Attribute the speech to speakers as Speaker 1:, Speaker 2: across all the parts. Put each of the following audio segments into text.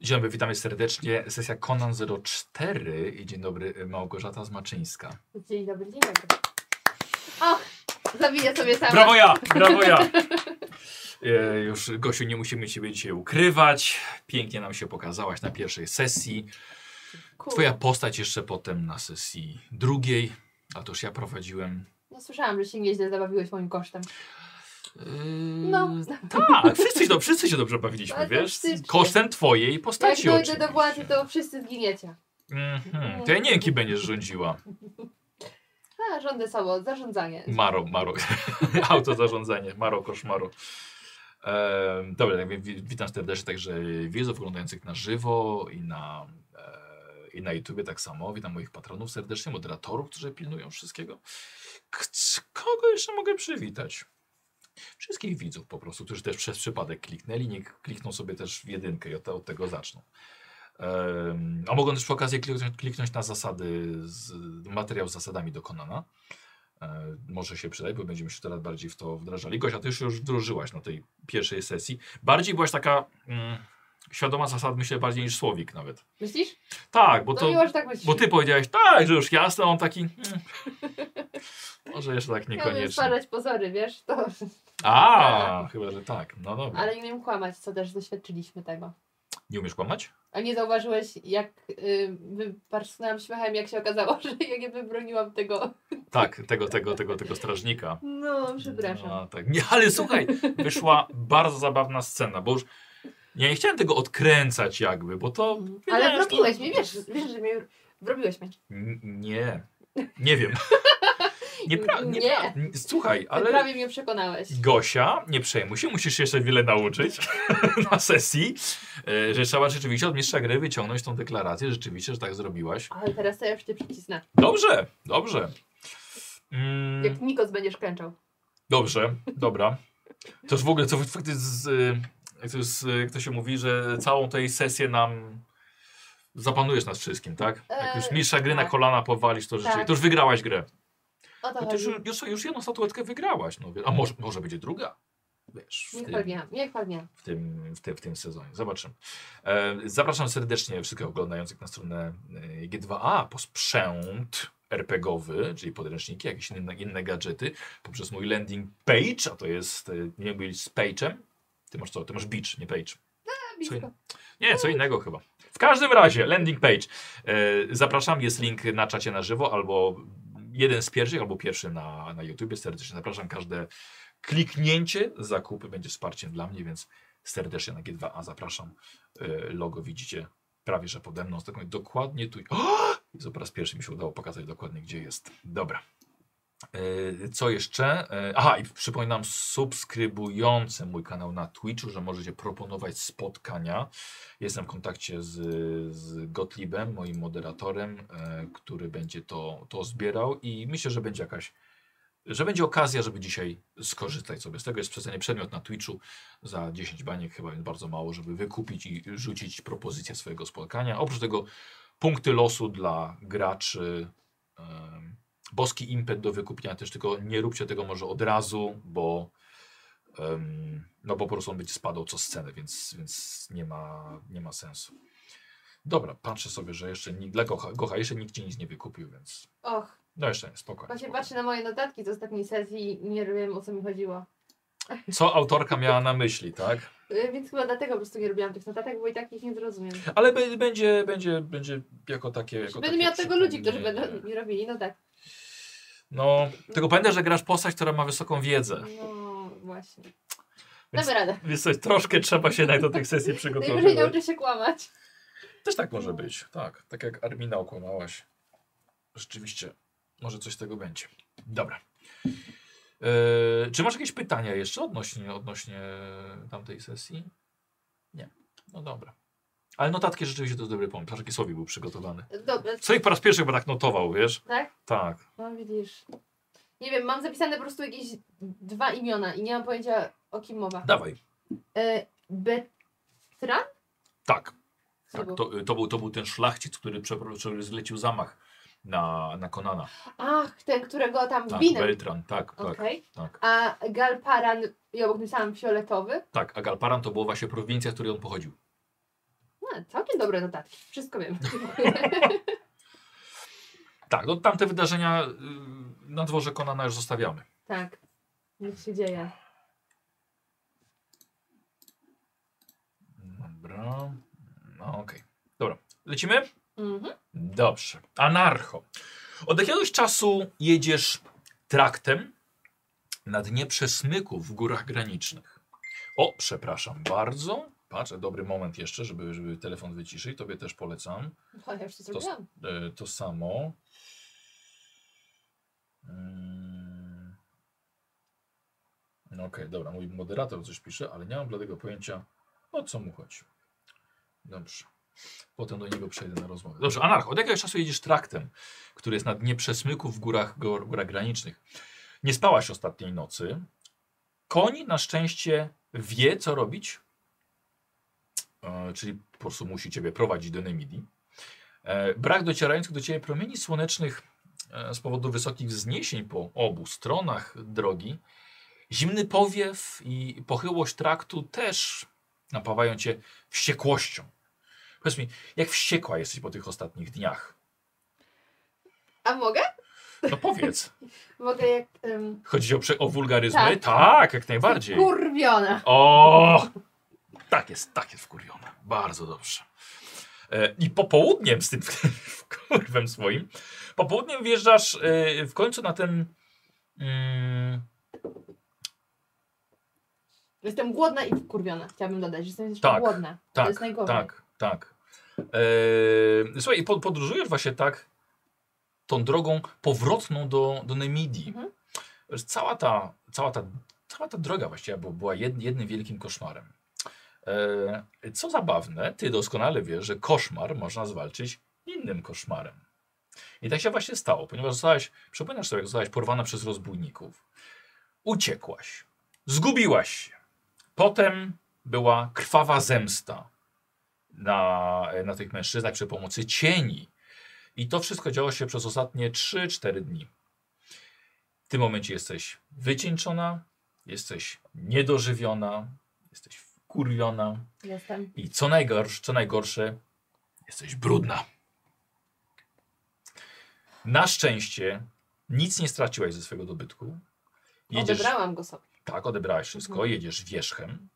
Speaker 1: Dzień dobry, witamy serdecznie. Sesja Conan 04 i dzień dobry y, Małgorzata Zmaczyńska.
Speaker 2: Dzień dobry, dzień dobry. Och, zabiję sobie sama.
Speaker 1: Brawo ja, brawo ja. E, już Gosiu, nie musimy Ciebie dzisiaj ukrywać. Pięknie nam się pokazałaś na pierwszej sesji.
Speaker 2: Kur-
Speaker 1: Twoja postać jeszcze potem na sesji drugiej, a toż ja prowadziłem.
Speaker 2: No słyszałam, że się nieźle zabawiłeś moim kosztem.
Speaker 1: Yy,
Speaker 2: No.
Speaker 1: Tak, wszyscy, się do- wszyscy się dobrze bawiliśmy,
Speaker 2: Ale
Speaker 1: wiesz?
Speaker 2: fantastycznie.
Speaker 1: Kosztem Twojej
Speaker 2: Jak
Speaker 1: postaci.
Speaker 2: dojdę do
Speaker 1: oczywiście.
Speaker 2: władzy, to wszyscy zginiecie.
Speaker 1: Mhm, To ja nie wiem, kim będziesz rządziła.
Speaker 2: A, rządy sobą, zarządzanie.
Speaker 1: Maro, Maro. Autozarządzanie, Maro Koszmaru. Ehm, dobra, tak, więc wi- witam serdecznie także widzów oglądających na żywo i na, e, i na YouTubie tak samo. Witam moich patronów serdecznie, moderatorów, którzy pilnują wszystkiego. K c- kogo jeszcze mogę przywitać? Wszystkich widzów po prostu, którzy też przez przypadek kliknęli, niech klikną sobie też w jedynkę i od, od tego zaczną. Ehm, a mogą też przy okazji kliknąć, kliknąć na zasady, z, materiał z zasadami do Konana. E, może się przydać, bo będziemy się teraz bardziej w to wdrażali. Gosia, ty się już wdrożyłaś na tej pierwszej sesji. Bardziej byłaś taka mm, świadoma zasad, myślę, bardziej niż Słowik nawet.
Speaker 2: Myślisz?
Speaker 1: Tak, bo
Speaker 2: No
Speaker 1: to...
Speaker 2: miło, że tak myślisz.
Speaker 1: Bo ty powiedziałeś, tak, że już jasne, a on taki... mm, może jeszcze tak
Speaker 2: Miałbym
Speaker 1: niekoniecznie.
Speaker 2: stwarzać pozory, wiesz? To...
Speaker 1: A, chyba, że tak. No dobra.
Speaker 2: Ale nie umiem kłamać, co też doświadczyliśmy tego.
Speaker 1: Nie umiesz kłamać?
Speaker 2: A nie zauważyłeś, jak y, wyparsnęłam śmiechem, jak się okazało, że ja nie wybroniłam tego.
Speaker 1: Tak, tego, tego, tego, tego strażnika.
Speaker 2: No, przepraszam.
Speaker 1: No, tak. Nie, ale słuchaj, wyszła bardzo zabawna scena, bo już ja nie chciałem tego odkręcać jakby, bo to...
Speaker 2: Mhm. Ale
Speaker 1: No, wiesz, to-
Speaker 2: wrobiłeś mnie, wiesz, wiesz, że mnie... Wrobiłeś mnie.
Speaker 1: N- Nie. Nie wiem. Niepra-
Speaker 2: Nie.
Speaker 1: niepra- n- Słuchaj,
Speaker 2: Ty
Speaker 1: ale
Speaker 2: prawie mnie przekonałeś.
Speaker 1: Gosia, nie przejmuj się, musisz się jeszcze wiele nauczyć na sesji, e, że trzeba rzeczywiście od mistrza gry wyciągnąć tą deklarację, rzeczywiście, że tak zrobiłaś.
Speaker 2: Ale teraz to ja już cię przycisnę.
Speaker 1: Dobrze, dobrze. Mm,
Speaker 2: Jak Nikos będziesz kręczał.
Speaker 1: dobrze, dobra. Toż w ogóle, co faktycznie z, y, jak to, jest, y, jak to się mówi, że całą tej sesję nam zapanujesz nas wszystkim, tak? Jak już
Speaker 2: E,
Speaker 1: mistrza gry na
Speaker 2: tak.
Speaker 1: kolana powalisz, to rzeczywiście,
Speaker 2: Tak.
Speaker 1: to już wygrałaś grę.
Speaker 2: O to
Speaker 1: No to już,
Speaker 2: chodzi.
Speaker 1: już, już jedną statuetkę wygrałaś. No, wie- a może, może będzie druga? Wiesz, w
Speaker 2: Niech
Speaker 1: tym,
Speaker 2: pewnie, niech pewnie.
Speaker 1: w, tym, w, tym, w tym sezonie. Zobaczymy. E, zapraszam serdecznie wszystkich oglądających na stronę e, G2A po sprzęt RPGowy, czyli podręczniki, jakieś inne, inne gadżety, poprzez mój landing page, a to jest, e, nie mylić z page'em. Ty masz co? Ty masz beach, nie page.
Speaker 2: Blisko.
Speaker 1: Nie, co innego chyba. W każdym razie, landing page. E, zapraszam, jest link na czacie na żywo, albo jeden z pierwszych, albo pierwszy na, na YouTubie. Serdecznie zapraszam. Każde kliknięcie zakupy będzie wsparciem dla mnie, więc serdecznie na G2A zapraszam. E, logo widzicie prawie, że pode mną. Z taką dokładnie tu. O! Jezu, po raz pierwszy mi się udało pokazać dokładnie, gdzie jest. Dobra. E, Co jeszcze? E, Aha, i przypominam subskrybującym mój kanał na Twitchu, że możecie proponować spotkania. Jestem w kontakcie z, z Gottliebem, moim moderatorem, e, który będzie to, to zbierał i myślę, że będzie jakaś, że będzie okazja, żeby dzisiaj skorzystać sobie z tego. Jest przecenie przedmiot na Twitchu za 10 baniek, chyba jest bardzo mało, żeby wykupić i rzucić propozycję swojego spotkania. Oprócz tego punkty losu dla graczy. em, Boski impet do wykupienia też, tylko nie róbcie tego może od razu, bo em, no bo po prostu on będzie spadał co scenę, więc, więc nie, ma, nie ma sensu. Dobra, patrzę sobie, że jeszcze nikt, dla Gocha, Gocha jeszcze nikt ci nic nie wykupił, więc
Speaker 2: Och,
Speaker 1: no jeszcze nie, spokojnie.
Speaker 2: właśnie
Speaker 1: spokojnie.
Speaker 2: patrzę na moje notatki z ostatniej sesji i nie wiem o co mi chodziło.
Speaker 1: Co autorka miała na myśli, tak?
Speaker 2: Y, Więc chyba dlatego po prostu nie robiłam tych notatek, bo i tak ich nie zrozumiem.
Speaker 1: Ale b- będzie, będzie, będzie jako takie... Jako
Speaker 2: Będę
Speaker 1: takie
Speaker 2: miała tego ludzi, którzy
Speaker 1: przypomnienie.
Speaker 2: będą mi robili, no tak.
Speaker 1: No, tylko pamiętaj, że grasz postać, która ma wysoką wiedzę.
Speaker 2: No właśnie.
Speaker 1: Tak. Więc,
Speaker 2: Damy radę.
Speaker 1: więc coś, troszkę trzeba się jednak do tych sesji
Speaker 2: Najwyżej
Speaker 1: przygotowywać.
Speaker 2: nauczę się kłamać.
Speaker 1: Też tak
Speaker 2: No.
Speaker 1: może być, tak. Tak jak Armina okłamałaś. Rzeczywiście, może coś z tego będzie. Dobra. Eee, czy masz jakieś pytania jeszcze odnośnie, odnośnie tamtej sesji? Nie. No dobra. Ale notatki rzeczywiście to jest dobry pomysł. Patrz, jaki Słowik był przygotowany.
Speaker 2: Dobra,
Speaker 1: Słowik po raz pierwszy chyba tak notował, wiesz?
Speaker 2: tak?
Speaker 1: Tak.
Speaker 2: No widzisz. Nie wiem, mam zapisane po prostu jakieś dwa imiona i nie mam pojęcia o kim mowa.
Speaker 1: Dawaj.
Speaker 2: Y, Betran?
Speaker 1: Tak.
Speaker 2: Co
Speaker 1: tak
Speaker 2: było?
Speaker 1: to, to, był, to był ten szlachcic, który, przepro- który zlecił zamach na, na Konana.
Speaker 2: Ach, ten, którego tam
Speaker 1: Tak,
Speaker 2: winem.
Speaker 1: Beltran. Tak, tak,
Speaker 2: Okej.
Speaker 1: tak.
Speaker 2: A Galparan, ja obok napisałam fioletowy.
Speaker 1: Tak, a Galparan to była właśnie prowincja, z której on pochodził.
Speaker 2: A, No, całkiem dobre notatki. Wszystko wiem.
Speaker 1: Tak, no tamte wydarzenia y, na dworze Konana już zostawiamy.
Speaker 2: tak. Nic się dzieje.
Speaker 1: Dobra. No okej. Dobra. Lecimy?
Speaker 2: Mhm.
Speaker 1: Dobrze. Anarcho. Od jakiegoś czasu jedziesz traktem na dnie przesmyku w górach granicznych. O, przepraszam bardzo. Patrzę, dobry moment jeszcze, żeby, żeby telefon wyciszyć. Tobie też polecam.
Speaker 2: No, ja już to zrobiłam.
Speaker 1: E, to samo. E, Mm. No Okej, dobra, mój moderator coś pisze, ale nie mam bladego pojęcia o co mu chodzi. Dobrze. Potem do niego przejdę na rozmowę. Dobrze, Anarcho, od jakiegoś czasu jedziesz traktem, który jest na dnie przesmyku w górach, gor, górach granicznych. Nie spałaś ostatniej nocy. Koń na szczęście wie, co robić. E, czyli po prostu musi ciebie prowadzić do Nemidii. E, Brak docierających do Ciebie promieni słonecznych e, z powodu wysokich wzniesień po obu stronach drogi, zimny powiew i pochyłość traktu też napawają Cię wściekłością. Powiedz mi, jak wściekła jesteś po tych ostatnich dniach?
Speaker 2: A mogę?
Speaker 1: No powiedz.
Speaker 2: Mogę jak... Um,
Speaker 1: Chodzi o, prze- o wulgaryzmy?
Speaker 2: Tak.
Speaker 1: Tak, jak najbardziej.
Speaker 2: kurwiona.
Speaker 1: O! Tak jest, tak jest wkurwiona. Bardzo dobrze. E, I popołudniem z tym kurwem swoim, popołudniem wjeżdżasz e, w końcu na ten. Mm,
Speaker 2: Jestem głodna i wkurwiona. Chciałabym dodać, że jestem jeszcze
Speaker 1: Tak,
Speaker 2: głodna. to
Speaker 1: tak,
Speaker 2: jest najgorsze.
Speaker 1: tak, tak. E, słuchaj, po, podróżujesz właśnie tak tą drogą powrotną do, do Nemidii.
Speaker 2: Mhm.
Speaker 1: Cała ta, cała ta, cała ta droga właściwie była- była jed, jednym wielkim koszmarem. E, co zabawne, ty doskonale wiesz, że koszmar można zwalczyć innym koszmarem. I tak się właśnie stało, ponieważ zostałaś, przypominasz sobie, jak zostałaś porwana przez rozbójników. Uciekłaś. Zgubiłaś się. Potem była krwawa zemsta na, e, na tych mężczyznach przy pomocy cieni. I to wszystko działo się przez ostatnie 3-4 dni. W tym momencie jesteś wycieńczona, jesteś niedożywiona, jesteś wkurwiona
Speaker 2: Jestem.
Speaker 1: i co najgorsze, co najgorsze jesteś brudna. Na szczęście nic nie straciłaś ze swojego dobytku.
Speaker 2: Odebrałam go sobie.
Speaker 1: Tak, odebrałaś wszystko,
Speaker 2: Mhm.
Speaker 1: jedziesz wierzchem,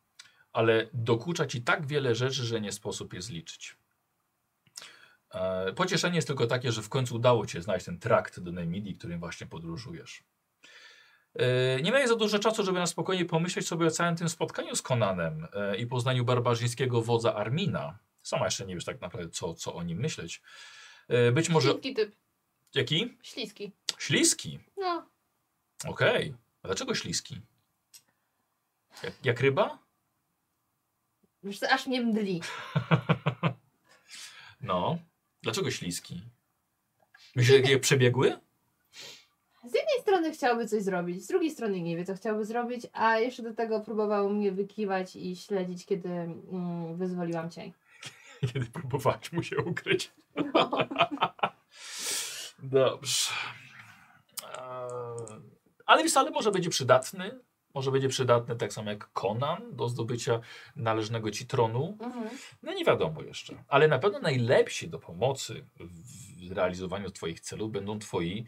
Speaker 1: ale dokucza ci tak wiele rzeczy, że nie sposób je zliczyć. E, Pocieszenie jest tylko takie, że w końcu udało ci się znaleźć ten trakt do Nemidii, którym właśnie podróżujesz. E, Nie miałeś za dużo czasu, żeby na spokojnie pomyśleć sobie o całym tym spotkaniu z Konanem e, i poznaniu barbarzyńskiego wodza Armina. Sama jeszcze nie wiesz tak naprawdę, co, co o nim myśleć. E, Być może...
Speaker 2: Śliski typ.
Speaker 1: Jaki?
Speaker 2: Śliski.
Speaker 1: Śliski.
Speaker 2: No.
Speaker 1: Okej. A dlaczego śliski? Jak, jak ryba?
Speaker 2: Wiesz co, aż mnie mdli.
Speaker 1: No. Dlaczego śliski? Myślisz, że takie przebiegły?
Speaker 2: Z jednej strony chciałby coś zrobić, z drugiej strony nie wie, co chciałby zrobić, a jeszcze do tego próbował mnie wykiwać i śledzić, kiedy mm, wyzwoliłam cień.
Speaker 1: Kiedy próbować mu się ukryć.
Speaker 2: No.
Speaker 1: Dobrze. Eee, Ale Wisale może będzie przydatny. Może będzie przydatny tak samo jak Conan do zdobycia należnego ci tronu.
Speaker 2: Mhm.
Speaker 1: No nie wiadomo jeszcze. Ale na pewno najlepsi do pomocy w realizowaniu Twoich celów będą Twoi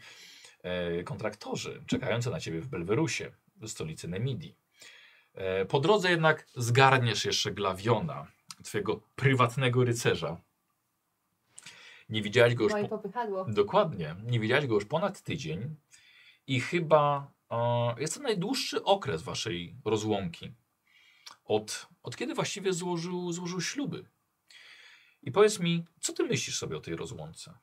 Speaker 1: e, kontraktorzy czekający na Ciebie w Belwerusie, w stolicy Nemidii. E, po drodze jednak zgarniesz jeszcze Glawiona, Twojego prywatnego rycerza. Nie widziałeś go już
Speaker 2: Moje
Speaker 1: po-
Speaker 2: popychadło.
Speaker 1: Dokładnie. Nie widziałeś go już ponad tydzień i chyba e, jest to najdłuższy okres waszej rozłąki. Od, od kiedy właściwie złożył, złożył śluby. I powiedz mi, co ty myślisz sobie o tej rozłące?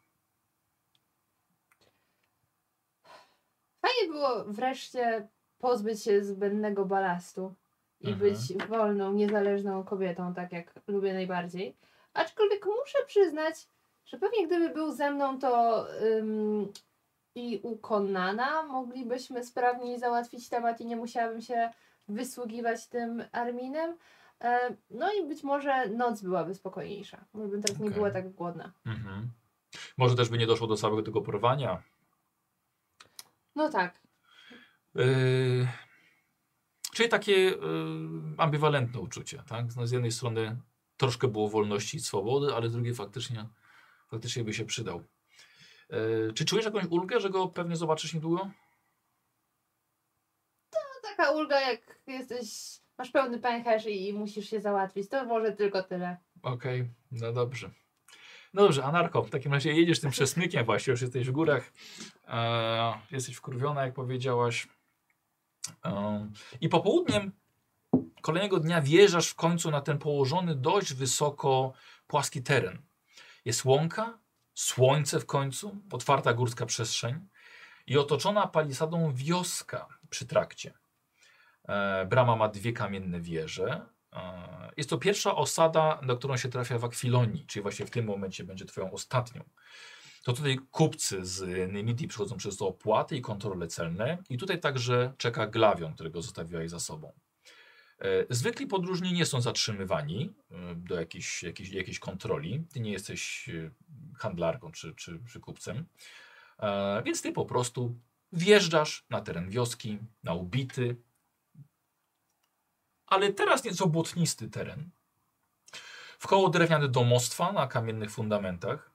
Speaker 2: Fajnie było wreszcie pozbyć się zbędnego balastu i
Speaker 1: Mhm.
Speaker 2: być wolną, niezależną kobietą, tak jak lubię najbardziej. Aczkolwiek muszę przyznać, że pewnie gdyby był ze mną, to ym, i u Konana moglibyśmy sprawniej załatwić temat i nie musiałabym się wysługiwać tym Arminem. E, No i być może noc byłaby spokojniejsza. Może bym teraz nie
Speaker 1: Okej.
Speaker 2: była tak głodna.
Speaker 1: Mhm. Może też by nie doszło do samego tego porwania.
Speaker 2: No tak.
Speaker 1: Yy, y, czyli takie yy, ambiwalentne uczucie. Tak? No z jednej strony troszkę było wolności i swobody, ale drugi faktycznie, faktycznie by się przydał. E, czy czujesz jakąś ulgę, że go pewnie zobaczysz niedługo?
Speaker 2: To taka ulga, jak jesteś, masz pełny pęcherz i, i musisz się załatwić. To może tylko tyle.
Speaker 1: Okej, no dobrze. No dobrze, Anarko, w takim razie jedziesz tym przesmykiem właśnie, już jesteś w górach. E, jesteś wkurwiona, jak powiedziałaś. E, I popołudniem kolejnego dnia wjeżdżasz w końcu na ten położony dość wysoko płaski teren. Jest łąka, słońce w końcu, otwarta górska przestrzeń i otoczona palisadą wioska przy trakcie. E, brama ma dwie kamienne wieże. E, Jest to pierwsza osada, na którą się trafia w Akwilonii, czyli właśnie w tym momencie będzie twoją ostatnią. To tutaj kupcy z Nymidii przychodzą przez to opłaty i kontrole celne i tutaj także czeka Glawion, którego zostawiła jej za sobą. E, Zwykli podróżni nie są zatrzymywani e, do jakiejś, jakiejś, jakiejś kontroli. Ty nie jesteś e, handlarką czy, czy, czy kupcem, E, więc ty po prostu wjeżdżasz na teren wioski, na ubity, ale teraz nieco błotnisty teren. Wkoło drewniane domostwa na kamiennych fundamentach.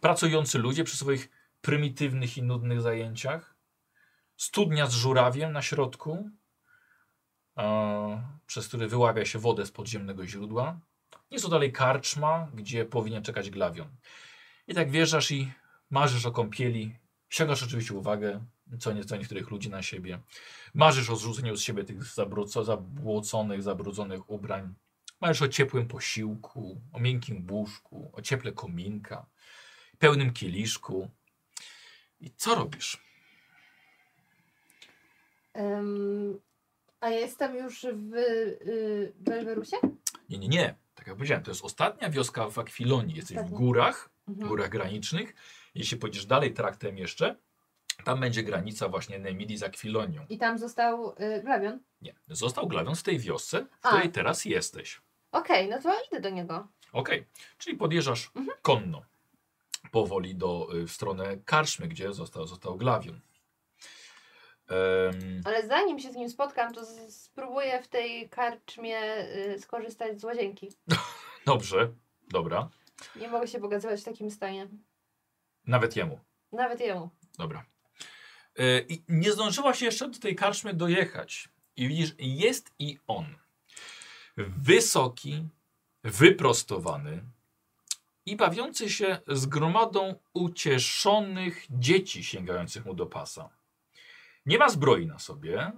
Speaker 1: Pracujący ludzie przy swoich prymitywnych i nudnych zajęciach. Studnia z żurawiem na środku, e, przez który wyławia się wodę z podziemnego źródła. Nieco dalej karczma, gdzie powinien czekać glawion. I tak wjeżdżasz i marzysz o kąpieli. Sięgasz oczywiście uwagę, co nieco niektórych ludzi na siebie. Marzysz o zrzuceniu z siebie tych zabruco- zabłoconych, zabrudzonych ubrań. Marzysz o ciepłym posiłku, o miękkim łóżku, o cieple kominka, pełnym kieliszku. I co robisz?
Speaker 2: Em, a jestem już w y, Belwerusie?
Speaker 1: Nie, nie, nie. Tak jak powiedziałem, to jest ostatnia wioska w Akwilonii. Jesteś w
Speaker 2: Ostatnia.
Speaker 1: górach, w
Speaker 2: Mhm.
Speaker 1: górach granicznych. Jeśli pójdziesz dalej traktem jeszcze, tam będzie granica właśnie Nemidii z Akwilonią.
Speaker 2: I tam został y, Glawion.
Speaker 1: Nie, został glawion w tej wiosce, w
Speaker 2: A.
Speaker 1: której teraz jesteś.
Speaker 2: Okej, no to idę do niego.
Speaker 1: Okej, czyli podjeżdżasz konno powoli do, y, w stronę karczmy, gdzie został, został glawion. Em,
Speaker 2: Ale zanim się z nim spotkam, to z- spróbuję w tej karczmie y, skorzystać z łazienki.
Speaker 1: dobrze, dobra.
Speaker 2: Nie mogę się pogadywać w takim stanie.
Speaker 1: Nawet jemu.
Speaker 2: Nawet jemu.
Speaker 1: Dobra. Y, I nie zdążyłaś jeszcze do tej karczmy dojechać. I widzisz, jest i on. Wysoki, wyprostowany i bawiący się z gromadą ucieszonych dzieci sięgających mu do pasa. Nie ma zbroi na sobie.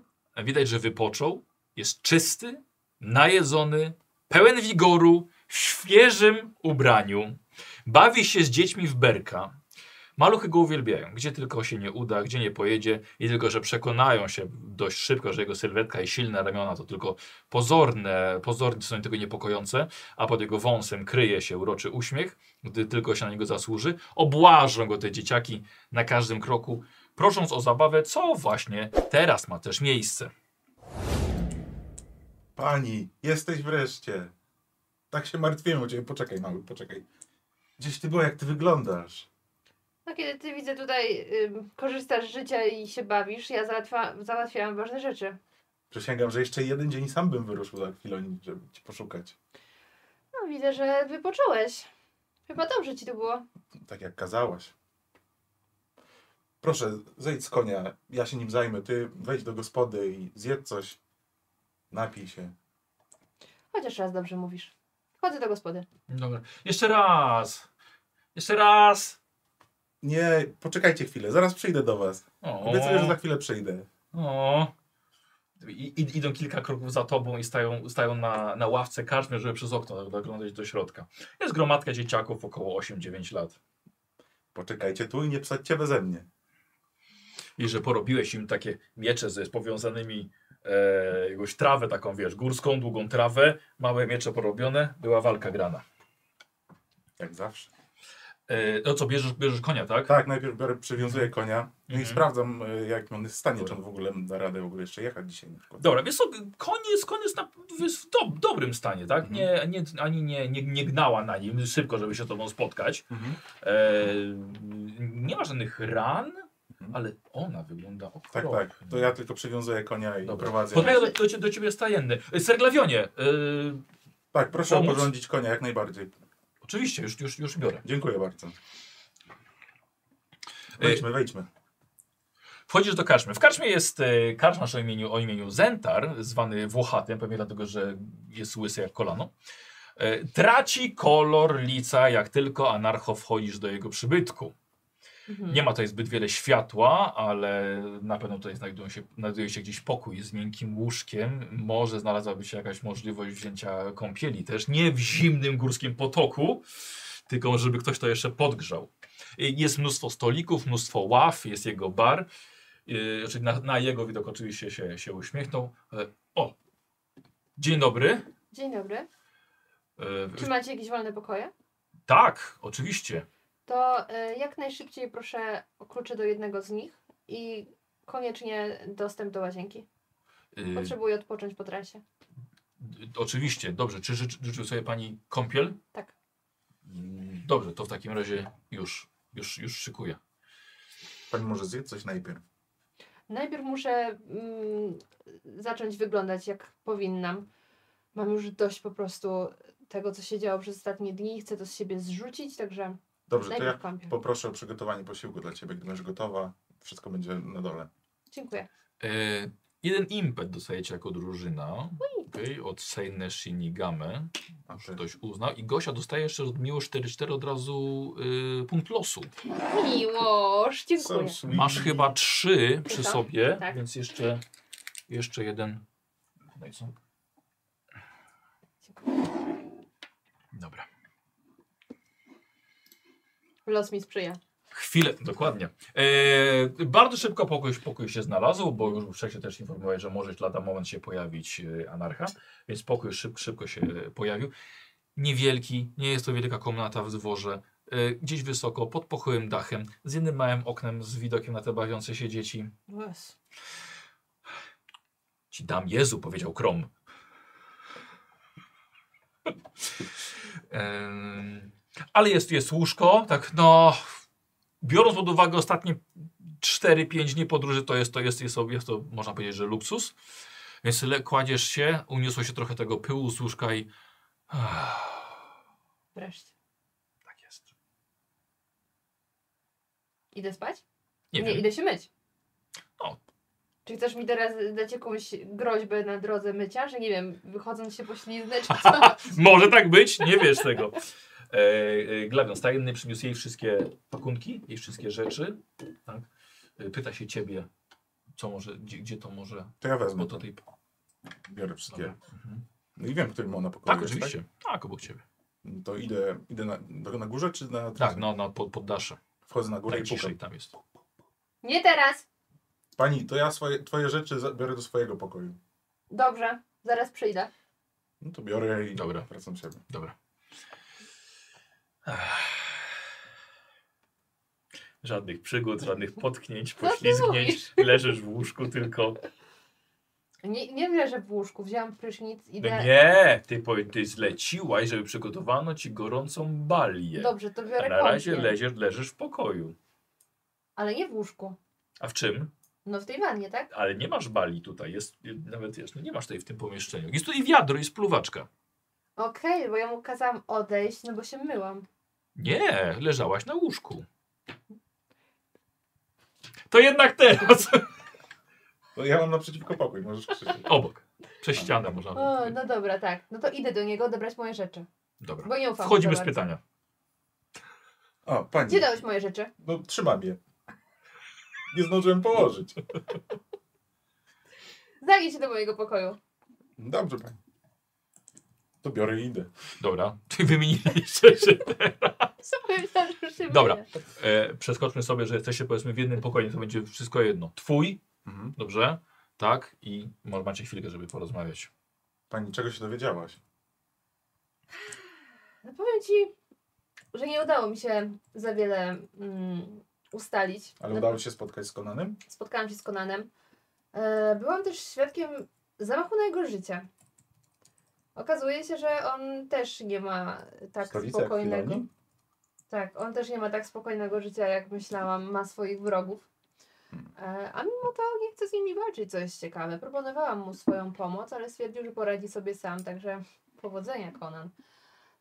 Speaker 1: Widać, że wypoczął. Jest czysty, najedzony, pełen wigoru, w świeżym ubraniu. Bawi się z dziećmi w berka. Maluchy go uwielbiają, gdzie tylko się nie uda, gdzie nie pojedzie i tylko, że przekonają się dość szybko, że jego sylwetka i silne ramiona to tylko pozorne, pozornie są tylko niepokojące, a pod jego wąsem kryje się uroczy uśmiech, gdy tylko się na niego zasłuży. Obłażą go te dzieciaki na każdym kroku, prosząc o zabawę, co właśnie teraz ma też miejsce.
Speaker 3: Pani, jesteś wreszcie. Tak się martwiłem o ciebie. Poczekaj, mały, poczekaj. Gdzieś ty była, jak ty wyglądasz.
Speaker 2: No kiedy ty widzę tutaj ym, korzystasz z życia i się bawisz, ja załatwia, załatwiałam ważne rzeczy.
Speaker 3: Przysięgam, że jeszcze jeden dzień sam bym wyruszył za chwilę, żeby cię poszukać.
Speaker 2: No widzę, że wypocząłeś. Chyba dobrze ci to było.
Speaker 3: Tak jak kazałaś. Proszę, zejdź z konia, ja się nim zajmę. Ty wejdź do gospody i zjedz coś. Napij się.
Speaker 2: Chociaż raz dobrze mówisz. Chodzę do gospody.
Speaker 1: Dobra. Jeszcze raz! Jeszcze raz!
Speaker 3: Nie, poczekajcie chwilę, zaraz przyjdę do was.
Speaker 1: O.
Speaker 3: Obiecuję, że za chwilę przyjdę.
Speaker 1: O. I, i- idą kilka kroków za tobą i stają, stają na, na ławce karczmy, żeby przez okno tak doglądać do środka. Jest gromadka dzieciaków około 8-9 lat.
Speaker 3: Poczekajcie tu i nie psadźcie beze mnie.
Speaker 1: I że porobiłeś im takie miecze z powiązanymi e, jakąś trawę taką, wiesz, górską, długą trawę, małe miecze porobione, była walka grana.
Speaker 3: Jak zawsze.
Speaker 1: E, no co, bierzesz, bierzesz konia, tak?
Speaker 3: Tak, najpierw biorę, przywiązuję konia no i
Speaker 1: Mhm.
Speaker 3: sprawdzam, y, jak on jest w stanie, czy on w ogóle da radę w ogóle jeszcze jechać dzisiaj. Na przykład.
Speaker 1: Dobra, więc koniec, koniec na, jest w dob, dobrym stanie, tak? Nie, nie, ani nie, nie, nie gnała na nim szybko, żeby się z tobą spotkać.
Speaker 3: Mhm.
Speaker 1: E, nie ma żadnych ran,
Speaker 3: Mhm.
Speaker 1: ale ona wygląda
Speaker 3: Tak,
Speaker 1: okropnie.
Speaker 3: tak. To ja tylko przywiązuję konia i
Speaker 1: Dobra.
Speaker 3: prowadzę.
Speaker 1: E, Podbiega do, do, cie- do ciebie stajenny. Serglawionie, y,
Speaker 3: Tak, proszę
Speaker 1: Pomóc?
Speaker 3: oporządzić konia jak najbardziej.
Speaker 1: Oczywiście, już, już, już biorę.
Speaker 3: Dziękuję
Speaker 1: E,
Speaker 3: bardzo. Wejdźmy, wejdźmy.
Speaker 1: Wchodzisz do karczmy. W karczmie jest e, karczmarz o imieniu, o imieniu Zentar, zwany Włochatem, pewnie dlatego, że jest łysy jak kolano. E, Traci kolor lica, jak tylko anarcho wchodzisz do jego przybytku.
Speaker 2: Mhm.
Speaker 1: Nie ma tutaj zbyt wiele światła, ale na pewno tutaj znajdują się, znajduje się gdzieś pokój z miękkim łóżkiem. Może znalazłaby się jakaś możliwość wzięcia kąpieli, też nie w zimnym górskim potoku, tylko żeby ktoś to jeszcze podgrzał. Y, Jest mnóstwo stolików, mnóstwo ław, jest jego bar. Y, Znaczy na, na jego widok oczywiście się, się uśmiechnął. E, O, dzień dobry.
Speaker 2: Dzień dobry.
Speaker 1: E,
Speaker 2: Czy macie jakieś wolne pokoje?
Speaker 1: Tak, oczywiście.
Speaker 2: To y, jak najszybciej proszę o klucze do jednego z nich i koniecznie dostęp do łazienki.
Speaker 1: Y,
Speaker 2: Potrzebuję odpocząć po trasie.
Speaker 1: D- Oczywiście, dobrze. Czy życzy, życzył sobie pani kąpiel?
Speaker 2: Tak.
Speaker 1: Mm, Dobrze, to w takim razie już, już, już szykuję.
Speaker 3: Pan może zje coś najpierw.
Speaker 2: Najpierw muszę mm, zacząć wyglądać jak powinnam. Mam już dość po prostu tego, co się działo przez ostatnie dni. Chcę to z siebie zrzucić, także
Speaker 3: Dobrze, to
Speaker 2: najpierw
Speaker 3: ja
Speaker 2: kąpiel.
Speaker 3: poproszę o przygotowanie posiłku dla ciebie. Gdy będziesz gotowa, wszystko będzie na dole.
Speaker 2: Dziękuję.
Speaker 1: E, jeden impet dostajecie jako drużyna okay, od Seine Shinigame.
Speaker 3: A ty-
Speaker 1: Ktoś uznał. I Gosia dostaje jeszcze od Miło 4-4 od razu y, punkt losu.
Speaker 2: Miłość, dziękuję.
Speaker 3: So sweet.
Speaker 1: Masz chyba 3 przy
Speaker 2: Tylko?
Speaker 1: sobie,
Speaker 2: Tak.
Speaker 1: więc jeszcze, jeszcze jeden. No i co?
Speaker 2: dziękuję.
Speaker 1: Dobra.
Speaker 2: Los mi sprzyja.
Speaker 1: Chwilę, dokładnie. E, bardzo szybko pokój, pokój się znalazł, bo już wcześniej też informowałeś, że może lada moment się pojawić e, anarcha, więc pokój szyb, szybko się pojawił. Niewielki, nie jest to wielka komnata w dworze, e, gdzieś wysoko, pod pochyłym dachem, z jednym małym oknem z widokiem na te bawiące się dzieci.
Speaker 2: Yes.
Speaker 1: Ci dam Jezu, powiedział Krom. Em, Ale jest, jest łóżko, tak no. Biorąc pod uwagę ostatnie 4-5 dni podróży, to jest to, jest, jest, jest to, można powiedzieć, że luksus. Więc le, kładziesz się, uniosło się trochę tego pyłu z łóżka i.
Speaker 2: Wreszcie.
Speaker 1: Tak jest.
Speaker 2: Idę spać?
Speaker 1: Nie, wiem.
Speaker 2: idę się myć.
Speaker 1: O.
Speaker 2: Czy chcesz mi teraz dać jakąś groźbę na drodze mycia, że nie wiem, wychodząc się pośliznę, czy co?
Speaker 1: Może tak być, nie wiesz tego. E, e, Glawion tajemny przyniósł jej wszystkie pakunki, jej wszystkie rzeczy. Tak? E, pyta się ciebie, co może, gdzie, gdzie to może.
Speaker 3: To ja
Speaker 1: Bo
Speaker 3: wezmę.
Speaker 1: to
Speaker 3: To
Speaker 1: tej...
Speaker 3: biorę wszystkie.
Speaker 1: Dobra. Mhm.
Speaker 3: No i wiem, który ma na pokoju.
Speaker 1: Tak,
Speaker 3: jest,
Speaker 1: oczywiście. Tak, obok ciebie.
Speaker 3: No To idę, idę na, do- na górze czy na
Speaker 1: Tak, no, no pod, poddasze.
Speaker 3: Wchodzę na górę
Speaker 1: Tak
Speaker 3: i pukam.
Speaker 1: ciszej tam jest.
Speaker 2: Nie teraz!
Speaker 3: Pani, to ja swoje, twoje rzeczy za- biorę do swojego pokoju.
Speaker 2: Dobrze, zaraz przyjdę.
Speaker 3: No to biorę i
Speaker 1: Dobra.
Speaker 3: wracam siebie.
Speaker 1: Dobra. Ech. Żadnych przygód, żadnych potknięć,
Speaker 2: No ty
Speaker 1: poślizgnięć. Leżysz w łóżku tylko.
Speaker 2: Nie, nie leżę w łóżku, wzięłam prysznic,
Speaker 1: No
Speaker 2: idę.
Speaker 1: nie, ty, powie- ty zleciłaś, żeby przygotowano ci gorącą balię.
Speaker 2: Dobrze, to biorę
Speaker 1: A na razie
Speaker 2: kąpiel.
Speaker 1: leziesz, leżysz w pokoju.
Speaker 2: Ale nie w łóżku.
Speaker 1: A w czym?
Speaker 2: No w tej wannie, tak?
Speaker 1: Ale nie masz bali tutaj, jest, nawet wiesz, no nie masz tutaj w tym pomieszczeniu. Jest tutaj wiadro i spluwaczka.
Speaker 2: Okej, bo ja mu kazałam odejść, no bo się myłam.
Speaker 1: Nie, leżałaś na łóżku. To jednak teraz.
Speaker 3: To No ja mam naprzeciwko pokój, możesz krzyczeć.
Speaker 1: Obok. Przez ścianę można.
Speaker 2: O, no dobra, tak. No to idę do niego odebrać moje rzeczy.
Speaker 1: Dobra.
Speaker 2: Bo nie ufam. mu
Speaker 1: Wchodzimy
Speaker 2: za
Speaker 1: z
Speaker 2: bardzo.
Speaker 1: pytania.
Speaker 3: O, pani.
Speaker 2: Gdzie dałeś moje rzeczy?
Speaker 3: No trzymam je. Nie zdążyłem położyć.
Speaker 2: Zanieś się do mojego pokoju.
Speaker 3: Dobrze, pani. To biorę i idę.
Speaker 1: Dobra, ty wymieniliście się.
Speaker 2: Powiedziałam, że już się
Speaker 1: Dobra.
Speaker 2: myję.
Speaker 1: E, przeskoczmy sobie, że jesteście powiedzmy w jednym pokoju, to będzie wszystko jedno. Twój,
Speaker 3: Mhm.
Speaker 1: dobrze? Tak, i może macie chwilkę, żeby porozmawiać.
Speaker 3: Pani, czego się dowiedziałaś?
Speaker 2: No powiem ci, że nie udało mi się za wiele mm, ustalić.
Speaker 3: Ale
Speaker 2: No,
Speaker 3: udało ci się spotkać z Konanem?
Speaker 2: Spotkałam się z Konanem. E, byłam też świadkiem zamachu na jego życie. Okazuje się, że on też nie ma tak
Speaker 3: Stolica jak
Speaker 2: spokojnego.
Speaker 3: Filoni?
Speaker 2: Tak, on też nie ma tak spokojnego życia, jak myślałam, ma swoich wrogów. E, A mimo to nie chce z nimi walczyć, co jest ciekawe. Proponowałam mu swoją pomoc, ale stwierdził, że poradzi sobie sam, także Powodzenia, Conan.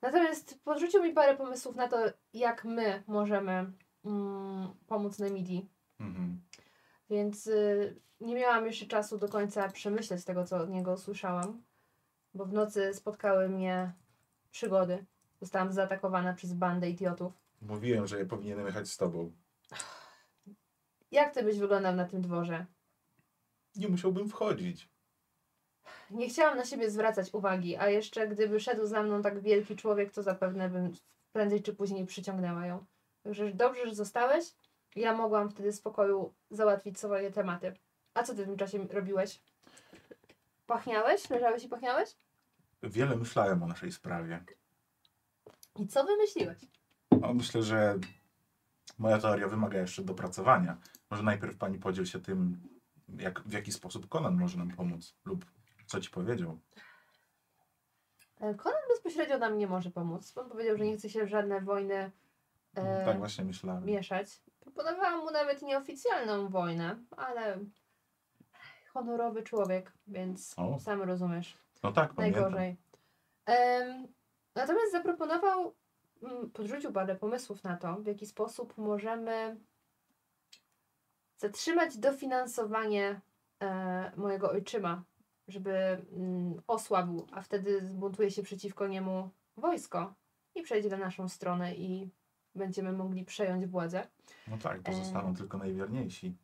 Speaker 2: Natomiast podrzucił mi parę pomysłów na to, jak my możemy mm, pomóc Nemidi.
Speaker 3: Mhm.
Speaker 2: Więc y, nie miałam jeszcze czasu do końca przemyśleć tego, co od niego usłyszałam, bo w nocy spotkały mnie przygody. Zostałam zaatakowana przez bandę idiotów.
Speaker 3: Mówiłem, że ja powinienem jechać z tobą.
Speaker 2: Jak ty byś wyglądał na tym dworze?
Speaker 3: Nie musiałbym wchodzić.
Speaker 2: Nie chciałam na siebie zwracać uwagi, a jeszcze gdyby szedł za mną tak wielki człowiek, to zapewne bym prędzej czy później przyciągnęła ją. Także dobrze, że zostałeś. Ja mogłam wtedy w spokoju załatwić swoje tematy. A co ty w tym czasie robiłeś? Pachniałeś? Leżałeś i pachniałeś?
Speaker 3: Wiele myślałem o naszej sprawie.
Speaker 2: I co wymyśliłeś?
Speaker 3: No, myślę, że moja teoria wymaga jeszcze dopracowania. Może najpierw pani podziel się tym, jak, w jaki sposób Conan może nam pomóc lub co ci powiedział.
Speaker 2: E, Conan bezpośrednio nam nie może pomóc. On powiedział, że nie chce się w żadne wojny e,
Speaker 3: tak właśnie myślałem.
Speaker 2: mieszać. Proponowałam mu nawet nieoficjalną wojnę, ale honorowy człowiek, więc
Speaker 3: O.
Speaker 2: sam rozumiesz.
Speaker 3: No tak, pamiętam.
Speaker 2: Najgorzej. Em, natomiast zaproponował, mm, podrzucił parę pomysłów na to, w jaki sposób możemy zatrzymać dofinansowanie e, mojego ojczyma, żeby mm, osłabł, a wtedy zbuntuje się przeciwko niemu wojsko i przejdzie na naszą stronę i będziemy mogli przejąć władzę.
Speaker 3: No
Speaker 2: E,
Speaker 3: tak, pozostaną
Speaker 2: Em.
Speaker 3: tylko najwierniejsi.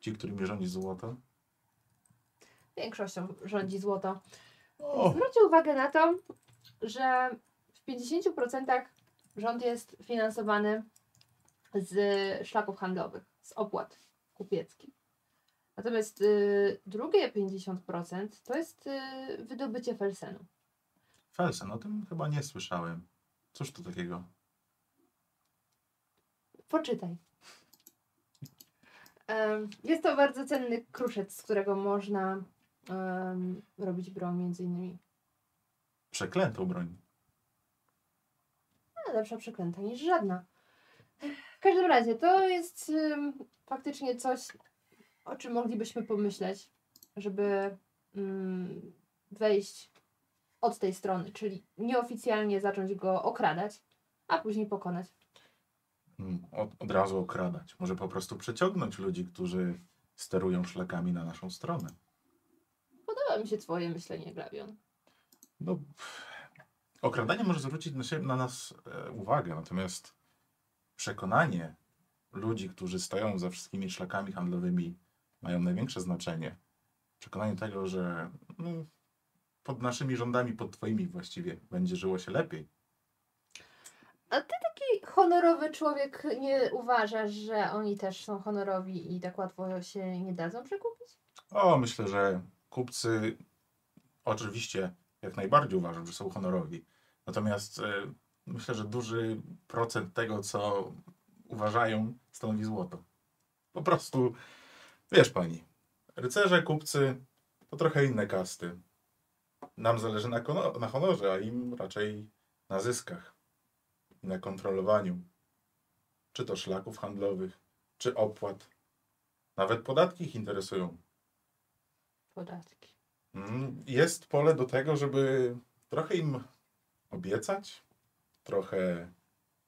Speaker 3: Ci, którymi rządzi złoto.
Speaker 2: Większością rządzi złoto.
Speaker 3: O,
Speaker 2: Zwróćcie uwagę na to, że w 50% rząd jest finansowany z szlaków handlowych, z opłat kupieckich. Natomiast y, drugie 50% to jest y, wydobycie felsenu.
Speaker 3: Felsen, o tym chyba nie słyszałem. Cóż to takiego?
Speaker 2: Poczytaj. Em, Jest to bardzo cenny kruszec, z którego można em, robić broń między innymi.
Speaker 3: Przeklętą broń.
Speaker 2: No, lepsza przeklęta niż żadna. W każdym razie, to jest ym, faktycznie coś, o czym moglibyśmy pomyśleć, żeby ym, wejść od tej strony, czyli nieoficjalnie zacząć go okradać, a później pokonać.
Speaker 3: Mm, Od, od razu okradać. Może po prostu przeciągnąć ludzi, którzy sterują szlakami na naszą stronę.
Speaker 2: Podoba mi się twoje myślenie, Glavion.
Speaker 3: No, pff, okradanie może zwrócić na, siebie, na nas e, uwagę, natomiast przekonanie ludzi, którzy stoją za wszystkimi szlakami handlowymi, mają największe znaczenie. Przekonanie tego, że no, pod naszymi rządami, pod twoimi właściwie, będzie żyło się lepiej.
Speaker 2: Taki honorowy człowiek nie uważa, że oni też są honorowi i tak łatwo się nie dadzą przekupić?
Speaker 3: O, myślę, że kupcy oczywiście jak najbardziej uważam, że są honorowi. Natomiast e, myślę, że duży procent tego, co uważają, stanowi złoto. Po prostu, wiesz pani, rycerze, kupcy to trochę inne kasty. Nam zależy na, kono- na honorze, a im raczej na zyskach i na kontrolowaniu. Czy to szlaków handlowych, czy opłat. Nawet podatki ich interesują.
Speaker 2: Podatki.
Speaker 3: Mm, Jest pole do tego, żeby trochę im obiecać, trochę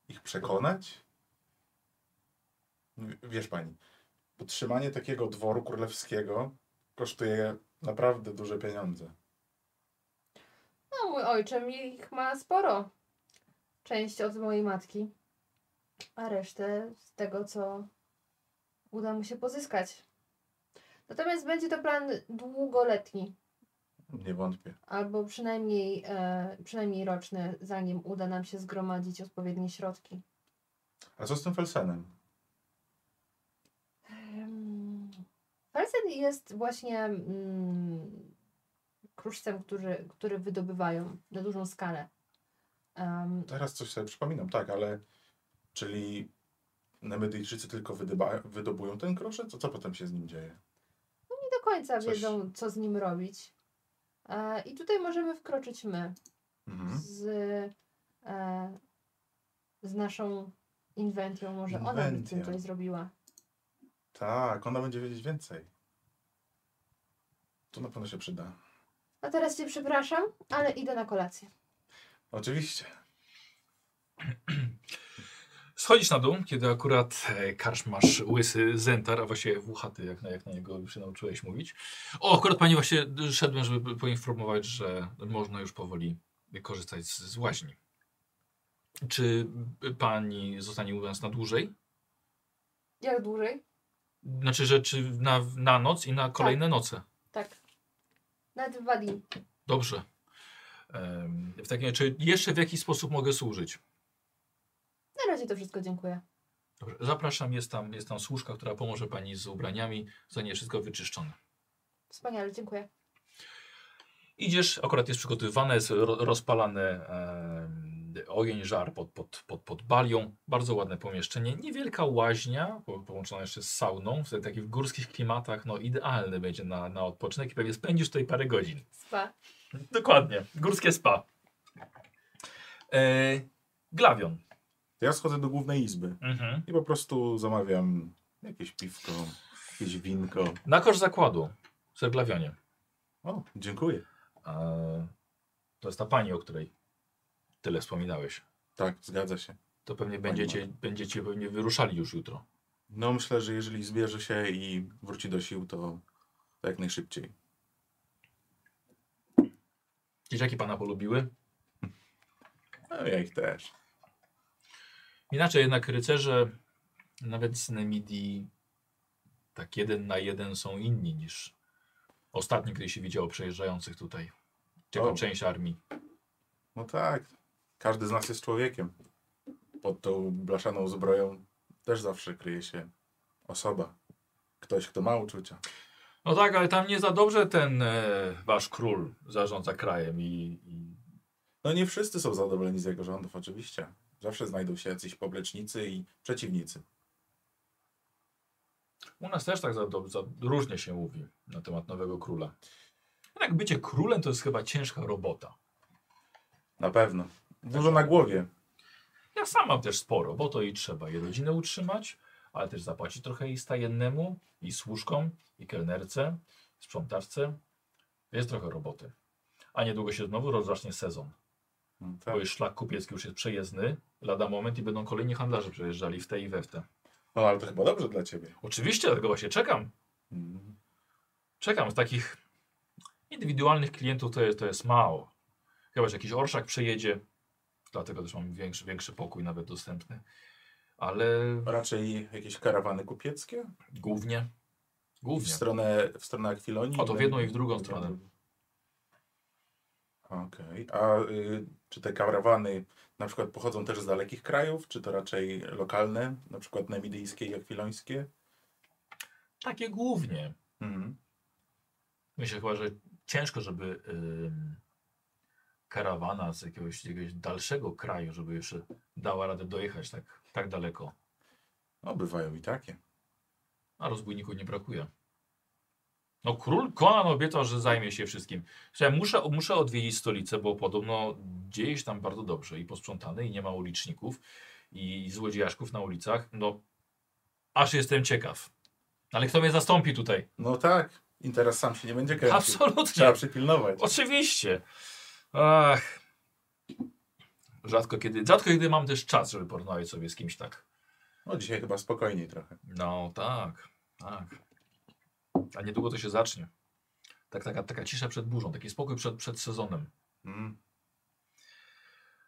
Speaker 3: ich przekonać. W- Wiesz pani, utrzymanie takiego dworu królewskiego kosztuje naprawdę duże pieniądze.
Speaker 2: No, mój ojczym ich ma sporo. Część od mojej matki, a resztę z tego, co uda mu się pozyskać. Natomiast będzie to plan długoletni,
Speaker 3: Nie wątpię.
Speaker 2: albo przynajmniej, e, przynajmniej roczny, zanim uda nam się zgromadzić odpowiednie środki.
Speaker 3: A co z tym Felsenem?
Speaker 2: Em, Felsen jest właśnie mm, kruszcem, który, który wydobywają na dużą skalę. Em,
Speaker 3: Teraz coś sobie przypominam, tak, ale czyli Nemedyjczycy tylko wydyba- wydobują ten kruszec? Co, co potem się z nim dzieje?
Speaker 2: nie do końca
Speaker 3: Coś-
Speaker 2: wiedzą, co z nim robić. E, I tutaj możemy wkroczyć my
Speaker 3: Mhm.
Speaker 2: z, e, z naszą inwentją. Może ona by z tym
Speaker 3: Inwentją.
Speaker 2: coś zrobiła.
Speaker 3: Tak, ona będzie wiedzieć więcej. To na pewno się przyda.
Speaker 2: A teraz cię przepraszam, ale idę na kolację.
Speaker 3: Oczywiście.
Speaker 1: Schodzisz na dół, kiedy akurat e, karczmasz łysy zentar, a właściwie włuchaty, jak na, jak na niego już się nauczyłeś mówić. O, akurat pani właśnie y, szedłem, żeby poinformować, że można już powoli korzystać z, z łaźni. Czy y, pani zostanie u nas na dłużej?
Speaker 2: Jak dłużej?
Speaker 1: Znaczy, że czy na, na noc i na kolejne noce?
Speaker 2: Tak. Na dwa dni.
Speaker 1: Dobrze. Em, W takim, czy jeszcze w jakiś sposób mogę służyć?
Speaker 2: Na razie to wszystko dziękuję.
Speaker 1: Dobrze, zapraszam, jest tam, jest tam służka, która pomoże pani z ubraniami, za nie wszystko wyczyszczone.
Speaker 2: Wspaniale, dziękuję.
Speaker 1: Idziesz, akurat jest przygotowywane, jest ro, rozpalany em, ogień, żar pod, pod, pod, pod balią. Bardzo ładne pomieszczenie, niewielka łaźnia, po, połączona jeszcze z sauną, w takich górskich klimatach, no idealny będzie na, na odpoczynek i pewnie spędzisz tutaj parę godzin.
Speaker 2: Spa.
Speaker 1: Dokładnie, górskie spa. E, glawion.
Speaker 3: Ja schodzę do głównej izby
Speaker 1: Mhm.
Speaker 3: i po prostu zamawiam jakieś piwko, jakieś winko.
Speaker 1: Na kosz zakładu, ser glawionie.
Speaker 3: O, dziękuję.
Speaker 1: E, To jest ta pani, o której tyle wspominałeś.
Speaker 3: Tak, zgadza się.
Speaker 1: To pewnie
Speaker 3: Pani
Speaker 1: będziecie, będziecie pewnie wyruszali już jutro.
Speaker 3: No myślę, że jeżeli zbierze się i wróci do sił, to to jak najszybciej.
Speaker 1: Dzieciaki pana polubiły?
Speaker 3: No ja ich też.
Speaker 1: Inaczej jednak rycerze, nawet z Nemidii, tak jeden na jeden są inni niż ostatni, kiedy się widziało przejeżdżających tutaj. Jako
Speaker 3: O.
Speaker 1: część armii.
Speaker 3: No tak, każdy z nas jest człowiekiem. Pod tą blaszaną zbroją też zawsze kryje się osoba. Ktoś, kto ma uczucia.
Speaker 1: No tak, ale tam nie za dobrze ten e, wasz król zarządza krajem i, i
Speaker 3: No nie wszyscy są zadowoleni z jego rządów, oczywiście. Zawsze znajdą się jacyś poplecznicy i przeciwnicy.
Speaker 1: U nas też tak za, dob- za różnie się mówi na temat nowego króla. Jednak bycie królem to jest chyba ciężka robota.
Speaker 3: Na pewno. Dużo na głowie.
Speaker 1: Ja sam mam też sporo, bo to i trzeba i rodzinę utrzymać, ale też zapłacić trochę i stajennemu, i służkom, i kelnerce, sprzątaczce. Jest trochę roboty. A niedługo się znowu rozrocznie sezon,
Speaker 3: No tak.
Speaker 1: bo już szlak kupiecki już jest przejezdny, lada moment i będą kolejni handlarze przejeżdżali w te i we w te.
Speaker 3: No ale to chyba dobrze dla ciebie.
Speaker 1: Oczywiście, dlatego właśnie czekam.
Speaker 3: Mm.
Speaker 1: Czekam, z takich indywidualnych klientów to jest, to jest mało. Chyba, że jakiś orszak przejedzie, dlatego też mam większy, większy pokój nawet dostępny. Ale
Speaker 3: Raczej jakieś karawany kupieckie?
Speaker 1: głównie,
Speaker 3: W
Speaker 1: głównie.
Speaker 3: stronę, w stronę Akwilonii?
Speaker 1: O, to w jedną i w drugą stronę.
Speaker 3: Okej. A y, czy te karawany na przykład pochodzą też z dalekich krajów, czy to raczej lokalne, na przykład namidyjskie i akwilońskie?
Speaker 1: Takie głównie.
Speaker 3: Mhm.
Speaker 1: Myślę chyba, że ciężko, żeby ym, karawana z jakiegoś, jakiegoś dalszego kraju, żeby jeszcze dała radę dojechać tak, tak daleko.
Speaker 3: No, bywają i takie.
Speaker 1: A rozbójników nie brakuje. No król Konan obiecał, że zajmie się wszystkim. Słuchaj, muszę, muszę odwiedzić stolicę, bo podobno dzieje się tam bardzo dobrze i posprzątane i nie ma uliczników i złodziejaszków na ulicach. No, aż jestem ciekaw. Ale kto mnie zastąpi tutaj?
Speaker 3: No tak. I teraz sam się nie będzie kręcił. Trzeba
Speaker 1: Absolutnie.
Speaker 3: przypilnować.
Speaker 1: Oczywiście. Ach. Rzadko kiedy, rzadko kiedy mam też czas, żeby porozmawiać sobie z kimś tak.
Speaker 3: No dzisiaj chyba spokojniej trochę.
Speaker 1: No tak, tak. A niedługo to się zacznie. Tak, taka, taka cisza przed burzą, taki spokój przed, przed sezonem.
Speaker 3: Mm.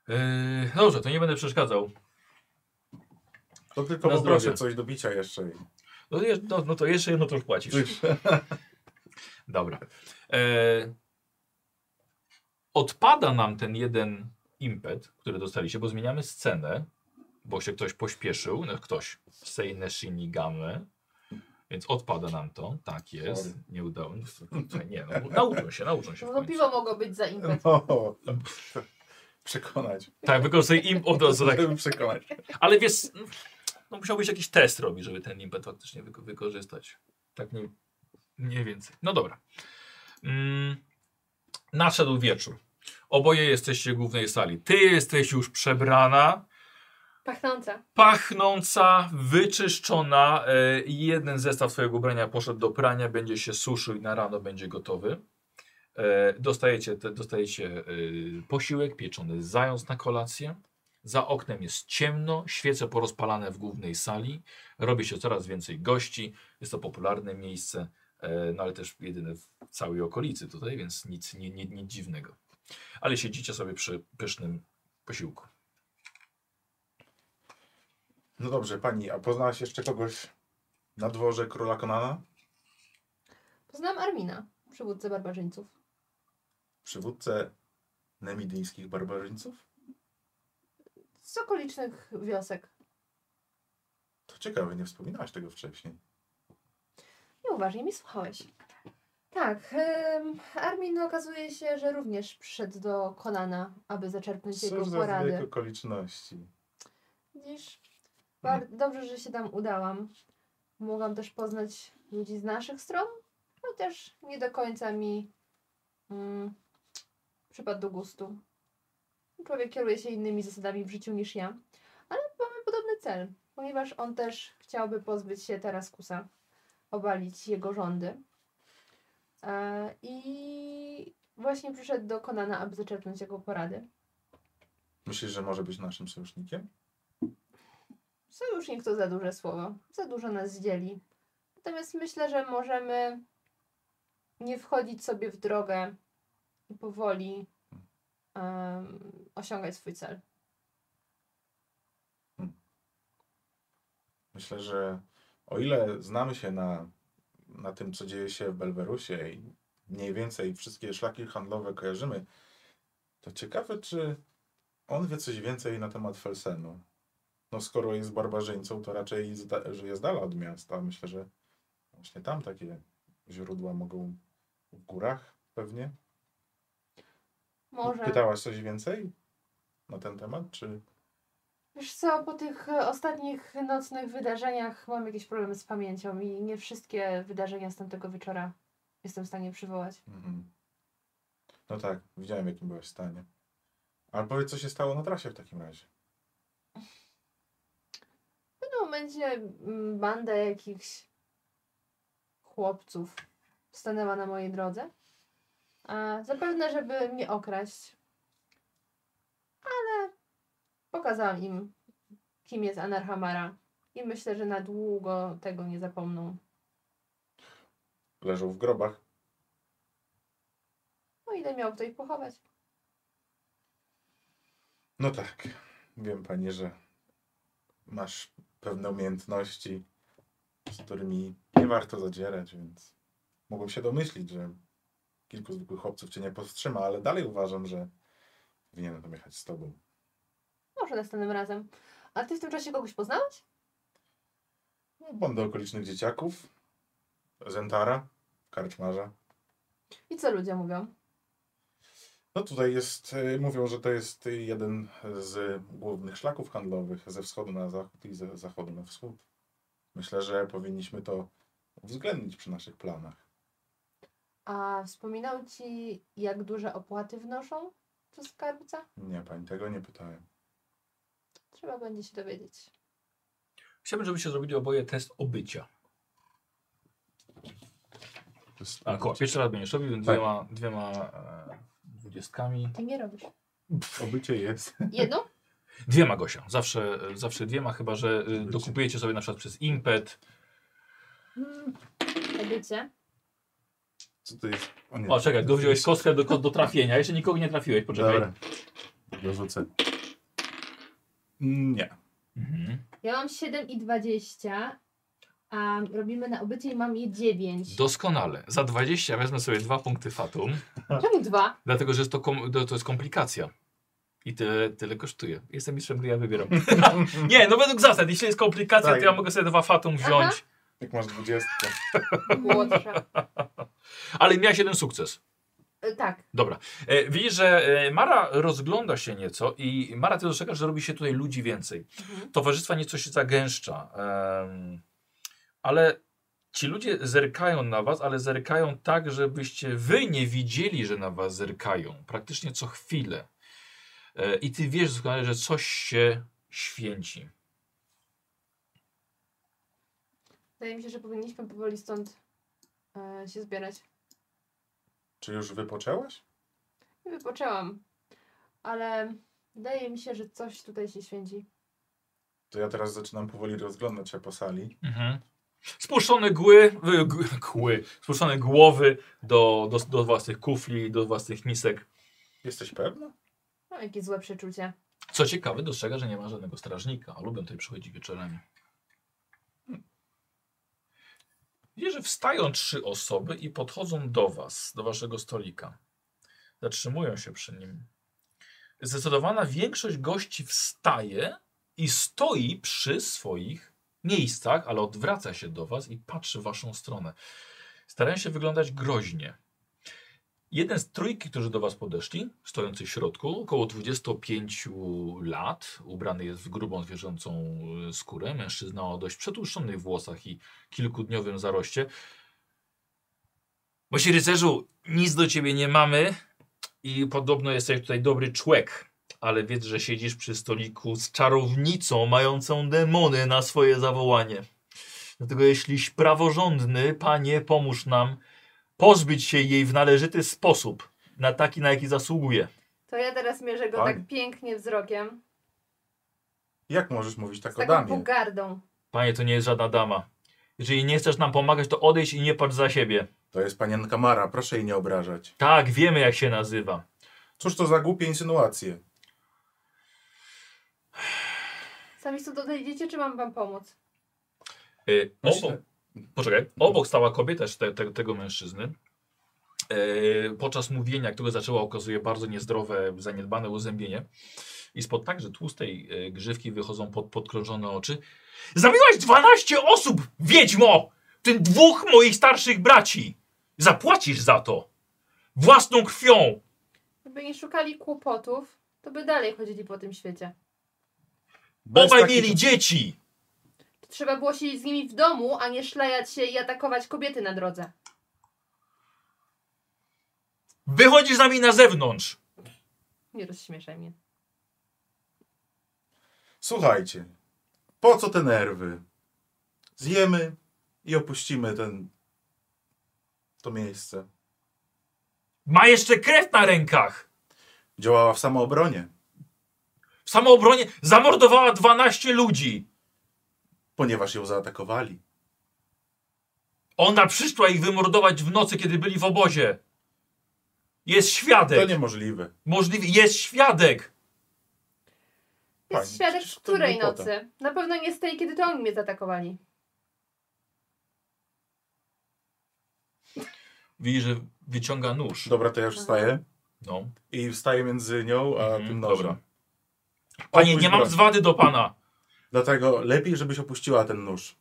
Speaker 1: Yy, dobrze, to nie będę przeszkadzał.
Speaker 3: To tylko
Speaker 1: Na
Speaker 3: poproszę
Speaker 1: zdrowie.
Speaker 3: coś do bicia jeszcze. i-
Speaker 1: No, je, no, no to jeszcze jedno to już płacisz. Dobra. Yy, odpada nam ten jeden impet, który dostaliście, bo zmieniamy scenę, bo się ktoś pośpieszył, no ktoś Sei Neshinigame, więc odpada nam to, tak jest,
Speaker 3: Sorry.
Speaker 1: nie udało nie, no, nauczą się, nauczą się w
Speaker 2: No
Speaker 1: końcu.
Speaker 2: piwo mogło być za impet.
Speaker 3: No. Przekonać.
Speaker 1: Tak, wykorzystaj im od razu. Tak.
Speaker 3: Żeby przekonać.
Speaker 1: Ale wiesz, no musiałbyś jakiś test robić, żeby ten impet faktycznie wyko wykorzystać. Tak nie, nie więcej. No dobra. Mm, nadszedł wieczór. Oboje jesteście w głównej sali. Ty jesteś już przebrana,
Speaker 2: Pachnąca.
Speaker 1: pachnąca, wyczyszczona. e, i jeden zestaw twojego ubrania poszedł do prania, będzie się suszył i na rano będzie gotowy. E, E, dostajecie te, dostajecie e, posiłek pieczony zając na kolację. Za oknem jest ciemno, świece porozpalane w głównej sali. Robi się coraz więcej gości. Jest to popularne miejsce, e, no ale też jedyne w całej okolicy tutaj, więc nic, nie, nie, nic dziwnego. Ale siedzicie sobie przy pysznym posiłku.
Speaker 3: No dobrze, pani, a poznałaś jeszcze kogoś na dworze króla Konana?
Speaker 2: Poznałam Armina, przywódcę barbarzyńców.
Speaker 3: Przywódcę nemidyńskich barbarzyńców?
Speaker 2: Z okolicznych wiosek.
Speaker 3: To ciekawe, nie wspominałaś tego wcześniej.
Speaker 2: Nieuważnie mi słuchałeś. Tak, em, Armin okazuje się, że również przyszedł do Konana, aby zaczerpnąć jego
Speaker 3: Cóż za zbieg
Speaker 2: porady.
Speaker 3: okoliczności.
Speaker 2: Widzisz, bar- dobrze, że się tam udałam. Mogłam też poznać ludzi z naszych stron, chociaż nie do końca mi mm, przypadł do gustu. Człowiek kieruje się innymi zasadami w życiu niż ja, ale mamy podobny cel, ponieważ on też chciałby pozbyć się Taraskusa, obalić jego rządy. E, I właśnie przyszedł do Konana, aby zaczerpnąć jego porady.
Speaker 3: Myślisz, że może być naszym sojusznikiem?
Speaker 2: Sojusznik to za duże słowo. Za dużo nas dzieli. Natomiast myślę, że możemy nie wchodzić sobie w drogę i powoli em, osiągać swój cel.
Speaker 3: Myślę, że o ile znamy się na, na tym, co dzieje się w Belwerusie i mniej więcej wszystkie szlaki handlowe kojarzymy, to ciekawe, czy on wie coś więcej na temat Felsenu. No skoro jest barbarzyńcą, to raczej zda- żyje z dala od miasta. Myślę, że właśnie tam takie źródła mogą w górach pewnie.
Speaker 2: Może.
Speaker 3: Pytałaś coś więcej na ten temat, czy...
Speaker 2: Wiesz co, po tych e, ostatnich nocnych wydarzeniach mam jakieś problemy z pamięcią i nie wszystkie wydarzenia z tamtego wieczora jestem w stanie przywołać.
Speaker 3: Mhm. No tak, widziałem w jakim byłeś stanie. Ale powiedz, co się stało na trasie w takim razie.
Speaker 2: W pewnym momencie No, mm, banda jakichś chłopców stanęła na mojej drodze. A, zapewne, żeby mnie okraść. Ale pokazałam im, kim jest Anarchamara. I myślę, że na długo tego nie zapomną.
Speaker 3: Leżą w grobach.
Speaker 2: O No, ile miał kto ich pochować.
Speaker 3: No tak, wiem pani, że masz pewne umiejętności, z którymi nie warto zadzierać, więc mogłem się domyślić, że kilku zwykłych chłopców cię nie powstrzyma, ale dalej uważam, że powinienem tam jechać z tobą.
Speaker 2: Może następnym razem. A ty w tym czasie kogoś poznałeś?
Speaker 3: No, bandę okolicznych dzieciaków, Zentara, karczmarza.
Speaker 2: I co ludzie mówią?
Speaker 3: No tutaj jest, y, mówią, że to jest y, jeden z głównych szlaków handlowych ze wschodu na zachód i ze zachodu na wschód. Myślę, że powinniśmy to uwzględnić przy naszych planach.
Speaker 2: A wspominał ci, jak duże opłaty wnoszą do skarbca?
Speaker 3: Nie, pani tego nie pytałem.
Speaker 2: Trzeba będzie się dowiedzieć.
Speaker 1: Chciałbym, żebyście zrobili oboje test obycia. A, koła. Pierwszy raz będziesz robił
Speaker 3: Tak.
Speaker 1: dwiema, dwiema e, dwudziestkami.
Speaker 2: Ty nie robisz.
Speaker 3: Obycie jest.
Speaker 2: Jedną?
Speaker 1: Dwiema Gosia. Zawsze, e, zawsze dwiema, chyba że e,
Speaker 3: Obycie.
Speaker 1: dokupujecie sobie na przykład przez impet.
Speaker 2: Kobiecie.
Speaker 3: Co to jest? O, nie.
Speaker 1: O, czekaj, tu wziąłeś kostkę do, do trafienia. Jeszcze nikogo nie trafiłeś, poczekaj.
Speaker 3: Dobra. Dorzucę. Mm, Nie.
Speaker 1: Mhm.
Speaker 2: Ja mam 7 i 20, a robimy na obycie i mam je 9.
Speaker 1: Doskonale. Za 20 wezmę sobie dwa punkty fatum,
Speaker 2: Czemu 2?
Speaker 1: dlatego że jest to, kom, to, to jest komplikacja. I tyle, tyle kosztuje. Jestem mistrzem gry, ja wybieram. nie, no według zasad, jeśli jest komplikacja,
Speaker 3: Tak.
Speaker 1: to ja mogę sobie dwa fatum wziąć.
Speaker 3: Jak masz dwudziestkę.
Speaker 2: Młodsza.
Speaker 1: Ale miałeś jeden sukces.
Speaker 2: E, Tak.
Speaker 1: Dobra. E, widzisz, że e, Mara rozgląda się nieco i Mara, ty dostrzegasz, że robi się tutaj ludzi więcej.
Speaker 2: Mhm.
Speaker 1: Towarzystwa nieco się zagęszcza. em, ale ci ludzie zerkają na was, ale zerkają tak, żebyście wy nie widzieli, że na was zerkają. Praktycznie co chwilę. E, I ty wiesz doskonale, że coś się święci.
Speaker 2: Wydaje mi się, że powinniśmy powoli stąd e, się zbierać.
Speaker 3: Czy już wypoczęłaś?
Speaker 2: Wypoczęłam, ale wydaje mi się, że coś tutaj się święci.
Speaker 3: To ja teraz zaczynam powoli rozglądać się po sali.
Speaker 1: Mhm. Spuszczone gły, y, g, kły, spuszczone głowy do, do, do własnych kufli, do własnych misek.
Speaker 3: Jesteś pewna?
Speaker 2: Mam jakieś No, złe przeczucie.
Speaker 1: Co ciekawe, dostrzega, że nie ma żadnego strażnika, a lubią tutaj przychodzić wieczorami. Widzisz, że wstają trzy osoby i podchodzą do was, do waszego stolika. Zatrzymują się przy nim. Zdecydowana większość gości wstaje i stoi przy swoich miejscach, ale odwraca się do was i patrzy w waszą stronę. Starają się wyglądać groźnie. Jeden z trójki, którzy do Was podeszli, stojący w środku, około 25 lat, ubrany jest w grubą zwierzęcą y, skórę, mężczyzna o dość przetłuszczonych włosach i kilkudniowym zaroście. Mości rycerzu, nic do Ciebie nie mamy i podobno jesteś tutaj dobry człek, ale wiedz, że siedzisz przy stoliku z czarownicą mającą demony na swoje zawołanie. Dlatego jeśliś praworządny, panie, pomóż nam pozbyć się jej w należyty sposób, na taki, na jaki zasługuje.
Speaker 2: To ja teraz mierzę go
Speaker 3: Pani.
Speaker 2: tak pięknie wzrokiem,
Speaker 3: Jak możesz mówić
Speaker 2: z
Speaker 3: tak o
Speaker 2: taką
Speaker 3: damie?
Speaker 2: pogardą.
Speaker 1: Panie, to nie jest żadna dama. Jeżeli nie chcesz nam pomagać, to odejdź i nie patrz za siebie.
Speaker 3: To jest panienka Mara, proszę jej nie obrażać.
Speaker 1: Tak, wiemy jak się nazywa.
Speaker 3: Cóż to za głupie insynuacje?
Speaker 2: Sami stąd odejdziecie, czy mam wam pomóc?
Speaker 1: Y, obok,
Speaker 3: Myślę-
Speaker 1: poczekaj, obok stała kobieta jeszcze te, te, tego mężczyzny. Y, podczas mówienia, które zaczęła, okazuje bardzo niezdrowe, zaniedbane uzębienie. I spod także tłustej y, grzywki wychodzą pod, podkrążone oczy. Zabiłaś 12 osób, wiedźmo! W tym dwóch moich starszych braci! Zapłacisz za to! Własną krwią!
Speaker 2: Gdyby nie szukali kłopotów, to by dalej chodzili po tym świecie.
Speaker 3: Bez
Speaker 1: Obaj
Speaker 3: takich-
Speaker 1: mieli dzieci!
Speaker 2: Trzeba było siedzieć z nimi w domu, a nie szlajać się i atakować kobiety na drodze.
Speaker 1: Wychodzisz z nami na zewnątrz!
Speaker 2: Nie rozśmieszaj mnie.
Speaker 3: Słuchajcie, po co te nerwy? Zjemy i opuścimy ten... to miejsce.
Speaker 1: Ma jeszcze krew na rękach!
Speaker 3: Działała w samoobronie.
Speaker 1: W samoobronie zamordowała 12 ludzi!
Speaker 3: ponieważ ją zaatakowali.
Speaker 1: Ona przyszła ich wymordować w nocy, kiedy byli w obozie. Jest
Speaker 3: To
Speaker 1: świadek.
Speaker 3: niemożliwe.
Speaker 1: Możliwie jest świadek.
Speaker 2: Jest
Speaker 3: Pani,
Speaker 2: świadek
Speaker 3: przecież to
Speaker 2: której
Speaker 3: głupota.
Speaker 2: nocy? Na pewno nie z tej, kiedy to oni mnie zaatakowali.
Speaker 1: Widzi, że wyciąga nóż.
Speaker 3: Dobra, to ja już wstaję.
Speaker 1: No.
Speaker 3: I wstaję między nią a
Speaker 1: Mhm,
Speaker 3: tym nożem.
Speaker 1: dobra. Panie,
Speaker 3: Opuść
Speaker 1: nie mam
Speaker 3: broń.
Speaker 1: zwady do pana.
Speaker 3: Dlatego lepiej, żebyś opuściła ten nóż.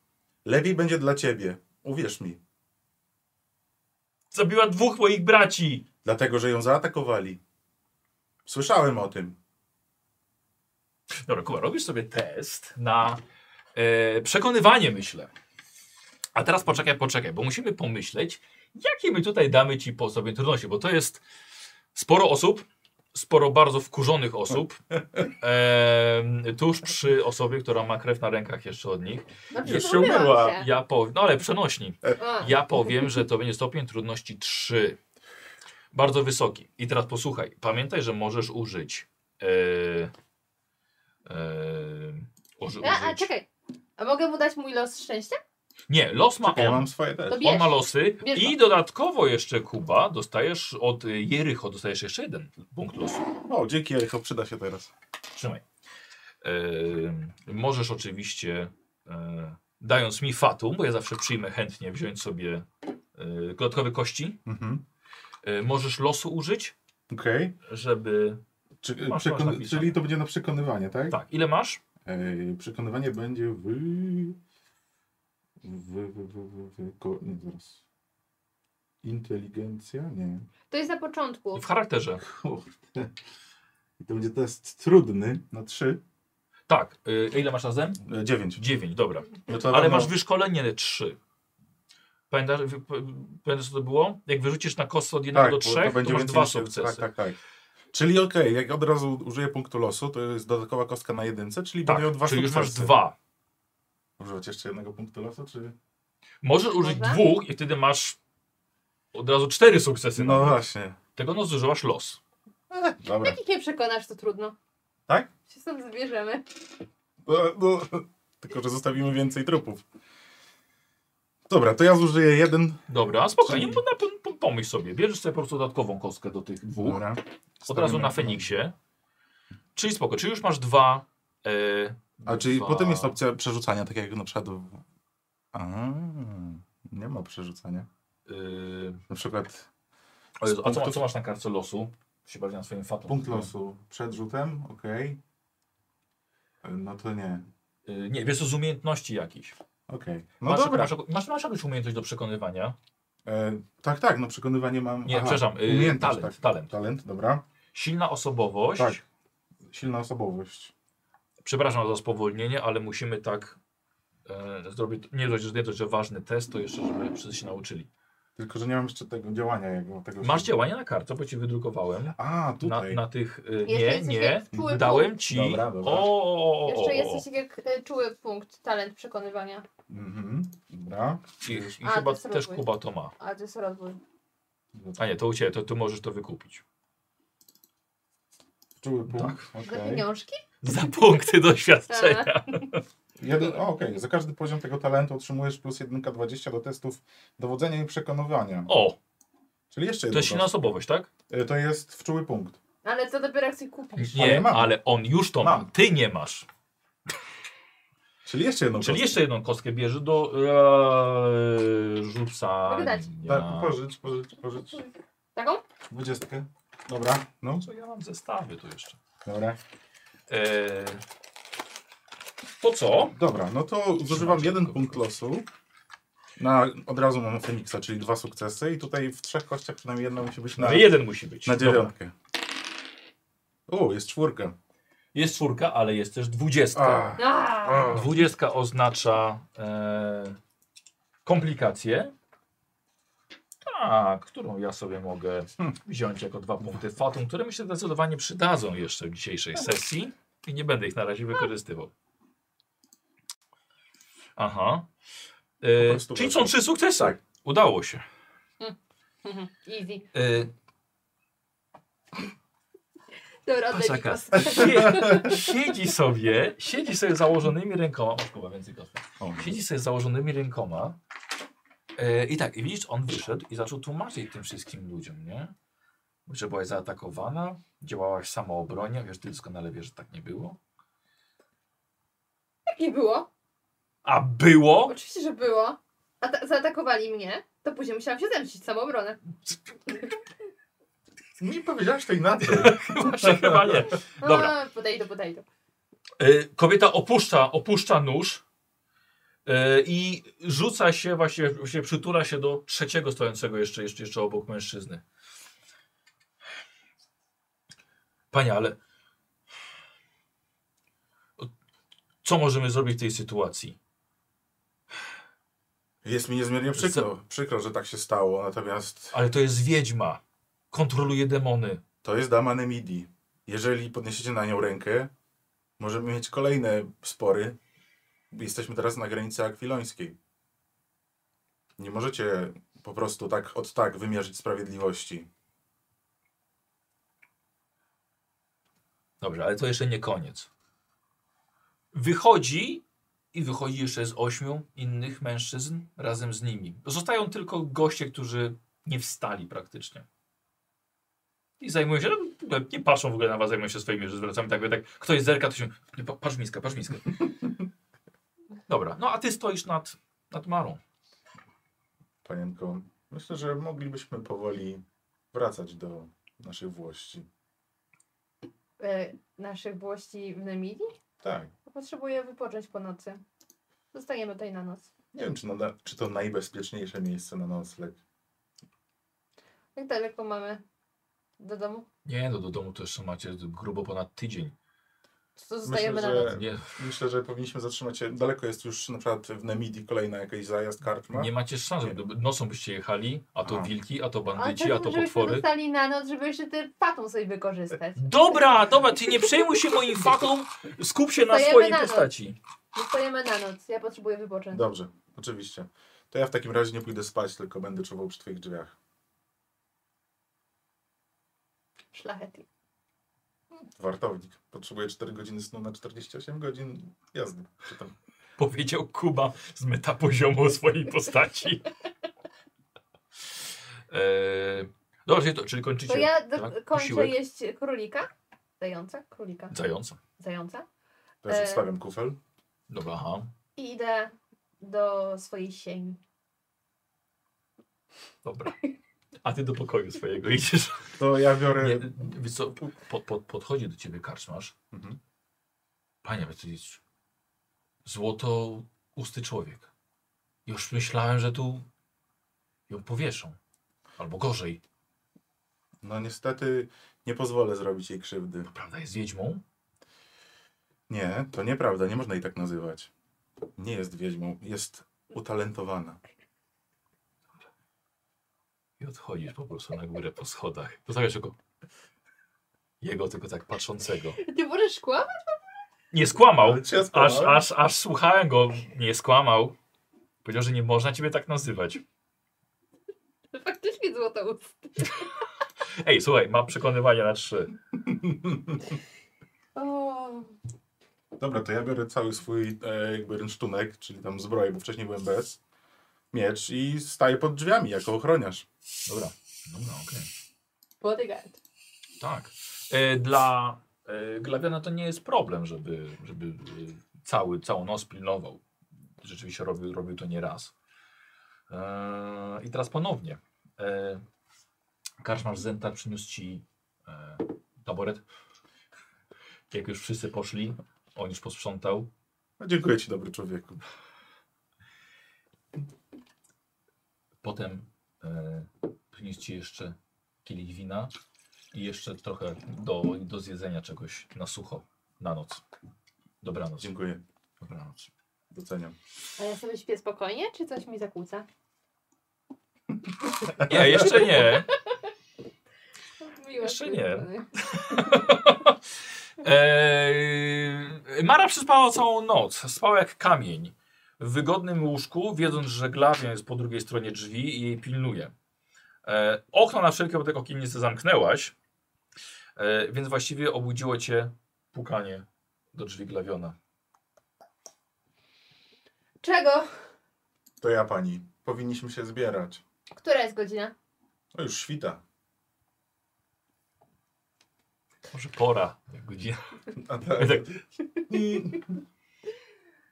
Speaker 3: Lepiej będzie dla ciebie. Uwierz mi.
Speaker 1: Zabiła dwóch moich braci.
Speaker 3: Dlatego, że ją zaatakowali. Słyszałem o tym.
Speaker 1: Dobra, Kuba, robisz sobie test na e, przekonywanie, myślę. A teraz poczekaj, poczekaj, bo musimy pomyśleć, jakie my tutaj damy ci po sobie trudności, bo to jest sporo osób, sporo bardzo wkurzonych osób, e, tuż przy osobie, która ma krew na rękach jeszcze od nich.
Speaker 2: No,
Speaker 3: Już się
Speaker 2: przypomniałam
Speaker 3: umyła.
Speaker 2: się.
Speaker 1: Ja powiem, no ale przenośni.
Speaker 2: A,
Speaker 1: Ja powiem, że to będzie stopień trudności 3. Bardzo wysoki. I teraz posłuchaj. Pamiętaj, że możesz użyć. Yy, uży,
Speaker 2: A, a
Speaker 1: e, użyć.
Speaker 2: czekaj. A mogę mu dać mój los szczęścia?
Speaker 1: Nie, los ma
Speaker 3: Czekaj, ja
Speaker 1: on.
Speaker 3: mam swoje
Speaker 2: To
Speaker 3: też.
Speaker 2: bierz.
Speaker 1: On ma losy.
Speaker 2: Bierz
Speaker 1: I
Speaker 2: go.
Speaker 1: dodatkowo jeszcze Kuba dostajesz od y, Jericho dostajesz jeszcze jeden punkt losu.
Speaker 3: O, dzięki, Jericho, przyda się teraz.
Speaker 1: Trzymaj. Yy, możesz oczywiście, yy, dając mi fatum, bo ja zawsze przyjmę chętnie wziąć sobie yy, dodatkowe kości.
Speaker 3: Mhm.
Speaker 1: Y, Możesz losu użyć,
Speaker 3: Okej.
Speaker 1: żeby.
Speaker 3: Czy, e,
Speaker 1: Masz,
Speaker 3: przekon-
Speaker 1: masz napisane.
Speaker 3: czyli to będzie na przekonywanie, tak?
Speaker 1: Tak, ile masz?
Speaker 3: Ej, przekonywanie będzie w... W, w, w, w, w ko... Nie, zaraz. Inteligencja? Nie.
Speaker 2: To jest na początku.
Speaker 1: W charakterze.
Speaker 3: Kurde. I to będzie test trudny na 3.
Speaker 1: Tak, y, ile masz razem?
Speaker 3: 9.
Speaker 1: 9, dobra.
Speaker 3: No to
Speaker 1: Ale
Speaker 3: no,
Speaker 1: masz wyszkolenie 3. Pamiętasz, wy- p- pamiętasz co to było? Jak wyrzucisz na kostce od 1
Speaker 3: tak,
Speaker 1: do
Speaker 3: bo
Speaker 1: 3,
Speaker 3: to,
Speaker 1: to,
Speaker 3: będzie
Speaker 1: masz
Speaker 3: więcej
Speaker 1: dwa
Speaker 3: niż-
Speaker 1: sukcesy.
Speaker 3: Tak, tak, tak. Czyli okej, jak od razu użyję punktu losu, to jest dodatkowa kostka na jedynce, czyli
Speaker 1: Tak,
Speaker 3: będą dwa
Speaker 1: czyli już
Speaker 3: sukcesy.
Speaker 1: masz dwa.
Speaker 3: Używać jeszcze jednego punktu losu, czy...
Speaker 1: Możesz użyć
Speaker 2: Można?
Speaker 1: dwóch i wtedy masz Od razu cztery sukcesy.
Speaker 3: No
Speaker 1: No.
Speaker 3: właśnie.
Speaker 1: Tego no zużywasz los.
Speaker 3: E, dobra.
Speaker 2: Jak ich nie przekonasz, to trudno.
Speaker 3: Tak?
Speaker 2: Się stąd zbierzemy.
Speaker 3: No, no, tylko, że zostawimy więcej trupów. Dobra, to ja zużyję jeden.
Speaker 1: Dobra, spokojnie, no, na, po- pomyśl sobie. Bierzesz sobie po prostu dodatkową kostkę do tych dwóch.
Speaker 3: Dobra.
Speaker 1: Od razu na Feniksie. Czyli spoko, czyli już masz dwa. E,
Speaker 3: A czyli
Speaker 1: dwa- e,
Speaker 3: potem jest opcja przerzucania, tak jak na przykład. w- A, nie ma przerzucania.
Speaker 1: e,
Speaker 3: Na przykład
Speaker 1: o Jezu, a, co, a
Speaker 3: punktów-
Speaker 1: co masz na kartce losu? Się bawi na swoim fatu.
Speaker 3: punkt losu przed rzutem, okej. No to nie.
Speaker 1: E, nie, wiesz, co, z umiejętności jakichś.
Speaker 3: Okej. No
Speaker 1: masz,
Speaker 3: dobra.
Speaker 1: Masz, masz, masz jakąś umiejętność do przekonywania?
Speaker 3: E, tak, tak, no przekonywanie mam.
Speaker 1: Nie,
Speaker 3: Aha,
Speaker 1: przepraszam. e,
Speaker 3: umiejętność,
Speaker 1: talent,
Speaker 3: tak.
Speaker 1: talent.
Speaker 3: Talent, dobra.
Speaker 1: Silna osobowość.
Speaker 3: Tak. Silna osobowość.
Speaker 1: Przepraszam za spowolnienie, ale musimy tak e, zrobić. Nie dość, że- nie dość, że ważny test, to jeszcze, żeby wszyscy się nauczyli.
Speaker 3: Tylko, że nie mam jeszcze tego działania jego. Tego
Speaker 1: Masz działanie na kartce, bo ci wydrukowałem.
Speaker 3: A,
Speaker 1: Na,
Speaker 3: tutaj.
Speaker 1: na tych. e,
Speaker 2: Jeszcze
Speaker 1: Nie,
Speaker 2: jesteś
Speaker 1: nie.
Speaker 2: jak czuły
Speaker 1: Dałem ci.
Speaker 3: Dobra, dobra.
Speaker 1: O, o, o, o,
Speaker 2: Jeszcze
Speaker 1: o.
Speaker 2: jesteś jak e, czuły punkt, talent przekonywania.
Speaker 3: Mhm. Dobra.
Speaker 1: I, i
Speaker 2: A,
Speaker 1: chyba
Speaker 2: to jest
Speaker 1: też
Speaker 2: rozwój.
Speaker 1: Kuba to ma.
Speaker 2: A to jest rozwój.
Speaker 3: tak.
Speaker 1: A nie, to u Ciebie, to ty możesz to wykupić.
Speaker 3: Czuły punkt.
Speaker 1: Tak.
Speaker 2: Za
Speaker 3: Okej.
Speaker 2: pieniążki?
Speaker 1: Za punkty
Speaker 2: Tak.
Speaker 1: doświadczenia.
Speaker 3: Jeden, o, okej. Za każdy poziom tego talentu otrzymujesz plus 1K20 do testów dowodzenia i przekonywania.
Speaker 1: O,
Speaker 3: Czyli jeszcze
Speaker 1: to
Speaker 3: jeden.
Speaker 1: jest silna osobowość, tak?
Speaker 3: Y, To jest w czuły punkt.
Speaker 2: Ale co dopiero jak sobie kupisz?
Speaker 1: Nie,
Speaker 3: Ale
Speaker 1: ale,
Speaker 3: mam.
Speaker 1: on już to ma.
Speaker 3: Mam.
Speaker 1: Ty nie masz.
Speaker 3: Czyli jeszcze jedno.
Speaker 1: Czyli jeszcze jedną kostkę bierze do e, rzucania.
Speaker 2: Mogę dać.
Speaker 3: Tak, pożycz, pożycz, pożycz.
Speaker 2: Taką?
Speaker 3: Dwudziestkę. Dobra. No.
Speaker 1: Co ja mam zestawy tu jeszcze?
Speaker 3: Dobra.
Speaker 1: E, to co?
Speaker 3: Dobra, no to zużywam jeden punkt losu. Na, od razu mam Feniksa, czyli dwa sukcesy i tutaj w trzech kościach przynajmniej jedna musi być na,
Speaker 1: No jeden musi być.
Speaker 3: na
Speaker 1: Dobra.
Speaker 3: dziewiątkę. O, jest czwórka.
Speaker 1: Jest czwórka, ale jest też dwudziestka.
Speaker 3: A,
Speaker 2: A,
Speaker 3: a.
Speaker 1: Dwudziestka oznacza e, komplikacje. Tak, którą ja sobie mogę hm,
Speaker 3: Hmm.
Speaker 1: wziąć jako dwa punkty fatum, które mi się zdecydowanie przydadzą jeszcze w dzisiejszej sesji i nie będę ich na razie wykorzystywał. Aha.
Speaker 3: Po
Speaker 1: E,
Speaker 3: prostu
Speaker 1: czyli
Speaker 3: weszło.
Speaker 1: są trzy sukcesy.
Speaker 3: Tak.
Speaker 1: Udało się.
Speaker 2: Mhm, Easy.
Speaker 1: E,
Speaker 2: Dobra, oddaj mi
Speaker 1: Pasaka.
Speaker 2: kostkę.
Speaker 1: sie- siedzi sobie, siedzi sobie z założonymi rękoma. Masz Kuba więcej kostek.
Speaker 3: O,
Speaker 1: Siedzi sobie z założonymi rękoma. E, I tak, i widzisz, on wyszedł i zaczął tłumaczyć tym wszystkim ludziom, nie? Że byłaś zaatakowana, działałaś w samoobronie, wiesz, ty doskonale wiesz, że tak nie było.
Speaker 2: Tak nie było.
Speaker 1: A było?
Speaker 2: Oczywiście, że było. Ata- zaatakowali mnie, to później musiałam się zemścić samoobronę.
Speaker 3: nie powiedziałeś to inaczej.
Speaker 1: Właśnie chyba nie.
Speaker 2: No,
Speaker 1: Dobra.
Speaker 2: A, Podejdę, podejdę.
Speaker 1: E, kobieta opuszcza, opuszcza nóż e, i rzuca się, właśnie, właśnie przytula się do trzeciego stojącego jeszcze, jeszcze, jeszcze obok mężczyzny. Panie, ale co możemy zrobić w tej sytuacji?
Speaker 3: Jest mi niezmiernie przykro, przykro, że tak się stało, natomiast
Speaker 1: Ale to jest wiedźma. Kontroluje demony.
Speaker 3: to jest dama Nemidi. Jeżeli podniesiecie na nią rękę, możemy mieć kolejne spory. Jesteśmy teraz na granicy akwilońskiej. Nie możecie po prostu tak od tak wymierzyć sprawiedliwości.
Speaker 1: Dobrze, ale to jeszcze nie koniec. Wychodzi i wychodzi jeszcze z ośmiu innych mężczyzn razem z nimi. Zostają tylko goście, którzy nie wstali praktycznie. I zajmują się, no, nie patrzą w ogóle na was, zajmują się swoimi zwracami. Tak, tak, ktoś zerka, to się, nie, pa- patrz miska, patrz miska. Dobra, no a ty stoisz nad, nad Marą.
Speaker 3: Panienko, myślę, że moglibyśmy powoli wracać do naszych włości.
Speaker 2: E, naszych włości w Nemili?
Speaker 3: Tak.
Speaker 2: Potrzebuję wypocząć po nocy. Zostaniemy tutaj na noc.
Speaker 3: Nie wiem, czy, nada, czy to najbezpieczniejsze miejsce na nocleg.
Speaker 2: Jak daleko mamy do domu?
Speaker 1: Nie, no do domu to jeszcze macie grubo ponad tydzień.
Speaker 2: Co zostajemy
Speaker 3: Myślę,
Speaker 2: na
Speaker 3: że-
Speaker 2: noc?
Speaker 1: Nie,
Speaker 3: Myślę, że powinniśmy zatrzymać się. Daleko jest już na przykład w Nemidii kolejna jakaś zajazd karczma.
Speaker 1: nie macie szans, żeby nocą byście jechali, a to
Speaker 3: Aha.
Speaker 1: wilki, a to
Speaker 2: Ale
Speaker 1: bandyci, a
Speaker 2: to
Speaker 1: to
Speaker 2: żebyśmy
Speaker 1: potwory.
Speaker 2: zostali na noc, żeby jeszcze ten patą sobie wykorzystać.
Speaker 1: Dobra, dobra, ty nie przejmuj się moim fatą, skup się na
Speaker 2: Stajemy
Speaker 1: swojej
Speaker 2: na noc.
Speaker 1: postaci.
Speaker 2: Zostajemy na noc. Ja potrzebuję wypocząć.
Speaker 3: Dobrze, oczywiście. To ja w takim razie nie pójdę spać, tylko będę czuwał przy twoich drzwiach.
Speaker 2: Szlachetnie.
Speaker 3: Wartownik. Potrzebuje 4 godziny snu na 48 godzin jazdy. Czy tam
Speaker 1: Powiedział Kuba z metapoziomu o swojej postaci. e, dobrze, czyli to, czyli kończycie.
Speaker 2: To ja do,
Speaker 1: tak?
Speaker 2: kończę
Speaker 1: Posiłek.
Speaker 2: jeść królika. Zająca? Królika.
Speaker 1: Zająca.
Speaker 2: Zająca.
Speaker 3: też
Speaker 2: E.
Speaker 3: odstawiam kufel.
Speaker 1: Dobra, aha.
Speaker 2: I idę do swojej sieni.
Speaker 1: Dobra. A ty do pokoju swojego idziesz.
Speaker 3: To ja biorę...
Speaker 1: Nie, wiesz co, po, po, podchodzi do ciebie karczmasz.
Speaker 3: Mhm.
Speaker 1: Panie, ale to jest złoto usty człowiek. Już myślałem, że tu ją powieszą. Albo gorzej.
Speaker 3: No niestety nie pozwolę zrobić jej krzywdy.
Speaker 1: Prawda jest wiedźmą?
Speaker 3: Nie, to nieprawda, nie można jej tak nazywać. Nie jest wiedźmą, jest utalentowana.
Speaker 1: I odchodzisz po prostu na górę po schodach. Zostawiasz go. Jego tylko tak patrzącego.
Speaker 2: Ty możesz kłamać?
Speaker 1: Nie skłamał.
Speaker 3: Ale cię
Speaker 1: Aż,
Speaker 3: spałem.
Speaker 1: aż, aż słuchałem go. Nie skłamał. Powiedział, że nie można ciebie tak nazywać.
Speaker 2: Faktycznie złoto ust.
Speaker 1: Ej, słuchaj, ma przekonywania na trzy.
Speaker 2: O,
Speaker 3: Dobra, to ja biorę cały swój e, jakby rynsztunek, czyli tam zbroję, bo wcześniej byłem bez. Miecz i staję pod drzwiami jako ochroniarz.
Speaker 1: Dobra. Dobra, okej.
Speaker 2: bodyguard.
Speaker 1: Tak. E, Dla e, Glawiana to nie jest problem, żeby, żeby e, cały, całą noc pilnował. Rzeczywiście robił, robił to nie raz. E, I teraz ponownie. E, Karczmarz Zenta przyniósł ci e, taboret. Jak już wszyscy poszli, on już posprzątał.
Speaker 3: No, dziękuję ci, dobry człowieku.
Speaker 1: Potem e, przyniósł ci jeszcze kielich wina i jeszcze trochę do, do zjedzenia czegoś na sucho, na noc. Dobranoc.
Speaker 3: Dziękuję,
Speaker 1: Dobranoc.
Speaker 3: doceniam.
Speaker 2: A ja sobie śpię spokojnie, czy coś mi zakłóca?
Speaker 1: Nie, jeszcze nie.
Speaker 2: Miło
Speaker 1: Jeszcze
Speaker 2: z tej
Speaker 1: nie.
Speaker 2: strony.
Speaker 1: Eee, Mara przespała całą noc. Spała jak kamień. W wygodnym łóżku, wiedząc, że Glawian jest po drugiej stronie drzwi i jej pilnuje. Eee, okno na wszelkie wypadek okiennice zamknęłaś, eee, więc właściwie obudziło cię pukanie do drzwi Glawiona.
Speaker 2: Czego?
Speaker 3: To ja pani. Powinniśmy się zbierać.
Speaker 2: Która jest godzina?
Speaker 3: No już świta.
Speaker 1: Może pora, jak godzina.
Speaker 3: A tak.
Speaker 1: Tak.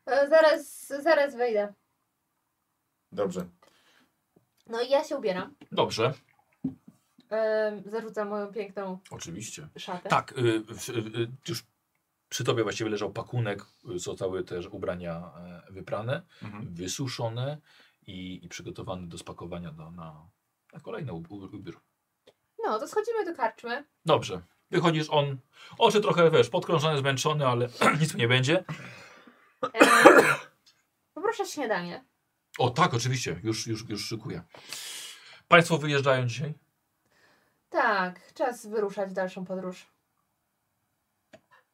Speaker 2: E, zaraz, zaraz wejdę.
Speaker 3: Dobrze.
Speaker 2: No i ja się ubieram.
Speaker 1: Dobrze,
Speaker 2: E, zarzucam moją piękną
Speaker 1: oczywiście.
Speaker 2: szatę.
Speaker 1: Tak, y, w- y, już przy tobie właściwie leżał pakunek, y, zostały też ubrania e, wyprane.
Speaker 3: Mhm.
Speaker 1: wysuszone i, i przygotowane do spakowania do, na, na kolejny ub- ub- ubiór.
Speaker 2: No, to schodzimy do karczmy.
Speaker 1: Dobrze. Wychodzisz on, oczy trochę wiesz, podkrążony, zmęczony, ale nic mu nie będzie.
Speaker 2: E, poproszę śniadanie.
Speaker 1: O tak, oczywiście, już, już, już szykuję. Państwo wyjeżdżają dzisiaj?
Speaker 2: Tak, czas wyruszać w dalszą podróż.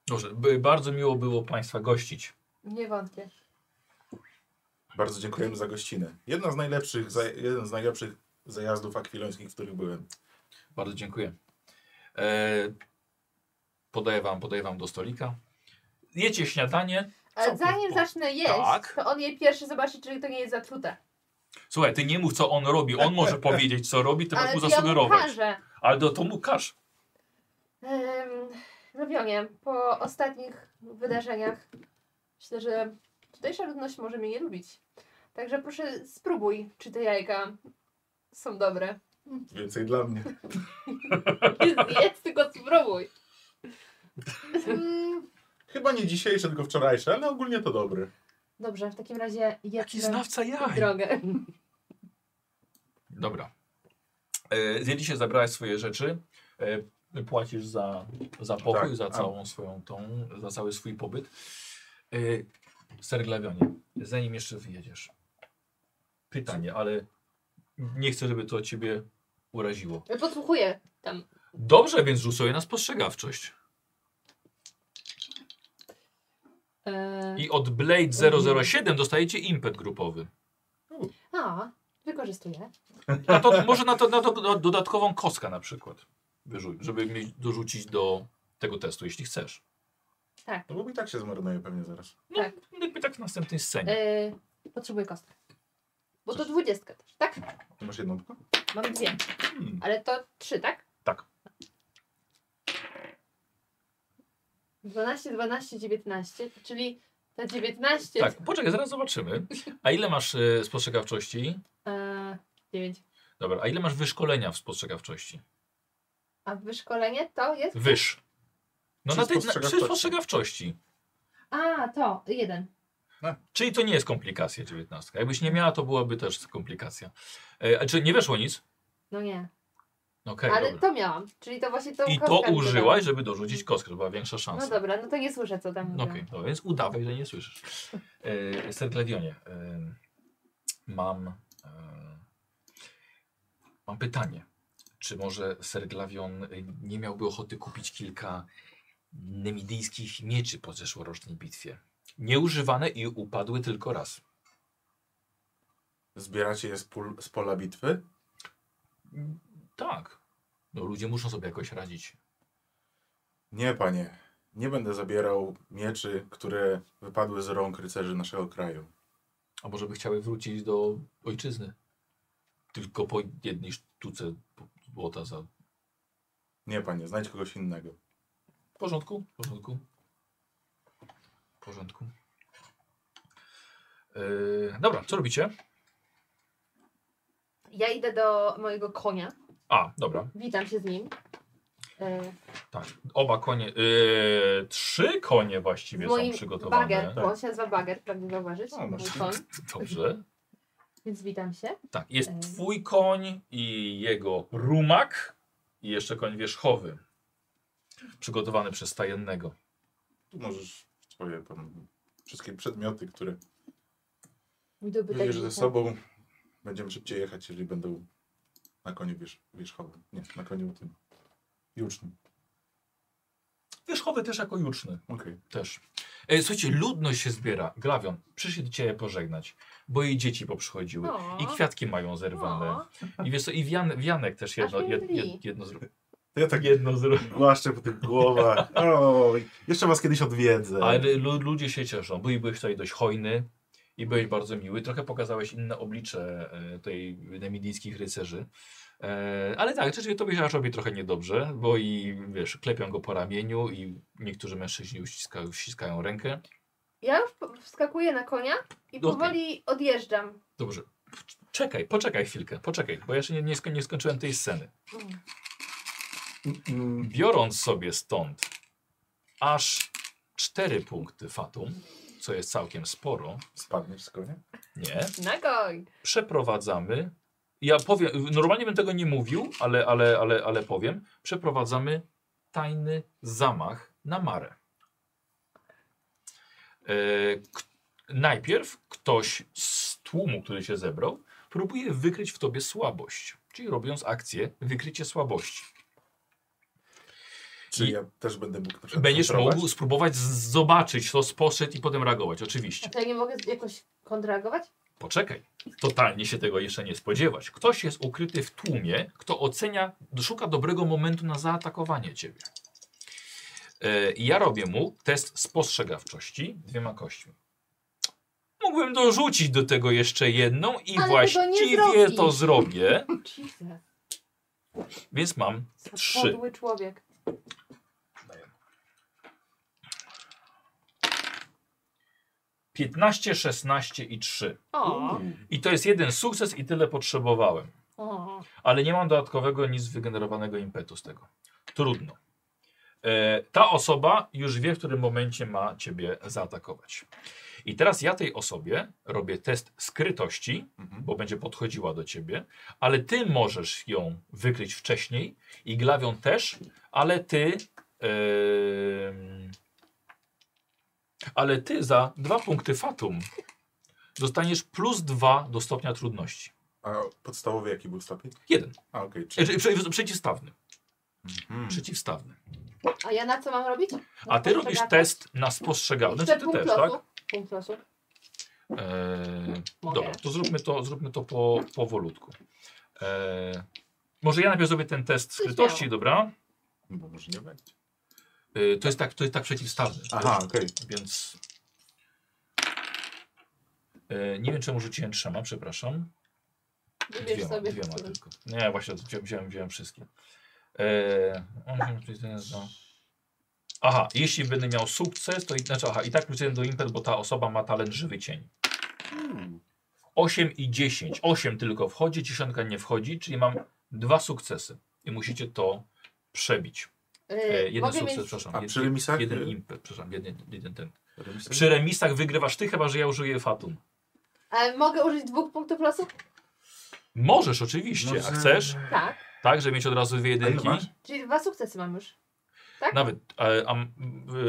Speaker 1: Dobrze, by, bardzo miło było Państwa gościć.
Speaker 2: Nie wątpię. E,
Speaker 3: Bardzo dziękujemy za gościnę. Jedna z najlepszych, za, jeden z najlepszych zajazdów akwilońskich, w których byłem.
Speaker 1: Bardzo dziękuję. E, podaję wam, podaję wam do stolika. Jecie śniadanie.
Speaker 2: Ale
Speaker 1: Całkiem
Speaker 2: zanim
Speaker 1: spoko.
Speaker 2: zacznę jeść,
Speaker 1: Tak.
Speaker 2: to on jej pierwszy zobaczy, czy to nie jest zatrute.
Speaker 1: Słuchaj, ty nie mów, co on robi. On może powiedzieć, co robi, ty masz
Speaker 2: Ale
Speaker 1: mu
Speaker 2: ja mu
Speaker 1: zasugerować.
Speaker 2: każę.
Speaker 1: Ale do to mu każ.
Speaker 2: Ym, Robionie, no po ostatnich wydarzeniach myślę, że tutejsza ludność może mnie nie lubić. Także proszę spróbuj, czy te jajka są dobre.
Speaker 3: Więcej dla mnie.
Speaker 2: Nie Jedz, tylko spróbuj. Mm,
Speaker 3: Chyba nie dzisiejsze, tylko wczorajsze, ale ogólnie to dobre.
Speaker 2: Dobrze, w takim razie
Speaker 1: Jaki
Speaker 2: jedzmy
Speaker 1: znawca jaj.
Speaker 2: drogę.
Speaker 1: Dobra. E, Zjedliście, zabrałeś swoje rzeczy. E, Płacisz za, za pokój,
Speaker 3: Tak,
Speaker 1: za
Speaker 3: a-
Speaker 1: całą swoją tą, za cały swój pobyt. E, Serglawionie, zanim jeszcze wyjedziesz. Pytanie, ale nie chcę, żeby to ciebie uraziło.
Speaker 2: Podsłuchuję tam.
Speaker 1: Dobrze, więc rzuć sobie na spostrzegawczość.
Speaker 2: E,
Speaker 1: I od Blade 007 dostajecie impet grupowy.
Speaker 2: A, wykorzystuję.
Speaker 1: Na to, może na to, na to dodatkową kostkę na przykład. wyrzuć, żeby mieć, dorzucić do tego testu, jeśli chcesz.
Speaker 3: No bo i tak się zmarnuje pewnie zaraz.
Speaker 1: No,
Speaker 2: Tak.
Speaker 1: jakby tak w następnej scenie.
Speaker 2: Yy, potrzebuję kostek. Bo to dwudziestka też, tak?
Speaker 3: Ty masz jedną tylko?
Speaker 2: Mam dwie.
Speaker 3: Hmm.
Speaker 2: Ale to trzy, tak?
Speaker 1: Tak.
Speaker 2: 12, 12, 19, czyli ta 19.
Speaker 1: Tak, poczekaj, zaraz zobaczymy. A ile masz y, spostrzegawczości?
Speaker 2: E, 9.
Speaker 1: Dobra, a ile masz wyszkolenia w spostrzegawczości?
Speaker 2: A wyszkolenie to jest.
Speaker 1: Wyż. No
Speaker 3: Przy
Speaker 1: na tej na, przy
Speaker 3: spostrzegawczości.
Speaker 1: spostrzegawczości.
Speaker 2: A, to jeden.
Speaker 1: Czyli to nie jest komplikacja 19. Jakbyś nie miała, to byłaby też komplikacja. E, a czy nie weszło nic?
Speaker 2: No nie.
Speaker 1: No Okej,
Speaker 2: Ale
Speaker 1: dobra.
Speaker 2: to miałam. Czyli to właśnie tą
Speaker 1: I to
Speaker 2: kostkę dodałam.
Speaker 1: użyłaś, żeby dorzucić kostkę, to była większa
Speaker 2: No
Speaker 1: szansa.
Speaker 2: dobra, no to nie słyszę, co tam
Speaker 1: No
Speaker 2: mówią.
Speaker 1: okej, no więc udawaj, że nie słyszysz. E, Serglewionie, e, mam, e, mam pytanie. Czy może Serglawion e, nie miałby ochoty kupić kilka nemidyjskich mieczy po zeszłorocznej bitwie? Nieużywane i upadły tylko raz.
Speaker 3: Zbieracie je z, pól, z pola bitwy?
Speaker 1: Tak. No ludzie muszą sobie jakoś radzić.
Speaker 3: Nie, panie. Nie będę zabierał mieczy, które wypadły z rąk rycerzy naszego kraju.
Speaker 1: A może by chciały wrócić do ojczyzny? Tylko po jednej sztuce złota za...
Speaker 3: Nie, panie, znajdź kogoś innego.
Speaker 1: W porządku, w porządku. W porządku. Yy, dobra, co robicie?
Speaker 2: Ja idę do mojego konia.
Speaker 1: A, dobra,
Speaker 2: Witam się z nim. E,
Speaker 1: tak. Oba konie, yy, trzy konie właściwie są przygotowane.
Speaker 2: Bager,
Speaker 3: Tak.
Speaker 2: bo on się nazywa Bager, pragnę zauważyć.
Speaker 3: A, masz
Speaker 2: mój
Speaker 3: rację.
Speaker 2: koń,
Speaker 1: Dobrze.
Speaker 2: więc witam się.
Speaker 1: Tak, jest
Speaker 2: Yy.
Speaker 1: twój koń i jego rumak i jeszcze koń wierzchowy. Przygotowany przez tajennego.
Speaker 3: Tu możesz swoje tam wszystkie przedmioty, które
Speaker 2: Mój dobytek.
Speaker 3: bierzesz ze sobą. Będziemy szybciej jechać, jeżeli będą na koniu wierz, wierzchowym. Nie, na koniu tym jucznym.
Speaker 1: Wierzchowy też jako juczny.
Speaker 3: Okej.
Speaker 1: Też. E, słuchajcie, ludność się zbiera. Glawion, przyszli do ciebie pożegnać, bo jej dzieci poprzychodziły.
Speaker 2: O.
Speaker 1: I kwiatki mają zerwane.
Speaker 2: O,
Speaker 1: I wiesz co, i Wian, Wianek też jedno,
Speaker 2: Aż mnie
Speaker 1: jed,
Speaker 2: mdli.
Speaker 1: jed, jedno zrobił.
Speaker 3: To ja tak
Speaker 1: Jedno zro...
Speaker 3: głaszczę po tych głowach. Oj, jeszcze was kiedyś odwiedzę.
Speaker 1: Ale lu, ludzie się cieszą, bo i byłeś tutaj dość hojny i byłeś bardzo miły. Trochę pokazałeś inne oblicze e, tej nemidyjskich rycerzy. E, ale tak, rzeczywiście tobie się aż robi trochę niedobrze, bo i wiesz, klepią go po ramieniu i niektórzy mężczyźni uściska, uściskają rękę.
Speaker 2: Ja już po- wskakuję na konia i
Speaker 1: Okej.
Speaker 2: powoli odjeżdżam.
Speaker 1: Dobrze. Czekaj, poczekaj chwilkę, poczekaj, bo ja jeszcze nie, nie, sko- nie skończyłem tej sceny.
Speaker 3: Mm,
Speaker 1: Biorąc sobie stąd aż 4 punkty fatum, co jest całkiem sporo,
Speaker 3: Spadniesz z konia?
Speaker 1: nie,
Speaker 2: Na koń.
Speaker 1: przeprowadzamy. Ja powiem, normalnie bym tego nie mówił, ale, ale, ale, ale powiem. Przeprowadzamy tajny zamach na Marę. E, k- najpierw ktoś z tłumu, który się zebrał, próbuje wykryć w tobie słabość. Czyli robiąc akcję, wykrycie słabości.
Speaker 3: Czy
Speaker 1: I-
Speaker 3: ja też będę mógł na przykład
Speaker 1: Będziesz
Speaker 3: kontrolować?
Speaker 1: mógł spróbować z- zobaczyć, co spostrzec i potem reagować, oczywiście.
Speaker 2: A to ja nie mogę jakoś kontragować?
Speaker 1: Poczekaj, totalnie się tego jeszcze nie spodziewać. Ktoś jest ukryty w tłumie, kto ocenia, szuka dobrego momentu na zaatakowanie ciebie. E, i ja robię mu test spostrzegawczości dwiema kośćmi. Mógłbym dorzucić do tego jeszcze jedną i
Speaker 2: Ale tego nie
Speaker 1: właściwie to
Speaker 2: zrobisz.
Speaker 1: zrobię,
Speaker 2: Jesus.
Speaker 1: więc mam
Speaker 2: co
Speaker 1: Trzy.
Speaker 2: Podły człowiek.
Speaker 1: Daję. 15, 16 i 3.
Speaker 2: O.
Speaker 1: I to jest jeden sukces i tyle potrzebowałem.
Speaker 2: o.
Speaker 1: ale nie mam dodatkowego nic wygenerowanego impetu z tego. Trudno. E, ta osoba już wie, w którym momencie ma ciebie zaatakować. I teraz ja tej osobie robię test skrytości,
Speaker 3: Mhm.
Speaker 1: bo będzie podchodziła do ciebie, ale ty możesz ją wykryć wcześniej i glawią też, ale ty. em, ale ty za dwa punkty fatum dostaniesz plus dwa do stopnia trudności.
Speaker 3: A podstawowy jaki był stopień?
Speaker 1: Jeden.
Speaker 3: A okej,
Speaker 1: E,
Speaker 3: czyli...
Speaker 1: prze- prze- Przeciwstawny.
Speaker 3: Mm.
Speaker 1: Przeciwstawny.
Speaker 2: A ja na co mam robić? Na
Speaker 1: A ty robisz
Speaker 2: spostrzegawczość?
Speaker 1: test na spostrzegawczość.
Speaker 2: Jeszcze
Speaker 1: Znaczy ty
Speaker 2: punkt
Speaker 1: też, E,
Speaker 2: losu.
Speaker 1: tak?
Speaker 2: Punkt losu.
Speaker 1: Eee,
Speaker 2: Mogę.
Speaker 1: dobra, to zróbmy to, zróbmy to po, powolutku. Eee, Może ja najpierw zrobię ten test
Speaker 2: Coś
Speaker 1: skrytości,
Speaker 2: miało.
Speaker 1: dobra?
Speaker 3: no Bo może nie będzie.
Speaker 1: Y, to jest tak, to jest tak przeciwstawne.
Speaker 3: Aha, okej.
Speaker 1: Więc. Y, nie wiem, czemu rzuciłem trzema, przepraszam.
Speaker 2: Wybierz sobie.
Speaker 1: dwiema
Speaker 2: który.
Speaker 1: tylko. Nie, właśnie wzią- wziąłem, wziąłem wszystkie. E, osiem plus jeden do- no. Aha, jeśli będę miał sukces, to i, znaczy, aha, i tak plus jeden do impet, bo ta osoba ma talent żywy cień.
Speaker 2: Hmm.
Speaker 1: 8 i 10. 8 tylko wchodzi, dziesiątka nie wchodzi, czyli mam dwa sukcesy. I musicie to przebić. E,
Speaker 2: Yy,
Speaker 1: jeden
Speaker 2: mogę
Speaker 1: sukces,
Speaker 2: mieć...
Speaker 1: przepraszam.
Speaker 3: A
Speaker 1: jed-
Speaker 3: przy remisach?
Speaker 1: Jeden
Speaker 3: y,
Speaker 1: impet, przepraszam, jeden, jeden ten.
Speaker 3: remisach?
Speaker 1: Przy remisach wygrywasz ty, chyba że ja użyję fatum.
Speaker 2: Ale e, mogę użyć dwóch punktów losu?
Speaker 1: Tak. Możesz oczywiście,
Speaker 3: Może-
Speaker 1: a chcesz?
Speaker 2: Tak.
Speaker 1: Tak, żeby mieć od razu dwie
Speaker 3: A ile
Speaker 1: jedynki.
Speaker 3: masz?
Speaker 2: Czyli dwa sukcesy mam już.
Speaker 1: Nawet e, a, m,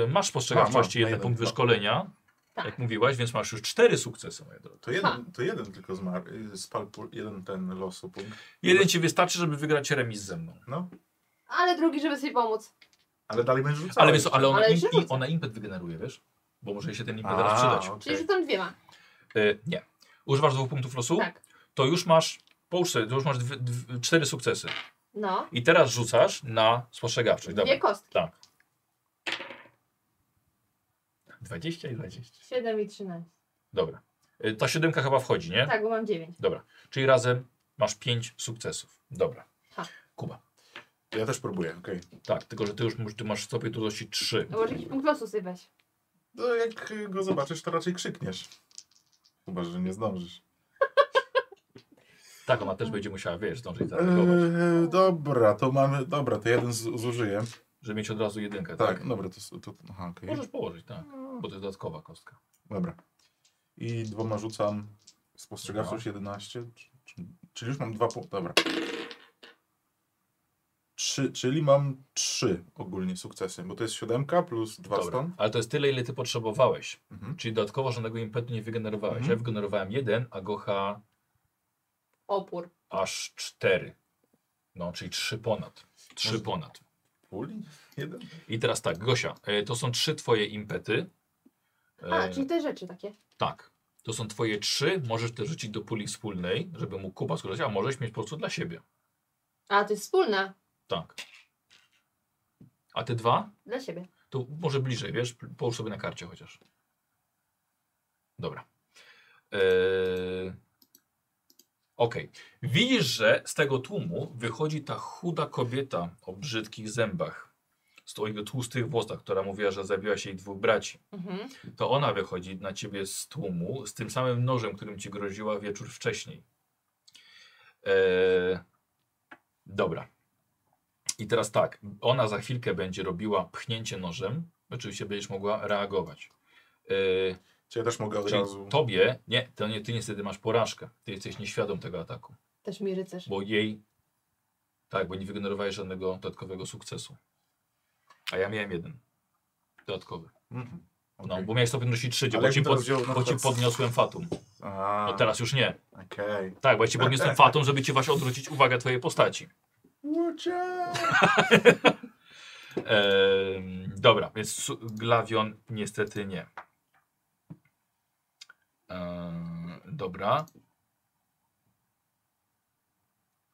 Speaker 1: e, masz spostrzegawczości
Speaker 3: A, mam,
Speaker 1: jeden
Speaker 3: mam,
Speaker 1: punkt
Speaker 3: mam.
Speaker 1: wyszkolenia,
Speaker 2: Tak.
Speaker 1: jak mówiłaś, więc masz już cztery sukcesy, moja droga.
Speaker 3: To jeden, to jeden tylko zmarł. y, Spadł pu- jeden ten losu punkt.
Speaker 1: Jeden ci wystarczy, żeby wygrać remis ze mną.
Speaker 3: No,
Speaker 2: Ale drugi, żeby sobie pomóc.
Speaker 3: ale dalej będziesz rzucał.
Speaker 1: Ale, wiesz, co, ale, ona,
Speaker 2: Ale
Speaker 1: im,
Speaker 2: się
Speaker 1: i,
Speaker 2: rzuca.
Speaker 1: ona impet wygeneruje, wiesz? Bo może jej się ten impet
Speaker 3: A,
Speaker 1: teraz przydać.
Speaker 3: okej.
Speaker 2: Czyli rzucam dwiema.
Speaker 1: E, nie. Używasz dwóch punktów losu,
Speaker 2: Tak.
Speaker 1: to już masz, połóż sobie, to już masz dwie, dwie, cztery sukcesy.
Speaker 2: No.
Speaker 1: I teraz rzucasz na spostrzegawczość. Dobra.
Speaker 2: Dwie kostki.
Speaker 1: 20 i 20.
Speaker 2: Siedem i trzynaście.
Speaker 1: Dobra. E, Ta siódemka chyba wchodzi, nie?
Speaker 2: Tak, bo mam dziewięć.
Speaker 1: Dobra. Czyli razem masz pięć sukcesów. Dobra.
Speaker 2: Ha.
Speaker 1: Kuba.
Speaker 3: Ja też próbuję, okej.
Speaker 1: Tak, tylko że ty już masz- ty masz w sobie trudności 3.
Speaker 2: No może jakiś punkt losu sobie weź.
Speaker 3: No jak y, go zobaczysz, to raczej krzykniesz. Chyba, że nie zdążysz.
Speaker 1: Tak, ona też będzie musiała, wiesz, zdążyć zareagować.
Speaker 3: Eee, dobra, to mamy. Dobra, to jeden z, zużyję.
Speaker 1: Żeby mieć od razu jedynkę, tak?
Speaker 3: Tak, No. dobra, to. s- to aha, okej.
Speaker 1: Możesz położyć, tak. Bo to jest dodatkowa kostka.
Speaker 3: Dobra. I dwoma rzucam spostrzegawczość 11. czy- czy- Czyli już mam dwa punkty. Dobra. Trzy, czyli mam trzy ogólnie sukcesy, bo to jest siódemka plus dwa
Speaker 1: Dobra.
Speaker 3: stąd.
Speaker 1: Ale to jest tyle, ile ty potrzebowałeś.
Speaker 3: Mhm.
Speaker 1: Czyli dodatkowo żadnego impetu nie wygenerowałeś.
Speaker 3: Mhm.
Speaker 1: Ja wygenerowałem jeden, a Gocha
Speaker 2: Opór.
Speaker 1: aż cztery. No, czyli trzy ponad. Trzy
Speaker 3: Może-
Speaker 1: ponad.
Speaker 3: Puli? Jeden?
Speaker 1: I teraz tak, Gosia, e, to są trzy twoje impety.
Speaker 2: A,
Speaker 1: E,
Speaker 2: czyli te rzeczy takie.
Speaker 1: Tak. To są twoje trzy. Możesz też rzucić do puli wspólnej, żeby mógł Kuba skorzystać, a możesz mieć po prostu dla siebie.
Speaker 2: A, to jest wspólna.
Speaker 1: Tak. A te dwa?
Speaker 2: Dla siebie.
Speaker 1: To może bliżej, wiesz? Połóż sobie na karcie chociaż. Dobra. Yy... Okej. Widzisz, że z tego tłumu wychodzi ta chuda kobieta o brzydkich zębach. Z twoich tłustych włosach, która mówiła, że zabiła się jej dwóch braci.
Speaker 2: Mhm.
Speaker 1: To ona wychodzi na ciebie z tłumu z tym samym nożem, którym ci groziła wieczór wcześniej. Eee, dobra. I teraz tak, ona za chwilkę będzie robiła pchnięcie nożem. Oczywiście będziesz mogła reagować. Eee,
Speaker 3: Czy ja też mogę od
Speaker 1: czyli
Speaker 3: razu.
Speaker 1: tobie, nie, to nie, ty niestety masz porażkę. Ty jesteś nieświadom tego ataku,
Speaker 2: Też mi rycerz.
Speaker 1: bo jej, tak, bo nie wygenerowałeś żadnego dodatkowego sukcesu. A ja miałem jeden dodatkowy.
Speaker 3: Mhm.
Speaker 1: No,
Speaker 3: Okej.
Speaker 1: bo miałeś stopień nosi 3, bo
Speaker 3: Ale
Speaker 1: ci,
Speaker 3: jakbym
Speaker 1: pod,
Speaker 3: teraz wziął
Speaker 1: bo
Speaker 3: na
Speaker 1: ci
Speaker 3: przykład-
Speaker 1: podniosłem fatum.
Speaker 3: A,
Speaker 1: No teraz już nie.
Speaker 3: Okej.
Speaker 1: Tak, bo ja ci podniosłem fatum, żeby ci właśnie odwrócić uwagę twojej postaci.
Speaker 3: Okay.
Speaker 1: Ehm, dobra, więc su- Glavion niestety nie. Ehm, dobra.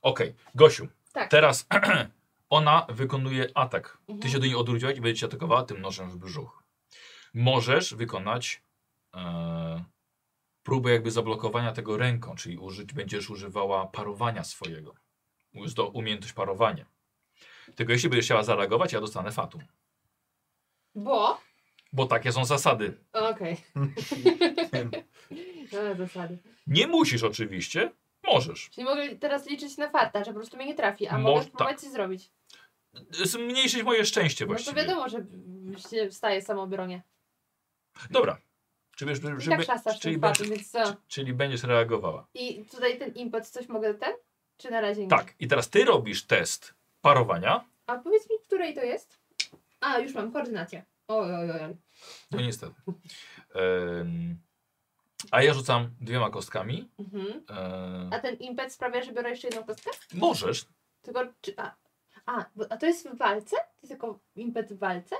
Speaker 1: Okej, Gosiu.
Speaker 2: Tak.
Speaker 1: Teraz ona wykonuje atak. Ty
Speaker 2: Mhm.
Speaker 1: się do niej odwróciłaś i będzie cię atakowała tym nożem w brzuch. Możesz wykonać e, próbę jakby zablokowania tego ręką, czyli użyć, będziesz używała parowania swojego. Jest to umiejętność parowania. Tylko jeśli będziesz chciała zareagować, ja dostanę fatum.
Speaker 2: Bo?
Speaker 1: Bo takie są zasady.
Speaker 2: Okej. No, zasady.
Speaker 1: Nie musisz oczywiście, możesz.
Speaker 2: Czyli mogę teraz liczyć na farta, że po prostu mnie nie trafi, a
Speaker 1: Mo-
Speaker 2: mogę
Speaker 1: tak.
Speaker 2: spróbować coś zrobić.
Speaker 1: Zmniejszyć moje szczęście
Speaker 2: No
Speaker 1: właściwie.
Speaker 2: to wiadomo, że się wstaje w samoobronie.
Speaker 1: Dobra. Czy wiesz, żeby,
Speaker 2: I tak szastasz
Speaker 1: czyli,
Speaker 2: tym
Speaker 1: będziesz,
Speaker 2: fartem, więc co?
Speaker 1: czy- czyli będziesz reagowała.
Speaker 2: I tutaj ten impet, coś mogę ten? Czy na razie nie?
Speaker 1: Tak, i teraz ty robisz test parowania.
Speaker 2: A powiedz mi, której to jest? A, już mam koordynację. Oj, oj, oj. oj.
Speaker 1: No niestety. Em, a ja rzucam dwiema kostkami.
Speaker 2: Mhm.
Speaker 1: Em,
Speaker 2: A ten impet sprawia, że biorę jeszcze jedną kostkę?
Speaker 1: możesz.
Speaker 2: Tylko czy... A, a, bo, a to jest w walce? To jest tylko impet w walce?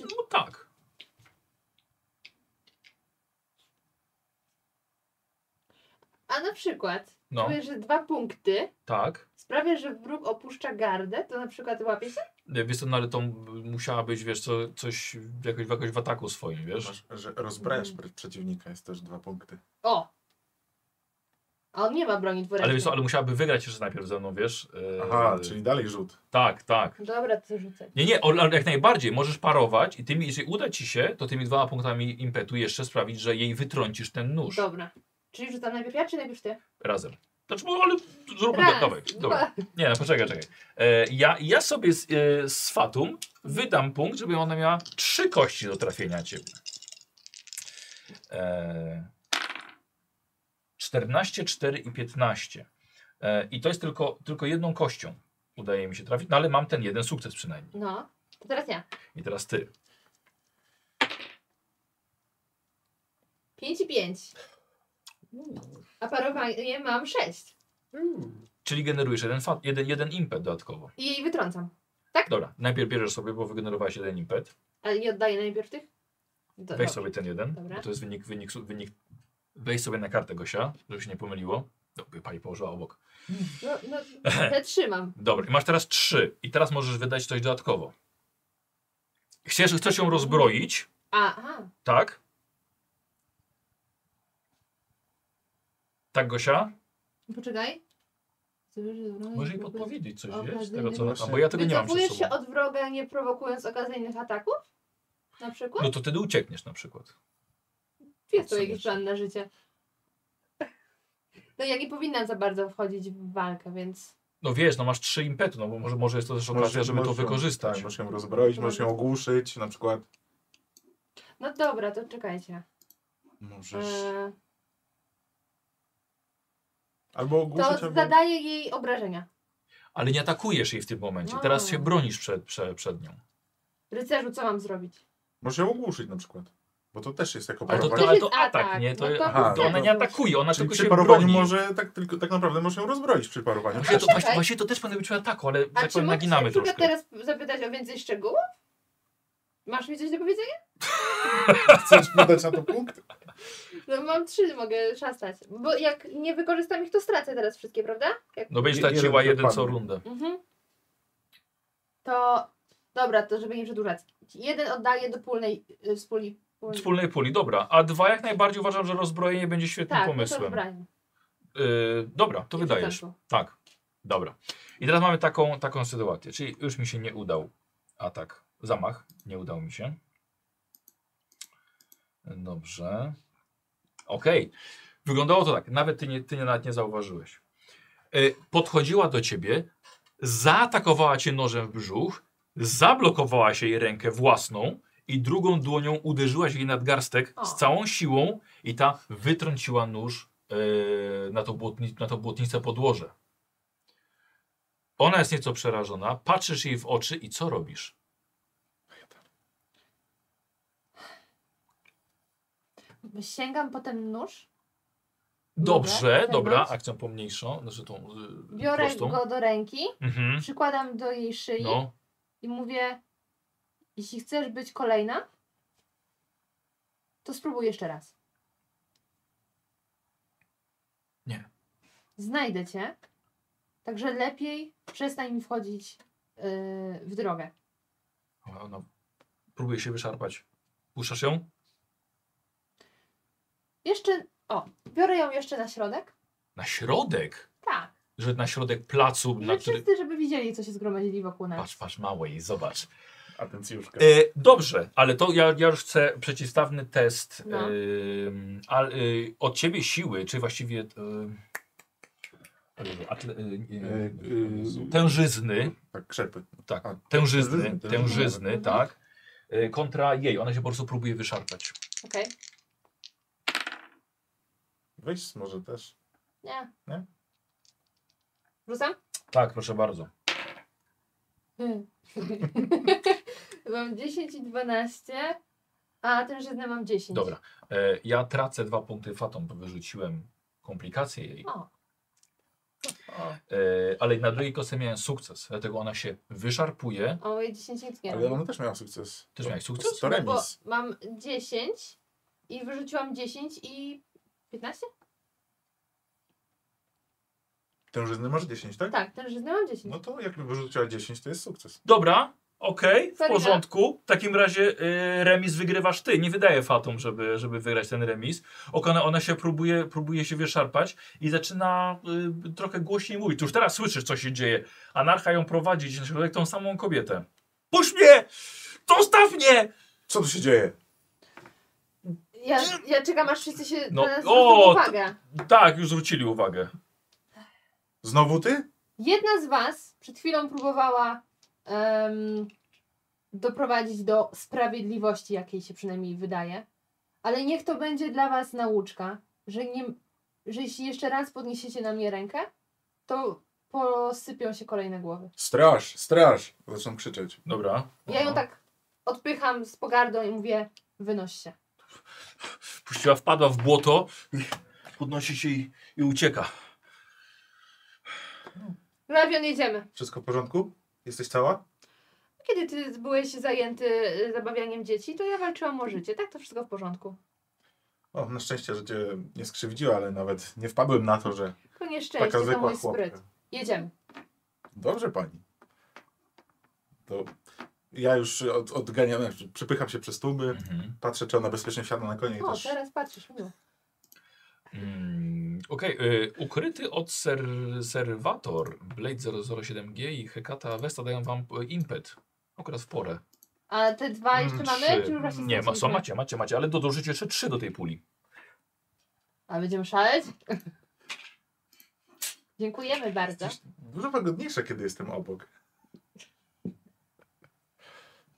Speaker 1: No tak.
Speaker 2: A a na przykład,
Speaker 1: No,
Speaker 2: powiesz, że dwa punkty
Speaker 1: tak.
Speaker 2: sprawia, że wróg opuszcza gardę, to na przykład łapie się?
Speaker 1: Nie, Wiesz co, no ale to m- musiała być, wiesz, co, coś jakoś, jakoś w ataku swoim, wiesz?
Speaker 3: Masz, że rozbrajesz pre- przeciwnika, jest też dwa punkty.
Speaker 2: O! A on nie ma broni dwuręcznej.
Speaker 1: Ale wiesz co, ale musiałaby wygrać jeszcze najpierw ze mną, wiesz? E,
Speaker 3: Aha, czyli dalej rzut.
Speaker 1: Tak, tak.
Speaker 2: Dobra, to rzucę.
Speaker 1: Nie, nie, o- ale jak najbardziej, możesz parować i tymi, jeżeli uda ci się, to tymi dwoma punktami impetu jeszcze sprawić, że jej wytrącisz ten nóż
Speaker 2: Dobra. Czyli rzucam najpierw ja, czy najpierw ty?
Speaker 1: razem. Znaczy, no, ale zróbmy to,
Speaker 2: Raz,
Speaker 1: dawaj. Dobra.
Speaker 2: dwa.
Speaker 1: Nie, no poczekaj, czekaj. E, ja, ja sobie z, e, z Fatum wydam punkt, żeby ona miała trzy kości do trafienia ciebie. E, 14, 4 i 15. E, I to jest tylko, tylko jedną kością. Udaje mi się trafić, no ale mam ten jeden sukces przynajmniej.
Speaker 2: No, to teraz ja.
Speaker 1: I teraz ty.
Speaker 2: Pięć i pięć. A parowanie mam sześć.
Speaker 1: Czyli generujesz jeden, fa- jeden, jeden impet dodatkowo.
Speaker 2: I jej wytrącam.
Speaker 1: Dobra, najpierw bierzesz sobie, bo wygenerowałeś jeden impet.
Speaker 2: Ale i oddaję najpierw tych? Do, no.
Speaker 1: Weź sobie ten jeden.
Speaker 2: Dobra.
Speaker 1: bo To jest wynik, wynik, su- wynik. Weź sobie na kartę Gosia, żeby się nie pomyliło. Dobry, pani położyła obok.
Speaker 2: No, no, te trzymam.
Speaker 1: Dobra, i masz teraz trzy i teraz możesz wydać coś dodatkowo. Chcesz, chcesz ją rozbroić,
Speaker 2: A, aha.
Speaker 1: tak? Tak, Gosia?
Speaker 2: Poczekaj.
Speaker 1: Może jej podpowiedzieć coś,
Speaker 2: O,
Speaker 1: wiesz? z
Speaker 2: każdy
Speaker 1: Tego, co ona tam,
Speaker 3: inny
Speaker 1: bo ja tego nie mam przed
Speaker 2: Wycofujesz się
Speaker 1: sobą.
Speaker 2: od wroga, nie prowokując okazyjnych ataków? Na przykład?
Speaker 1: No to wtedy uciekniesz na przykład.
Speaker 2: Jest to jakiś
Speaker 1: absolutnie.
Speaker 2: plan na życie. No ja nie powinnam za bardzo wchodzić w walkę, więc...
Speaker 1: No wiesz, no masz trzy impetu, no bo może, może jest to też okazja,
Speaker 3: Możesz-
Speaker 1: żeby to
Speaker 3: możesz ją-
Speaker 1: wykorzystać.
Speaker 3: Tak, możesz ją rozbroić, możesz ją ogłuszyć, na przykład.
Speaker 2: No dobra, to czekajcie.
Speaker 3: Możesz...
Speaker 2: Eee,
Speaker 3: Albo ogłuszyć,
Speaker 2: to
Speaker 3: albo...
Speaker 2: zadaje jej obrażenia.
Speaker 1: Ale nie atakujesz jej w tym momencie, teraz
Speaker 2: A.
Speaker 1: się bronisz przed, przed, przed nią.
Speaker 2: Rycerzu, co mam zrobić?
Speaker 3: Możesz ją ogłuszyć na przykład. Bo to też jest jako
Speaker 1: Ale to,
Speaker 3: parowanie.
Speaker 1: to, ale
Speaker 2: jest
Speaker 1: to
Speaker 2: atak,
Speaker 1: atak, nie? To,
Speaker 2: no to
Speaker 1: aha, to
Speaker 3: chcę.
Speaker 1: ona nie atakuje, ona
Speaker 3: Czyli
Speaker 1: tylko
Speaker 3: przy
Speaker 1: się
Speaker 3: parowaniu
Speaker 1: broni.
Speaker 3: może, tak, tylko, tak naprawdę możesz ją rozbroić przy parowaniu.
Speaker 1: Właśnie to,
Speaker 2: Czekaj.
Speaker 1: właśnie, właśnie to też powinno być przy ataku, ale
Speaker 2: A
Speaker 1: tak
Speaker 2: czy
Speaker 1: powiem,
Speaker 2: mogę
Speaker 1: naginamy
Speaker 2: cię na
Speaker 1: troszkę.
Speaker 2: przykład teraz zapytać o więcej szczegółów? Masz mi coś do powiedzenia?
Speaker 3: Chcesz wydać na to punkt?
Speaker 2: No mam trzy, mogę szastać. Bo jak nie wykorzystam ich, to stracę teraz wszystkie, prawda? Jak...
Speaker 1: No będziesz
Speaker 3: Je- jeden
Speaker 1: traciła jeden
Speaker 3: wypadnie.
Speaker 1: co rundę.
Speaker 2: Mhm. To... Dobra, to żeby nie przedłużać. Jeden oddaję do pólnej... y, Wspólnej... pólnej-
Speaker 1: Wspólnej puli, dobra. A dwa jak najbardziej uważam, że rozbrojenie będzie świetnym
Speaker 2: Tak, no to
Speaker 1: pomysłem.
Speaker 2: wybranie.
Speaker 1: Yy, dobra, to
Speaker 2: I
Speaker 1: wydajesz.
Speaker 2: przytanku.
Speaker 1: Tak, dobra. I teraz mamy taką, taką sytuację, czyli już mi się nie udał atak, zamach, nie udał mi się. Dobrze. Okej. Wyglądało to tak, nawet ty, nie, ty nie, nawet nie zauważyłeś. Yy, podchodziła do ciebie, zaatakowała cię nożem w brzuch, zablokowała się jej rękę własną i drugą dłonią uderzyłaś jej nadgarstek
Speaker 2: O.
Speaker 1: z całą siłą i ta wytrąciła nóż yy, na, to błotni, na to błotnice podłoże. Ona jest nieco przerażona, patrzysz jej w oczy i co robisz?
Speaker 2: Sięgam po ten nóż, Dobra,
Speaker 1: Dobrze,
Speaker 2: ten
Speaker 1: dobra,
Speaker 2: nóż.
Speaker 1: akcją pomniejszą, znaczy tą yy,
Speaker 2: biorę
Speaker 1: prostą.
Speaker 2: go do ręki,
Speaker 1: Mhm.
Speaker 2: przykładam do jej szyi
Speaker 1: No,
Speaker 2: i mówię: Jeśli chcesz być kolejna, to spróbuj jeszcze raz.
Speaker 1: Nie.
Speaker 2: Znajdę cię, także lepiej przestań mi wchodzić yy, w drogę.
Speaker 1: ona- ona próbuje się wyszarpać. Puszczasz ją?
Speaker 2: Jeszcze, o, biorę ją jeszcze na środek.
Speaker 1: Na środek,
Speaker 2: Tak,
Speaker 1: że na środek placu, na
Speaker 2: żeby
Speaker 1: który...
Speaker 2: wszyscy, żeby widzieli, co się zgromadzili wokół nas.
Speaker 1: Patrz, patrz, małej, zobacz.
Speaker 3: Atencjuszka.
Speaker 1: E, dobrze, ale to ja, ja już chcę przeciwstawny test
Speaker 2: No.
Speaker 1: em, al- y, od ciebie siły, czy właściwie e, e, atle, e,
Speaker 3: E,
Speaker 1: e,
Speaker 3: y,
Speaker 1: tężyzny,
Speaker 3: Tak, krzepy.
Speaker 1: tak,
Speaker 3: A,
Speaker 1: tężyzny,
Speaker 3: tężyzny, tężyzny,
Speaker 1: tężyzny,
Speaker 2: mhm.
Speaker 1: tak, e, kontra jej, ona się po prostu próbuje wyszarpać.
Speaker 2: Okej,
Speaker 3: Weź może też.
Speaker 2: nie.
Speaker 3: Nie?
Speaker 2: Rzucam?
Speaker 1: Tak, proszę bardzo.
Speaker 2: Hmm. mam 10 i 12, a ten żydny mam 10.
Speaker 1: Dobra, e, ja tracę dwa punkty fatom, bo wyrzuciłem komplikacje jej,
Speaker 2: O,
Speaker 3: O,
Speaker 1: e, ale na drugiej kostce miałem sukces, dlatego ona się wyszarpuje.
Speaker 2: o moje 10 nic nie
Speaker 3: ale
Speaker 2: robi.
Speaker 3: ona też miała sukces.
Speaker 1: Też miałeś
Speaker 3: To-
Speaker 1: sukces?
Speaker 3: To
Speaker 2: Bo
Speaker 3: remis.
Speaker 2: mam 10 i wyrzuciłam 10 i 15?
Speaker 3: Tężyzny masz 10, tak?
Speaker 2: Tak, ten żyzny mam 10.
Speaker 3: No to jakby wyrzuciła 10, to jest sukces.
Speaker 1: Dobra, okej, w
Speaker 2: Sorry,
Speaker 1: porządku. W takim razie y, remis wygrywasz ty. Nie wydaje Fatom, żeby, żeby wygrać ten remis. Okona, ona się próbuje, próbuje się wyszarpać i zaczyna y, trochę głośniej mówić. Tu już teraz słyszysz, co się dzieje. Anarcha ją prowadzi gdzieś na środek tą samą kobietę. Puść mnie! Zostaw mnie!
Speaker 3: Co tu się dzieje?
Speaker 2: Ja, ja czekam aż wszyscy się
Speaker 1: No,
Speaker 2: na nas
Speaker 1: o,
Speaker 2: zwrócą uwagę.
Speaker 1: Tak, już zwrócili uwagę.
Speaker 3: Znowu ty?
Speaker 2: Jedna z was przed chwilą próbowała em, doprowadzić do sprawiedliwości, jakiej się przynajmniej wydaje. Ale niech to będzie dla was nauczka, że, nie, że jeśli jeszcze raz podniesiecie na mnie rękę, to posypią się kolejne głowy.
Speaker 3: Straż, straż! Zaczną krzyczeć.
Speaker 1: Dobra.
Speaker 2: Ja ją
Speaker 1: Aha.
Speaker 2: tak odpycham z pogardą i mówię, wynoś się.
Speaker 1: Puściła, wpadła w błoto, podnosi się i, i ucieka.
Speaker 2: Rawion, jedziemy.
Speaker 3: Wszystko w porządku? Jesteś cała?
Speaker 2: Kiedy ty byłeś zajęty y, zabawianiem dzieci, to ja walczyłam o życie. Tak, to wszystko w porządku.
Speaker 3: O, na szczęście, że cię nie skrzywdziła, ale nawet nie wpadłem na to, że
Speaker 2: To
Speaker 3: taka
Speaker 2: nieszczęście, to
Speaker 3: zwykła
Speaker 2: mój spryt.
Speaker 3: chłopka.
Speaker 2: Jedziemy.
Speaker 3: Dobrze pani. To ja już od, odganiam, przypycham się przez tłumy,
Speaker 1: Mhm.
Speaker 3: patrzę, czy ona bezpiecznie wsiada na konie i
Speaker 2: O,
Speaker 3: też...
Speaker 2: No, teraz patrzysz, miło.
Speaker 1: Mm, Okej, y, ukryty od serwator Blade 007G i Hekata Vesta dają wam y, impet. Akurat w porę.
Speaker 2: A te dwa jeszcze
Speaker 3: Mm,
Speaker 2: mamy? Czy już właśnie
Speaker 1: Nie, ma, są,
Speaker 2: straciliśmy?
Speaker 1: macie, macie, macie, ale dodłużycie jeszcze trzy do tej puli.
Speaker 2: A będziemy szaleć? Dziękujemy bardzo.
Speaker 3: Gdzieś Dużo wygodniejsze, kiedy jestem obok.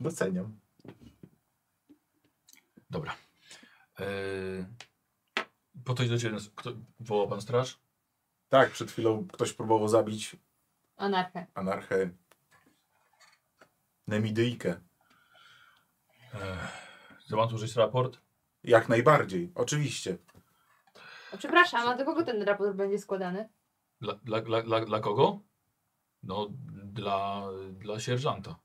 Speaker 3: Doceniam.
Speaker 1: Dobra. Yy, po to do ciebie. Kto, wołał pan straż?
Speaker 3: Tak, przed chwilą ktoś próbował zabić
Speaker 2: Anarchę.
Speaker 3: anarchę Nemidyjkę.
Speaker 1: Chcę pan złożyć E, raport?
Speaker 3: Jak najbardziej, oczywiście.
Speaker 2: O, Przepraszam, a do kogo ten raport będzie składany?
Speaker 1: Dla, dla, dla, dla, dla kogo? No, dla, dla sierżanta.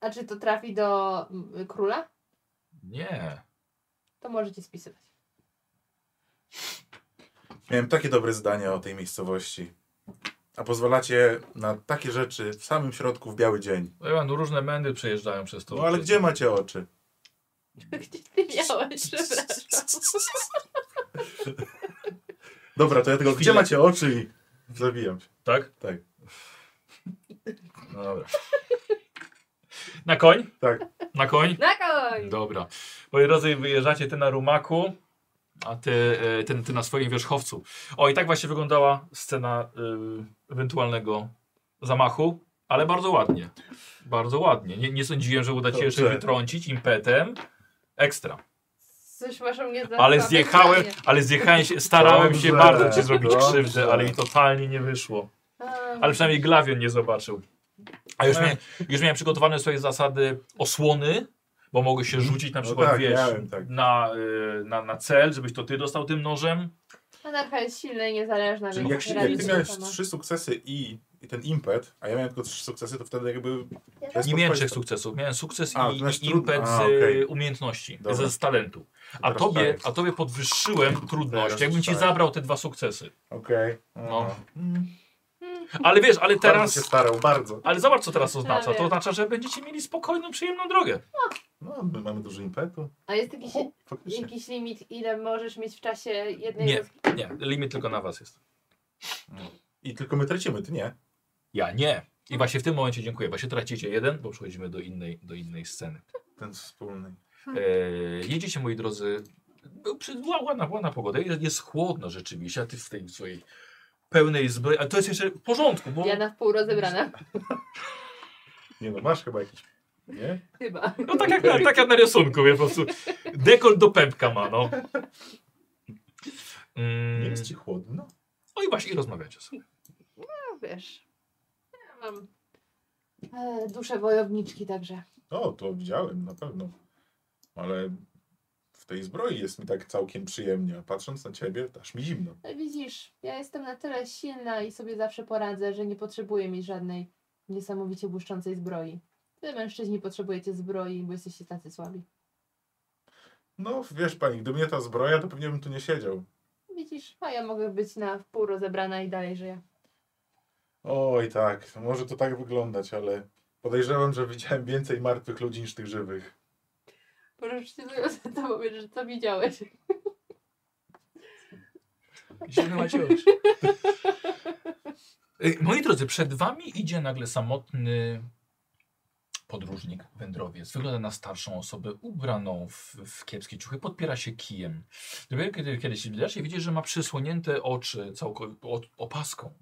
Speaker 2: A czy to trafi do mm, króla?
Speaker 1: Nie.
Speaker 2: To możecie spisywać.
Speaker 3: Miałem takie dobre zdanie o tej miejscowości. A pozwalacie na takie rzeczy w samym środku w biały dzień.
Speaker 1: Wie pan, No, różne mędy przejeżdżają przez to.
Speaker 3: No ale
Speaker 1: przez-
Speaker 3: gdzie macie oczy?
Speaker 2: Gdzie ty miałeś? Przepraszam.
Speaker 3: Dobra, to ja tego, gdzie
Speaker 1: Chwilę.
Speaker 3: macie oczy i zabijam się.
Speaker 1: Tak?
Speaker 3: Tak.
Speaker 1: No dobra. Na koń?
Speaker 3: Tak.
Speaker 1: Na koń?
Speaker 2: Na koń!
Speaker 1: Dobra. Moi drodzy, wyjeżdżacie ty na rumaku, a ty, e, ten, ty na swoim wierzchowcu. O, i tak właśnie wyglądała scena y, ewentualnego zamachu, ale bardzo ładnie. Bardzo ładnie. Nie, nie sądziłem, że uda ci się jeszcze
Speaker 3: Dobrze.
Speaker 1: wytrącić impetem. Ekstra.
Speaker 2: Coś masz o mnie za
Speaker 1: Ale
Speaker 2: słabe
Speaker 1: zjechałem,
Speaker 2: zdanie.
Speaker 1: ale zjechałem się, starałem się
Speaker 3: Dobrze,
Speaker 1: bardzo ci zrobić
Speaker 3: dobrze.
Speaker 1: krzywdę, ale mi totalnie nie wyszło.
Speaker 2: A,
Speaker 1: Ale przynajmniej Glawion nie zobaczył. A już, miałem, już miałem przygotowane swoje zasady osłony, bo mogę się rzucić na
Speaker 3: No
Speaker 1: przykład,
Speaker 3: tak,
Speaker 1: wiesz,
Speaker 3: miałem, tak.
Speaker 1: na, y, na, na cel, żebyś to ty dostał tym nożem.
Speaker 2: Anarcha jest silna i niezależna,
Speaker 3: Czyli
Speaker 2: więc
Speaker 3: jak, się,
Speaker 2: radzi
Speaker 3: jak ty
Speaker 2: się
Speaker 3: miałeś
Speaker 2: sama.
Speaker 3: trzy sukcesy i, i ten impet, a ja miałem tylko trzy sukcesy, to wtedy jakby... jest
Speaker 1: Nie miałem
Speaker 3: podpowiedź.
Speaker 1: trzech sukcesów. Miałem sukces
Speaker 3: A,
Speaker 1: i,
Speaker 3: to masz
Speaker 1: i
Speaker 3: trud-
Speaker 1: impet z
Speaker 3: a, okej.
Speaker 1: y, umiejętności,
Speaker 3: Dobra.
Speaker 1: z, z talentu. A
Speaker 3: Teraz
Speaker 1: tobie,
Speaker 3: tak.
Speaker 1: a tobie podwyższyłem trudność,
Speaker 3: Teraz
Speaker 1: jakbym ci
Speaker 3: tak.
Speaker 1: zabrał te dwa sukcesy.
Speaker 3: Okej.
Speaker 1: No.
Speaker 3: Aha. Mm.
Speaker 1: Ale wiesz, ale
Speaker 3: Bardzo
Speaker 1: teraz...
Speaker 3: się starał, bardzo.
Speaker 1: Ale zobacz, co teraz oznacza.
Speaker 2: Ja
Speaker 1: To
Speaker 2: wiem.
Speaker 1: oznacza, że będziecie mieli spokojną, przyjemną drogę.
Speaker 3: No, my mamy dużo impetu.
Speaker 2: A jest jakiś,
Speaker 3: O, faktycznie.
Speaker 2: jakiś limit, ile możesz mieć w czasie jednej
Speaker 1: Nie,
Speaker 2: rozmowy?
Speaker 1: nie, limit tylko na was jest.
Speaker 3: I tylko my tracimy, ty nie.
Speaker 1: Ja nie. I właśnie w tym momencie dziękuję. Właśnie tracicie jeden, bo przechodzimy do innej, do innej sceny.
Speaker 3: Ten wspólny.
Speaker 2: Hmm.
Speaker 1: E, jedziecie, moi drodzy. był przy- była Ładna, ładna pogoda. Jest- Jest chłodno rzeczywiście, a ty w tej swojej pełnej zbroi. Ale to jest jeszcze w porządku, bo.
Speaker 2: Ja na wpół rozebrana.
Speaker 3: Nie no, masz chyba jakiś... Nie?
Speaker 2: Chyba.
Speaker 1: No tak jak, na, tak jak na rysunku, wie, po prostu. Dekolt do pępka ma, no.
Speaker 3: Nie
Speaker 1: Mm,
Speaker 3: jest ci chłodno?
Speaker 1: no i właśnie i rozmawiacie sobie.
Speaker 2: No wiesz. Ja mam e, duszę wojowniczki także.
Speaker 3: O, to widziałem, na pewno. Ale w tej zbroi jest mi tak całkiem przyjemnie. a Patrząc na ciebie, aż mi zimno.
Speaker 2: No Widzisz, ja jestem na tyle silna i sobie zawsze poradzę, że nie potrzebuję mieć żadnej niesamowicie błyszczącej zbroi. Wy mężczyźni potrzebujecie zbroi, bo jesteście tacy słabi.
Speaker 3: No, wiesz pani, gdyby nie ta zbroja, to pewnie bym tu nie siedział.
Speaker 2: Widzisz, a ja mogę być na wpół rozebrana i dalej żyję.
Speaker 3: Oj tak, może to tak wyglądać, ale podejrzewam, że widziałem więcej martwych ludzi niż tych żywych.
Speaker 2: Proszę cię za to powiedzieć, że co widziałeś.
Speaker 1: Zielony Maciuś. Ej, Moi drodzy, przed wami idzie nagle samotny podróżnik, wędrowiec. Wygląda na starszą osobę ubraną w, w kiepskie ciuchy, podpiera się kijem. Dopiero kiedy, kiedy się zbliżasz i widzisz, że ma przysłonięte oczy całko- o- opaską.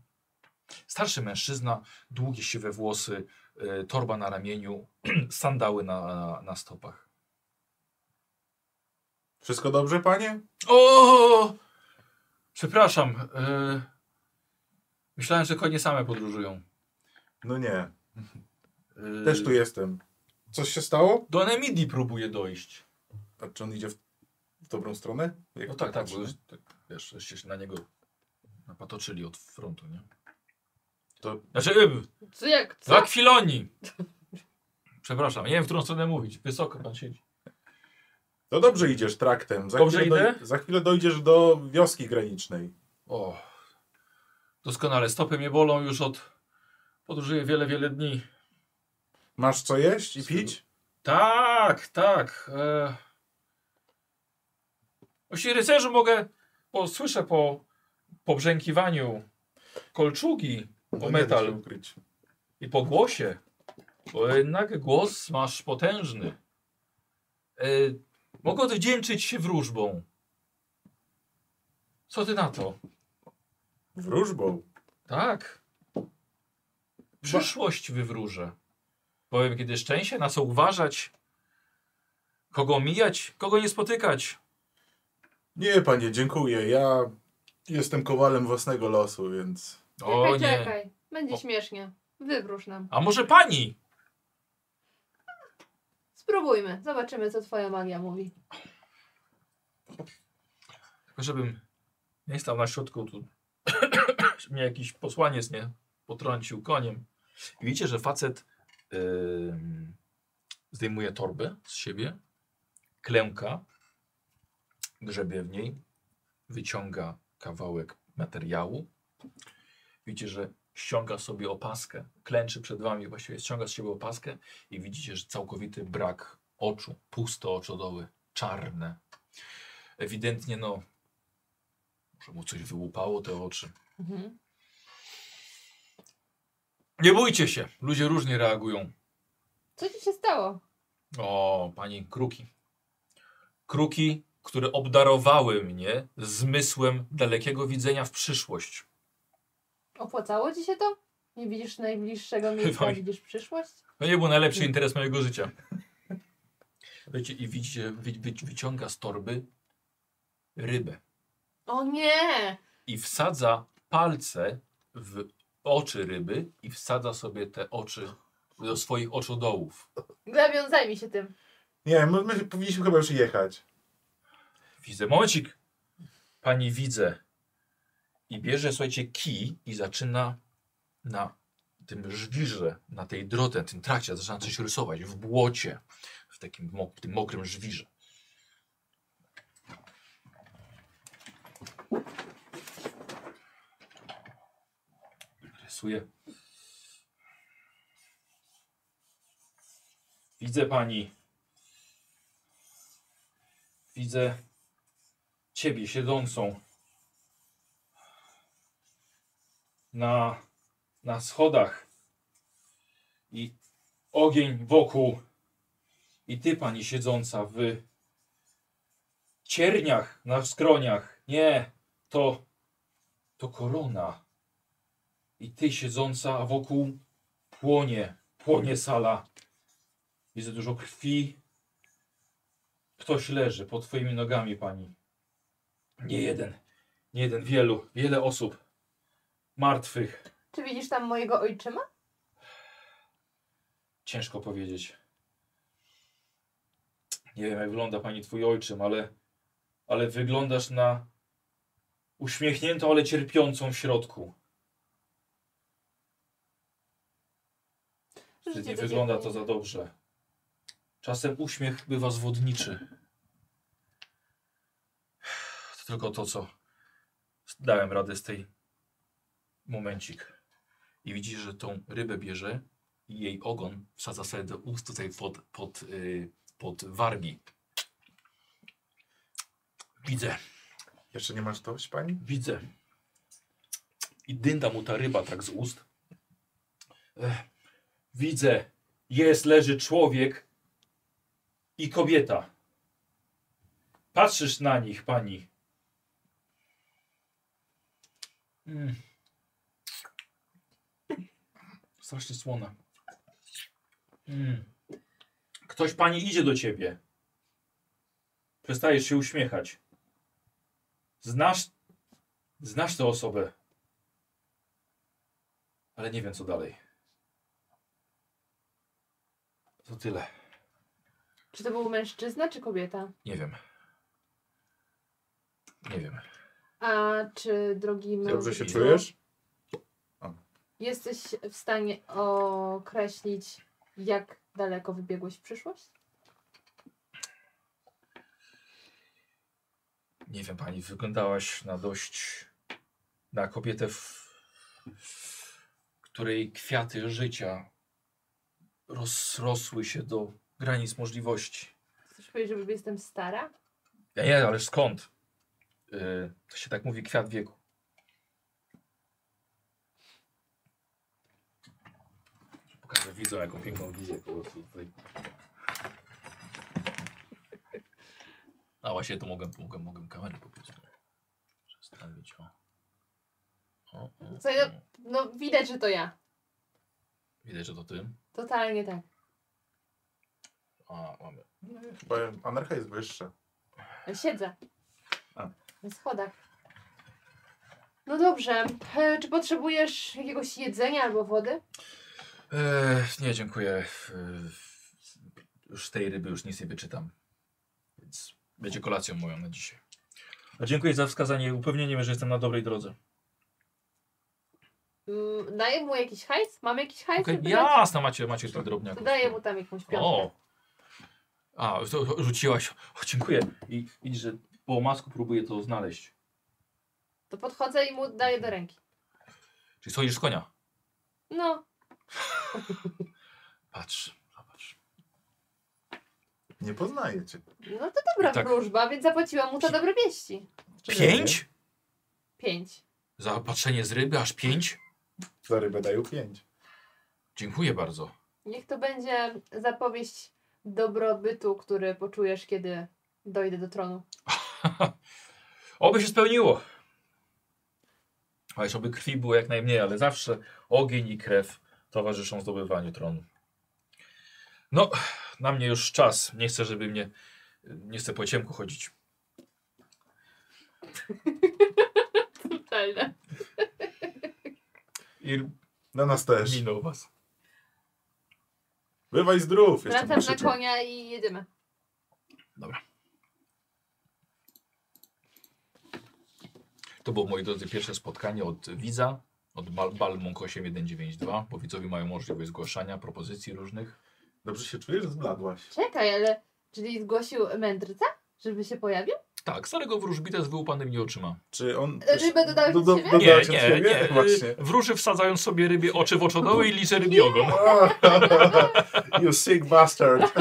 Speaker 1: Starszy mężczyzna, długie siwe włosy, y, torba na ramieniu, sandały na, na, na stopach.
Speaker 3: Wszystko dobrze, panie?
Speaker 1: O! Przepraszam. y, myślałem, że konie same podróżują.
Speaker 3: No nie,
Speaker 1: Yy,
Speaker 3: też tu jestem. Coś się stało?
Speaker 1: Do Nemidii próbuje dojść.
Speaker 3: A czy on idzie w, w dobrą stronę? Jak
Speaker 1: No tak, tak, bo
Speaker 3: patrzysz?
Speaker 1: tak, wiesz, żeście się na niego napatoczyli od frontu, nie?
Speaker 3: To-
Speaker 1: Znaczy, y,
Speaker 2: Co jak, co?
Speaker 1: za kwiloni! Przepraszam, nie wiem, w którą stronę mówić. Wysoko pan siedzi.
Speaker 3: To dobrze idziesz traktem. Za
Speaker 1: Dobrze
Speaker 3: chwilę
Speaker 1: idę?
Speaker 3: Doj- za chwilę dojdziesz do wioski granicznej.
Speaker 1: O, doskonale, stopy mnie bolą już od... Podróżuję wiele, wiele dni.
Speaker 3: Masz co jeść i
Speaker 1: Z tego-
Speaker 3: pić?
Speaker 1: Tak, tak. E... Jeśli rycerzu mogę, bo słyszę po pobrzękiwaniu kolczugi o
Speaker 3: No nie da się
Speaker 1: metal
Speaker 3: ukryć.
Speaker 1: i po głosie, bo jednak głos masz potężny. E... Mogę odwdzięczyć się wróżbą. Co ty na to?
Speaker 3: Wróżbą.
Speaker 1: Tak. Przyszłość wywróżę. Powiem, kiedy szczęście, na co uważać, kogo omijać, kogo nie spotykać.
Speaker 3: Nie, panie, dziękuję. Ja jestem kowalem własnego losu, więc
Speaker 1: O
Speaker 2: Czekaj,
Speaker 1: nie.
Speaker 2: czekaj. Będzie
Speaker 1: O.
Speaker 2: śmiesznie. Wywróż nam.
Speaker 1: A może pani?
Speaker 2: Spróbujmy. Zobaczymy, co twoja magia mówi.
Speaker 1: Tylko żebym nie stał na środku tu. żeby mnie jakiś posłaniec nie potrącił koniem. I widzicie, że facet ym, zdejmuje torbę z siebie, klęka, grzebie w niej, wyciąga kawałek materiału. Widzicie, że ściąga sobie opaskę, klęczy przed wami, właściwie ściąga z siebie opaskę i widzicie, że całkowity brak oczu, puste oczodoły, czarne. Ewidentnie no, może mu coś wyłupało te oczy.
Speaker 2: Mhm.
Speaker 1: Nie bójcie się, ludzie różnie reagują.
Speaker 2: Co ci się stało?
Speaker 1: O, pani kruki. Kruki, które obdarowały mnie zmysłem dalekiego widzenia w przyszłość.
Speaker 2: Opłacało ci się to? Nie widzisz najbliższego miejsca,
Speaker 1: Oj.
Speaker 2: widzisz przyszłość?
Speaker 1: To No nie był najlepszy interes mojego życia. Wiecie, i widzicie, wy, wy, wyciąga z torby rybę
Speaker 2: O nie!
Speaker 1: i wsadza palce w oczy ryby i wsadza sobie te oczy do swoich oczodołów.
Speaker 2: Glawion, zajmij się tym.
Speaker 3: nie, my, my powinniśmy chyba już jechać.
Speaker 1: Widzę, momencik. Pani widzę. I bierze, słuchajcie, kij i zaczyna na tym żwirze, na tej drodze, na tym trakcie, zaczyna coś rysować w błocie, w takim mok- w tym mokrym żwirze. Rysuje. Widzę pani. Widzę ciebie siedzącą na, na schodach i ogień wokół i ty pani siedząca w cierniach na skroniach. Nie, to to korona. I ty siedząca, a wokół płonie, płonie sala. Widzę dużo krwi. Ktoś leży pod twoimi nogami, pani. Nie jeden. Nie jeden, wielu, wiele osób. Martwych.
Speaker 2: Czy widzisz tam mojego ojczyma?
Speaker 1: Ciężko powiedzieć. Nie wiem, jak wygląda pani twój ojczym, ale, ale wyglądasz na uśmiechniętą, ale cierpiącą w środku.
Speaker 2: Życie
Speaker 1: Nie
Speaker 2: do
Speaker 1: wygląda
Speaker 2: ciebie.
Speaker 1: to za dobrze. Czasem uśmiech bywa zwodniczy. To tylko to, co dałem radę z tej momencik. i widzicie, że tą rybę bierze i jej ogon wsadza sobie do ust tutaj pod, pod, y, pod wargi. Widzę,
Speaker 3: Jeszcze nie masz dość, pani?
Speaker 1: widzę. I dynda mu ta ryba tak z ust. Ech, widzę, jest, leży człowiek i kobieta. Patrzysz na nich, pani. Mm. Strasznie słona. Mm. Ktoś pani idzie do ciebie. Przestajesz się uśmiechać. Znasz, znasz tę osobę. Ale nie wiem co dalej. To tyle.
Speaker 2: Czy to był mężczyzna, czy kobieta?
Speaker 1: Nie wiem. Nie wiem.
Speaker 2: A czy drogi
Speaker 3: Dobrze
Speaker 1: No.
Speaker 2: mrówiczu,
Speaker 3: się czujesz?
Speaker 2: Jesteś w stanie określić, jak daleko wybiegłeś w przyszłość?
Speaker 1: Nie wiem, pani wyglądałaś na dość. na kobietę, w, której kwiaty życia rozrosły się do granic możliwości.
Speaker 2: Chcesz powiedzieć, że jestem stara?
Speaker 1: Ja nie, ale skąd? Yy, to się tak mówi kwiat wieku. Pokażę widzą, jaką piękną wizję po prostu tutaj. A właśnie to mogę, mogę, mogę kamerę po prostu przestawić. O. O, o,
Speaker 2: Co ja-
Speaker 1: o.
Speaker 2: No widać, że to ja.
Speaker 1: Widać, że to ty.
Speaker 2: Totalnie tak.
Speaker 1: A, mamy.
Speaker 3: Bo anarcha jest wyższa.
Speaker 2: Siedzę.
Speaker 3: A.
Speaker 2: Na schodach. No dobrze. E, Czy potrzebujesz jakiegoś jedzenia albo wody?
Speaker 1: Eee, nie, dziękuję. Eee, już z tej ryby już nic nie wyczytam. Więc będzie kolacją moją na dzisiaj. A dziękuję za wskazanie i upewnienie mnie, że jestem na dobrej drodze.
Speaker 2: Mm, Daję mu jakiś hajs? Mam jakiś hajs?
Speaker 1: Okay,
Speaker 2: żeby dać?
Speaker 1: jasno, macie, macie tu
Speaker 2: To
Speaker 1: drobniaków.
Speaker 2: daję mu tam jakąś piątkę.
Speaker 1: O! A, to to rzuciłaś. O, dziękuję. I widzisz, że po masku próbuję to znaleźć.
Speaker 2: To podchodzę i mu daję do ręki.
Speaker 1: Czyli stoisz z konia.
Speaker 2: No,
Speaker 1: Patrz, zobacz.
Speaker 3: Nie poznaję cię.
Speaker 2: no to dobra
Speaker 1: I tak-
Speaker 2: wróżba, więc zapłaciłam mu za
Speaker 1: Pi-
Speaker 2: dobre wieści.
Speaker 1: Pięć?
Speaker 2: Pięć.
Speaker 1: Za patrzenie z ryby aż pięć?
Speaker 3: Za rybę dają pięć.
Speaker 1: Dziękuję bardzo.
Speaker 2: Niech to będzie zapowieść dobrobytu, który poczujesz, kiedy dojdę do tronu.
Speaker 1: Oby się spełniło. A jeszcze oby krwi było jak najmniej, ale zawsze ogień i krew towarzyszą zdobywaniu tronu. No, na mnie już czas. Nie chcę, żeby mnie. Nie chcę po ciemku chodzić.
Speaker 2: Totalne.
Speaker 1: I
Speaker 3: Na nas też.
Speaker 1: minął was.
Speaker 3: Bywaj zdrów. jeszcze mu
Speaker 2: Wracam na
Speaker 3: krzyczą.
Speaker 2: konia i jedziemy.
Speaker 1: To było, moi drodzy, pierwsze spotkanie od widza, od Bal Balmunk 8192, bo widzowie mają możliwość zgłaszania propozycji różnych.
Speaker 3: Dobrze się czujesz? Zbladłaś.
Speaker 2: Czekaj, ale czyli zgłosił mędrca, żeby się pojawił?
Speaker 1: Tak, starego wróżbita z wyłupanym nie oczyma.
Speaker 3: Czy on...
Speaker 2: Rybę dodałeś
Speaker 3: do,
Speaker 2: od
Speaker 3: do,
Speaker 2: siebie?
Speaker 3: do,
Speaker 1: Nie,
Speaker 3: dodałeś od
Speaker 1: nie,
Speaker 3: siebie?
Speaker 1: nie.
Speaker 3: Właśnie.
Speaker 1: Wróży wsadzając sobie rybie oczy w oczodoły i liże rybie ogon.
Speaker 3: you sick bastard.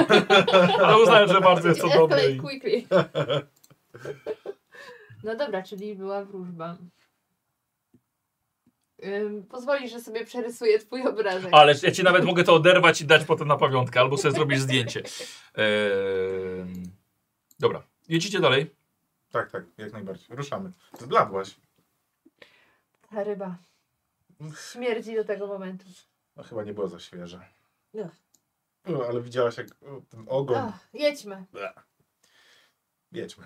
Speaker 1: Ale uznałem, że bardzo jest to dobre.
Speaker 2: Escalate
Speaker 1: i-
Speaker 2: quickly. No dobra, czyli była wróżba. Ym, pozwolisz, że sobie przerysuję twój obrazek.
Speaker 1: Ale ja ci nawet mogę to oderwać i dać potem na pamiątkę, albo sobie zrobisz zdjęcie. Eee, dobra, jedziecie dalej.
Speaker 3: Tak, tak, jak najbardziej. Ruszamy. Zbladłaś.
Speaker 2: Ta ryba. Śmierdzi do tego momentu.
Speaker 3: No chyba nie było za świeże.
Speaker 2: No.
Speaker 3: No, ale widziałaś jak o, ten ogon.
Speaker 2: Ach, jedźmy.
Speaker 3: Jedźmy.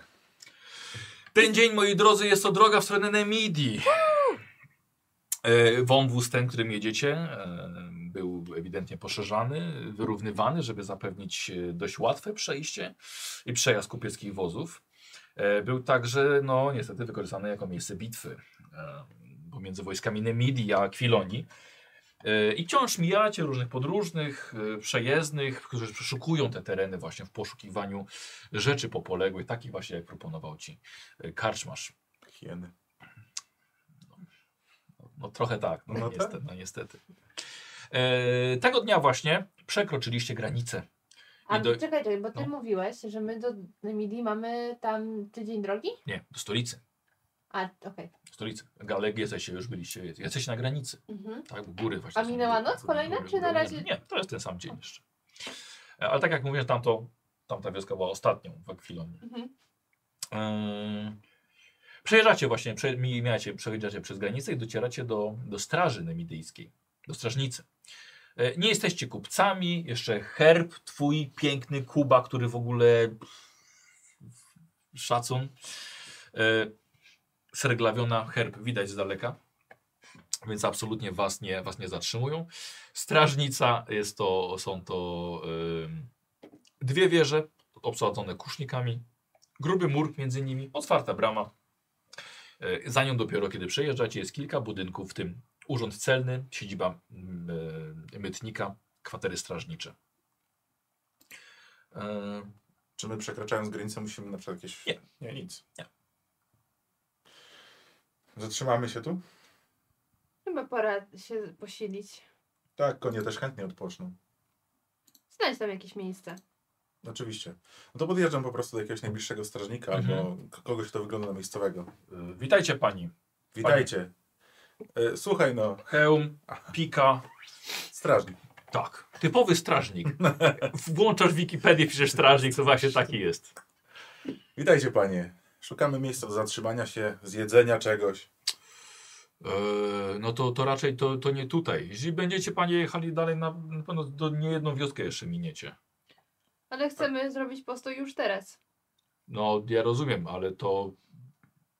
Speaker 1: Ten dzień, moi drodzy, jest to droga w stronę Nemidii. Eee, wąwóz ten, którym jedziecie, eee, był ewidentnie poszerzany, wyrównywany, żeby zapewnić e, dość łatwe przejście i przejazd kupieckich wozów. Eee, był także, no niestety, wykorzystany jako miejsce bitwy eee, pomiędzy wojskami Nemidii a Akwilonii. E, I wciąż mijacie różnych podróżnych, e, przejezdnych, którzy przeszukują te tereny właśnie w poszukiwaniu rzeczy popoległych, takich właśnie jak proponował Ci e, karczmarz.
Speaker 3: Hieny.
Speaker 1: No trochę tak, no,
Speaker 3: No tak.
Speaker 1: niestety. No, niestety. E, tego dnia właśnie przekroczyliście granicę.
Speaker 2: A
Speaker 1: I do-
Speaker 2: czekaj, czekaj, bo ty
Speaker 1: no.
Speaker 2: mówiłeś, że my do Namidii mamy tam tydzień drogi?
Speaker 1: Nie, do stolicy.
Speaker 2: A, okej.
Speaker 1: Stolicy. Galek jesteście, już byliście. Jesteście na granicy.
Speaker 2: Mhm.
Speaker 1: Tak, bo góry właśnie.
Speaker 2: A
Speaker 1: są
Speaker 2: minęła
Speaker 1: góry,
Speaker 2: noc
Speaker 1: góry,
Speaker 2: kolejna,
Speaker 1: góry,
Speaker 2: czy
Speaker 1: góry.
Speaker 2: na razie-
Speaker 1: Nie, to jest ten sam dzień jeszcze. E, Ale tak jak mówiłem, tamto, tamta wioska była ostatnią w Akwilonie.
Speaker 2: Mhm.
Speaker 1: Ym, Przejeżdżacie właśnie, prze, mijacie, przejeżdżacie przez granicę i docieracie do, do straży nemidyjskiej, do strażnicy. E, Nie jesteście kupcami, jeszcze herb twój piękny Kuba, który w ogóle szacun. E, Serglawiona herb widać z daleka, więc absolutnie was nie, was nie zatrzymują. Strażnica jest to, są to ym, dwie wieże obsadzone kusznikami, gruby mur między nimi, otwarta brama. E, Za nią dopiero kiedy przejeżdżacie jest kilka budynków, w tym urząd celny, siedziba mm, e, mytnika, kwatery strażnicze. E,
Speaker 3: Czy my przekraczając granicę musimy na przykład jakieś...
Speaker 1: Nie.
Speaker 3: Nie, nic.
Speaker 1: Nie.
Speaker 3: Zatrzymamy się tu?
Speaker 2: Chyba pora się posilić.
Speaker 3: Tak, konie też chętnie odpoczną.
Speaker 2: Znajdź tam jakieś miejsce.
Speaker 3: Oczywiście. No to podjeżdżam po prostu do jakiegoś najbliższego strażnika
Speaker 1: Mhm.
Speaker 3: albo k- kogoś, kto wygląda na miejscowego.
Speaker 1: e, Witajcie pani.
Speaker 3: Witajcie. E, słuchaj no,
Speaker 1: Hełm, pika.
Speaker 3: strażnik.
Speaker 1: Tak, typowy strażnik. Włączasz Wikipedię, piszesz strażnik, to właśnie taki jest.
Speaker 3: Witajcie panie. Szukamy miejsca do zatrzymania się, zjedzenia czegoś.
Speaker 1: Eee, no to, to raczej to, to nie tutaj. Jeśli będziecie panie jechali dalej, na, na pewno do niejedną wioskę jeszcze miniecie.
Speaker 2: Ale chcemy zrobić postój już teraz.
Speaker 1: No ja rozumiem, ale to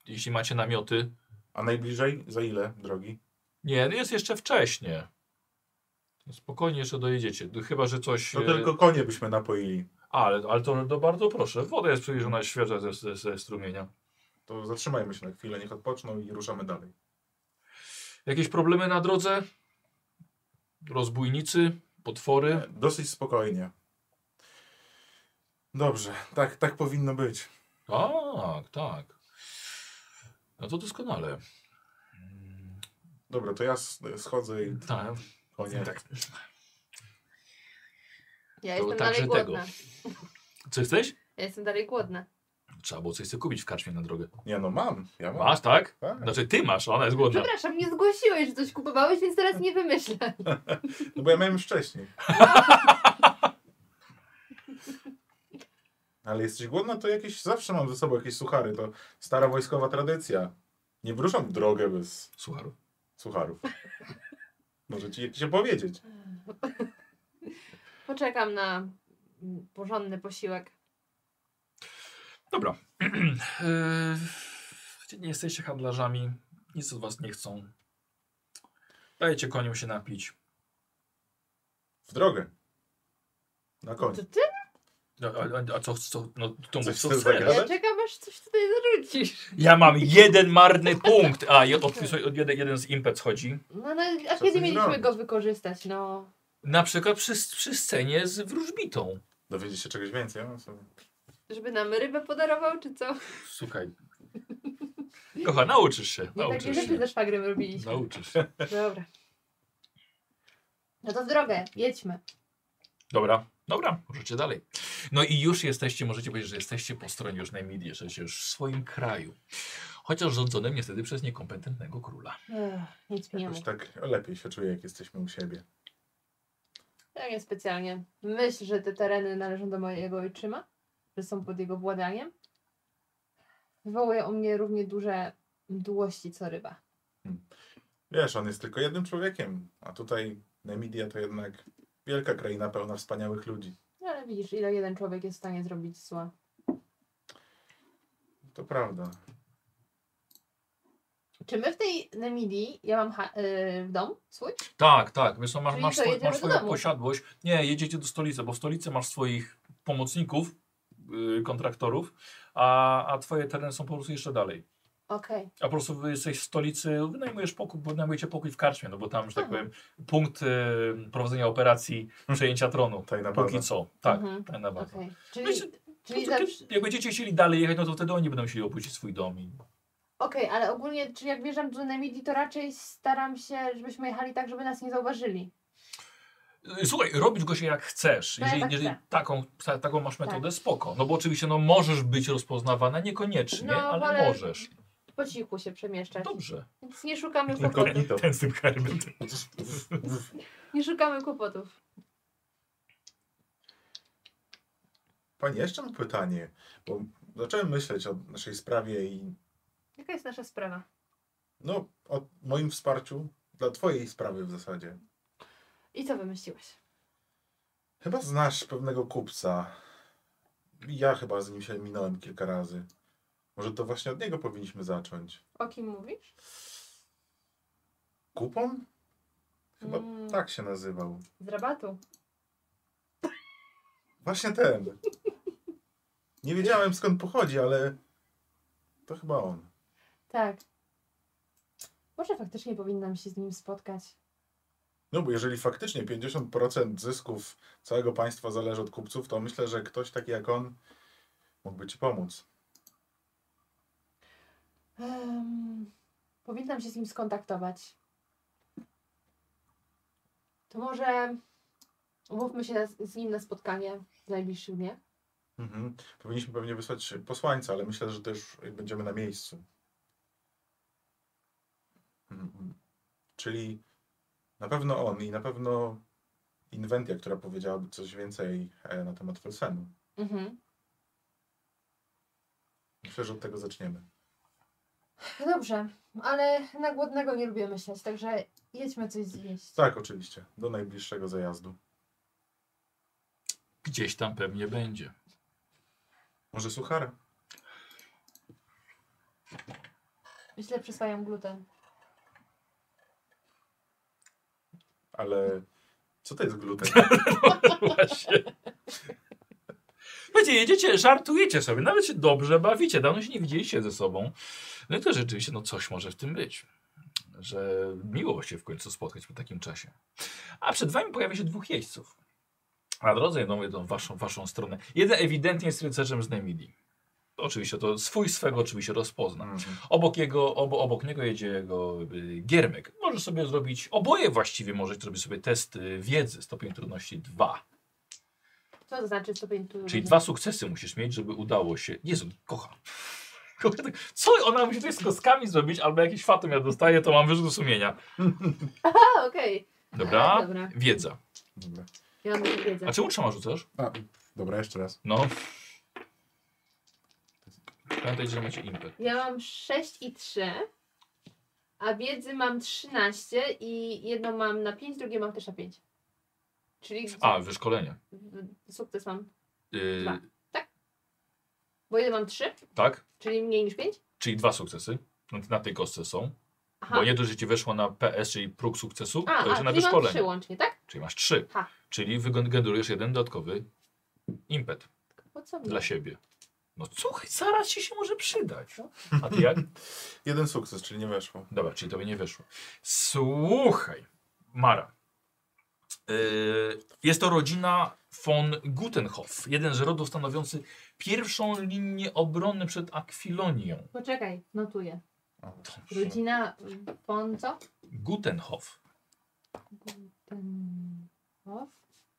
Speaker 1: jeśli macie namioty.
Speaker 3: A najbliżej za ile drogi?
Speaker 1: Nie, no jest jeszcze wcześnie. No Spokojnie jeszcze dojedziecie. No Chyba, że coś.
Speaker 3: To
Speaker 1: e,
Speaker 3: tylko konie byśmy napoili.
Speaker 1: A, ale, ale to, to bardzo proszę. Woda jest przybliżona świeża ze, ze, ze strumienia.
Speaker 3: To zatrzymajmy się na chwilę, niech odpoczną i ruszamy dalej.
Speaker 1: Jakieś problemy na drodze? Rozbójnicy, potwory.
Speaker 3: E, Dosyć spokojnie. Dobrze, tak, tak powinno być.
Speaker 1: Tak, tak. No to doskonale. Mm,
Speaker 3: Dobra, to ja s- schodzę i
Speaker 1: Tak,
Speaker 3: konie.
Speaker 1: tak.
Speaker 2: Ja
Speaker 1: To
Speaker 2: jestem
Speaker 1: także
Speaker 2: dalej
Speaker 1: tego.
Speaker 2: głodna.
Speaker 1: Co jesteś?
Speaker 2: Ja jestem dalej głodna.
Speaker 1: Trzeba było coś sobie kupić w karczmie na drogę.
Speaker 3: Nie no, mam. Ja mam.
Speaker 1: Masz, tak?
Speaker 3: Tak.
Speaker 1: Znaczy ty masz, a ona jest głodna.
Speaker 2: Przepraszam, nie zgłosiłeś, że coś kupowałeś, więc teraz nie wymyślę.
Speaker 3: No bo ja miałem już wcześniej. Ale jesteś głodna, to jakieś zawsze mam ze sobą jakieś suchary. To stara wojskowa tradycja. Nie wyruszam w drogę bez
Speaker 1: Słuchaj.
Speaker 3: sucharów. Może ci się powiedzieć.
Speaker 2: Poczekam na mm, porządny posiłek.
Speaker 1: Dobra. Eee, E, nie jesteście handlarzami, nic od was nie chcą. Dajecie koniom się napić.
Speaker 3: W drogę. Na
Speaker 2: To
Speaker 3: koniec.
Speaker 2: ty?
Speaker 1: A, a, a co, co, no, to
Speaker 3: Coś
Speaker 1: mów, co
Speaker 3: chcesz
Speaker 1: chcesz.
Speaker 3: zagadać?
Speaker 2: Ja
Speaker 3: Gadać?
Speaker 2: czekam, aż coś tutaj zarzucisz.
Speaker 1: Ja mam jeden marny punkt. A, i od, od, od jeden, jeden z impet chodzi.
Speaker 2: No, no a
Speaker 3: coś
Speaker 2: kiedy mieliśmy
Speaker 3: zrobić.
Speaker 2: go wykorzystać? No,
Speaker 1: Na przykład przy, przy scenie z wróżbitą.
Speaker 3: Dowiedzieć się czegoś więcej. No, co-
Speaker 2: żeby nam rybę podarował, czy co?
Speaker 1: Słuchaj. Kocha, nauczysz się.
Speaker 2: Nie takie
Speaker 1: Nauczysz
Speaker 2: rzeczy
Speaker 1: się.
Speaker 2: ze szwagrem robiliśmy.
Speaker 1: Nauczysz się.
Speaker 2: Dobra. No to w drogę, jedźmy.
Speaker 1: Dobra, dobra, możecie dalej. No i już jesteście, możecie powiedzieć, że jesteście po stronie już Namidii, jesteście już w swoim kraju. Chociaż rządzonym niestety przez niekompetentnego króla.
Speaker 2: Ech, nic mi nie
Speaker 3: Jakoś
Speaker 2: mów.
Speaker 3: tak lepiej się czuję, jak jesteśmy u siebie.
Speaker 2: Ja nie specjalnie. Myśl, że te tereny należą do mojego ojczyma, że są pod jego władaniem. Wywołuje u mnie równie duże mdłości co ryba.
Speaker 3: Wiesz, on jest tylko jednym człowiekiem, a tutaj Namidia to jednak wielka kraina pełna wspaniałych ludzi.
Speaker 2: No ale widzisz, ile jeden człowiek jest w stanie zrobić zła.
Speaker 3: To prawda.
Speaker 2: Czy my w tej Nemidii, ja mam ha- y, w domu swój?
Speaker 1: Tak, tak, wiesz, co, masz,
Speaker 2: Czyli
Speaker 1: masz,
Speaker 2: co,
Speaker 1: swój,
Speaker 2: jedziemy
Speaker 1: masz
Speaker 2: do
Speaker 1: swoją
Speaker 2: domu?
Speaker 1: posiadłość. Nie, jedziecie do stolicy, bo w stolicy masz swoich pomocników, yy, kontraktorów, a, a twoje tereny są po prostu jeszcze dalej.
Speaker 2: Okej.
Speaker 1: A po prostu wy jesteś w stolicy, wynajmujesz pokój, bo wynajmujecie pokój w karczmie, no bo tam, że tak
Speaker 2: Aha. Hm.
Speaker 1: powiem, punkt yy, prowadzenia operacji przejęcia tronu.
Speaker 3: Tajna baza.
Speaker 1: Póki co, tak,
Speaker 2: Mhm.
Speaker 1: tajna baza.
Speaker 2: Okej.
Speaker 1: No i się-
Speaker 2: Czyli, czyli
Speaker 1: no to
Speaker 2: zawsze...
Speaker 1: kiedy, jak będziecie chcieli dalej jechać, no to wtedy oni będą musieli opuścić swój dom. I...
Speaker 2: Okej, ale ogólnie, czy jak wjeżdżam do Nemidi, to raczej staram się, żebyśmy jechali tak, żeby nas nie zauważyli.
Speaker 1: Słuchaj, robisz go się jak chcesz.
Speaker 2: No ja
Speaker 1: Jeżeli,
Speaker 2: tak
Speaker 1: jeżeli
Speaker 2: chcę. Tak.
Speaker 1: taką, ta, taką masz metodę, spoko. No bo oczywiście no, możesz być rozpoznawana, niekoniecznie,
Speaker 2: No,
Speaker 1: ale,
Speaker 2: ale-
Speaker 1: możesz.
Speaker 2: Po cichu się przemieszczać.
Speaker 1: Dobrze.
Speaker 2: Więc nie szukamy kłopotów.
Speaker 3: Incognito.
Speaker 1: Ten z tym herbem.
Speaker 2: Nie szukamy kłopotów.
Speaker 3: Pani, jeszcze mam pytanie, bo zacząłem myśleć o naszej sprawie i
Speaker 2: Jaka jest nasza sprawa?
Speaker 3: no, o moim wsparciu dla twojej sprawy w zasadzie.
Speaker 2: I co wymyśliłeś?
Speaker 3: Chyba znasz pewnego kupca. Ja chyba z nim się minąłem kilka razy. Może to właśnie od niego powinniśmy zacząć.
Speaker 2: O kim mówisz?
Speaker 3: Kupon? Chyba
Speaker 2: Mm.
Speaker 3: tak się nazywał.
Speaker 2: Z rabatu.
Speaker 3: Właśnie ten. Nie wiedziałem skąd pochodzi, ale to chyba on.
Speaker 2: Tak. Może faktycznie powinnam się z nim spotkać.
Speaker 3: No bo jeżeli faktycznie 50% zysków całego państwa zależy od kupców, to myślę, że ktoś taki jak on mógłby ci pomóc.
Speaker 2: Um, powinnam się z nim skontaktować. To może umówmy się z- z nim na spotkanie w najbliższym dniach.
Speaker 3: Mhm. Powinniśmy pewnie wysłać posłańca, ale myślę, że też będziemy na miejscu. Mhm. Czyli na pewno on i na pewno Inwentia, która powiedziałaby coś więcej e, na temat Felsenu.
Speaker 2: Mhm.
Speaker 3: Myślę, że od tego zaczniemy.
Speaker 2: No Dobrze, ale na głodnego nie lubię myśleć, także jedźmy coś zjeść.
Speaker 3: Tak, oczywiście. Do najbliższego zajazdu.
Speaker 1: Gdzieś tam pewnie będzie.
Speaker 3: Może suchara?
Speaker 2: Źle przyswajam gluten.
Speaker 3: Ale co to jest gluten?
Speaker 1: Właśnie. Słuchajcie, jedziecie, żartujecie sobie, nawet się dobrze bawicie, dawno się nie widzieliście ze sobą. No i to rzeczywiście, no coś może w tym być. Że miło się w końcu spotkać po takim czasie. A przed wami pojawia się dwóch jeźdźców. Na drodze jedną, jedną waszą, waszą stronę. Jeden ewidentnie jest rycerzem z Nemidii. Oczywiście to swój swego oczywiście rozpozna.
Speaker 3: Mhm.
Speaker 1: Obok, jego, obo, obok niego jedzie jego y, giermek. Możesz sobie zrobić, oboje właściwie możecie zrobić sobie test y, wiedzy, stopień trudności 2.
Speaker 2: Co to znaczy stopień tu?
Speaker 1: Czyli dwa sukcesy musisz mieć, żeby udało się. Jezu, kocham. Kocham tak- Co ona musi tutaj z kostkami zrobić, albo jakiś fatum ja dostaję, to mam wyrzut sumienia.
Speaker 2: A, okej.
Speaker 1: Dobra?
Speaker 2: Tak, Dobra. Tak.
Speaker 1: Wiedza.
Speaker 3: Dobra.
Speaker 2: Ja mam już wiedzę.
Speaker 1: A czemu trzema rzucasz?
Speaker 3: A, dobra, jeszcze raz.
Speaker 1: No. Pamiętaj, że macie impet.
Speaker 2: Ja mam 6 i 3, a wiedzy mam 13 i jedno mam na 5, drugie mam też na 5. Czyli
Speaker 1: A, wyszkolenie.
Speaker 2: w- sukces mam,
Speaker 1: Yy,
Speaker 2: Dwa. bo jeden mam 3,
Speaker 1: tak?
Speaker 2: czyli mniej niż 5.
Speaker 1: Czyli dwa sukcesy. Na- Na tej kostce są.
Speaker 2: Aha.
Speaker 1: Bo nie dość, że ci weszło na PS, czyli próg sukcesu,
Speaker 2: a,
Speaker 1: to jeszcze
Speaker 2: a
Speaker 1: na
Speaker 2: czyli mam
Speaker 1: wyszkolenie.
Speaker 2: 3 łącznie, tak?
Speaker 1: Czyli masz trzy.
Speaker 2: Ha.
Speaker 1: Czyli wygenerujesz jeden dodatkowy impet
Speaker 2: Po co mi?
Speaker 1: dla siebie. No słuchaj, zaraz ci się może przydać. A ty jak?
Speaker 3: Jeden sukces, czyli nie weszło.
Speaker 1: Dobra, czyli tobie nie wyszło. Słuchaj, Mara. Yy, jest to rodzina von Gutenhof. Jeden z rodów stanowiący pierwszą linię obrony przed Akwilonią.
Speaker 2: Poczekaj, notuję.
Speaker 1: Dobrze.
Speaker 2: Rodzina von co?
Speaker 1: Gutenhof.
Speaker 2: Ten... Hof?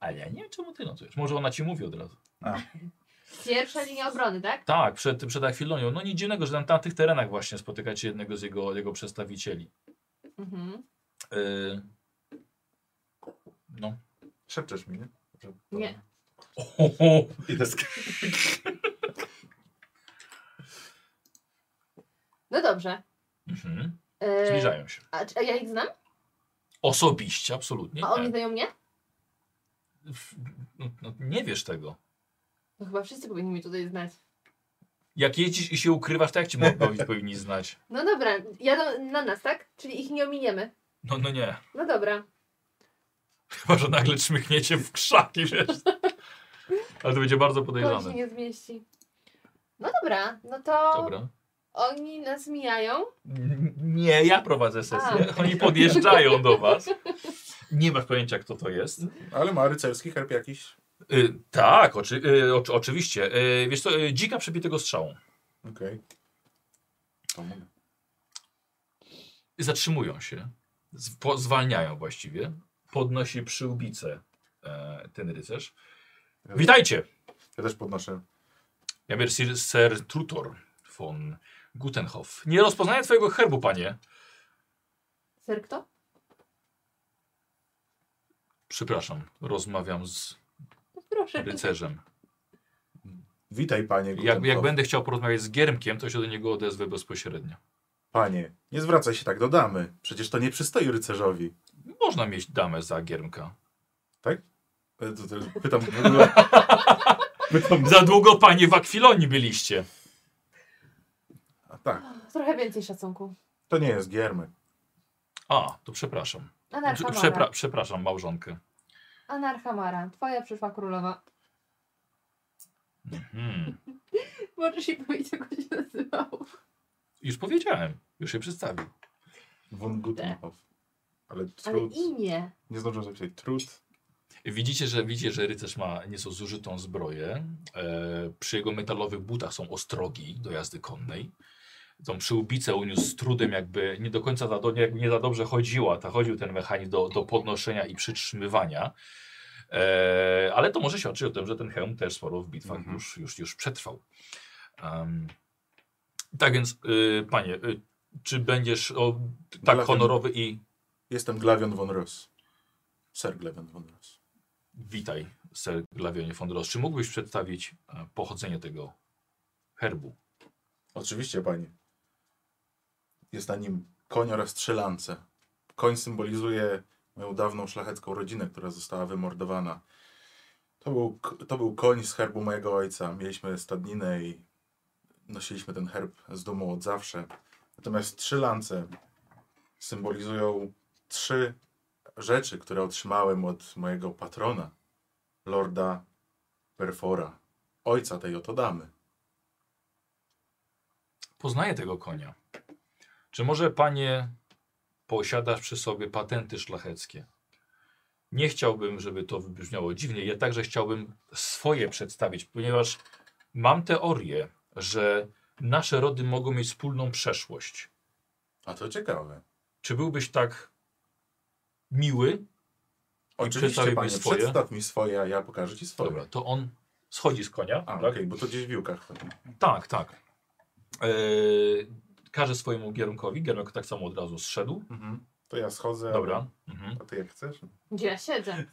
Speaker 1: Ale ja nie wiem, czemu ty notujesz. Może ona ci mówi od razu.
Speaker 2: Pierwsza linia obrony, tak?
Speaker 1: Tak, przed, przed Akwilonią. No nic dziwnego, że tam na tych terenach właśnie spotykacie jednego z jego, jego przedstawicieli.
Speaker 2: Mhm.
Speaker 1: Yy, no.
Speaker 3: Szepczesz mi, nie? Dobrze.
Speaker 2: Nie.
Speaker 1: Oho,
Speaker 3: Idę
Speaker 2: No dobrze.
Speaker 1: Mhm.
Speaker 2: E,
Speaker 1: Zbliżają się.
Speaker 2: A, czy- a ja ich znam?
Speaker 1: Osobiście, absolutnie.
Speaker 2: A oni
Speaker 1: Nie,
Speaker 2: znają mnie?
Speaker 1: W- no, no, nie wiesz tego.
Speaker 2: No chyba wszyscy powinni mnie tutaj znać.
Speaker 1: Jak jeździsz i się ukrywasz, to jak ci mogą powi- powinni znać?
Speaker 2: No dobra, jadą na nas, tak? Czyli ich nie ominiemy.
Speaker 1: No, no nie.
Speaker 2: No dobra.
Speaker 1: Chyba, że nagle czmychniecie w krzaki, wiesz. Ale to będzie bardzo
Speaker 2: Koń się
Speaker 1: podejrzane.
Speaker 2: nie zmieści. No dobra, no to
Speaker 1: Dobra.
Speaker 2: oni nas mijają.
Speaker 1: N- Nie, ja prowadzę sesję.
Speaker 2: A.
Speaker 1: Oni podjeżdżają do was. Nie masz pojęcia, kto to jest.
Speaker 3: Ale ma rycerski herb jakiś.
Speaker 1: Y, tak, oczy, y, oczy, oczywiście. Y, wiesz co, y, dzika przebitego strzałą.
Speaker 3: Okej. Okay.
Speaker 1: zatrzymują się, z- po- zwalniają właściwie, podnosi przyłbicę e, ten rycerz.
Speaker 3: Ja-
Speaker 1: Witajcie!
Speaker 3: Ja też podnoszę.
Speaker 1: Ja mówię, Sir, Sir Trutor von Gutenhof. Nie rozpoznaję twojego herbu, panie.
Speaker 2: Ser kto?
Speaker 1: Przepraszam, rozmawiam z
Speaker 2: Proszę.
Speaker 1: rycerzem.
Speaker 3: Witaj, panie.
Speaker 1: Jak, jak
Speaker 3: Gutenhoff.
Speaker 1: będę chciał porozmawiać z Giermkiem, to się do niego odezwę bezpośrednio.
Speaker 3: Panie, nie zwracaj się tak do damy. Przecież to nie przystoi rycerzowi.
Speaker 1: Można mieć damę za Giermka.
Speaker 3: E, to- to- Pytam w ogóle. Pytam.
Speaker 1: Za długo panie w Akwilonii byliście.
Speaker 3: A tak,
Speaker 2: Trochę więcej szacunku.
Speaker 3: to nie jest giermek.
Speaker 1: A, to przepraszam. Prze-
Speaker 2: Anarchamara.
Speaker 1: Przepra przepraszam, małżonkę.
Speaker 2: Anarchamara. Twoja przyszła królowa.
Speaker 1: Mhm.
Speaker 2: Możesz jej powiedzieć, jak on się nazywał.
Speaker 1: Już powiedziałem, już się przedstawił.
Speaker 3: Von Gutenhoff. Ale
Speaker 2: Ale
Speaker 3: trud.
Speaker 2: imię.
Speaker 3: Nie zdążyłem zapisać. Trud.
Speaker 1: Widzicie, że widzicie, że rycerz ma nieco zużytą zbroję. E, przy jego metalowych butach są ostrogi do jazdy konnej. Tą przyłbicę uniósł z trudem, jakby nie do końca za do, nie, nie za dobrze chodziła. Ta chodził ten mechanizm do, do podnoszenia i przytrzymywania. E, ale to może świadczyć o tym, że ten hełm też sporo w bitwach
Speaker 3: Mhm.
Speaker 1: już, już, już przetrwał. Em, tak więc, y, panie, y, czy będziesz o, tak
Speaker 3: Dla-
Speaker 1: honorowy i
Speaker 3: Jestem Glavion von Ross. Ser Glavion von Ross.
Speaker 1: Witaj, Sir Glawionie von Ross. Czy mógłbyś przedstawić e, pochodzenie tego herbu?
Speaker 3: Oczywiście, panie. Jest na nim koń oraz strzelance. Koń symbolizuje moją dawną szlachecką rodzinę, która została wymordowana. To był, k- to był koń z herbu mojego ojca. Mieliśmy stadninę i nosiliśmy ten herb z dumą od zawsze. Natomiast strzelance symbolizują trzy rzeczy, które otrzymałem od mojego patrona, lorda Perfora, ojca tej oto damy.
Speaker 1: Poznaję tego konia. Czy może panie posiadasz przy sobie patenty szlacheckie? Nie chciałbym, żeby to wybrzmiało dziwnie. Ja także chciałbym swoje przedstawić, ponieważ mam teorię, że nasze rody mogą mieć wspólną przeszłość.
Speaker 3: A to ciekawe.
Speaker 1: Czy byłbyś tak miły?
Speaker 3: Oczywiście,
Speaker 1: przedstawił
Speaker 3: panie,
Speaker 1: mi swoje?
Speaker 3: przedstaw mi swoje, a ja pokażę ci swoje.
Speaker 1: Dobra, to on schodzi z konia.
Speaker 3: A,
Speaker 1: tak?
Speaker 3: okej, bo to gdzieś w piłkach.
Speaker 1: Tak, tak. Eee, każe swojemu gierunkowi. Gierunek tak samo od razu zszedł.
Speaker 3: Mhm. To ja schodzę,
Speaker 1: Dobra. Mhm.
Speaker 3: a ty jak chcesz.
Speaker 2: Gdzie ja siedzę?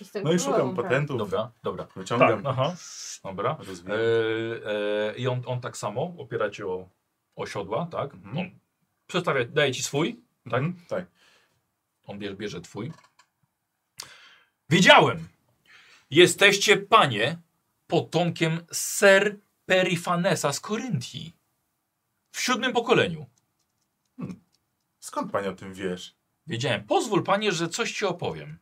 Speaker 2: Jestem
Speaker 3: No i
Speaker 2: królową,
Speaker 3: szukam
Speaker 2: tak.
Speaker 3: patentów.
Speaker 1: Dobra, dobra. Tak,
Speaker 3: Wyciągam,
Speaker 1: aha. Dobra. Eee,
Speaker 3: rozwijam.
Speaker 1: eee, I on, on tak samo opiera cię o, o siodła, tak?
Speaker 3: Mhm.
Speaker 1: On przedstawia, daje ci swój, tak?
Speaker 3: Mhm, tak.
Speaker 1: On bierze, bierze twój. Wiedziałem! Jesteście, panie, potomkiem ser Perifanesa z Koryntii. W siódmym pokoleniu.
Speaker 3: Skąd pani o tym wiesz?
Speaker 1: Wiedziałem. Pozwól panie, że coś ci opowiem.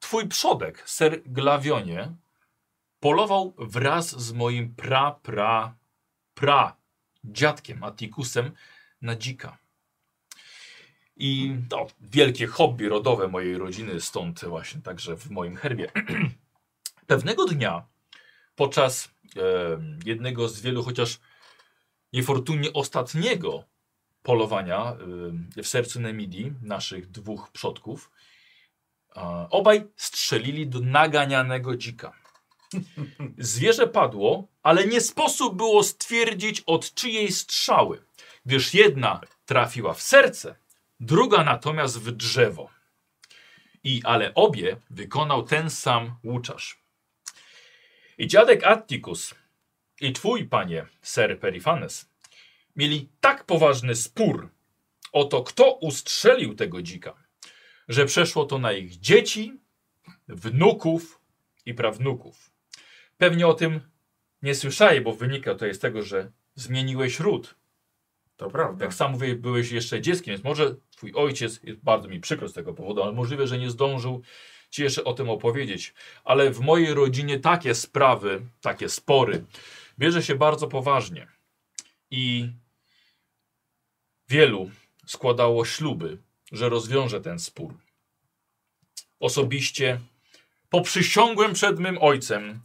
Speaker 1: Twój przodek, ser Glawionie, polował wraz z moim pra, pra, pra dziadkiem Atticusem na dzika. I to wielkie hobby rodowe mojej rodziny, stąd właśnie także w moim herbie. Pewnego dnia, podczas e, jednego z wielu, chociaż niefortunnie ostatniego polowania y, w sercu Nemidii, naszych dwóch przodków, a, obaj strzelili do naganianego dzika. Zwierzę padło, ale nie sposób było stwierdzić od czyjej strzały, gdyż jedna trafiła w serce, druga natomiast w drzewo. I ale obie wykonał ten sam łuczarz. I dziadek Atticus i twój panie, ser Perifanes, mieli tak poważny spór o to, kto ustrzelił tego dzika, że przeszło to na ich dzieci, wnuków i prawnuków. Pewnie o tym nie słyszałeś, bo wynika to z tego, że zmieniłeś ród.
Speaker 3: To prawda.
Speaker 1: Jak sam Tak mówię, byłeś jeszcze dzieckiem, więc może twój ojciec, jest bardzo mi przykro z tego powodu, ale możliwe, że nie zdążył ci jeszcze o tym opowiedzieć. Ale w mojej rodzinie takie sprawy, takie spory bierze się bardzo poważnie. I wielu składało śluby, że rozwiąże ten spór. Osobiście poprzysiągłem przed mym ojcem,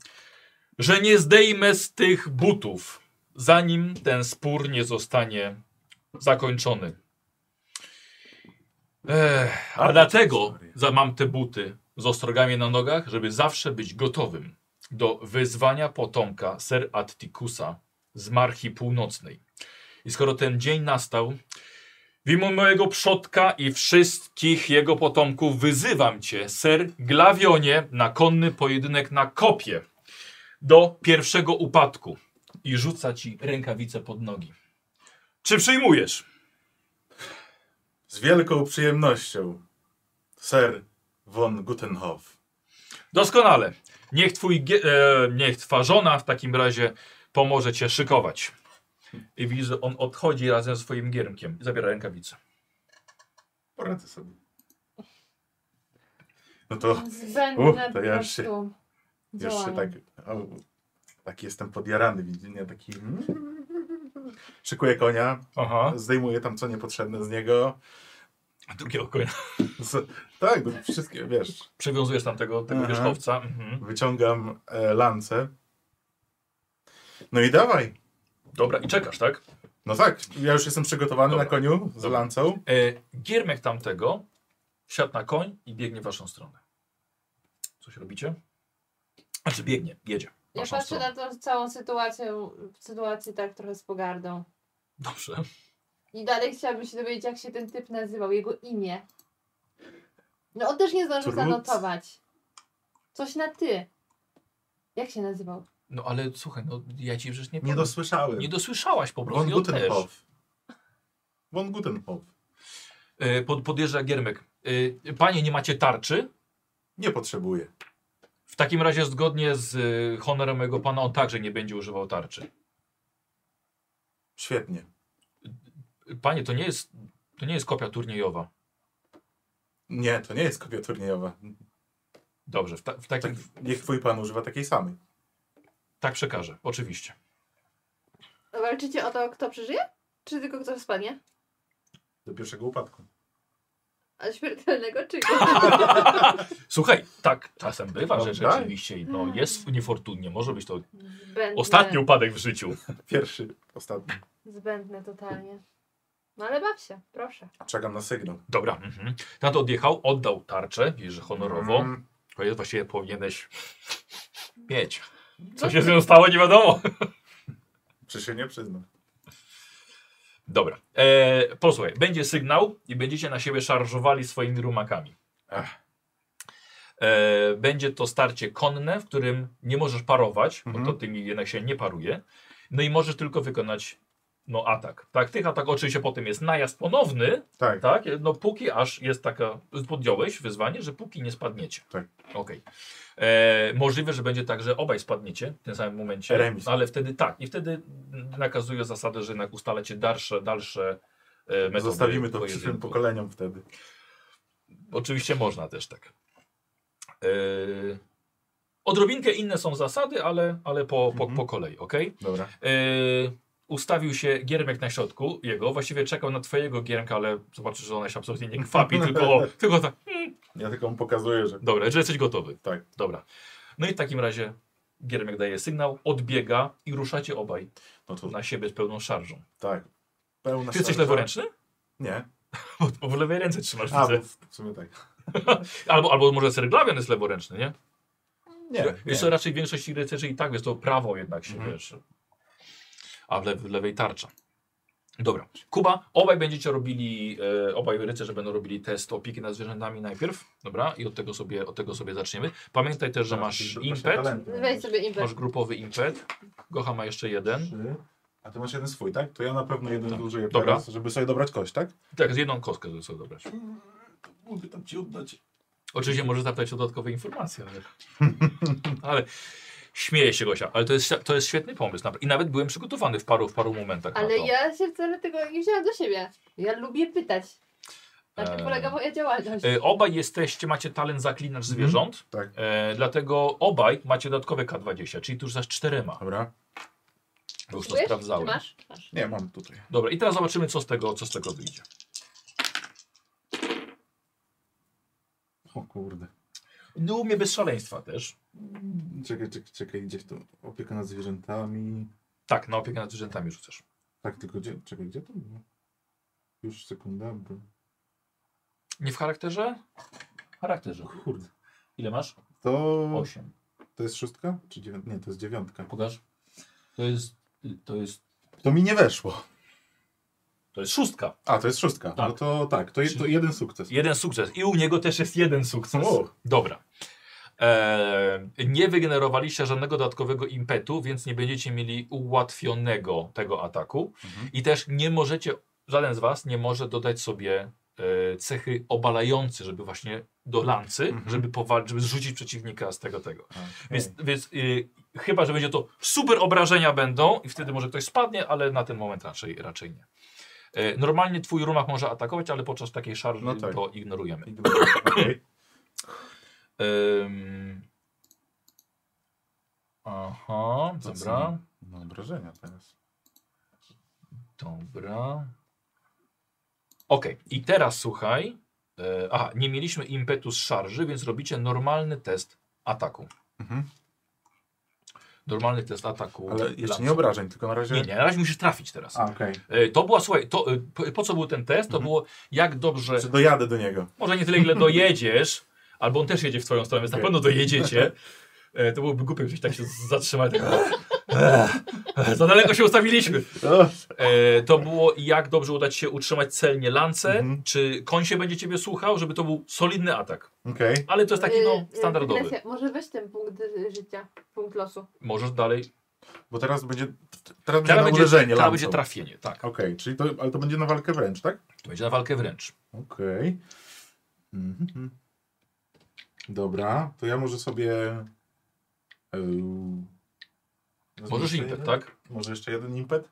Speaker 1: że nie zdejmę z tych butów, zanim ten spór nie zostanie zakończony. Ech, a dlatego za, mam te buty z ostrogami na nogach, żeby zawsze być gotowym do wezwania potomka Ser Atticusa z Marchi Północnej. I skoro ten dzień nastał, w imię mojego przodka i wszystkich jego potomków wyzywam cię, Ser Glawionie, na konny pojedynek na kopie do pierwszego upadku i rzuca ci rękawice pod nogi. Czy przyjmujesz?
Speaker 3: Z wielką przyjemnością. Sir von Gutenhof.
Speaker 1: Doskonale. Niech, twój, gie- e, niech twa żona w takim razie pomoże cię szykować. I widzisz, że on odchodzi razem ze swoim giermkiem i zabiera rękawice.
Speaker 3: Poradzę sobie. No to
Speaker 2: tak. Zbędne
Speaker 3: Uch,
Speaker 2: po
Speaker 3: to ja już się-
Speaker 2: prostu
Speaker 3: już się
Speaker 2: działanie.
Speaker 3: tak... Au, taki jestem podjarany, widzisz, nie? Taki... mm, Szykuję konia,
Speaker 1: Aha.
Speaker 3: zdejmuję tam co niepotrzebne z niego.
Speaker 1: Drugiego konia.
Speaker 3: Z, tak, no, wszystkie, wiesz.
Speaker 1: Przywiązujesz tam tego, tego
Speaker 3: Aha.
Speaker 1: wierzchowca. Mhm.
Speaker 3: Wyciągam e, lancę. No i dawaj.
Speaker 1: Dobra, i czekasz, tak?
Speaker 3: No tak, ja już jestem przygotowany
Speaker 1: Dobra.
Speaker 3: na koniu z
Speaker 1: Dobra.
Speaker 3: lancą.
Speaker 1: E, giermek tamtego siadł na koń i biegnie w waszą stronę. Coś robicie? Znaczy biegnie, jedzie. w
Speaker 2: Ja
Speaker 1: waszą
Speaker 2: patrzę
Speaker 1: stronę.
Speaker 2: na tą całą sytuację, sytuację tak trochę z pogardą.
Speaker 1: Dobrze.
Speaker 2: I dalej chciałabym się dowiedzieć, jak się ten typ nazywał, jego imię. No on też nie zdążył
Speaker 3: Trud.
Speaker 2: zanotować. Coś na ty. Jak się nazywał?
Speaker 1: No ale słuchaj, no ja ci przecież nie
Speaker 3: Nie
Speaker 1: powiem.
Speaker 3: dosłyszałem.
Speaker 1: Nie dosłyszałaś po prostu.
Speaker 3: Von
Speaker 1: i on też.
Speaker 3: Gutenhof. Von Gutenhof.
Speaker 1: E, Pod, podjeżdża Giermek. E, Panie, nie macie tarczy?
Speaker 3: Nie potrzebuję.
Speaker 1: W takim razie zgodnie z e, honorem mojego pana on także nie będzie używał tarczy.
Speaker 3: Świetnie.
Speaker 1: Panie, to nie jest, to nie jest kopia turniejowa.
Speaker 3: Nie, to nie jest kopia turniejowa.
Speaker 1: Dobrze, w, ta, w takim,
Speaker 3: Tak, niech twój pan używa takiej samej.
Speaker 1: tak przekażę, oczywiście.
Speaker 2: Walczycie o to, kto przeżyje? Czy tylko kto spadnie?
Speaker 3: Do pierwszego upadku.
Speaker 2: A śmiertelnego czy
Speaker 1: Słuchaj, tak czasem bywa, że
Speaker 3: Prawda?
Speaker 1: rzeczywiście no, jest niefortunnie, może być to
Speaker 2: Zbędne.
Speaker 1: ostatni upadek w życiu.
Speaker 3: Pierwszy, ostatni.
Speaker 2: Zbędne totalnie. No ale baw się, proszę.
Speaker 3: Czekam na sygnał.
Speaker 1: Dobra, mhm. Tato odjechał, oddał tarczę, wiesz, że honorowo.
Speaker 3: Mm,
Speaker 1: To jest właściwie powinieneś mieć. Co
Speaker 2: No,
Speaker 1: się z nią stało, nie wiadomo.
Speaker 3: Czy się nie przyznam?
Speaker 1: Dobra. E, posłuchaj, będzie sygnał i będziecie na siebie szarżowali swoimi rumakami.
Speaker 3: Ach.
Speaker 1: E, będzie to starcie konne, w którym nie możesz parować,
Speaker 3: Mhm.
Speaker 1: bo to tymi jednak się nie paruje. No i możesz tylko wykonać no, atak. Tak, tych atak oczywiście potem jest najazd ponowny,
Speaker 3: Tak.
Speaker 1: tak? No póki aż jest taka, podjąłeś wyzwanie, że póki nie spadniecie.
Speaker 3: Tak.
Speaker 1: Okej. E, Możliwe, że będzie tak, że obaj spadniecie w tym samym momencie.
Speaker 3: Remis.
Speaker 1: Ale wtedy tak. I wtedy nakazuje zasadę, że jednak ustalacie dalsze, dalsze e, metody
Speaker 3: Zostawimy to
Speaker 1: pojedynku.
Speaker 3: przyszłym pokoleniom wtedy.
Speaker 1: Oczywiście można też tak. E, odrobinkę inne są zasady, ale, ale po, po,
Speaker 3: Mhm.
Speaker 1: po kolei, ok?
Speaker 3: Dobra.
Speaker 1: Yy, ustawił się giermek na środku jego, właściwie czekał na twojego giermka, ale zobaczysz, że ona się absolutnie nie kwapi, tylko, tylko tak,
Speaker 3: Ja tylko mu pokazuję, że
Speaker 1: dobra, że jesteś gotowy.
Speaker 3: Tak.
Speaker 1: Dobra. No i w takim razie giermek daje sygnał, odbiega i ruszacie obaj
Speaker 3: no to
Speaker 1: na siebie z pełną szarżą.
Speaker 3: tak. Pełna
Speaker 1: Ty jesteś
Speaker 3: szarża.
Speaker 1: leworęczny?
Speaker 3: Nie.
Speaker 1: Bo, bo w lewej ręce trzymasz
Speaker 3: A,
Speaker 1: widzę.
Speaker 3: bo w w sumie tak.
Speaker 1: Albo, albo może serglawian jest leworęczny, nie?
Speaker 3: Nie.
Speaker 1: Wiesz,
Speaker 3: nie.
Speaker 1: co, raczej większość rycerzy i tak, wiesz, to prawo jednak się,
Speaker 3: Mhm.
Speaker 1: wiesz. A w, le w lewej tarcza. Dobra. Kuba, obaj będziecie robili, e, obaj rycerze będą robili test opieki nad zwierzętami najpierw, dobra? I od tego sobie, od tego sobie zaczniemy. Pamiętaj też, że
Speaker 3: Tak,
Speaker 1: masz
Speaker 3: Właśnie
Speaker 1: impet,
Speaker 3: talenty.
Speaker 2: Weź sobie impet.
Speaker 1: masz grupowy impet. Gocha ma jeszcze jeden.
Speaker 3: Trzy. A ty masz jeden swój, tak? To ja na pewno jeden
Speaker 1: Tak.
Speaker 3: użyję
Speaker 1: Dobra.
Speaker 3: teraz, żeby sobie dobrać kość, tak?
Speaker 1: Tak, z jedną kostkę żeby sobie dobrać.
Speaker 3: Mogę tam ci oddać.
Speaker 1: Oczywiście może zapytać o dodatkowe informacje, ale... ale... Śmieję się Gosia, ale to jest, to jest świetny pomysł. napra- I nawet byłem przygotowany w paru, w paru momentach na
Speaker 2: Ale
Speaker 1: to.
Speaker 2: ja się wcale tego nie wzięłam do siebie. Ja lubię pytać. Na tym
Speaker 1: Eee.
Speaker 2: polega moja działalność.
Speaker 1: E, Obaj jesteście, macie talent zaklinacz zwierząt,
Speaker 3: Tak.
Speaker 1: e, dlatego obaj macie dodatkowe K20, czyli tu już za czterema.
Speaker 3: Dobra.
Speaker 1: Bo już to
Speaker 2: Czujesz?
Speaker 1: sprawdzałem.
Speaker 2: Czy masz? masz?
Speaker 3: Nie, mam tutaj.
Speaker 1: Dobra, i teraz zobaczymy, co z tego, co z tego wyjdzie.
Speaker 3: O kurde.
Speaker 1: No, u mnie bez szaleństwa też.
Speaker 3: Czekaj, czekaj, czekaj, gdzie to? Opieka nad zwierzętami.
Speaker 1: Tak, na opiekę nad zwierzętami rzucasz.
Speaker 3: Tak, tylko gdzie? Czekaj, gdzie to było? Już sekunda, bo...
Speaker 1: Nie w charakterze? W charakterze.
Speaker 3: Kurde.
Speaker 1: Ile masz?
Speaker 3: To,
Speaker 1: Osiem.
Speaker 3: to jest szóstka? Czy dziewią... Nie, to jest dziewiątka.
Speaker 1: Pokaż. To jest, to jest,
Speaker 3: To mi nie weszło.
Speaker 1: to jest szóstka.
Speaker 3: A, to jest szóstka.
Speaker 1: Tak.
Speaker 3: No to tak, to, je, to jeden sukces.
Speaker 1: Jeden sukces. I u niego też jest jeden sukces.
Speaker 3: O.
Speaker 1: Dobra. Eee, nie wygenerowaliście żadnego dodatkowego impetu, więc nie będziecie mieli ułatwionego tego ataku.
Speaker 3: Mhm.
Speaker 1: I też nie możecie, żaden z was nie może dodać sobie e, cechy obalający, żeby właśnie do lancy,
Speaker 3: Mhm.
Speaker 1: żeby, powal- żeby zrzucić przeciwnika z tego tego.
Speaker 3: Okej.
Speaker 1: Więc, więc y, chyba, że będzie to super obrażenia będą i wtedy może ktoś spadnie, ale na ten moment raczej, raczej nie. E, Normalnie twój rumak może atakować, ale podczas takiej szarży
Speaker 3: No tak.
Speaker 1: to ignorujemy.
Speaker 3: Okej.
Speaker 1: Ym... Aha, dobra,
Speaker 3: No obrażenia teraz.
Speaker 1: dobra. Okej, i teraz słuchaj. E, aha, nie mieliśmy impetu z szarży, więc robicie normalny test ataku.
Speaker 3: Mhm.
Speaker 1: Normalny test ataku.
Speaker 3: Ale jeszcze
Speaker 1: lancem.
Speaker 3: nie obrażeń, tylko na razie...
Speaker 1: Nie, nie, na razie musisz trafić teraz.
Speaker 3: A, okej.
Speaker 1: E, To była, słuchaj, to, e, po- po co był ten test? To
Speaker 3: Mhm.
Speaker 1: było jak dobrze,
Speaker 3: Czy dojadę do niego?
Speaker 1: może nie tyle ile dojedziesz, albo on też jedzie w twoją stronę, więc na
Speaker 3: Okej.
Speaker 1: pewno dojedziecie. E, To byłoby głupie, gdzieś tak się zatrzymać. tak, e, Za daleko się ustawiliśmy. E, To było jak dobrze uda ci się utrzymać celnie lance,
Speaker 3: Mhm.
Speaker 1: czy koń się będzie ciebie słuchał, żeby to był solidny atak.
Speaker 3: Okej.
Speaker 1: Ale to jest taki
Speaker 2: Y,
Speaker 1: no,
Speaker 2: y,
Speaker 1: standardowy.
Speaker 2: dygresja. Może weź ten punkt y, życia, punkt losu.
Speaker 1: Możesz dalej.
Speaker 3: Bo teraz będzie... t- Teraz będzie
Speaker 1: Teraz
Speaker 3: na
Speaker 1: będzie,
Speaker 3: uderzenie
Speaker 1: teraz
Speaker 3: lancą.
Speaker 1: będzie trafienie, tak.
Speaker 3: Okej, czyli to... Ale to będzie na walkę wręcz, tak?
Speaker 1: To będzie na walkę wręcz.
Speaker 3: Okej. Mhm. Dobra, to ja może sobie... Eł, wezmę
Speaker 1: Możesz
Speaker 3: jeszcze
Speaker 1: impet,
Speaker 3: jeden?
Speaker 1: tak?
Speaker 3: Może jeszcze jeden impet?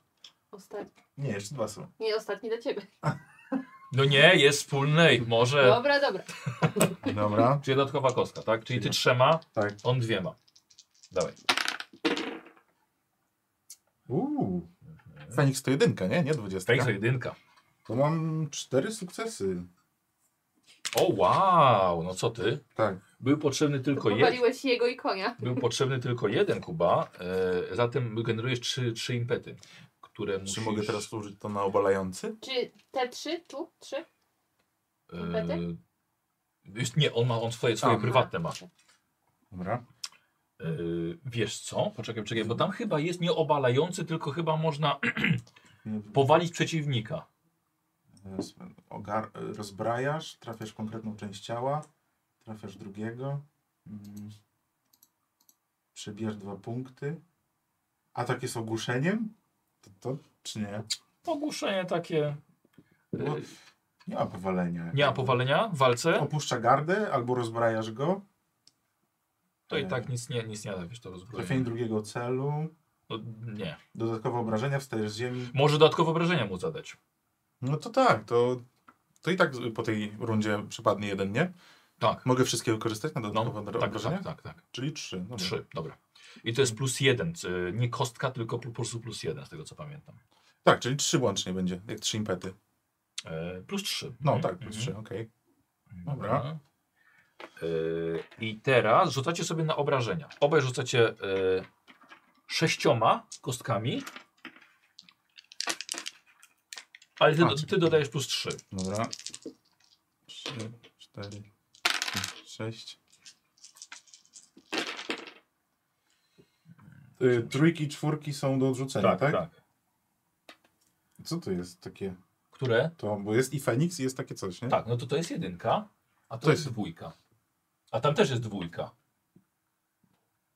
Speaker 2: Ostatni.
Speaker 3: Nie, jeszcze dwa są.
Speaker 2: Nie, ostatni dla ciebie.
Speaker 1: No nie, jest wspólnej, może.
Speaker 2: Dobra, dobra.
Speaker 3: Dobra.
Speaker 1: Czyli dodatkowa kostka, tak? Czyli ty
Speaker 3: Czyli-
Speaker 1: trzema,
Speaker 3: Tak.
Speaker 1: on dwiema. Dawaj.
Speaker 3: Uuu. Feniks to jedynka, nie? Nie dwudziestka.
Speaker 1: Feniks to jedynka.
Speaker 3: Mhm. To mam cztery sukcesy.
Speaker 1: O wow, no co ty?
Speaker 3: Tak.
Speaker 1: Był potrzebny tylko jeden.
Speaker 2: Powaliłeś jego i konia.
Speaker 1: Był potrzebny tylko jeden Kuba. E, zatem generujesz trzy, trzy impety, które musisz.
Speaker 3: Czy mogę teraz użyć to na obalający?
Speaker 2: Czy te trzy, tu, trzy? impety?
Speaker 1: e, wiesz, nie, on ma on swoje, swoje
Speaker 3: A.
Speaker 1: prywatne ma.
Speaker 3: Dobra.
Speaker 1: E, wiesz co? Poczekaj, poczekaj, bo tam chyba jest nie obalający, tylko chyba można
Speaker 3: Nie-
Speaker 1: powalić przeciwnika.
Speaker 3: Teraz Ogar... Rozbrajasz, trafiasz konkretną część ciała, trafiasz drugiego. mm, Przebijasz dwa punkty. Atak jest ogłuszeniem? To, to czy nie?
Speaker 1: Ogłuszenie takie. E,
Speaker 3: No. Nie ma powalenia.
Speaker 1: nie ma powalenia w walce.
Speaker 3: Opuszcza gardę albo rozbrajasz go.
Speaker 1: To i tak nic nie, nic nie da, wiesz, to
Speaker 3: Trafienie
Speaker 1: rozbrojenie.
Speaker 3: drugiego celu.
Speaker 1: No, nie.
Speaker 3: Dodatkowe obrażenia, wstajesz z ziemi.
Speaker 1: Może dodatkowe obrażenia mu zadać.
Speaker 3: No to tak, to, to i tak z- po tej rundzie przypadnie jeden, nie?
Speaker 1: Tak.
Speaker 3: Mogę wszystkie wykorzystać na
Speaker 1: No,
Speaker 3: dodatkowe
Speaker 1: tak,
Speaker 3: obrażenia?
Speaker 1: tak, tak, tak.
Speaker 3: Czyli trzy. No
Speaker 1: Trzy, dobra. I to jest plus jeden. c- Nie kostka, tylko po prostu plus jeden, z tego co pamiętam.
Speaker 3: Tak, czyli trzy łącznie będzie, jak trzy impety.
Speaker 1: E, plus trzy.
Speaker 3: No
Speaker 1: Mhm,
Speaker 3: tak, plus
Speaker 1: mhm.
Speaker 3: trzy, okej.
Speaker 1: Dobra. E, I teraz rzucacie sobie na obrażenia. Obaj rzucacie e, sześcioma kostkami. Ale ty,
Speaker 3: A, Tak, czyli-
Speaker 1: ty dodajesz plus trzy.
Speaker 3: Dobra. Trzy, cztery, pięć, sześć. Y, trójki, czwórki są do odrzucenia, tak, Co to jest takie?
Speaker 1: Które?
Speaker 3: To, bo jest i Feniks i jest takie coś, nie?
Speaker 1: Tak, no to to jest jedynka, a to,
Speaker 3: To
Speaker 1: jest
Speaker 3: jest-
Speaker 1: dwójka. A tam też jest dwójka.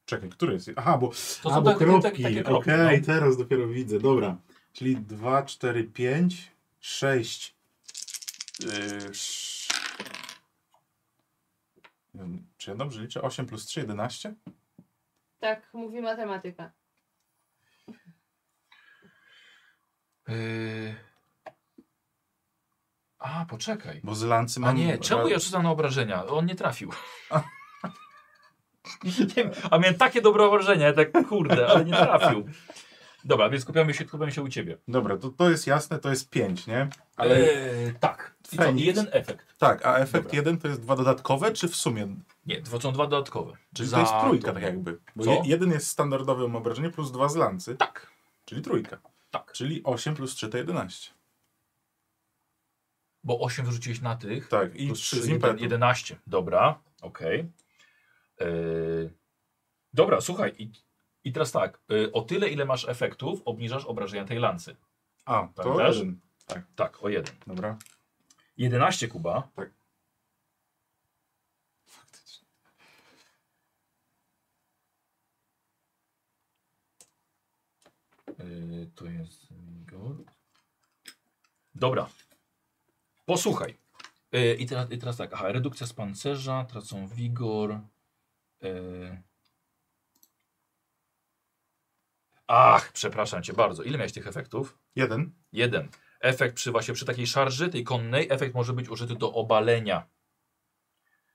Speaker 3: Czekaj, który jest? Aha, bo
Speaker 1: To
Speaker 3: A,
Speaker 1: są
Speaker 3: bo
Speaker 1: tak-
Speaker 3: kropki.
Speaker 1: tak- takie kropki,
Speaker 3: Okej,
Speaker 1: no.
Speaker 3: teraz dopiero widzę. Dobra. Czyli 2, 4, 5, 6. yy, Czy ja dobrze liczę? 8 plus 3, 11?
Speaker 2: Tak mówi matematyka.
Speaker 1: Yy... A, poczekaj.
Speaker 3: Bo z lancy
Speaker 1: A
Speaker 3: mam...
Speaker 1: nie, czemu ja rzucam na obrażenia? On nie trafił. Nie wiem, A miałem takie dobre obrażenia, ja tak kurde, ale nie trafił. Dobra, więc skupiamy się, skupiamy się u ciebie.
Speaker 3: Dobra, to, to jest jasne, to jest 5, nie?
Speaker 1: Ale
Speaker 3: Ale
Speaker 1: tak. I co,
Speaker 3: Feniks.
Speaker 1: jeden efekt.
Speaker 3: tak, a efekt
Speaker 1: Dobra.
Speaker 3: 1 to jest dwa dodatkowe, czy w sumie?
Speaker 1: Nie, to są dwa dodatkowe.
Speaker 3: Czyli
Speaker 1: Za
Speaker 3: to jest trójka
Speaker 1: to-
Speaker 3: tak jakby. Bo
Speaker 1: Co?
Speaker 3: je, jeden jest standardowym obrażeniem plus dwa z lancy,
Speaker 1: Tak,
Speaker 3: czyli trójka.
Speaker 1: tak.
Speaker 3: Czyli 8 plus 3 to 11.
Speaker 1: Bo 8 wyrzuciłeś na tych.
Speaker 3: Tak, i
Speaker 1: plus
Speaker 3: trzy
Speaker 1: 3,
Speaker 3: z impetu.
Speaker 1: 11. Dobra, okej. Yy, dobra, słuchaj. I, I teraz tak. Yy, o tyle, ile masz efektów, obniżasz obrażenia tej lancy.
Speaker 3: A, to
Speaker 1: Pamiętasz?
Speaker 3: jeden.
Speaker 1: Tak, o jeden.
Speaker 3: Dobra.
Speaker 1: 11, Kuba.
Speaker 3: Faktycznie.
Speaker 1: Yy, to jest. Igor. Dobra. Posłuchaj. Yy, i, teraz, I teraz tak. Aha, redukcja z pancerza, tracą wigor. Yy. Ach, przepraszam cię bardzo. Ile miałeś tych efektów?
Speaker 3: Jeden.
Speaker 1: Jeden. Efekt przy właśnie przy takiej szarży, tej konnej, efekt może być użyty do obalenia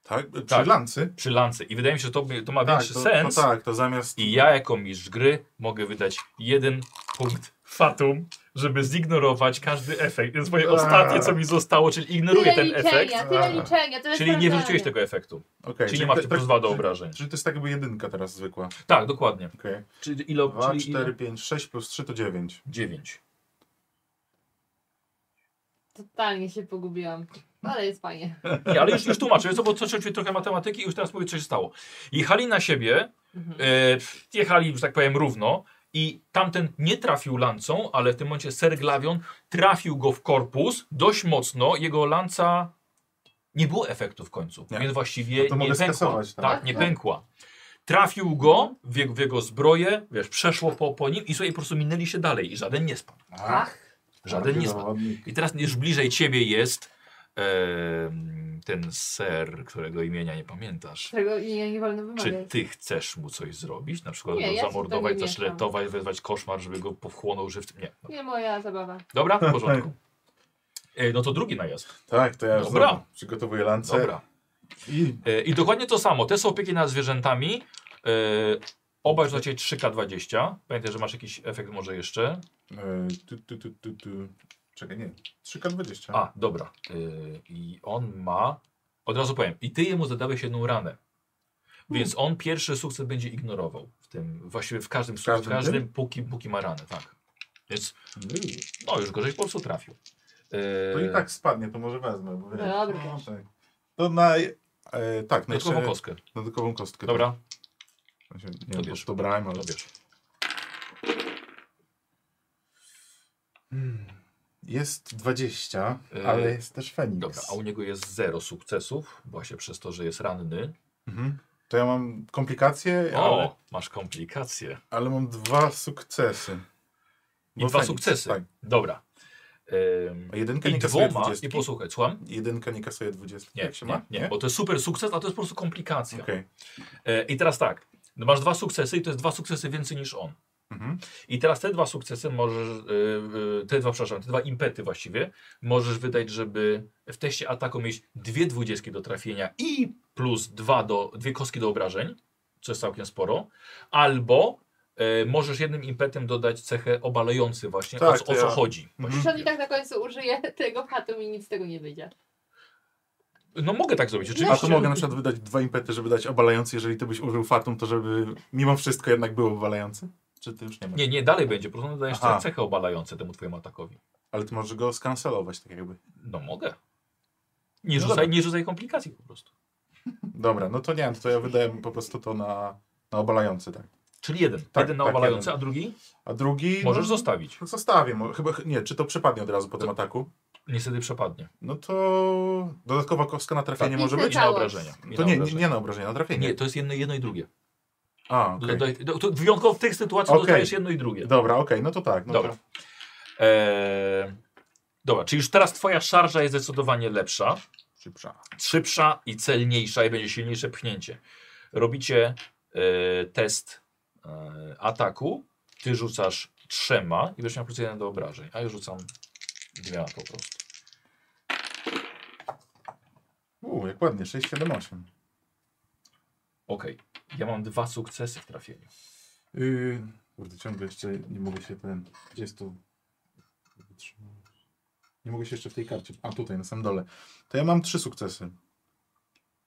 Speaker 3: Tak, przy
Speaker 1: Tak.
Speaker 3: lancy.
Speaker 1: przy lance. I wydaje mi się, że to, by- to ma
Speaker 3: Tak,
Speaker 1: większy
Speaker 3: to,
Speaker 1: sens.
Speaker 3: To tak, to zamiast...
Speaker 1: I ja jako mistrz gry mogę wydać jeden punkt fatum, żeby zignorować każdy efekt. Więc moje
Speaker 3: Aaa.
Speaker 1: ostatnie, co mi zostało, czyli ignoruję
Speaker 2: Tyle
Speaker 1: ten efekt.
Speaker 2: liczenia, tyle
Speaker 3: Aha.
Speaker 2: liczenia, tyle
Speaker 1: Czyli nie
Speaker 2: sprawdzania.
Speaker 1: wyrzuciłeś tego efektu.
Speaker 3: Okay,
Speaker 1: Czyli nie masz plus dwa do
Speaker 3: Czyli,
Speaker 1: obrażeń.
Speaker 3: czyli to jest tak jakby jedynka teraz zwykła.
Speaker 1: Tak, dokładnie.
Speaker 3: Okay.
Speaker 1: Czyli ile?
Speaker 3: 2,
Speaker 1: czyli
Speaker 3: 4, 5, 6 plus 3 to 9.
Speaker 1: 9.
Speaker 2: Totalnie się pogubiłam. Ale jest fajnie.
Speaker 1: Nie, ale już, już tłumaczę, bo coś oczywiście trochę matematyki i już teraz mówię, co się stało. Jechali na siebie,
Speaker 2: Mhm.
Speaker 1: e, jechali, że tak powiem, równo i tamten nie trafił lancą, ale w tym momencie Ser Glavion trafił go w korpus dość mocno. Jego lanca nie było efektu w końcu,
Speaker 3: Nie.
Speaker 1: więc właściwie
Speaker 3: No to
Speaker 1: nie
Speaker 3: mogę
Speaker 1: pękła.
Speaker 3: skasować, tak.
Speaker 1: Tak, nie pękła. Trafił go w jego, w jego zbroję, wiesz, przeszło po, po nim i sobie po prostu minęli się dalej i żaden nie spadł.
Speaker 2: Ach,
Speaker 1: Żaden nie spadł.
Speaker 3: zawodnik.
Speaker 1: I teraz już bliżej ciebie jest em, ten ser, którego imienia nie pamiętasz.
Speaker 2: czego nie, nie wolno
Speaker 1: Czy
Speaker 2: wymawiać.
Speaker 1: ty chcesz mu coś zrobić? Na przykład
Speaker 2: Nie,
Speaker 1: go
Speaker 2: ja się tutaj
Speaker 1: zamordować,
Speaker 2: nie mieszam.
Speaker 1: zaszletować, wezwać koszmar, żeby go powchłonął żywcem? Nie. No.
Speaker 2: Nie moja zabawa.
Speaker 1: Dobra, w porządku. E, No to drugi najazd.
Speaker 3: Tak, to ja już
Speaker 1: Dobra.
Speaker 3: znowu przygotowuję lance.
Speaker 1: Dobra.
Speaker 3: I
Speaker 1: E, I dokładnie to samo. Te są opieki nad zwierzętami. E, Obaj rzucacie 3K20. Pamiętaj, że masz jakiś efekt może jeszcze.
Speaker 3: e, tu, tu, tu, tu, tu. Czekaj, nie. 3K20.
Speaker 1: A, dobra. E, I on ma... Od razu powiem. I ty jemu zadałeś jedną ranę. Więc on pierwszy sukces będzie ignorował. W tym, właściwie w każdym, w każdym, w
Speaker 3: każdym
Speaker 1: każdym póki, póki ma ranę, tak. Więc
Speaker 3: Ej,
Speaker 1: No, już gorzej po prostu trafił. E,
Speaker 3: To i tak spadnie, to może wezmę. Bo wiesz,
Speaker 2: Dobra.
Speaker 3: no, tak. To naj... E, tak,
Speaker 1: Dodatkową
Speaker 3: najczę-
Speaker 1: kostkę.
Speaker 3: Dodatkową kostkę.
Speaker 1: Dobra,
Speaker 3: Tak. Znaczy, Nie
Speaker 1: To
Speaker 3: to
Speaker 1: bierz.
Speaker 3: bierz. To brałem, ale...
Speaker 1: to wiesz.
Speaker 3: Hmm. Jest 20,
Speaker 1: E,
Speaker 3: ale jest też Feniks.
Speaker 1: Dobra, a u niego jest zero sukcesów, właśnie przez to, że jest ranny.
Speaker 3: Mhm. To ja mam komplikacje,
Speaker 1: O,
Speaker 3: ale,
Speaker 1: masz komplikacje.
Speaker 3: ale mam dwa sukcesy.
Speaker 1: I
Speaker 3: Bo
Speaker 1: dwa
Speaker 3: Feniks,
Speaker 1: sukcesy.
Speaker 3: Tak.
Speaker 1: Dobra. Ym,
Speaker 3: A jedynka
Speaker 1: I
Speaker 3: nie kasuje
Speaker 1: dwoma, i
Speaker 3: dwudziestki.
Speaker 1: posłuchaj, słucham?
Speaker 3: Jedynka nie kasuje 20.
Speaker 1: Nie,
Speaker 3: Jak się
Speaker 1: nie,
Speaker 3: ma?
Speaker 1: nie, bo to jest super sukces, a to jest po prostu komplikacja.
Speaker 3: Okej.
Speaker 1: E, I teraz tak, no masz dwa sukcesy i to jest dwa sukcesy więcej niż on.
Speaker 3: Mhm.
Speaker 1: I teraz te dwa sukcesy możesz, y, y, te dwa, przepraszam, te dwa impety właściwie, możesz wydać, żeby w teście ataku mieć dwie dwudziestki do trafienia i plus dwa do, dwie kostki do obrażeń, co jest całkiem sporo, albo y, możesz jednym impetem dodać cechę obalający właśnie,
Speaker 3: Tak,
Speaker 1: o, co-
Speaker 3: to
Speaker 1: o co
Speaker 3: ja-
Speaker 1: chodzi.
Speaker 2: Przecież
Speaker 3: Mhm.
Speaker 2: on i tak na końcu użyje tego fatum i nic z tego nie wyjdzie.
Speaker 1: No mogę tak zrobić,
Speaker 3: A
Speaker 1: oczywiście.
Speaker 3: to mogę na przykład wydać dwa impety, żeby dać obalający, jeżeli ty byś użył fatum, to żeby mimo wszystko jednak było obalający? Czy ty już nie masz?
Speaker 1: Nie, nie, dalej będzie, po prostu dodajesz
Speaker 3: Aha.
Speaker 1: cechę obalające temu twojemu atakowi.
Speaker 3: Ale ty możesz go skancelować tak jakby.
Speaker 1: No mogę. Nie
Speaker 3: No
Speaker 1: rzucaj,
Speaker 3: dobra.
Speaker 1: nie rzucaj komplikacji po prostu.
Speaker 3: Dobra, no to nie, to ja wydaję po prostu to na, na obalający, tak.
Speaker 1: Czyli jeden.
Speaker 3: Tak,
Speaker 1: jeden na
Speaker 3: tak,
Speaker 1: obalający,
Speaker 3: jeden.
Speaker 1: a drugi
Speaker 3: A drugi...
Speaker 1: możesz
Speaker 3: no,
Speaker 1: zostawić.
Speaker 3: Zostawię, mo- chyba, nie, czy to przypadnie od razu po tym ataku?
Speaker 1: Niestety przepadnie.
Speaker 3: No to dodatkowa kostka na trafienie
Speaker 2: Tak.
Speaker 3: może
Speaker 1: I
Speaker 3: być?
Speaker 1: na
Speaker 2: Całość.
Speaker 1: obrażenia. I
Speaker 3: To
Speaker 1: na
Speaker 3: nie, nie,
Speaker 1: obrażenia.
Speaker 3: nie na obrażenie, na trafienie.
Speaker 1: Nie, to jest jedno, jedno i drugie.
Speaker 3: A,
Speaker 1: Do-
Speaker 3: okej.
Speaker 1: dodaj- do- to wyjątkowo w tych sytuacjach
Speaker 3: Okej.
Speaker 1: dostajesz jedno i drugie.
Speaker 3: Dobra, okej, no to tak. No
Speaker 1: Dobra.
Speaker 3: To,
Speaker 1: Eee, dobra, czyli już teraz twoja szarża jest zdecydowanie lepsza,
Speaker 3: szybsza.
Speaker 1: szybsza i celniejsza i będzie silniejsze pchnięcie. Robicie e, test e, ataku, ty rzucasz trzema i będziesz miał plus jeden do obrażeń, a ja rzucam dwiema po prostu.
Speaker 3: U, jak ładnie, 6, 7, 8.
Speaker 1: Okej, ja mam dwa sukcesy w trafieniu.
Speaker 3: Yy, kurde, ciągle jeszcze nie mogę się ten. Gdzie jest tu? Wytrzymać. Nie mogę się jeszcze w tej karcie. A tutaj, na samym dole. To ja mam trzy sukcesy.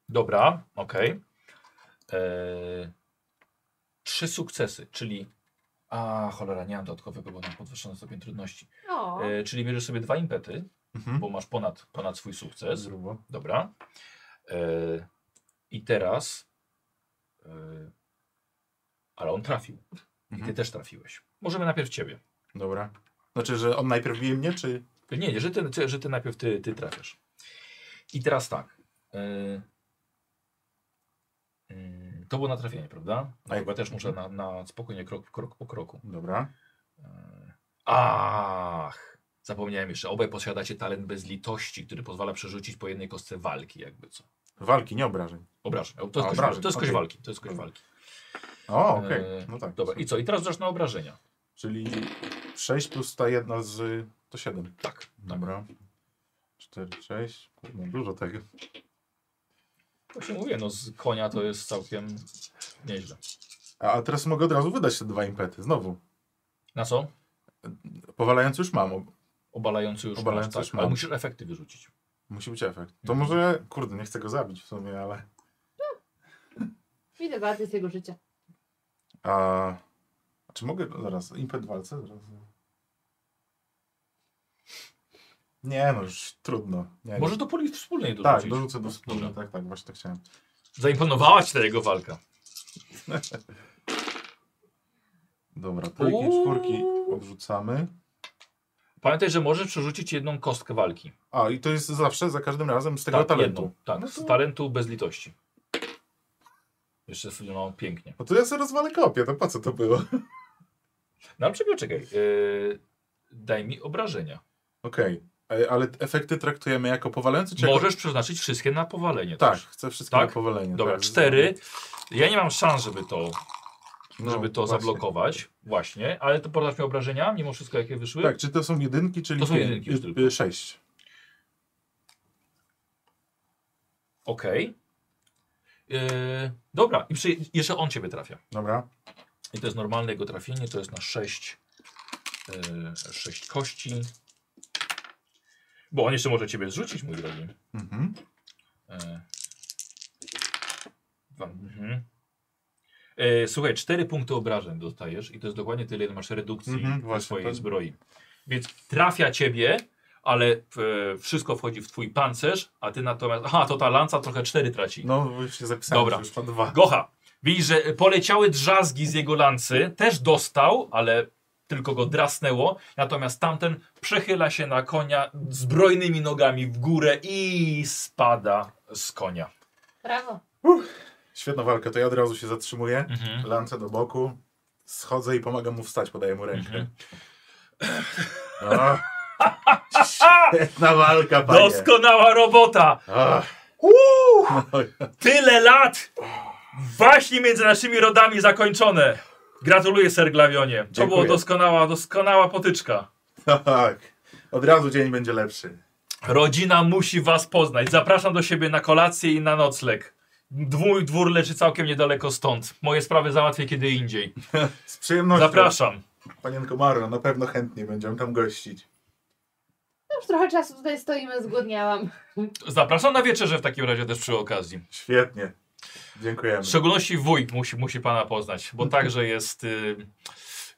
Speaker 1: Dobra, okej. Eee, trzy sukcesy, czyli. A, cholera, nie mam dodatkowego, bo mam podwyższony stopień trudności.
Speaker 2: O,
Speaker 1: Eee, czyli bierzesz sobie dwa impety
Speaker 3: Mhm.
Speaker 1: bo masz ponad, ponad swój sukces.
Speaker 3: Grubo.
Speaker 1: Dobra. E, I teraz. E, ale on trafił. I ty
Speaker 3: Mhm.
Speaker 1: też trafiłeś. Możemy najpierw ciebie.
Speaker 3: Dobra. Znaczy, że on najpierw bije mnie, czy...
Speaker 1: Nie, nie, że ty, ty- że ty najpierw ty, ty trafiasz. I teraz tak. Yy, yy, to było na trafienie, prawda? No
Speaker 3: Tak.
Speaker 1: chyba też muszę na, na spokojnie krok, krok po kroku.
Speaker 3: Dobra.
Speaker 1: Yy, ach! Zapomniałem jeszcze, obaj posiadacie talent bez litości, który pozwala przerzucić po jednej kostce walki, jakby co.
Speaker 3: Walki, nie obrażeń.
Speaker 1: Obrażeń. To jest
Speaker 3: A,
Speaker 1: kość,
Speaker 3: obrażeń,
Speaker 1: to jest kość
Speaker 3: okej.
Speaker 1: walki. To jest kość
Speaker 3: Dobra.
Speaker 1: walki.
Speaker 3: O, okej.
Speaker 1: Eee,
Speaker 3: No tak.
Speaker 1: Dobra, i co? I teraz rzucasz na obrażenia.
Speaker 3: Czyli 6 plus ta jedna z... to 7.
Speaker 1: Tak. tak.
Speaker 3: Dobra. 4, 6. No, dużo tego.
Speaker 1: To się mówię, no z konia to jest całkiem nieźle.
Speaker 3: A, a teraz mogę od razu wydać te dwa impety. Znowu.
Speaker 1: Na co?
Speaker 3: Powalający już mam. ob-
Speaker 1: Obalający już
Speaker 3: Obalający
Speaker 1: masz,
Speaker 3: już
Speaker 1: tak,
Speaker 3: mam.
Speaker 1: ale musisz efekty wyrzucić.
Speaker 3: Musi być efekt. To
Speaker 1: Mhm.
Speaker 3: może... Kurde, nie chcę go zabić w sumie, ale...
Speaker 2: Widzę warty z jego życia.
Speaker 3: A... Czy mogę... Zaraz. Impet w walce? Zaraz. Nie no, już trudno. Nie,
Speaker 1: Może do puli wspólnej dorzucić.
Speaker 3: Tak, dorzucę do wspólnej. Tak, tak, właśnie to chciałem.
Speaker 1: Zaimponowała ci ta jego walka.
Speaker 3: Dobra, trójki,
Speaker 1: Uuu.
Speaker 3: czwórki odrzucamy.
Speaker 1: Pamiętaj, że możesz przerzucić jedną kostkę walki.
Speaker 3: A, i to jest zawsze, za każdym razem z tego
Speaker 1: tak,
Speaker 3: talentu.
Speaker 1: Jedną, tak,
Speaker 3: No
Speaker 1: z
Speaker 3: to-
Speaker 1: talentu bez litości. Jeszcze sobie, no pięknie.
Speaker 3: No to ja sobie rozwalę kopię, to po co to było? Okej,
Speaker 1: No ale czekaj, czekaj. Yy, daj mi obrażenia.
Speaker 3: e, ale efekty traktujemy jako powalające czy
Speaker 1: Możesz przeznaczyć wszystkie na powalenie.
Speaker 3: Jako... Tak,
Speaker 1: też.
Speaker 3: chcę wszystkie
Speaker 1: Tak?
Speaker 3: na powalenie.
Speaker 1: Dobra,
Speaker 3: tak,
Speaker 1: cztery. Ja nie mam szans, żeby to,
Speaker 3: No,
Speaker 1: żeby to
Speaker 3: właśnie.
Speaker 1: zablokować. Właśnie, ale to podasz mi obrażenia, mimo wszystko jakie wyszły.
Speaker 3: Tak, czy to są jedynki, czyli
Speaker 1: To są
Speaker 3: pięć-
Speaker 1: jedynki już
Speaker 3: y,
Speaker 1: tylko.
Speaker 3: y, sześć.
Speaker 1: Okej. Yy, dobra, i przy, jeszcze on ciebie trafia.
Speaker 3: Dobra,
Speaker 1: I to jest normalne jego trafienie, to jest na 6, yy, 6 kości. Bo on jeszcze może ciebie zrzucić, mój drogi.
Speaker 3: mhm.
Speaker 1: Yy, dwa, mhm. Yy, słuchaj, 4 punkty obrażeń dostajesz i to jest dokładnie tyle, ile masz redukcji
Speaker 3: Mhm,
Speaker 1: mm
Speaker 3: właśnie,
Speaker 1: swojej
Speaker 3: tak.
Speaker 1: zbroi. Więc trafia ciebie, ale e, wszystko wchodzi w twój pancerz, a ty natomiast... Aha, to ta lanca trochę 4 traci.
Speaker 3: no właśnie zapisałem,
Speaker 1: Dobra.
Speaker 3: że już ma dwa.
Speaker 1: Gocha, widzisz, że poleciały drzazgi z jego lancy, też dostał, ale tylko go drasnęło, natomiast tamten przechyla się na konia zbrojnymi nogami w górę i spada z konia.
Speaker 2: Brawo.
Speaker 3: Świetna walka, to ja od razu się zatrzymuję,
Speaker 1: Mhm.
Speaker 3: lancę do boku, schodzę i pomagam mu wstać, podaję mu
Speaker 1: Mhm.
Speaker 3: rękę. A. Świetna walka, panie.
Speaker 1: Doskonała robota!
Speaker 3: Ach,
Speaker 1: Uuu,
Speaker 3: no,
Speaker 1: tyle lat! Właśnie między naszymi rodami zakończone! Gratuluję, Ser Glawionie. To
Speaker 3: Dziękuję.
Speaker 1: była doskonała, doskonała potyczka.
Speaker 3: Tak. Od razu dzień będzie lepszy.
Speaker 1: Rodzina musi was poznać. Zapraszam do siebie na kolację i na nocleg. Dwój dwór leży całkiem niedaleko stąd. Moje sprawy załatwię kiedy indziej.
Speaker 3: Z przyjemnością.
Speaker 1: Zapraszam.
Speaker 3: Panienko Maro, na pewno chętnie będziemy tam gościć.
Speaker 2: No Już trochę czasu tutaj stoimy, zgłodniałam.
Speaker 1: Zapraszam na wieczerze w takim razie też przy okazji.
Speaker 3: Świetnie. Dziękujemy.
Speaker 1: W szczególności wujek musi, musi pana poznać, bo także jest... Y,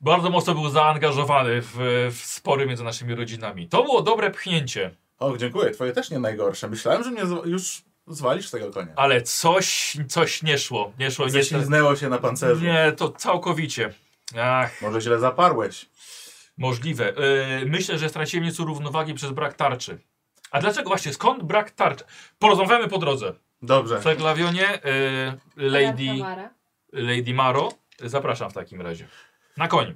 Speaker 1: bardzo mocno był zaangażowany w, w spory między naszymi rodzinami. To było dobre pchnięcie,
Speaker 3: Och, dziękuję. Twoje też nie najgorsze. Myślałem, że mnie zwa- już zwalisz z tego konia.
Speaker 1: ale coś, coś nie szło. Nie szło, nie szło.
Speaker 3: Ześliznęło się na pancerzu.
Speaker 1: Nie, to całkowicie. Ach.
Speaker 3: Może źle zaparłeś.
Speaker 1: Możliwe. Yy, myślę, że straciłem nieco równowagi przez brak tarczy. A dlaczego właśnie? Skąd brak tarczy? Porozmawiamy po drodze.
Speaker 3: Dobrze.
Speaker 1: W Glawionie, yy,
Speaker 2: Teraz
Speaker 1: Lady,
Speaker 2: Tamara.
Speaker 1: Lady Maro, zapraszam w takim razie. Na koń.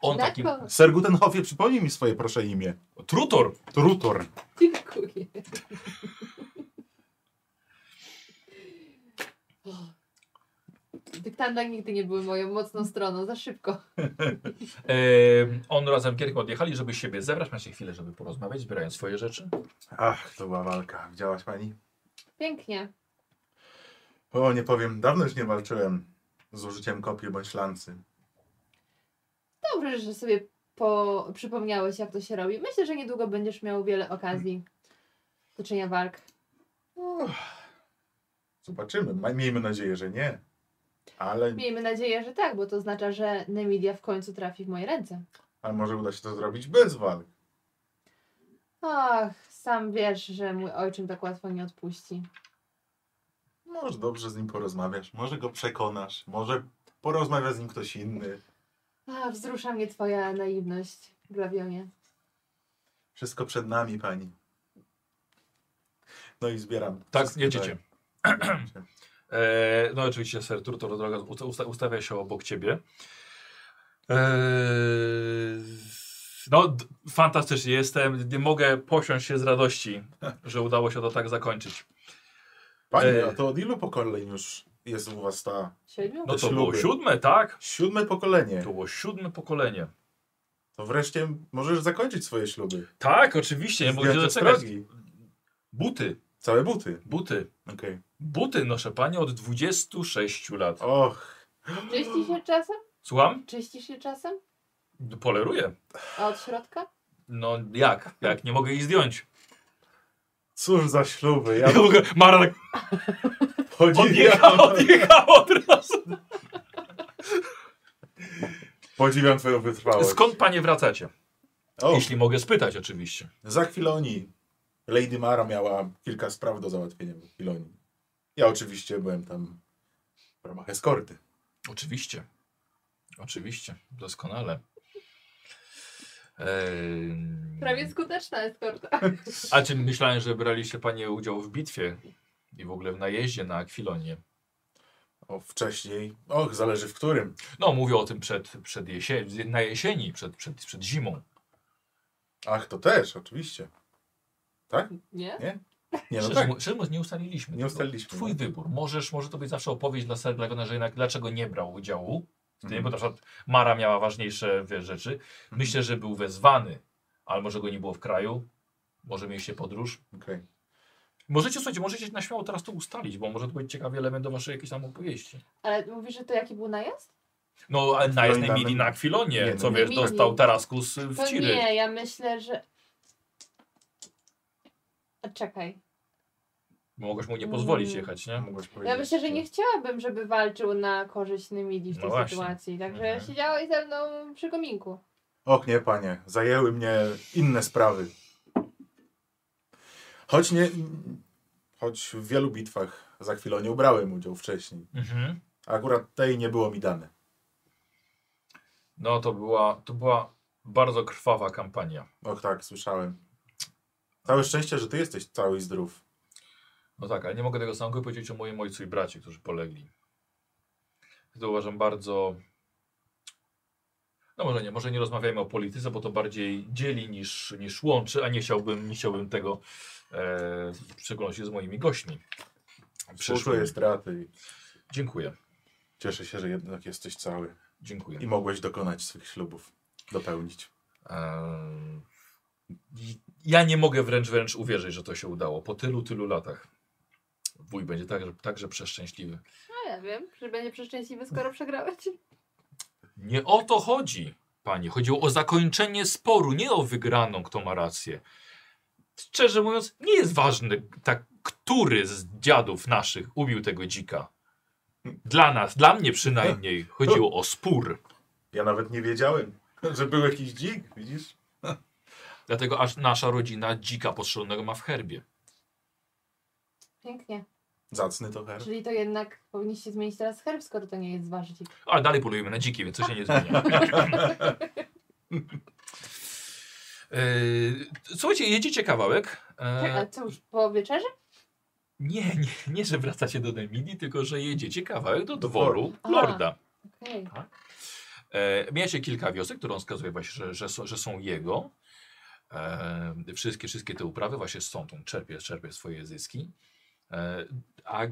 Speaker 1: On
Speaker 2: Na
Speaker 1: taki...
Speaker 2: ko-
Speaker 3: Ser Gutenhofie, przypomnij mi swoje proszę imię.
Speaker 1: Trutor!
Speaker 3: Trutor.
Speaker 2: Dziękuję. Dyktanda nigdy nie były moją mocną stroną, za szybko.
Speaker 1: Yy, on razem Kierkiem odjechali, żeby siebie zebrać. Macie chwilę, żeby porozmawiać, zbierając swoje rzeczy.
Speaker 3: Ach, to była walka. Widziałaś pani?
Speaker 2: Pięknie.
Speaker 3: O, nie powiem. Dawno już nie walczyłem z użyciem kopii bądź lancy.
Speaker 2: Dobrze, że sobie po... przypomniałeś, jak to się robi. Myślę, że niedługo będziesz miał wiele okazji do czynienia walk.
Speaker 3: Zobaczymy. Ma- Miejmy nadzieję, że nie. Ale,
Speaker 2: Miejmy nadzieję, że tak, bo to oznacza, że Nemidia w końcu trafi w moje ręce.
Speaker 3: ale może uda się to zrobić bez walk.
Speaker 2: Ach, sam wiesz, że mój ojczym tak łatwo nie odpuści.
Speaker 3: Może dobrze z nim porozmawiasz, może go przekonasz, może porozmawia z nim ktoś inny.
Speaker 2: Ach, wzrusza mnie twoja naiwność, Glawionie.
Speaker 3: Wszystko przed nami, pani. No i zbieram.
Speaker 1: Tak,
Speaker 3: wszystkie
Speaker 1: jedziecie.
Speaker 3: te- zbieram się.
Speaker 1: E, no oczywiście Ser Turtor droga, usta- usta- ustawia się obok ciebie. E, no d- fantastycznie jestem, nie mogę posiąść się z radości, że udało się to tak zakończyć.
Speaker 3: Pani,
Speaker 1: E.
Speaker 3: a to od ilu pokoleń już jest u was ta?
Speaker 2: Siedmiu?
Speaker 1: No to
Speaker 3: Śluby.
Speaker 1: było siódme, tak?
Speaker 3: Siódme pokolenie.
Speaker 1: To było siódme pokolenie.
Speaker 3: To wreszcie możesz zakończyć swoje śluby.
Speaker 1: Tak, oczywiście, nie mogę się
Speaker 3: Zdjąć
Speaker 1: doczekać.
Speaker 3: ostrogi.
Speaker 1: Buty,
Speaker 3: Całe buty.
Speaker 1: buty,
Speaker 3: Okej.
Speaker 1: buty noszę panie od 26 lat.
Speaker 3: Och.
Speaker 2: Czyścisz się czasem?
Speaker 1: Słucham?
Speaker 2: Czyścisz się czasem?
Speaker 1: Poleruję.
Speaker 2: A od środka?
Speaker 1: No jak? Jak? Nie mogę ich zdjąć.
Speaker 3: Cóż za śluby. Ja
Speaker 1: Ja mogę... Mara tak odjechała, odjechała od razu.
Speaker 3: Podziwiam twoją wytrwałość.
Speaker 1: Skąd panie wracacie?
Speaker 3: O,
Speaker 1: Jeśli mogę spytać, oczywiście.
Speaker 3: Za chwilę oni. Lady Mara miała kilka spraw do załatwienia w Filonii. Ja oczywiście byłem tam w ramach eskorty.
Speaker 1: Oczywiście. Oczywiście. Doskonale. Ehm,
Speaker 2: Prawie skuteczna eskorta.
Speaker 1: A czy myślałem, że braliście panie udział w bitwie i w ogóle w najeździe na Akwilonię?
Speaker 3: O, wcześniej. Och, zależy w którym.
Speaker 1: No, mówię o tym przed, przed jesie- na jesieni, przed, przed, przed zimą.
Speaker 3: Ach, to też, oczywiście.
Speaker 2: Nie?
Speaker 3: Nie, no
Speaker 1: Szczerze,
Speaker 3: tak.
Speaker 1: mu- szczerze mówiąc, nie ustaliliśmy.
Speaker 3: Nie
Speaker 1: tego.
Speaker 3: ustaliliśmy,
Speaker 1: Twój
Speaker 3: no.
Speaker 1: wybór. Możesz, może to być zawsze opowieść dla Serglagona, że jednak dlaczego nie brał udziału w tym,
Speaker 3: Mhm.
Speaker 1: bo na przykład Mara miała ważniejsze wiesz, rzeczy. Myślę, że był wezwany, ale może go nie było w kraju. Może mieliście podróż.
Speaker 3: Okej.
Speaker 1: Możecie, słuchajcie, możecie na śmiało teraz to ustalić, bo może to być ciekawy element do waszej jakiejś tam opowieści.
Speaker 2: Ale mówisz, że to jaki był najazd?
Speaker 1: No, ale na jasnej
Speaker 3: na-
Speaker 1: mini na
Speaker 3: nie,
Speaker 1: Akwilonie,
Speaker 3: no
Speaker 1: co
Speaker 3: nie.
Speaker 1: wiesz,
Speaker 2: Mini.
Speaker 1: dostał Taraskus
Speaker 2: To
Speaker 1: w Ciry.
Speaker 2: nie, ja myślę, że... A Czekaj.
Speaker 1: Mogłeś mu nie pozwolić
Speaker 2: Mm.
Speaker 1: jechać, nie?
Speaker 3: Mogłeś powiedzieć,
Speaker 2: Ja myślę, że
Speaker 3: że-
Speaker 2: nie chciałabym, żeby walczył na korzyść Nymidii w
Speaker 1: No
Speaker 2: tej
Speaker 1: właśnie.
Speaker 2: sytuacji. Także
Speaker 3: Mhm.
Speaker 2: siedziałeś ze mną przy kominku.
Speaker 3: Och nie, panie, zajęły mnie inne sprawy. Choć nie. Choć w wielu bitwach za chwilę nie brałem udział wcześniej.
Speaker 1: Mhm.
Speaker 3: Akurat tej nie było mi dane.
Speaker 1: No, to była, to była bardzo krwawa kampania.
Speaker 3: Och tak, słyszałem. Całe szczęście, że ty jesteś cały i zdrów.
Speaker 1: No tak, ale nie mogę tego samego powiedzieć o moim ojcu i bracie, którzy polegli. To uważam bardzo. No może nie, może nie rozmawiajmy o polityce, bo to bardziej dzieli niż, niż łączy, a nie chciałbym, nie chciałbym tego e, w szczególności z moimi gośćmi.
Speaker 3: Współczuję
Speaker 1: przyszłymi.
Speaker 3: straty i
Speaker 1: Dziękuję,
Speaker 3: cieszę się, że jednak jesteś cały
Speaker 1: dziękuję.
Speaker 3: i mogłeś dokonać swych ślubów, dopełnić.
Speaker 1: Ehm, i- ja nie mogę wręcz wręcz uwierzyć, że to się udało. Po tylu, tylu latach. Wuj będzie także, także przeszczęśliwy.
Speaker 2: No ja wiem, że będzie przeszczęśliwy, skoro przegrałeś.
Speaker 1: Nie o to chodzi, panie. Chodziło o zakończenie sporu, nie o wygraną, kto ma rację. Szczerze mówiąc, nie jest ważne, tak, który z dziadów naszych ubił tego dzika. Dla nas, dla mnie przynajmniej, chodziło o spór.
Speaker 3: Ja nawet nie wiedziałem, że był jakiś dzik, widzisz?
Speaker 1: Dlatego aż nasza rodzina dzika postrzelonego ma w herbie.
Speaker 2: Pięknie.
Speaker 3: Zacny to her.
Speaker 2: Czyli to jednak powinniście zmienić teraz herb, skoro to nie jest warzyw.
Speaker 1: Ale dalej polujemy na dziki, więc to się nie zmienia. Yy, Słuchajcie, jedziecie kawałek. e,
Speaker 2: Tak, a co już po wieczerzy?
Speaker 1: Nie, nie, nie, że wracacie do Nemili, tylko że jedziecie kawałek do
Speaker 3: Do
Speaker 1: dworu
Speaker 2: dworu.
Speaker 1: lorda.
Speaker 2: Okej.
Speaker 1: E, mieliście kilka wiosek, które on wskazuje właśnie, że, że, są- że są jego. E, wszystkie, wszystkie te uprawy właśnie stąd on czerpie, czerpie swoje zyski. E, a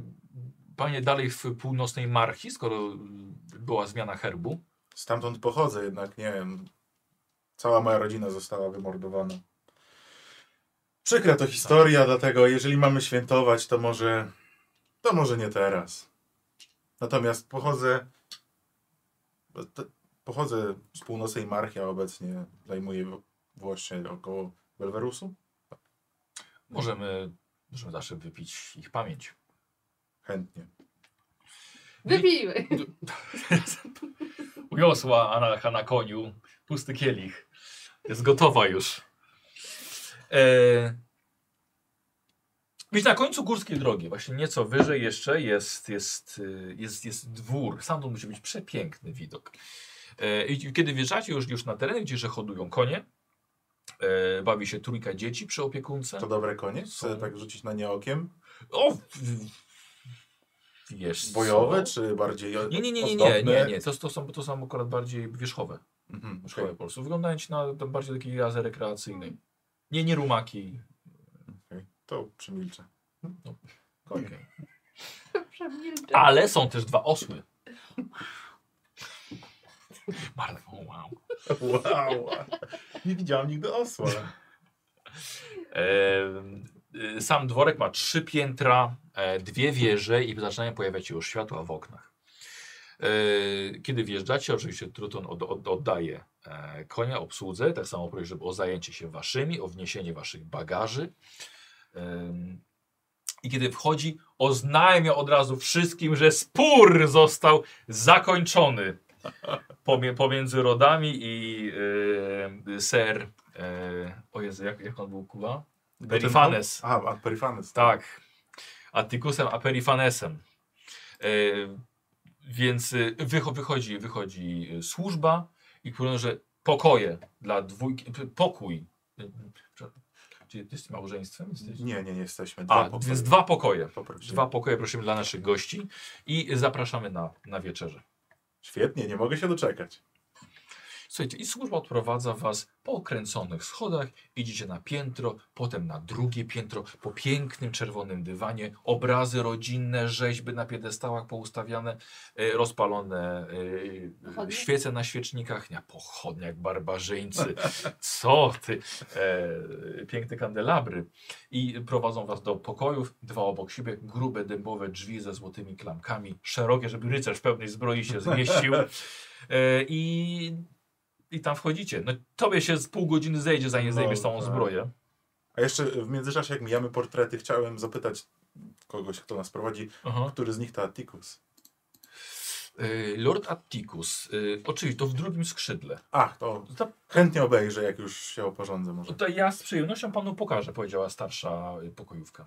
Speaker 1: panie dalej w północnej Marchi, skoro mm, była zmiana herbu,
Speaker 3: Stamtąd pochodzę jednak, nie wiem. Cała moja rodzina została wymordowana. Przykra to historia, dlatego jeżeli mamy świętować, to może... To może nie teraz. Natomiast pochodzę... te- Pochodzę z północnej Marchi, a obecnie zajmuję właśnie około Belwerusu.
Speaker 1: możemy, możemy zawsze wypić ich pamięć.
Speaker 3: Chętnie.
Speaker 2: Wypijmy.
Speaker 1: Uniosła Anacha na koniu pusty kielich. Jest gotowa już. E, Więc na końcu górskiej drogi, właśnie nieco wyżej jeszcze jest, jest, y, jest, jest dwór. Stamtąd musi być przepiękny widok. E, I i kiedy wjeżdżacie już, już na tereny, gdzie się hodują konie, e, bawi się trójka dzieci przy opiekunce.
Speaker 3: To dobre konie? Chcę
Speaker 1: Są-
Speaker 3: tak rzucić na nie okiem?
Speaker 1: O! w- w- Wiesz co?
Speaker 3: Bojowe, czy bardziej o-
Speaker 1: Nie, nie, nie, nie, nie,
Speaker 3: ozdobne?
Speaker 1: nie, nie. To, to, są, to są akurat bardziej wierzchowe.
Speaker 3: Mhm, okej.
Speaker 1: szkoły po prostu. Wyglądają ci na to bardziej takiej jazdy rekreacyjnej. Nie, nie rumaki.
Speaker 3: Okej, To przemilczę.
Speaker 1: konie.
Speaker 2: Przemilczę.
Speaker 1: Ale są też dwa osły. Marta, o, wow.
Speaker 3: Wow! Nie widziałam nigdy osła.
Speaker 1: Em, y, Sam dworek ma trzy piętra, e, dwie wieże i zaczynają pojawiać się już światła w oknach. E, Kiedy wjeżdżacie, oczywiście Truton od, od, oddaje e, konia obsłudze, tak samo prosi, żeby o zajęcie się waszymi, o wniesienie waszych bagaży. Em, I kiedy wchodzi, oznajmia od razu wszystkim, że spór został zakończony pomie- pomiędzy rodami i e, ser. E, o Jezu, jak, jak on był kuba? Perifanes.
Speaker 3: A, a Perifanes.
Speaker 1: Tak. Atticusem, a Perifanesem. E, więc y, wycho wychodzi, wychodzi y, służba i powiem, że pokoje dla dwójki, p- pokój. Y, y, Czy ty jesteś małżeństwem? Jesteś?
Speaker 3: Nie, nie, nie jesteśmy.
Speaker 1: Tak. A, więc dwa pokoje.
Speaker 3: Poprosimy.
Speaker 1: Dwa pokoje prosimy dla naszych gości i zapraszamy na, na wieczerzę.
Speaker 3: Świetnie, nie mogę się doczekać.
Speaker 1: Słuchajcie, i służba odprowadza was po okręconych schodach, idziecie na piętro, potem na drugie piętro, po pięknym czerwonym dywanie, obrazy rodzinne, rzeźby na piedestałach poustawiane, e, rozpalone e,
Speaker 2: Pochodnie?
Speaker 1: świece na świecznikach, nie, pochodnie jak barbarzyńcy, co ty, e, piękne kandelabry. I prowadzą was do pokojów, dwa obok siebie, grube dębowe drzwi ze złotymi klamkami, szerokie, żeby rycerz w pełnej zbroi się zmieścił. E, I, I tam wchodzicie. No, tobie się z pół godziny zejdzie, zanim
Speaker 3: No,
Speaker 1: zdejmiesz całą
Speaker 3: tak.
Speaker 1: zbroję.
Speaker 3: A jeszcze w międzyczasie, jak mijamy portrety, chciałem zapytać kogoś, kto nas prowadzi,
Speaker 1: Aha.
Speaker 3: który z nich to Atticus.
Speaker 1: E, Lord Atticus, e, oczywiście to w drugim skrzydle.
Speaker 3: Ach, to
Speaker 1: To,
Speaker 3: chętnie obejrzę, jak już się oporządzę może.
Speaker 1: to ja z przyjemnością panu pokażę, powiedziała starsza e, pokojówka.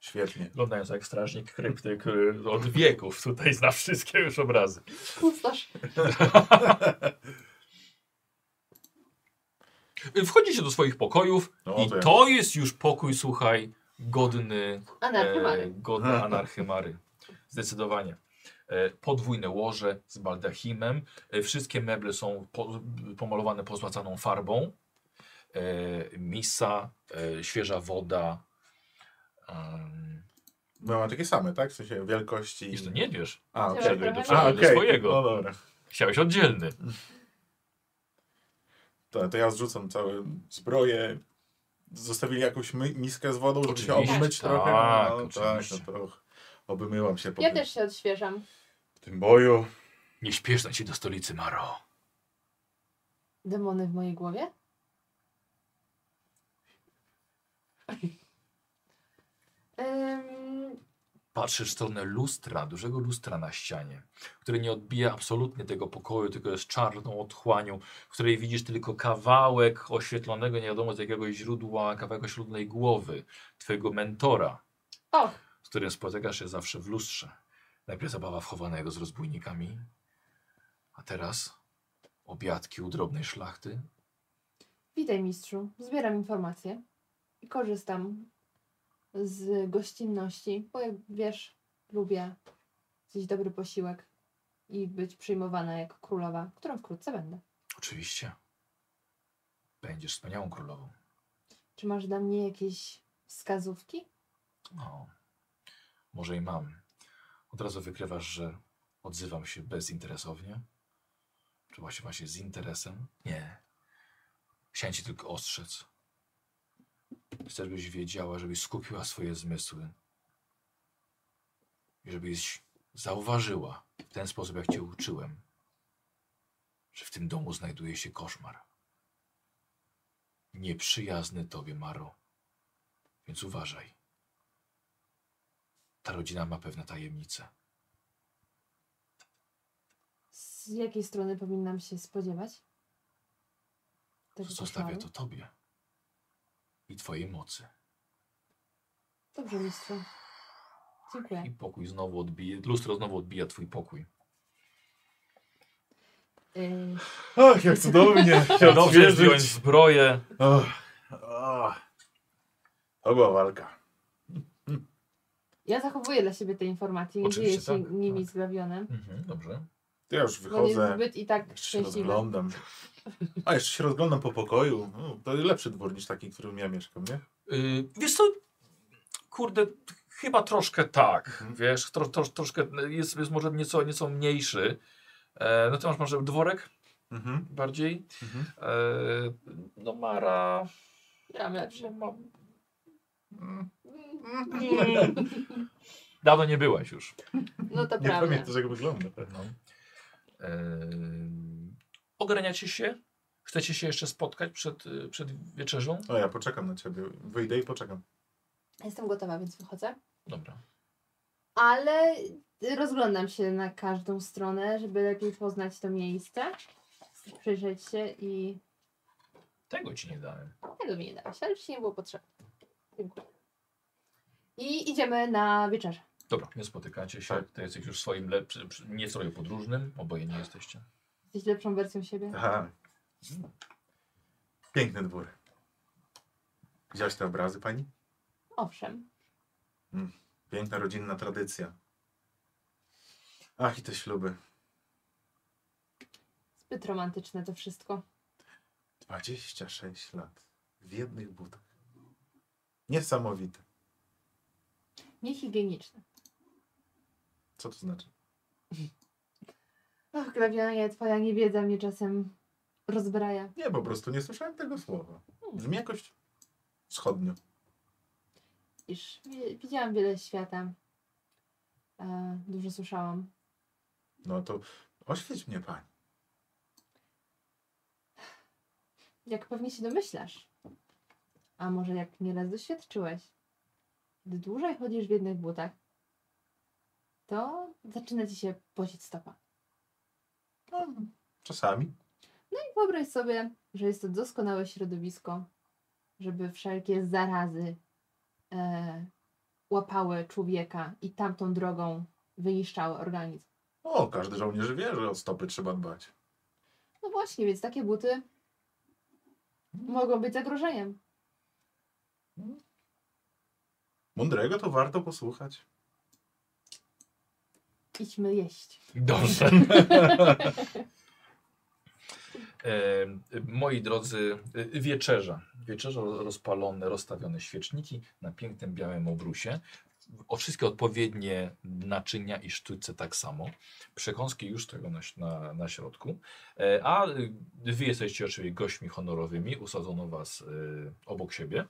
Speaker 3: Świetnie.
Speaker 1: Wyglądając jak strażnik krypty, który od wieków tutaj zna wszystkie już obrazy.
Speaker 2: Pustosz.
Speaker 1: E, Wchodzicie do swoich pokojów
Speaker 3: No,
Speaker 1: i
Speaker 3: to ja-
Speaker 1: to jest już pokój, słuchaj, godny E,
Speaker 2: Anarchymary.
Speaker 1: godne anarchymary. Zdecydowanie. E, Podwójne łoże z baldachimem. E, Wszystkie meble są po, pomalowane pozłacaną farbą. E, Misa, e, świeża woda. Um,
Speaker 3: No, ma takie same, tak? W sensie wielkości.
Speaker 1: jeszcze nie wiesz.
Speaker 3: A,
Speaker 2: Dobra,
Speaker 3: okej.
Speaker 1: Przejdę do
Speaker 2: A,
Speaker 1: przejdę do
Speaker 3: okej. No
Speaker 1: swojego.
Speaker 3: dobra.
Speaker 1: Chciałeś oddzielny.
Speaker 3: To, to ja zrzucam całe zbroję. Zostawili jakąś my, miskę z wodą, żeby się
Speaker 1: Oczywiście,
Speaker 3: obmyć
Speaker 1: tak,
Speaker 3: trochę. No, tak,
Speaker 1: oczywiście.
Speaker 3: no to obmyłam się po
Speaker 2: Ja
Speaker 3: tym,
Speaker 2: też się odświeżam.
Speaker 3: tym boju.
Speaker 1: Nie śpieszno ci do stolicy, Maro.
Speaker 2: Demony w mojej głowie? Ym,
Speaker 1: Patrzysz w stronę lustra, dużego lustra na ścianie, które nie odbija absolutnie tego pokoju, tylko jest czarną otchłanią, w której widzisz tylko kawałek oświetlonego, nie wiadomo z jakiego źródła, kawałek oświetlonej głowy twojego mentora,
Speaker 2: Och,
Speaker 1: z którym spotykasz się zawsze w lustrze. Najpierw zabawa w chowanego z rozbójnikami, a teraz obiadki u drobnej szlachty.
Speaker 2: witaj mistrzu. Zbieram informacje i korzystam z gościnności, bo jak wiesz, lubię zjeść dobry posiłek i być przyjmowana jako królowa, którą wkrótce będę.
Speaker 1: Oczywiście. Będziesz wspaniałą królową.
Speaker 2: Czy masz dla mnie jakieś wskazówki?
Speaker 1: No, może i mam. Od razu wykrywasz, że odzywam się bezinteresownie. Czy właśnie właśnie z interesem? Nie. Chciałem ci tylko ostrzec. Chcę, żebyś wiedziała, żebyś skupiła swoje zmysły. I żebyś zauważyła w ten sposób, jak cię uczyłem, że w tym domu znajduje się koszmar. Nieprzyjazny tobie, Maro. Więc uważaj. Ta rodzina ma pewne tajemnice.
Speaker 2: Z jakiej strony powinnam się spodziewać? tego
Speaker 1: Zostawię
Speaker 2: koszmaru?
Speaker 1: to tobie. i Twojej mocy.
Speaker 2: Dobrze, mistrzu. Dziękuję.
Speaker 1: I pokój znowu odbije, lustro znowu odbija Twój pokój.
Speaker 2: Yy,
Speaker 3: Ach, jak cudownie. się
Speaker 1: Dobrze jest
Speaker 3: odświeżyć.
Speaker 1: zdjąć zbroję.
Speaker 3: Ach, ach. To była walka.
Speaker 2: ja zachowuję dla siebie te informacje, nie
Speaker 1: Oczywiście,
Speaker 2: dzieję się
Speaker 1: tak,
Speaker 2: nimi
Speaker 1: tak.
Speaker 2: z Glawionem.
Speaker 1: Mhm, dobrze.
Speaker 3: Ja już
Speaker 2: On jest
Speaker 3: wychodzę.
Speaker 2: zbyt i tak
Speaker 3: Jeszcze się
Speaker 2: szczęśliwy.
Speaker 3: rozglądam. A, jeszcze się rozglądam po pokoju. No, to lepszy dwór niż taki, w którym ja mieszkam, nie?
Speaker 1: Yy, wiesz co, kurde, chyba troszkę tak,
Speaker 3: Mhm.
Speaker 1: wiesz, tro, tro, troszkę y, jest, jest może nieco, nieco mniejszy. E, no ty masz może dworek
Speaker 3: Mhm.
Speaker 1: bardziej.
Speaker 3: Mhm.
Speaker 1: E, no Mara...
Speaker 2: Ja lepszy.
Speaker 1: mam-
Speaker 3: Mm,
Speaker 1: Dawno nie byłaś już.
Speaker 2: No to
Speaker 3: Nie
Speaker 2: prawda.
Speaker 3: pamiętasz, jak wygląda.
Speaker 1: No. E, ogarniacie się? Chcecie się jeszcze spotkać przed, y, przed wieczerzą?
Speaker 3: O, ja poczekam na ciebie. Wyjdę i poczekam.
Speaker 2: Jestem gotowa, więc wychodzę.
Speaker 1: Dobra.
Speaker 2: Ale rozglądam się na każdą stronę, żeby lepiej poznać to miejsce. Przyjrzeć się i
Speaker 1: Tego ci nie dałem.
Speaker 2: tego mi nie dałeś, ale już nie było potrzebne. Dziękuję. I idziemy na wieczerzę.
Speaker 1: Dobra, nie spotykacie się.
Speaker 3: Tak.
Speaker 1: Ty jesteś już w swoim lepszym, nieco podróżnym. Oboje nie jesteście.
Speaker 2: Jesteś lepszą wersją siebie.
Speaker 3: Aha. Piękny dwór. Widziałaś te obrazy, pani?
Speaker 2: Owszem.
Speaker 3: Piękna rodzinna tradycja. Ach, i te śluby.
Speaker 2: Zbyt romantyczne to wszystko.
Speaker 3: 26 lat. W jednych butach. Niesamowite.
Speaker 2: Niehigieniczne.
Speaker 3: Co to znaczy?
Speaker 2: Ach, Glawianie, twoja niewiedza mnie czasem rozbraja.
Speaker 3: Nie, po prostu nie słyszałem tego słowa. Brzmi jakoś wschodnio.
Speaker 2: Iż wi- widziałam wiele świata. E, dużo słyszałam.
Speaker 3: No to oświeć mnie pani.
Speaker 2: Jak pewnie się domyślasz. A może jak nieraz doświadczyłeś, gdy dłużej chodzisz w jednych butach, to zaczyna ci się pocić stopa.
Speaker 3: No, czasami.
Speaker 2: I wyobraź sobie, że jest to doskonałe środowisko, żeby wszelkie zarazy e, łapały człowieka i tamtą drogą wyniszczały organizm.
Speaker 3: O, każdy żołnierz wie, że o stopy trzeba dbać.
Speaker 2: No właśnie, więc takie buty mogą być zagrożeniem.
Speaker 3: Mądrego to warto posłuchać.
Speaker 2: Idźmy jeść.
Speaker 1: Dobrze. E, Moi drodzy, e, wieczerza. Wieczerza rozpalone, rozstawione świeczniki na pięknym białym obrusie. O wszystkie odpowiednie naczynia i sztuce tak samo. Przekąski już tego na, na, na środku. E, A y, wy jesteście oczywiście gośćmi honorowymi. Usadzono was y, obok siebie.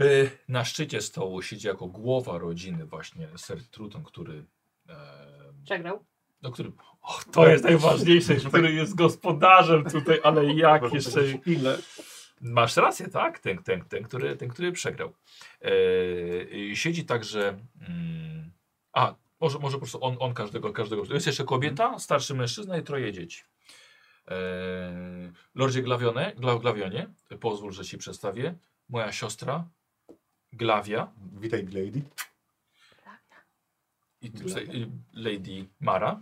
Speaker 1: Y, Na szczycie stołu siedzi jako głowa rodziny właśnie Ser Truton, który e,
Speaker 2: Przegrał.
Speaker 1: no, który... Och, to jest najważniejsze,
Speaker 3: Tak.
Speaker 1: który jest gospodarzem tutaj, ale jak jeszcze...
Speaker 3: Ile?
Speaker 1: Masz rację, tak? Ten, ten, ten, który, ten który przegrał. Eee, siedzi także... Mm, a, może, może po prostu on, on każdego, każdego... Jest jeszcze kobieta, starszy mężczyzna i troje dzieci. Eee, Lordzie Glawione, Gla, Glawionie, pozwól, że ci przedstawię. Moja siostra, Glawia
Speaker 3: Witaj, Glady.
Speaker 1: i ty-
Speaker 3: Glavia.
Speaker 1: i Lady Mara.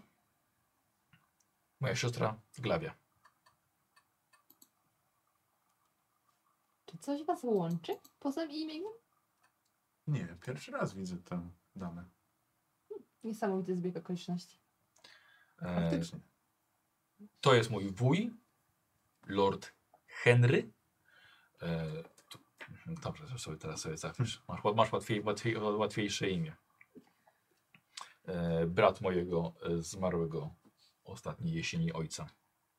Speaker 1: Moja siostra, Glawia.
Speaker 2: Czy coś was łączy poza imieniem?
Speaker 3: Nie, pierwszy raz widzę tę damę.
Speaker 2: Niesamowity zbieg okoliczności.
Speaker 1: Eee,
Speaker 3: Faktycznie.
Speaker 1: To jest mój wuj, Lord Henry. E, tu, mhm, dobrze, to sobie teraz sobie zapisz. Masz, łat- masz łatwiej, łatwiej, łatwiejsze imię. E, brat mojego e, zmarłego ostatniej jesieni ojca.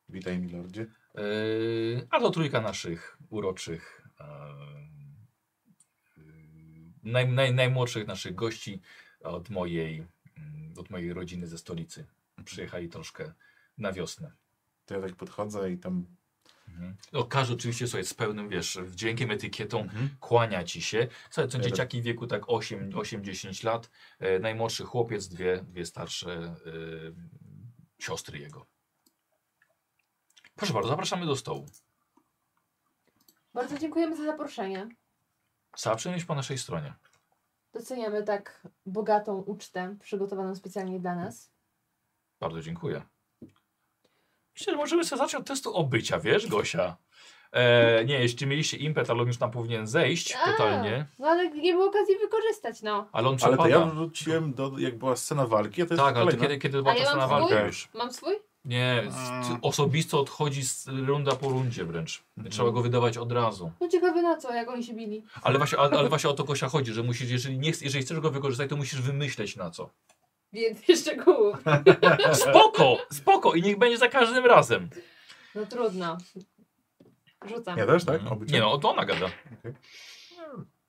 Speaker 3: Witaj, milordzie.
Speaker 1: E, a to trójka naszych uroczych, e, e, naj, naj, najmłodszych naszych gości od mojej, mm, od mojej rodziny ze stolicy. Przyjechali troszkę na wiosnę.
Speaker 3: To ja tak podchodzę i tam...
Speaker 1: Mhm. No, każdy oczywiście sobie z pełnym, wiesz, wdziękiem, etykietą kłania ci się. Słuchaj, są
Speaker 3: Ja tak-
Speaker 1: dzieciaki w wieku tak 8 8-10 lat. E, najmłodszy chłopiec, dwie, dwie starsze e, siostry jego. Proszę bardzo, zapraszamy do stołu.
Speaker 2: Bardzo dziękujemy za zaproszenie.
Speaker 1: Cała przyjemność po naszej stronie.
Speaker 2: Doceniamy tak bogatą ucztę przygotowaną specjalnie dla nas.
Speaker 1: Bardzo dziękuję. Myślę, że możemy sobie zacząć od testu obycia, wiesz, Gosia? E, nie, jeśli mieliście impet, ale on już tam powinien zejść
Speaker 2: A.
Speaker 1: totalnie.
Speaker 2: No ale nie było okazji wykorzystać, no.
Speaker 1: Ale on
Speaker 3: Ale to ja
Speaker 1: przepada.
Speaker 3: wróciłem do, jak była scena walki, a to jest
Speaker 1: Tak, ale to
Speaker 3: kolejna.
Speaker 1: kiedy, kiedy była
Speaker 2: A
Speaker 1: ta
Speaker 2: ja
Speaker 1: scena
Speaker 2: mam
Speaker 1: walki
Speaker 3: swój?
Speaker 1: już?
Speaker 2: Mam swój?
Speaker 1: Nie, z-
Speaker 3: Mm.
Speaker 1: osobisto odchodzi z runda po rundzie wręcz.
Speaker 3: Mhm.
Speaker 1: Trzeba go wydawać od razu.
Speaker 2: No ciekawe na co, jak oni się bili.
Speaker 1: Ale właśnie, ale, ale właśnie o to Gosia chodzi, że musisz, jeżeli, nie, chcesz- jeżeli chcesz go wykorzystać, to musisz wymyśleć na co.
Speaker 2: Więcej szczegółów.
Speaker 1: Spoko, spoko i niech będzie za każdym razem.
Speaker 2: No trudno. Rzucam.
Speaker 3: Ja też, tak?
Speaker 1: Mhm.
Speaker 3: Obycie?
Speaker 1: Nie no, to ona gada.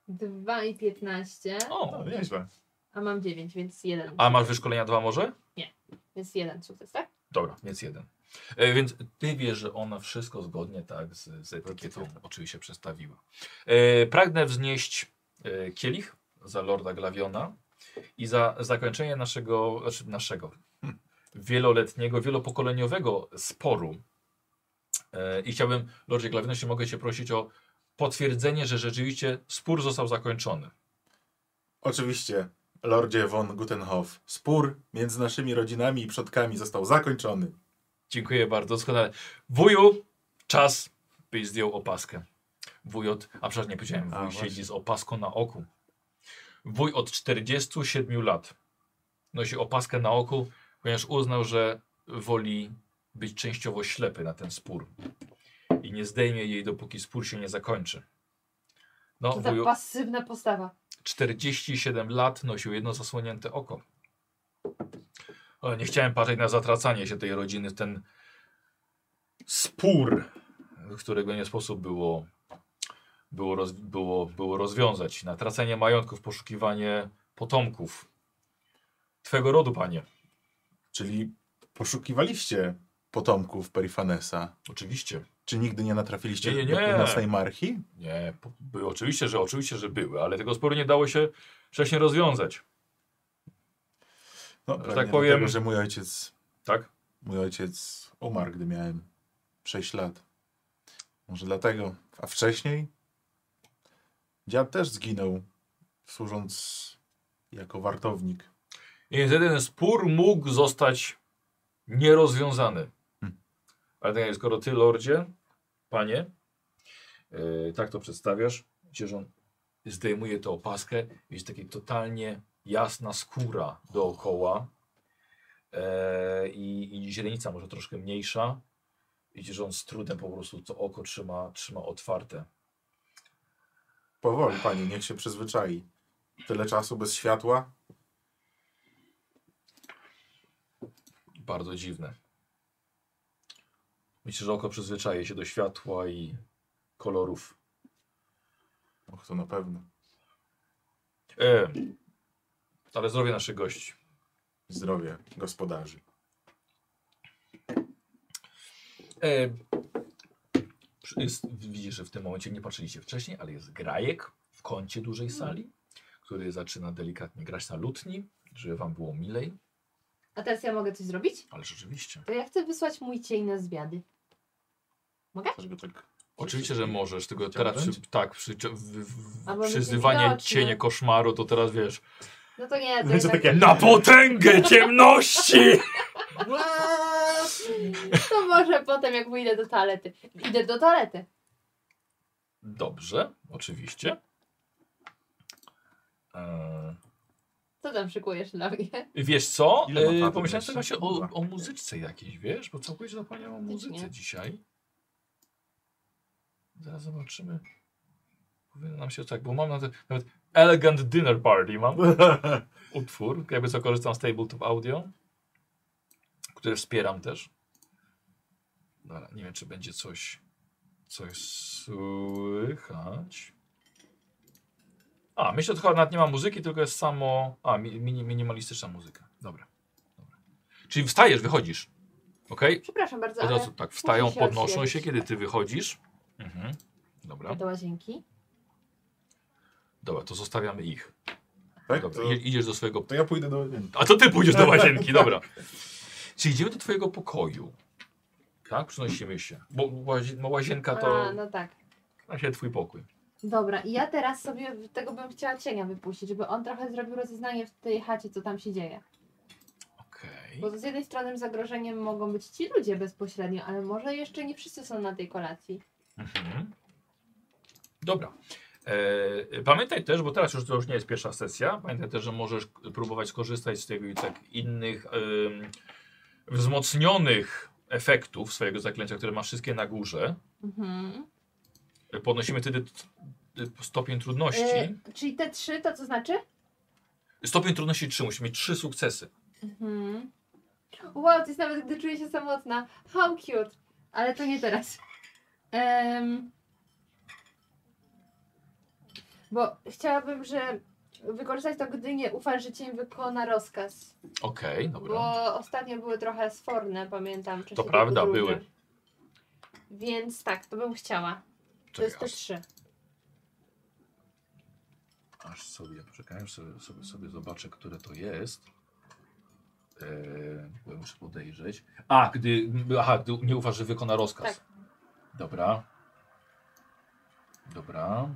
Speaker 2: Dwa i 15,
Speaker 1: O.
Speaker 3: No, nieźle.
Speaker 2: a mam 9, więc jeden.
Speaker 1: A masz wyszkolenia dwa może?
Speaker 2: Więc jeden sukces, tak?
Speaker 1: Dobra, więc jeden. E, więc ty wiesz, że ona wszystko zgodnie tak z, z etykietą oczywiście przestawiła. E, pragnę wznieść e, kielich za Lorda Glaviona i za zakończenie naszego, znaczy naszego wieloletniego, wielopokoleniowego sporu. E, I chciałbym, Lordzie Glavion, jeśli mogę cię prosić o potwierdzenie, że rzeczywiście spór został zakończony.
Speaker 3: Oczywiście, Lordzie von Gutenhof, spór między naszymi rodzinami i przodkami został zakończony.
Speaker 1: Dziękuję bardzo, doskonale. Wuju, czas, byś zdjął opaskę. Wuj od, a przepraszam, nie powiedziałem, wuj
Speaker 3: A,
Speaker 1: siedzi
Speaker 3: właśnie.
Speaker 1: z opaską na oku. Wuj od 47 lat nosi opaskę na oku, ponieważ uznał, że woli być częściowo ślepy na ten spór. I nie zdejmie jej, dopóki spór się nie zakończy. No,
Speaker 2: Za
Speaker 1: wuju,
Speaker 2: pasywna postawa.
Speaker 1: 47 lat nosił jedno zasłonięte oko. Ale nie chciałem patrzeć na zatracanie się tej rodziny, ten spór, którego nie sposób było, było, roz, było, było rozwiązać. Na tracenie majątków, poszukiwanie potomków. Twego rodu, panie.
Speaker 3: Czyli poszukiwaliście potomków Perifanesa.
Speaker 1: Oczywiście.
Speaker 3: Czy nigdy nie natrafiliście
Speaker 1: Nie, nie,
Speaker 3: do
Speaker 1: nie.
Speaker 3: północnej marchi?
Speaker 1: Nie, po- były, oczywiście, że oczywiście, że były, ale tego sporu nie dało się wcześniej rozwiązać.
Speaker 3: No,
Speaker 1: tak
Speaker 3: pewnie
Speaker 1: powiem-
Speaker 3: Dlatego, że mój ojciec,
Speaker 1: Tak?
Speaker 3: mój ojciec umarł, gdy miałem 6 lat. Może dlatego. A wcześniej? Dziad też zginął, służąc jako wartownik.
Speaker 1: I niestety ten spór mógł zostać nierozwiązany.
Speaker 3: Hmm.
Speaker 1: Ale tak, jak skoro ty, lordzie, panie, yy, tak to przedstawiasz, widzicie, że on zdejmuje tę opaskę, jest taka totalnie jasna skóra dookoła yy, i, i źrenica może troszkę mniejsza. Widzicie, że on z trudem po prostu to oko trzyma, trzyma otwarte.
Speaker 3: Powoli, panie, niech się przyzwyczai. Tyle czasu bez światła.
Speaker 1: Bardzo dziwne. Myślę, że oko przyzwyczaje się do światła i kolorów.
Speaker 3: Och, to na pewno.
Speaker 1: E, ale zdrowie naszych gości.
Speaker 3: Zdrowie gospodarzy.
Speaker 1: E, przy- jest, widzisz, że w tym momencie nie patrzyliście wcześniej, ale jest grajek w kącie dużej sali, który zaczyna delikatnie grać na lutni, żeby wam było milej.
Speaker 2: A teraz ja mogę coś zrobić?
Speaker 1: Ale rzeczywiście.
Speaker 2: To ja chcę wysłać mój cień na zwiady.
Speaker 3: Też go tak...
Speaker 1: Oczywiście, że możesz, tylko
Speaker 3: Chciałbym
Speaker 1: teraz przy,
Speaker 3: być?
Speaker 1: tak, przy, w, w,
Speaker 2: A może no.
Speaker 1: przyzywanie
Speaker 2: widoczne.
Speaker 1: cienie koszmaru, to teraz wiesz.
Speaker 2: No to nie, to
Speaker 3: Będzie
Speaker 2: jednak...
Speaker 3: takie-
Speaker 1: Na potęgę ciemności!
Speaker 2: To może potem, jak pójdę do toalety. Idę do toalety.
Speaker 1: Dobrze, oczywiście. E,
Speaker 2: Co tam szykujesz dla mnie?
Speaker 1: I Wiesz co?
Speaker 3: Ile notatów
Speaker 1: E, Pomyślałem
Speaker 3: jeszcze?
Speaker 1: sobie właśnie o,
Speaker 3: Dwa.
Speaker 1: o muzyczce jakiejś, wiesz? Bo całkowicie zapomniałem o muzyce
Speaker 2: Faktycznie.
Speaker 1: dzisiaj. Zaraz zobaczymy. Powinno nam się tak, bo mam na to, nawet Elegant Dinner Party mam utwór. Jakby co korzystam z Tabletop Audio, które wspieram też. Dobra, nie wiem, czy będzie coś, coś słychać. A, myślę, że chyba nawet nie ma muzyki, tylko jest samo. A, mi- mini, minimalistyczna muzyka. Dobra. Dobra. Czyli wstajesz, wychodzisz. Ok?
Speaker 2: Przepraszam bardzo,
Speaker 1: Od
Speaker 2: ale...
Speaker 1: razu tak wstają,
Speaker 2: muszę się
Speaker 1: podnoszą się,
Speaker 2: odświeżyć.
Speaker 1: kiedy ty wychodzisz. Mhm. Dobra.
Speaker 2: Do łazienki.
Speaker 1: Dobra, to zostawiamy ich.
Speaker 3: Tak?
Speaker 1: Dobra,
Speaker 3: To,
Speaker 1: idzie- idziesz do swojego
Speaker 3: to ja pójdę do...
Speaker 1: A to ty pójdziesz do łazienki, dobra. Czyli idziemy do twojego pokoju. Tak? Przenosimy się. Bo łazi- no łazienka to...
Speaker 2: A, no tak.
Speaker 1: na się twój pokój.
Speaker 2: Dobra, i ja teraz sobie w- tego bym chciała cienia wypuścić, żeby on trochę zrobił rozeznanie w tej chacie, co tam się dzieje.
Speaker 1: Okej.
Speaker 2: Bo z jednej strony zagrożeniem mogą być ci ludzie bezpośrednio, ale może jeszcze nie wszyscy są na tej kolacji.
Speaker 1: Mhm. Dobra. E, Pamiętaj też, bo teraz już to już nie jest pierwsza sesja, pamiętaj też, że możesz k- próbować skorzystać z tych tak, innych em, wzmocnionych efektów swojego zaklęcia, które masz wszystkie na górze.
Speaker 2: Mhm.
Speaker 1: E, Podnosimy wtedy t- y, stopień trudności.
Speaker 2: Y, czyli te trzy, to co znaczy?
Speaker 1: Stopień trudności 3, musimy mieć 3 sukcesy.
Speaker 2: Mhm. Wow, to jest nawet gdy czuję się samotna. How cute. Ale to nie teraz. Em, bo chciałabym, że wykorzystać to, gdy nie ufasz, że cień wykona rozkaz.
Speaker 1: Okej, dobra.
Speaker 2: Bo ostatnio były trochę sforne, pamiętam. w czasie
Speaker 1: To
Speaker 2: tej
Speaker 1: prawda,
Speaker 2: podróży.
Speaker 1: były.
Speaker 2: Więc tak, to bym chciała. To jest
Speaker 1: Czekaj,
Speaker 2: te
Speaker 1: aż,
Speaker 2: trzy.
Speaker 1: aż sobie, poczekaj, aż sobie, sobie, sobie zobaczę, które to jest. Eee, bo ja muszę podejrzeć. A, gdy, aha, gdy nie ufasz, że wykona rozkaz.
Speaker 2: Tak.
Speaker 1: Dobra. Dobra.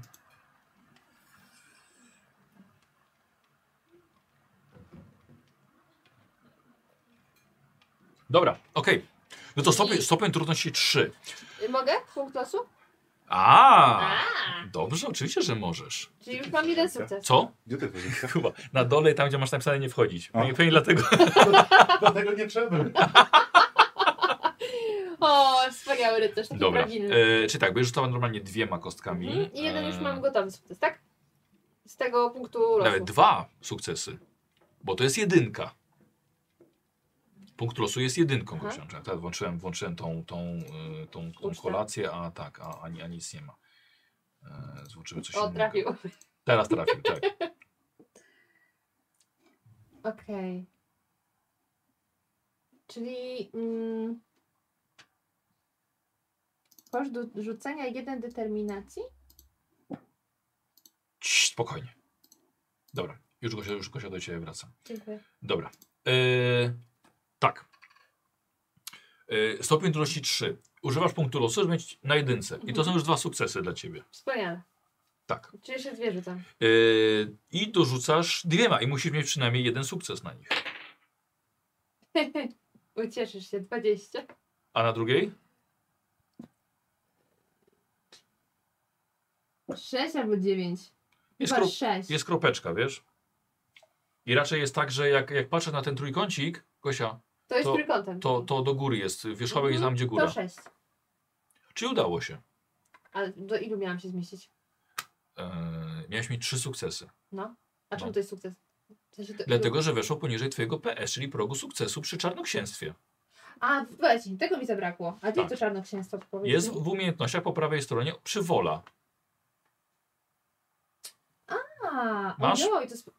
Speaker 1: Dobra, okej. No to stopień,
Speaker 2: I-
Speaker 1: stopień trudności 3.
Speaker 2: Y, Mogę? Punkt losu?
Speaker 1: A,
Speaker 2: A,
Speaker 1: Dobrze, oczywiście, że możesz.
Speaker 2: czyli już mam jeden sukces.
Speaker 1: Co?
Speaker 3: Gdzie ty wyrzucasz?
Speaker 1: Chyba. Na dole, tam gdzie masz napisane nie wchodzić.
Speaker 3: A.
Speaker 1: Pewnie, pewnie dlatego.
Speaker 3: Do tego nie trzeba.
Speaker 2: O, wspaniały rycerz, taki
Speaker 1: Dobra.
Speaker 2: prawdziwy.
Speaker 1: E, czy tak, bo ja rzucałam normalnie dwiema kostkami.
Speaker 2: Mhm. I jeden już
Speaker 1: E,
Speaker 2: mam gotowy sukces, tak? Z tego punktu losu.
Speaker 1: Nawet dwa sukcesy. Bo to jest jedynka. Punkt losu jest jedynką.
Speaker 2: Aha.
Speaker 1: Aha. Tak, włączyłem, włączyłem tą, tą, e, tą, tą
Speaker 2: Ucztę.
Speaker 1: kolację, a tak, a, a, ni- a nic nie ma. E, Złączymy coś
Speaker 2: O,
Speaker 1: innego.
Speaker 2: trafił.
Speaker 1: Teraz trafił, tak.
Speaker 2: Okej. Czyli mm, koszt do rzucenia jeden determinacji?
Speaker 1: Cii, spokojnie. Dobra, już go, się- już go się do ciebie wracam.
Speaker 2: Dziękuję.
Speaker 1: Dobra. Yy, tak. Yy, stopień trudności 3. Używasz punktu losu, żeby mieć na jedynce. I to są już dwa sukcesy dla ciebie.
Speaker 2: Wspaniale.
Speaker 1: Tak.
Speaker 2: Czyli jeszcze dwie rzucam.
Speaker 1: Yy, I dorzucasz dwiema i musisz mieć przynajmniej jeden sukces na nich.
Speaker 2: Ucieszysz się, 20.
Speaker 1: A na drugiej?
Speaker 2: 6 albo 9.
Speaker 1: Jest,
Speaker 2: Chyba
Speaker 1: kro,
Speaker 2: 6.
Speaker 1: jest kropeczka, wiesz? I raczej jest tak, że jak, jak patrzę na ten trójkącik, Gosia,
Speaker 2: to jest
Speaker 1: to-
Speaker 2: trójkątem.
Speaker 1: to, to do góry jest. Wierzchołek jest tam, gdzie
Speaker 2: to
Speaker 1: góra.
Speaker 2: 6.
Speaker 1: Czy udało się?
Speaker 2: A do ilu miałam się zmieścić?
Speaker 1: Yy, miałeś mieć trzy sukcesy.
Speaker 2: A czemu
Speaker 1: No.
Speaker 2: to jest sukces? W sensie to-
Speaker 1: Dlatego, że weszło poniżej twojego PS, czyli progu sukcesu przy czarnoksięstwie.
Speaker 2: A, właśnie, tego mi zabrakło. A gdzie
Speaker 1: Tak.
Speaker 2: to czarnoksięstwo powiedzieć?
Speaker 1: Jest w umiejętnościach po prawej stronie przywola.
Speaker 2: A,
Speaker 1: Masz?
Speaker 2: Ojoj, to sp-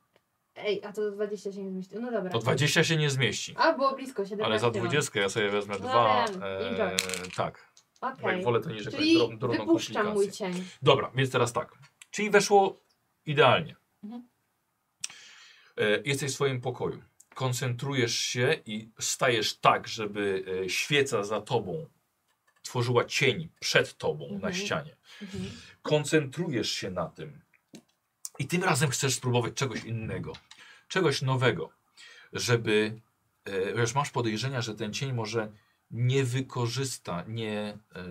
Speaker 2: Ej, a to do 20 się nie zmieści. No dobra.
Speaker 1: To 20 się nie zmieści.
Speaker 2: A, było blisko, 17.
Speaker 1: Ale za
Speaker 2: mam.
Speaker 1: 20 ja sobie wezmę
Speaker 2: No
Speaker 1: dwa.
Speaker 2: wiem,
Speaker 1: E,
Speaker 2: enjoy.
Speaker 1: tak. Bo
Speaker 2: Okej.
Speaker 1: jak wolę to niż jakąś
Speaker 2: Czyli
Speaker 1: drobną, drobną
Speaker 2: wypuszczam mój
Speaker 1: komplikację.
Speaker 2: cień.
Speaker 1: Dobra, więc teraz tak. Czyli weszło idealnie.
Speaker 2: Mhm.
Speaker 1: E, jesteś w swoim pokoju. Koncentrujesz się i stajesz tak, żeby e, świeca za tobą tworzyła cień przed tobą na
Speaker 2: Mhm.
Speaker 1: ścianie.
Speaker 2: Mhm.
Speaker 1: koncentrujesz się na tym. I tym razem chcesz spróbować czegoś innego, czegoś nowego, żeby. e, Wiesz, masz podejrzenia, że ten cień może nie wykorzysta, nie. e,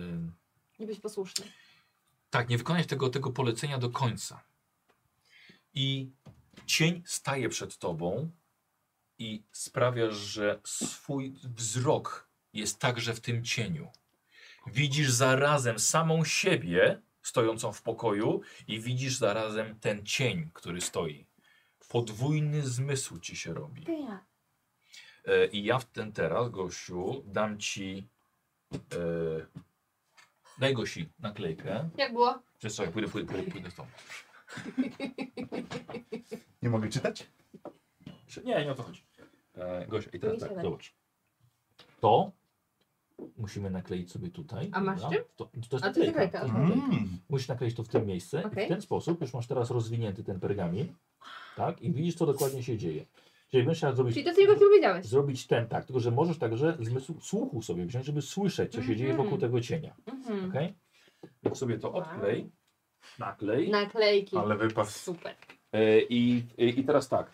Speaker 2: Nie być posłuszny.
Speaker 1: Tak, nie wykonać tego, tego polecenia do końca. I cień staje przed tobą i sprawiasz, że swój wzrok jest także w tym cieniu. Widzisz zarazem samą siebie stojącą w pokoju i widzisz zarazem ten cień, który stoi. Podwójny zmysł ci się robi.
Speaker 2: Ty ja.
Speaker 1: E, I ja w ten teraz, Gosiu, dam ci. E, daj Gosi naklejkę.
Speaker 2: Jak było?
Speaker 1: Przez co, pójdę, pójdę, pójdę, pójdę stąd.
Speaker 3: Nie mogę czytać?
Speaker 1: Nie, nie o to chodzi. E, Gosia, i teraz
Speaker 2: Mi się
Speaker 1: tak,
Speaker 2: wydaje.
Speaker 1: zobacz. To musimy nakleić sobie tutaj.
Speaker 2: A masz
Speaker 1: dobra?
Speaker 2: czym?
Speaker 1: To, to jest
Speaker 2: A, to jest
Speaker 1: naklejka.
Speaker 2: naklejka.
Speaker 1: to jest naklejka.
Speaker 3: Mm.
Speaker 1: Musisz nakleić to w tym miejsce i
Speaker 2: Okej.
Speaker 1: w ten sposób już masz teraz rozwinięty ten pergamin. Tak? I widzisz, co dokładnie się dzieje. Czyli będziesz chciała zrobić...
Speaker 2: Czyli to, co mi właśnie powiedziałeś.
Speaker 1: Zrobić ten tak, tylko że możesz także zmysł słuchu sobie wziąć, żeby słyszeć, co się dzieje
Speaker 2: Mhm.
Speaker 1: wokół tego cienia.
Speaker 2: Mhm.
Speaker 1: okej? Więc sobie to odklej, naklej.
Speaker 2: Naklejki.
Speaker 3: Ale wypas.
Speaker 2: Super.
Speaker 1: E, I, i, I teraz tak.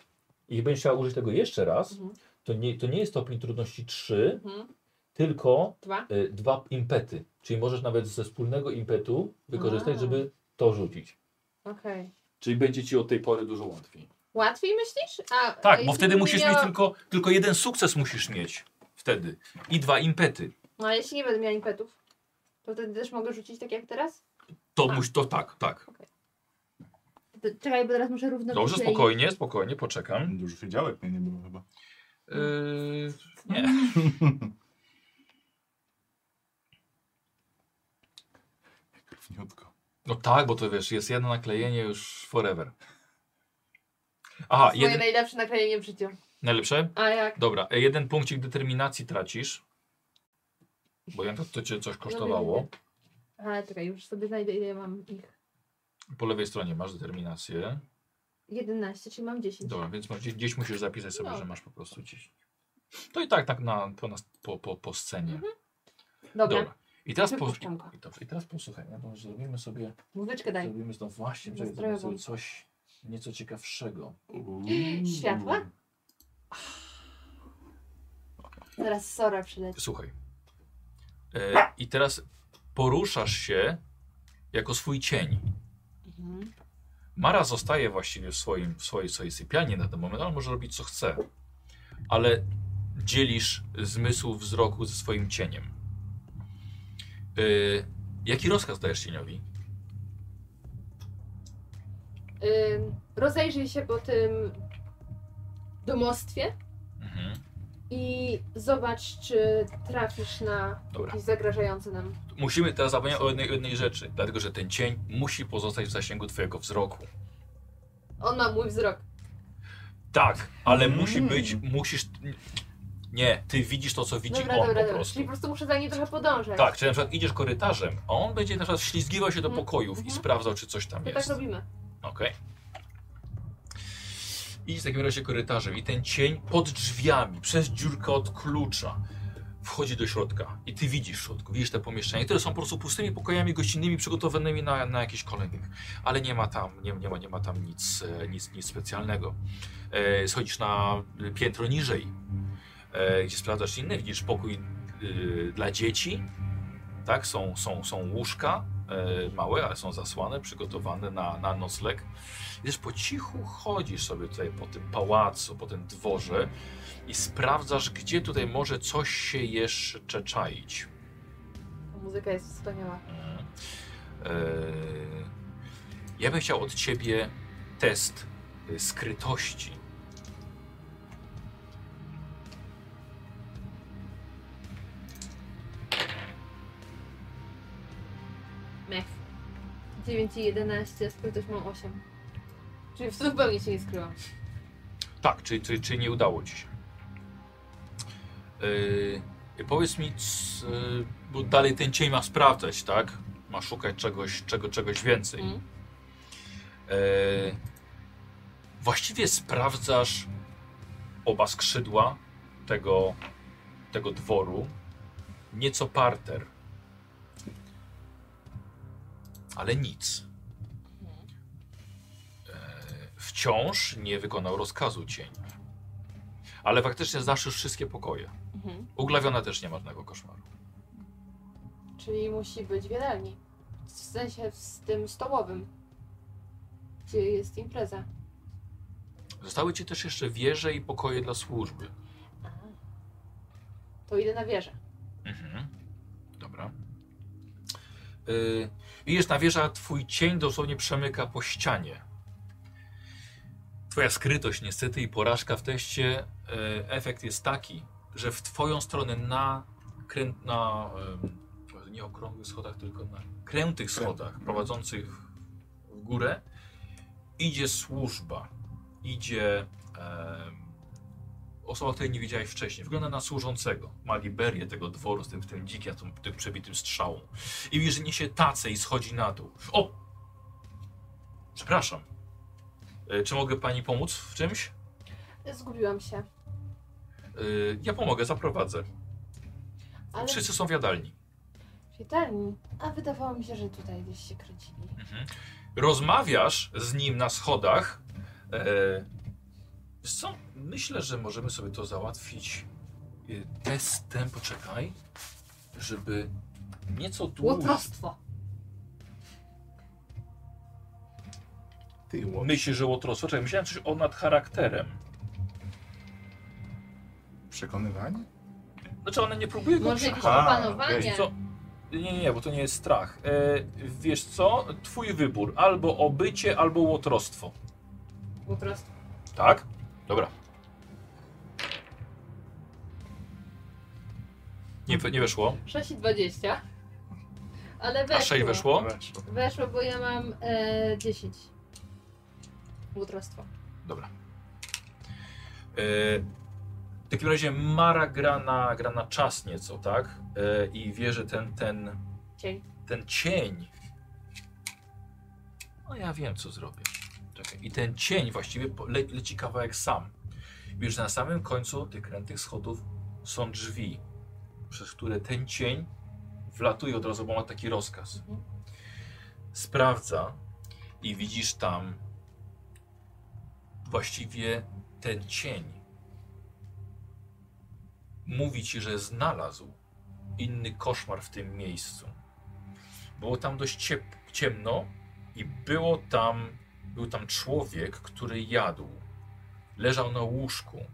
Speaker 1: Jeśli będziesz chciała użyć tego jeszcze raz,
Speaker 2: Mhm.
Speaker 1: to nie, to nie jest stopień trudności 3,
Speaker 2: Mhm.
Speaker 1: tylko
Speaker 2: Dwa.
Speaker 1: e, dwa impety. Czyli możesz nawet ze wspólnego impetu wykorzystać,
Speaker 2: A.
Speaker 1: żeby to rzucić.
Speaker 2: Okej.
Speaker 1: Czyli będzie ci od tej pory dużo łatwiej.
Speaker 2: Łatwiej myślisz? A, a
Speaker 1: Tak, bo
Speaker 2: jeśli
Speaker 1: wtedy
Speaker 2: bym
Speaker 1: musisz
Speaker 2: miała...
Speaker 1: mieć tylko, tylko jeden sukces musisz mieć. Wtedy. I dwa impety.
Speaker 2: No ale jeśli nie będę miała impetów, to wtedy też mogę rzucić tak jak teraz?
Speaker 1: To
Speaker 2: Tak.
Speaker 1: muś, to tak, tak.
Speaker 2: To- Czekaj, bo teraz muszę równo
Speaker 1: Dobrze,
Speaker 2: wyśleić.
Speaker 1: spokojnie, spokojnie, poczekam.
Speaker 3: Dużo fidziałek mnie nie było chyba.
Speaker 1: Yy, nie.
Speaker 3: Krwniutko.
Speaker 1: No tak, bo to wiesz, jest jedno naklejenie już forever. Aha,
Speaker 2: Moje
Speaker 1: jeden,
Speaker 2: najlepsze naklejenie w życiu.
Speaker 1: najlepsze?
Speaker 2: A jak?
Speaker 1: Dobra, e, jeden punkcik determinacji tracisz. Bo ja to, to cię coś kosztowało.
Speaker 2: A czekaj, już sobie znajdę ile mam ich.
Speaker 1: Po lewej stronie masz determinację.
Speaker 2: 11, czyli mam 10.
Speaker 1: Dobra, więc masz, gdzieś- gdzieś musisz zapisać sobie,
Speaker 2: No.
Speaker 1: że masz po prostu 10. To i tak, tak na, po, nas, po, po, po scenie.
Speaker 2: Dobra.
Speaker 1: I teraz, po,
Speaker 2: Wypuszczam go.
Speaker 1: i, dobrze, I teraz posłuchaj, no to zrobimy sobie,
Speaker 2: Muzyczkę daj.
Speaker 1: zrobimy znowu właśnie, czekaj,
Speaker 2: Nastrojową.
Speaker 1: zrobimy sobie coś nieco ciekawszego. Mm.
Speaker 2: Światła? Zaraz Sora przyleci.
Speaker 1: Słuchaj. E, I teraz poruszasz się jako swój cień.
Speaker 2: Mhm.
Speaker 1: Mara zostaje właściwie w, swoim, w swojej, swojej sypialni na ten moment, ale może robić co chce. Ale dzielisz zmysł wzroku ze swoim cieniem. Y, jaki rozkaz dajesz cieniowi?
Speaker 2: Ym, rozejrzyj się po tym domostwie
Speaker 1: Mhm.
Speaker 2: i zobacz, czy trafisz na
Speaker 1: Dobra.
Speaker 2: jakiś zagrażający nam.
Speaker 1: Musimy teraz zapomnieć o jednej, o jednej rzeczy, dlatego że ten cień musi pozostać w zasięgu twojego wzroku.
Speaker 2: On ma mój wzrok.
Speaker 1: Tak, ale
Speaker 3: Mm.
Speaker 1: musi być, musisz... Nie, ty widzisz to, co widzi
Speaker 2: Dobra,
Speaker 1: on
Speaker 2: dobra,
Speaker 1: po
Speaker 2: dobra.
Speaker 1: prostu.
Speaker 2: Czyli po prostu muszę za nim trochę podążać.
Speaker 1: Tak, czyli na przykład idziesz korytarzem, a on będzie na przykład ślizgiwał się do
Speaker 2: Mhm.
Speaker 1: pokojów i
Speaker 2: Mhm.
Speaker 1: sprawdzał, czy coś tam
Speaker 2: To
Speaker 1: jest.
Speaker 2: tak robimy.
Speaker 1: Okej. Idziesz w takim razie korytarzem i ten cień pod drzwiami, przez dziurkę od klucza wchodzi do środka i ty widzisz w środku, widzisz te pomieszczenia, które są po prostu pustymi pokojami gościnnymi przygotowanymi na, na jakiś kolejnych, ale nie ma tam, nie, nie, ma, nie ma tam nic, e, nic, nic specjalnego. E, schodzisz na piętro niżej, e, gdzie sprawdzasz inne, widzisz pokój e, dla dzieci, tak, są, są, są łóżka e, małe, ale są zasłane, przygotowane na, na nocleg. I też po cichu chodzisz sobie tutaj po tym pałacu, po tym dworze i sprawdzasz, gdzie tutaj może coś się jeszcze czaić.
Speaker 2: Muzyka jest wspaniała.
Speaker 1: Mhm. E, ja bym chciał od ciebie test y, skrytości.
Speaker 2: Mech. 9 i 11, skrytość mam 8. Czyli w zupełnie się nie skryłam.
Speaker 1: Tak, czy, czy, czy nie udało ci się? Yy, powiedz mi, c, yy, bo dalej ten cień ma sprawdzać, tak? Ma szukać czegoś, czego, czegoś więcej.
Speaker 2: Mhm.
Speaker 1: Yy, właściwie sprawdzasz oba skrzydła tego, tego dworu, nieco parter. Ale nic. Yy, wciąż nie wykonał rozkazu cień. Ale faktycznie zaszysz wszystkie pokoje.
Speaker 2: Mhm.
Speaker 1: Uglawiona też nie ma żadnego koszmaru.
Speaker 2: Czyli musi być w jadalni. W sensie z tym stołowym. Gdzie jest impreza.
Speaker 1: Zostały ci też jeszcze wieże i pokoje dla służby.
Speaker 2: To idę na wieżę.
Speaker 1: Mhm. Dobra. Yy, widzisz na wieża, twój cień dosłownie przemyka po ścianie. Twoja skrytość niestety i porażka w teście, yy, efekt jest taki, że w twoją stronę na, krę, na yy, nie okrągłych schodach, tylko na krętych schodach prowadzących w górę idzie służba, idzie em, osoba, której nie widziałeś wcześniej. Wygląda na służącego. Ma liberię tego dworu z tym, tym dzikiem, tym, tym przebitym strzałą. I widzisz, że niesie tacę i schodzi na dół. O! Przepraszam. E, Czy mogę pani pomóc w czymś?
Speaker 2: Zgubiłam się.
Speaker 1: E, Ja pomogę, zaprowadzę.
Speaker 2: Ale
Speaker 1: Wszyscy są w jadalni.
Speaker 2: kwiatelni, a wydawało mi się, że tutaj gdzieś się kręcili.
Speaker 1: Mhm. Rozmawiasz z nim na schodach. E, wiesz co? Myślę, że możemy sobie to załatwić e, testem. Poczekaj, żeby nieco dłużej.
Speaker 2: Łotrostwo!
Speaker 3: Ty, łot.
Speaker 1: Myślisz, że łotrostwo? Czekaj, myślałem coś o nad charakterem.
Speaker 3: Przekonywanie?
Speaker 1: Znaczy, ona nie próbuje go
Speaker 2: Może jakieś
Speaker 3: A,
Speaker 2: opanowanie?
Speaker 3: okej.
Speaker 1: Co? Nie, nie, nie, bo to nie jest strach. E, wiesz co? Twój wybór. Albo obycie, albo łotrostwo.
Speaker 2: Łotrostwo.
Speaker 1: Tak? Dobra. Nie, we- nie weszło.
Speaker 2: 6,20. Ale weszło.
Speaker 1: A 6 weszło?
Speaker 3: Weszło.
Speaker 2: Weszło, bo ja mam e, 10. Łotrostwo.
Speaker 1: Dobra. E, w takim razie Mara gra na, gra na czas nieco, tak? E, I wie, że ten, ten,
Speaker 2: Cień.
Speaker 1: ten cień. No ja wiem, co zrobię. Czekaj. I ten cień właściwie po- le, leci kawałek sam. Wiesz, na samym końcu tych krętych schodów są drzwi, przez które ten cień wlatuje od razu, bo ma taki rozkaz.
Speaker 2: Mhm.
Speaker 1: Sprawdza i widzisz tam właściwie ten cień. Mówi ci, że znalazł inny koszmar w tym miejscu. Było tam dość ciep- ciemno i było tam, był tam człowiek, który jadł. Leżał na łóżku.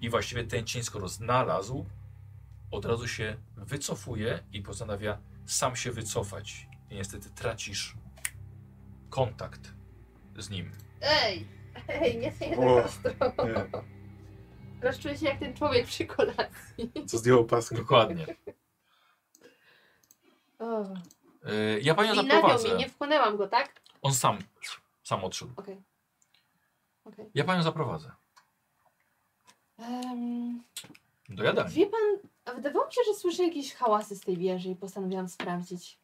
Speaker 1: I właściwie ten cień, skoro znalazł, od razu się wycofuje i postanawia sam się wycofać. I niestety tracisz kontakt z nim.
Speaker 2: Ej! Ej, nie tej
Speaker 3: O.
Speaker 2: na stronę. Teraz czuję się jak ten człowiek przy kolacji.
Speaker 3: Nie. Co zdjęło paskę?
Speaker 1: Dokładnie.
Speaker 2: O.
Speaker 1: Y, Ja panią
Speaker 2: I nagiął
Speaker 1: zaprowadzę.
Speaker 2: mnie, nie wchłonęłam go, tak?
Speaker 1: On sam, sam odszedł.
Speaker 2: Okej. Okej.
Speaker 1: Ja panią zaprowadzę.
Speaker 2: Em,
Speaker 1: Do jadalni.
Speaker 2: wie pan, a wydawało mi się, że słyszę jakieś hałasy z tej wieży i postanowiłam sprawdzić.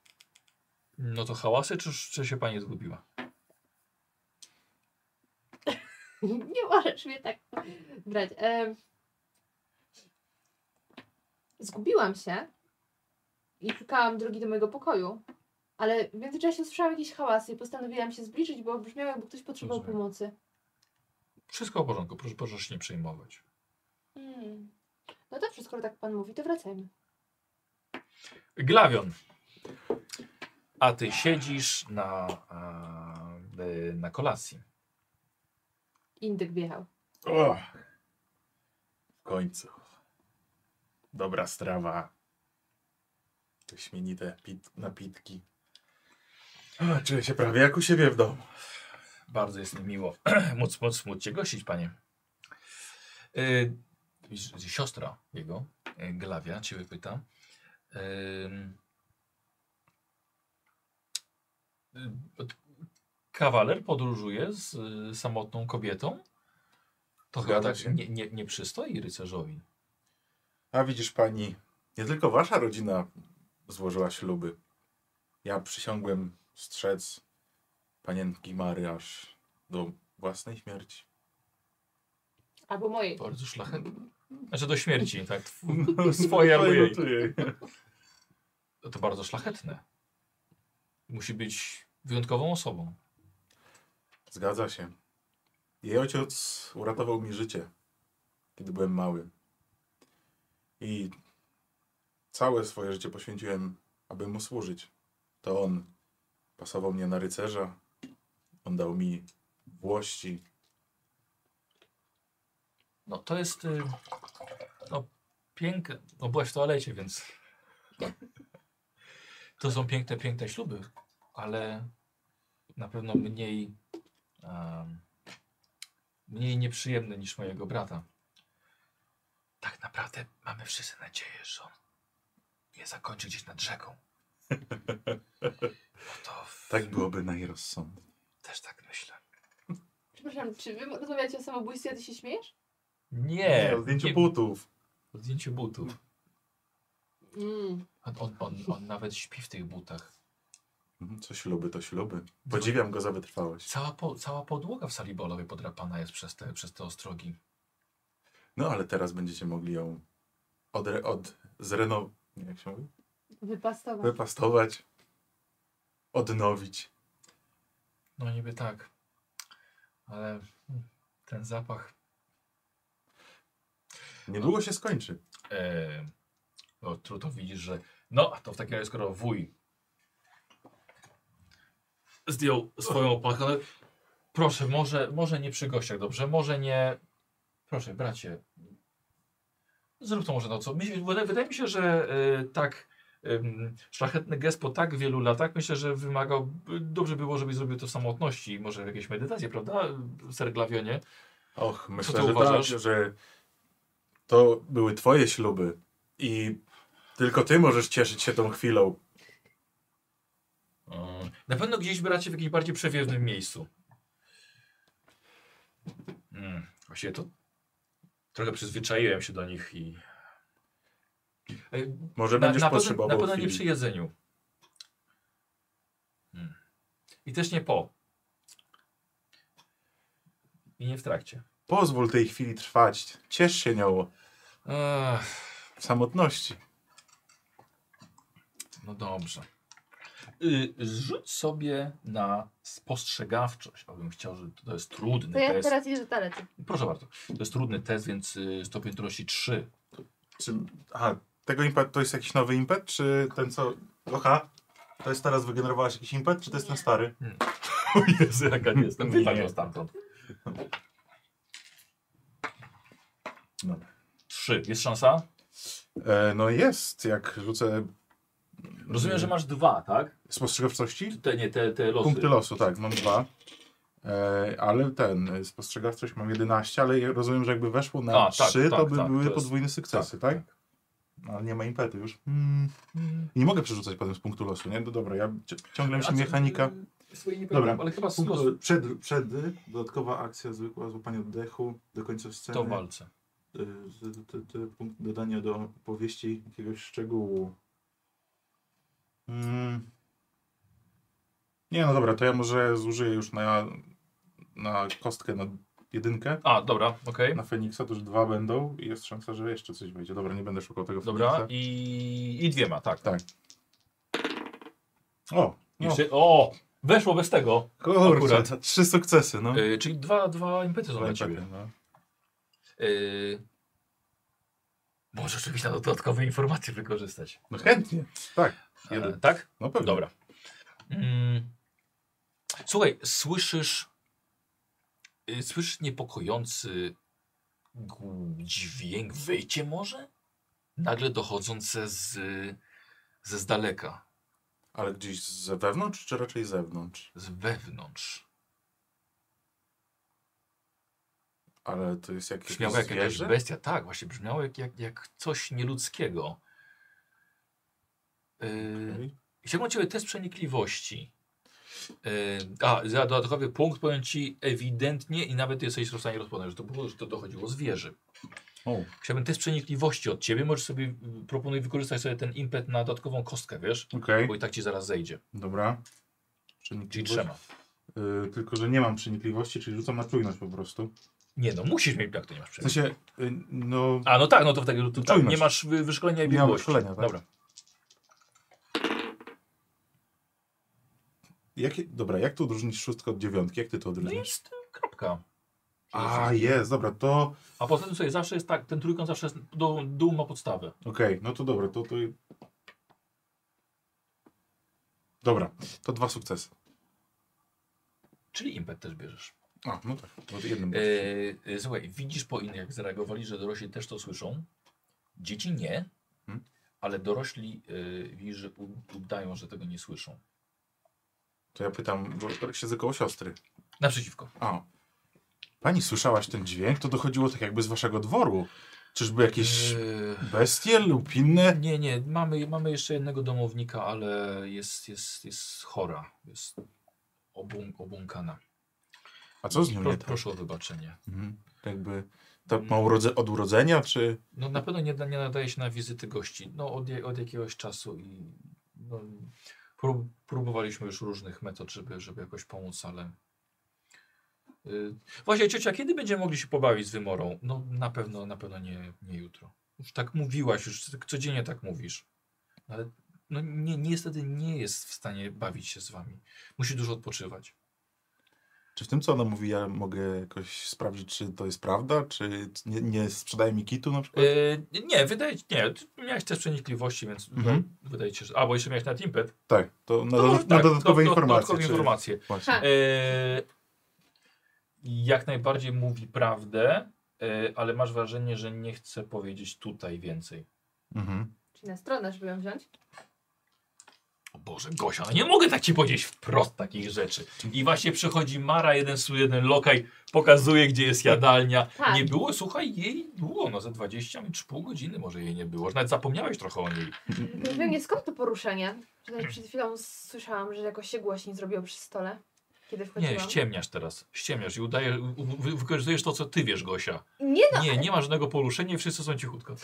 Speaker 1: No to hałasy, czy, czy się pani zgubiła?
Speaker 2: nie możesz mnie tak brać. Em, zgubiłam się i szukałam drogi do mojego pokoju, ale w międzyczasie usłyszałam jakieś hałasy i postanowiłam się zbliżyć, bo brzmiało jakby ktoś potrzebował
Speaker 1: Rozumiem.
Speaker 2: pomocy.
Speaker 1: Wszystko w porządku, proszę, proszę się nie przejmować.
Speaker 2: Hmm. No dobrze, skoro tak pan mówi, to wracajmy.
Speaker 1: Glawion. A ty siedzisz na, a, y, na kolacji.
Speaker 2: Indyk wjechał.
Speaker 3: O, w końcu. Dobra strawa. Te śmienite pit, napitki. O, czuję się prawie jak u siebie w domu.
Speaker 1: Bardzo jest mi miło móc, móc, móc cię gościć, panie. Y, widzisz, siostra jego, y, Glawia, ciebie pyta. E, Ym, y, od- kawaler podróżuje z y, samotną kobietą? To chyba
Speaker 3: Zgadza
Speaker 1: tak
Speaker 3: się.
Speaker 1: nie, nie, nie przystoi rycerzowi.
Speaker 3: A widzisz pani, nie tylko wasza rodzina złożyła śluby. Ja przysiągłem strzec panienki Mary aż do własnej śmierci.
Speaker 2: Albo mojej.
Speaker 1: Bardzo szlachetny. Znaczy do śmierci, tak? Tw- Swoje
Speaker 3: Tak No
Speaker 1: albo jej. To bardzo szlachetne. Musi być wyjątkową osobą.
Speaker 3: Zgadza się. Jej ojciec uratował mi życie, kiedy byłem mały. I całe swoje życie poświęciłem, aby mu służyć. To on pasował mnie na rycerza. On dał mi włości.
Speaker 1: No to jest. y, No piękne. No byłaś w toalecie, więc. To są piękne, piękne śluby, ale na pewno mniej. em, mniej nieprzyjemne niż mojego brata. Tak naprawdę mamy wszyscy nadzieję, że on nie zakończy gdzieś nad rzeką. No to w...
Speaker 3: Tak byłoby najrozsądniej.
Speaker 1: też tak myślę.
Speaker 2: Przepraszam, czy wy rozmawiacie o samobójstwie, a ty się śmiejesz?
Speaker 1: Nie,
Speaker 3: o zdjęciu
Speaker 1: nie-
Speaker 3: butów.
Speaker 1: o zdjęciu butów.
Speaker 2: Mm.
Speaker 1: On, on, on, on nawet śpi w tych butach.
Speaker 3: Mhm, Co śluby, to śluby. Podziwiam go za wytrwałość.
Speaker 1: Cała, po, cała podłoga w sali bolowej podrapana jest przez te, przez te ostrogi.
Speaker 3: No ale teraz będziecie mogli ją odre- od... zreno... Jak się mówi?
Speaker 2: Wypastować.
Speaker 3: wypastować, odnowić.
Speaker 1: No niby tak. Ale hmm, ten zapach.
Speaker 3: Niedługo się skończy.
Speaker 1: E, no trudno widzisz, że. No, to w takim razie, skoro wuj zdjął swoją opłatkę. ale Proszę, może, może nie przy gościach, dobrze? Może nie. Proszę, bracie. Zrób to może no co. Myśl, wydaje- wydaje mi się, że e, tak. em, Szlachetny gest po tak wielu latach, myślę, że wymagał, dobrze było, żebyś zrobił to w samotności, może w jakiejś medytacji, prawda, ser Glawionie?
Speaker 3: Och,
Speaker 1: ty
Speaker 3: myślę, że tak,
Speaker 1: uważasz?
Speaker 3: że to były twoje śluby i tylko ty możesz cieszyć się tą chwilą.
Speaker 1: Mm. Na pewno gdzieś bracie w jakimś bardziej przewiewnym miejscu. Mm, właściwie to trochę przyzwyczaiłem się do nich i. E,
Speaker 3: Może będziesz
Speaker 1: na, pewno, na
Speaker 3: potrzebował
Speaker 1: pewno nie
Speaker 3: chwili.
Speaker 1: przy jedzeniu. Mm. I też nie po. I nie w trakcie.
Speaker 3: Pozwól tej chwili trwać. Ciesz się nią
Speaker 1: Ech,
Speaker 3: w samotności.
Speaker 1: no dobrze. Y, Zrzuć sobie na spostrzegawczość, bo bym chciał, że to jest trudny
Speaker 2: To ja
Speaker 1: test.
Speaker 2: teraz idę do toalety.
Speaker 1: Proszę bardzo. To jest trudny test, więc y, stopień trudności 3.
Speaker 3: Czy, aha, tego impet to jest jakiś nowy impet, czy ten co... Aha, to jest teraz wygenerowałeś jakiś impet, czy to jest ten
Speaker 2: Nie.
Speaker 3: stary?
Speaker 1: O Jezu, jaka nie jestem.
Speaker 3: Nie.
Speaker 1: Wypadł stamtąd.
Speaker 3: Dobra.
Speaker 1: 3. No. Jest szansa?
Speaker 3: E, no jest, jak rzucę...
Speaker 1: Rozumiem, że masz dwa, tak?
Speaker 3: Spostrzegawczości?
Speaker 1: Te, nie, te, te losy.
Speaker 3: Punkty losu, tak, mam dwa. E, ale ten, e, spostrzegawczość mam 11, ale ja rozumiem, że jakby weszło na
Speaker 1: A, tak,
Speaker 3: 3, to
Speaker 1: tak,
Speaker 3: by
Speaker 1: tak, to
Speaker 3: były
Speaker 1: jest-
Speaker 3: podwójne sukcesy, tak? Ale nie ma impetu już. Mm. Nie mogę przerzucać potem z punktu losu, nie? No dobra, ja ci- ciągle mi się mechanika...
Speaker 1: Swoje nie
Speaker 3: Dobra.
Speaker 1: Dobra. ale chyba z
Speaker 3: Punkt,
Speaker 1: losu.
Speaker 3: przed, przed, dodatkowa akcja zwykła, złapanie oddechu do końca sceny.
Speaker 1: To w walce.
Speaker 3: Y, z- t- t- punkt dodania do powieści jakiegoś szczegółu. Mm. Nie, no dobra, to ja może zużyję już na, na kostkę, na jedynkę.
Speaker 1: A, dobra, okej.
Speaker 3: Na Feniksa to już dwa będą i jest szansa, że jeszcze coś wejdzie. Dobra, nie będę szukał tego
Speaker 1: Dobra,
Speaker 3: Feniksa.
Speaker 1: i, i dwiema, tak.
Speaker 3: Tak. O, no,
Speaker 1: Jeszcze, o! Weszło bez tego.
Speaker 3: kurczę,
Speaker 1: akurat.
Speaker 3: trzy sukcesy, no.
Speaker 1: Y, czyli dwa, dwa impety są
Speaker 3: Dwa
Speaker 1: dla
Speaker 3: impety,
Speaker 1: ciebie.
Speaker 3: no.
Speaker 1: Yy, może rzeczywiście na dodatkowe informacje wykorzystać.
Speaker 3: no chętnie, tak, jeden.
Speaker 1: E, tak?
Speaker 3: no pewnie.
Speaker 1: Dobra. Mm. Słuchaj, słyszysz. y, Słyszysz niepokojący gu- dźwięk, wyjście może? Nagle dochodzące z, ze z daleka,
Speaker 3: Ale gdzieś z wewnątrz, czy raczej zewnątrz?
Speaker 1: z wewnątrz.
Speaker 3: Ale to jest jakieś
Speaker 1: Brzmiało jak jakaś
Speaker 3: zwierzę?
Speaker 1: bestia. Tak, właśnie brzmiało jak, jak, jak coś nieludzkiego. Yy,
Speaker 3: Okej.
Speaker 1: Chciałbym od Ciebie test przenikliwości. Yy, a, za dodatkowy punkt powiem Ci ewidentnie i nawet jesteś w stanie rozpoznać, że to, było, że to dochodziło z wieży.
Speaker 3: O,
Speaker 1: Chciałbym test przenikliwości od Ciebie. Możesz sobie, y, proponuję wykorzystać sobie ten impet na dodatkową kostkę, wiesz?
Speaker 3: Okej,
Speaker 1: Bo i tak Ci zaraz zejdzie.
Speaker 3: dobra.
Speaker 1: Czyli
Speaker 3: Przenikliwość.
Speaker 1: trzema.
Speaker 3: Y, tylko, że nie mam przenikliwości, czyli rzucam na czujność po prostu.
Speaker 1: Nie no, musisz mieć, jak to nie masz
Speaker 3: W
Speaker 1: przenikliwości.
Speaker 3: sensie, y, no...
Speaker 1: A, no tak, no to w takim tak,
Speaker 3: Czujność.
Speaker 1: Nie masz wy- wyszkolenia i
Speaker 3: Nie mam
Speaker 1: biegłości.
Speaker 3: wyszkolenia, tak.
Speaker 1: Dobra.
Speaker 3: Jakie, dobra, jak tu odróżnić szóstkę od dziewiątki? Jak ty to
Speaker 1: No i
Speaker 3: odróżnisz?
Speaker 1: jest y, kropka.
Speaker 3: A, jest, dobra, to...
Speaker 1: A poza tym sobie zawsze jest tak, ten trójkąt zawsze jest, dół, dół ma podstawę.
Speaker 3: Okej, no to dobra, to... to... Dobra, to dwa sukcesy.
Speaker 1: Czyli impet też bierzesz.
Speaker 3: A, no tak, bo jednym.
Speaker 1: E, e, słuchaj, widzisz po innych, jak zareagowali, że dorośli też to słyszą. Dzieci nie,
Speaker 3: Hmm.
Speaker 1: ale dorośli e, widzisz, że u- udają, że tego nie słyszą.
Speaker 3: To ja pytam, bo tak siedzę koło siostry.
Speaker 1: Naprzeciwko.
Speaker 3: A. Pani słyszałaś ten dźwięk? To dochodziło tak jakby z waszego dworu. Czyżby jakieś
Speaker 1: Eee.
Speaker 3: bestie lub
Speaker 1: E,
Speaker 3: inne?
Speaker 1: Yy, nie, nie, mamy, mamy jeszcze jednego domownika, ale jest, jest, jest chora. Jest obłą, obłąkana.
Speaker 3: A co z nią
Speaker 1: Pro,
Speaker 3: nie tak?
Speaker 1: proszę o wybaczenie.
Speaker 3: Mhm. Jakby to ma urodze od urodzenia, czy...
Speaker 1: No na pewno nie, nie nadaje się na wizyty gości. No od, je- od jakiegoś czasu i no, prób, próbowaliśmy już różnych metod, żeby, żeby jakoś pomóc, ale... Y, Właśnie ciocia, kiedy będziemy mogli się pobawić z wymorą? No na pewno, na pewno nie, nie jutro. Już tak mówiłaś, już c- codziennie tak mówisz. Ale no nie, niestety nie jest w stanie bawić się z wami. Musi dużo odpoczywać.
Speaker 3: Czy w tym, co ona mówi, ja mogę jakoś sprawdzić, czy to jest prawda? Czy nie, nie sprzedaje mi kitu na przykład?
Speaker 1: E, nie, wydaje nie, ty miałeś też przenikliwości, więc
Speaker 3: Mhm.
Speaker 1: wydaje ci się, że... A, bo jeszcze miałeś nawet impet.
Speaker 3: Tak, to na,
Speaker 1: No,
Speaker 3: doda-
Speaker 1: może
Speaker 3: na
Speaker 1: tak,
Speaker 3: dodatkowe
Speaker 1: do- do-
Speaker 3: informacje.
Speaker 1: Dodatkowe
Speaker 3: czy-
Speaker 1: informacje.
Speaker 3: Właśnie.
Speaker 2: Ha.
Speaker 1: E, jak najbardziej mówi prawdę, e, ale masz wrażenie, że nie chce powiedzieć tutaj więcej.
Speaker 3: Mhm.
Speaker 2: Czy na stronę, żeby ją wziąć?
Speaker 1: O Boże, Gosia, no nie mogę tak ci powiedzieć wprost takich rzeczy. I właśnie przychodzi Mara, jeden z jeden lokaj, pokazuje, gdzie jest jadalnia.
Speaker 2: Tak.
Speaker 1: Nie było, słuchaj, jej długo, no ze 20 minut czy pół godziny może jej nie było. Nawet zapomniałeś trochę o niej.
Speaker 2: Pewnie skąd to poruszenie? Czy też przed chwilą słyszałam, że jakoś się głośniej zrobiło przy stole, kiedy wchodziłam.
Speaker 1: Nie, ściemniasz teraz. Ściemniasz i udaje, u- u- wy- wykorzystujesz to, co ty wiesz, Gosia.
Speaker 2: Nie no,
Speaker 1: Nie, nie ma żadnego poruszenia i wszyscy są cichutko.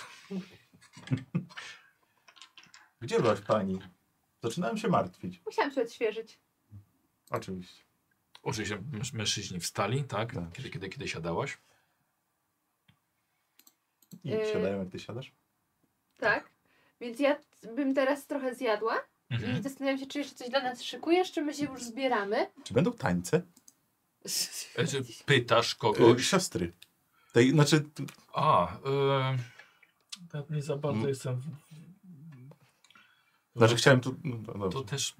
Speaker 3: Gdzie byłaś pani? Zaczynałem się martwić.
Speaker 2: musiałam się odświeżyć.
Speaker 3: Oczywiście.
Speaker 1: Oczywiście męż- mężczyźni wstali, tak?
Speaker 3: Tak.
Speaker 1: Kiedy, kiedy, kiedy siadałaś.
Speaker 3: I
Speaker 2: Yy.
Speaker 3: siadają, jak ty siadasz?
Speaker 2: Tak? Więc ja bym teraz trochę zjadła i
Speaker 1: Mhm.
Speaker 2: zastanawiam się, czy jeszcze coś dla nas szykujesz, czy my się już zbieramy.
Speaker 3: Czy będą tańce?
Speaker 1: E, czy Pytasz
Speaker 3: Yy,
Speaker 1: kogoś.
Speaker 3: siostry. Tej, znaczy, t-
Speaker 1: A, e, ja nie za bardzo
Speaker 3: Mm.
Speaker 1: jestem. w-
Speaker 3: znaczy chciałem tu... No, no dobrze.
Speaker 1: To też,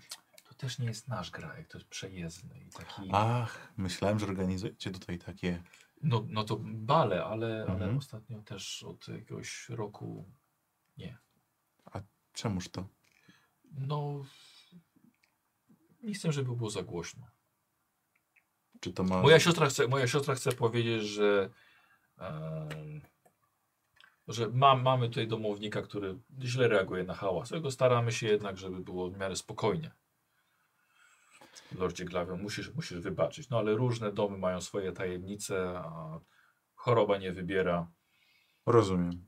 Speaker 1: to też nie jest nasz grajek, to jest przejezdny i taki.
Speaker 3: Ach, myślałem, że organizujecie tutaj takie...
Speaker 1: No, no to bale, ale, ale
Speaker 3: Mhm.
Speaker 1: ostatnio też od jakiegoś roku.
Speaker 3: Czemuż to?
Speaker 1: No. Nie chcę, żeby było za głośno.
Speaker 3: Czy to ma...
Speaker 1: Moja siostra chce, moja siostra chce powiedzieć, że, em, że mam, mamy tutaj domownika, który źle reaguje na hałas. Dlatego staramy się jednak, żeby było w miarę spokojnie. Lordzie Glawion, musisz, musisz wybaczyć. No ale różne domy mają swoje tajemnice, a choroba nie wybiera.
Speaker 3: Rozumiem.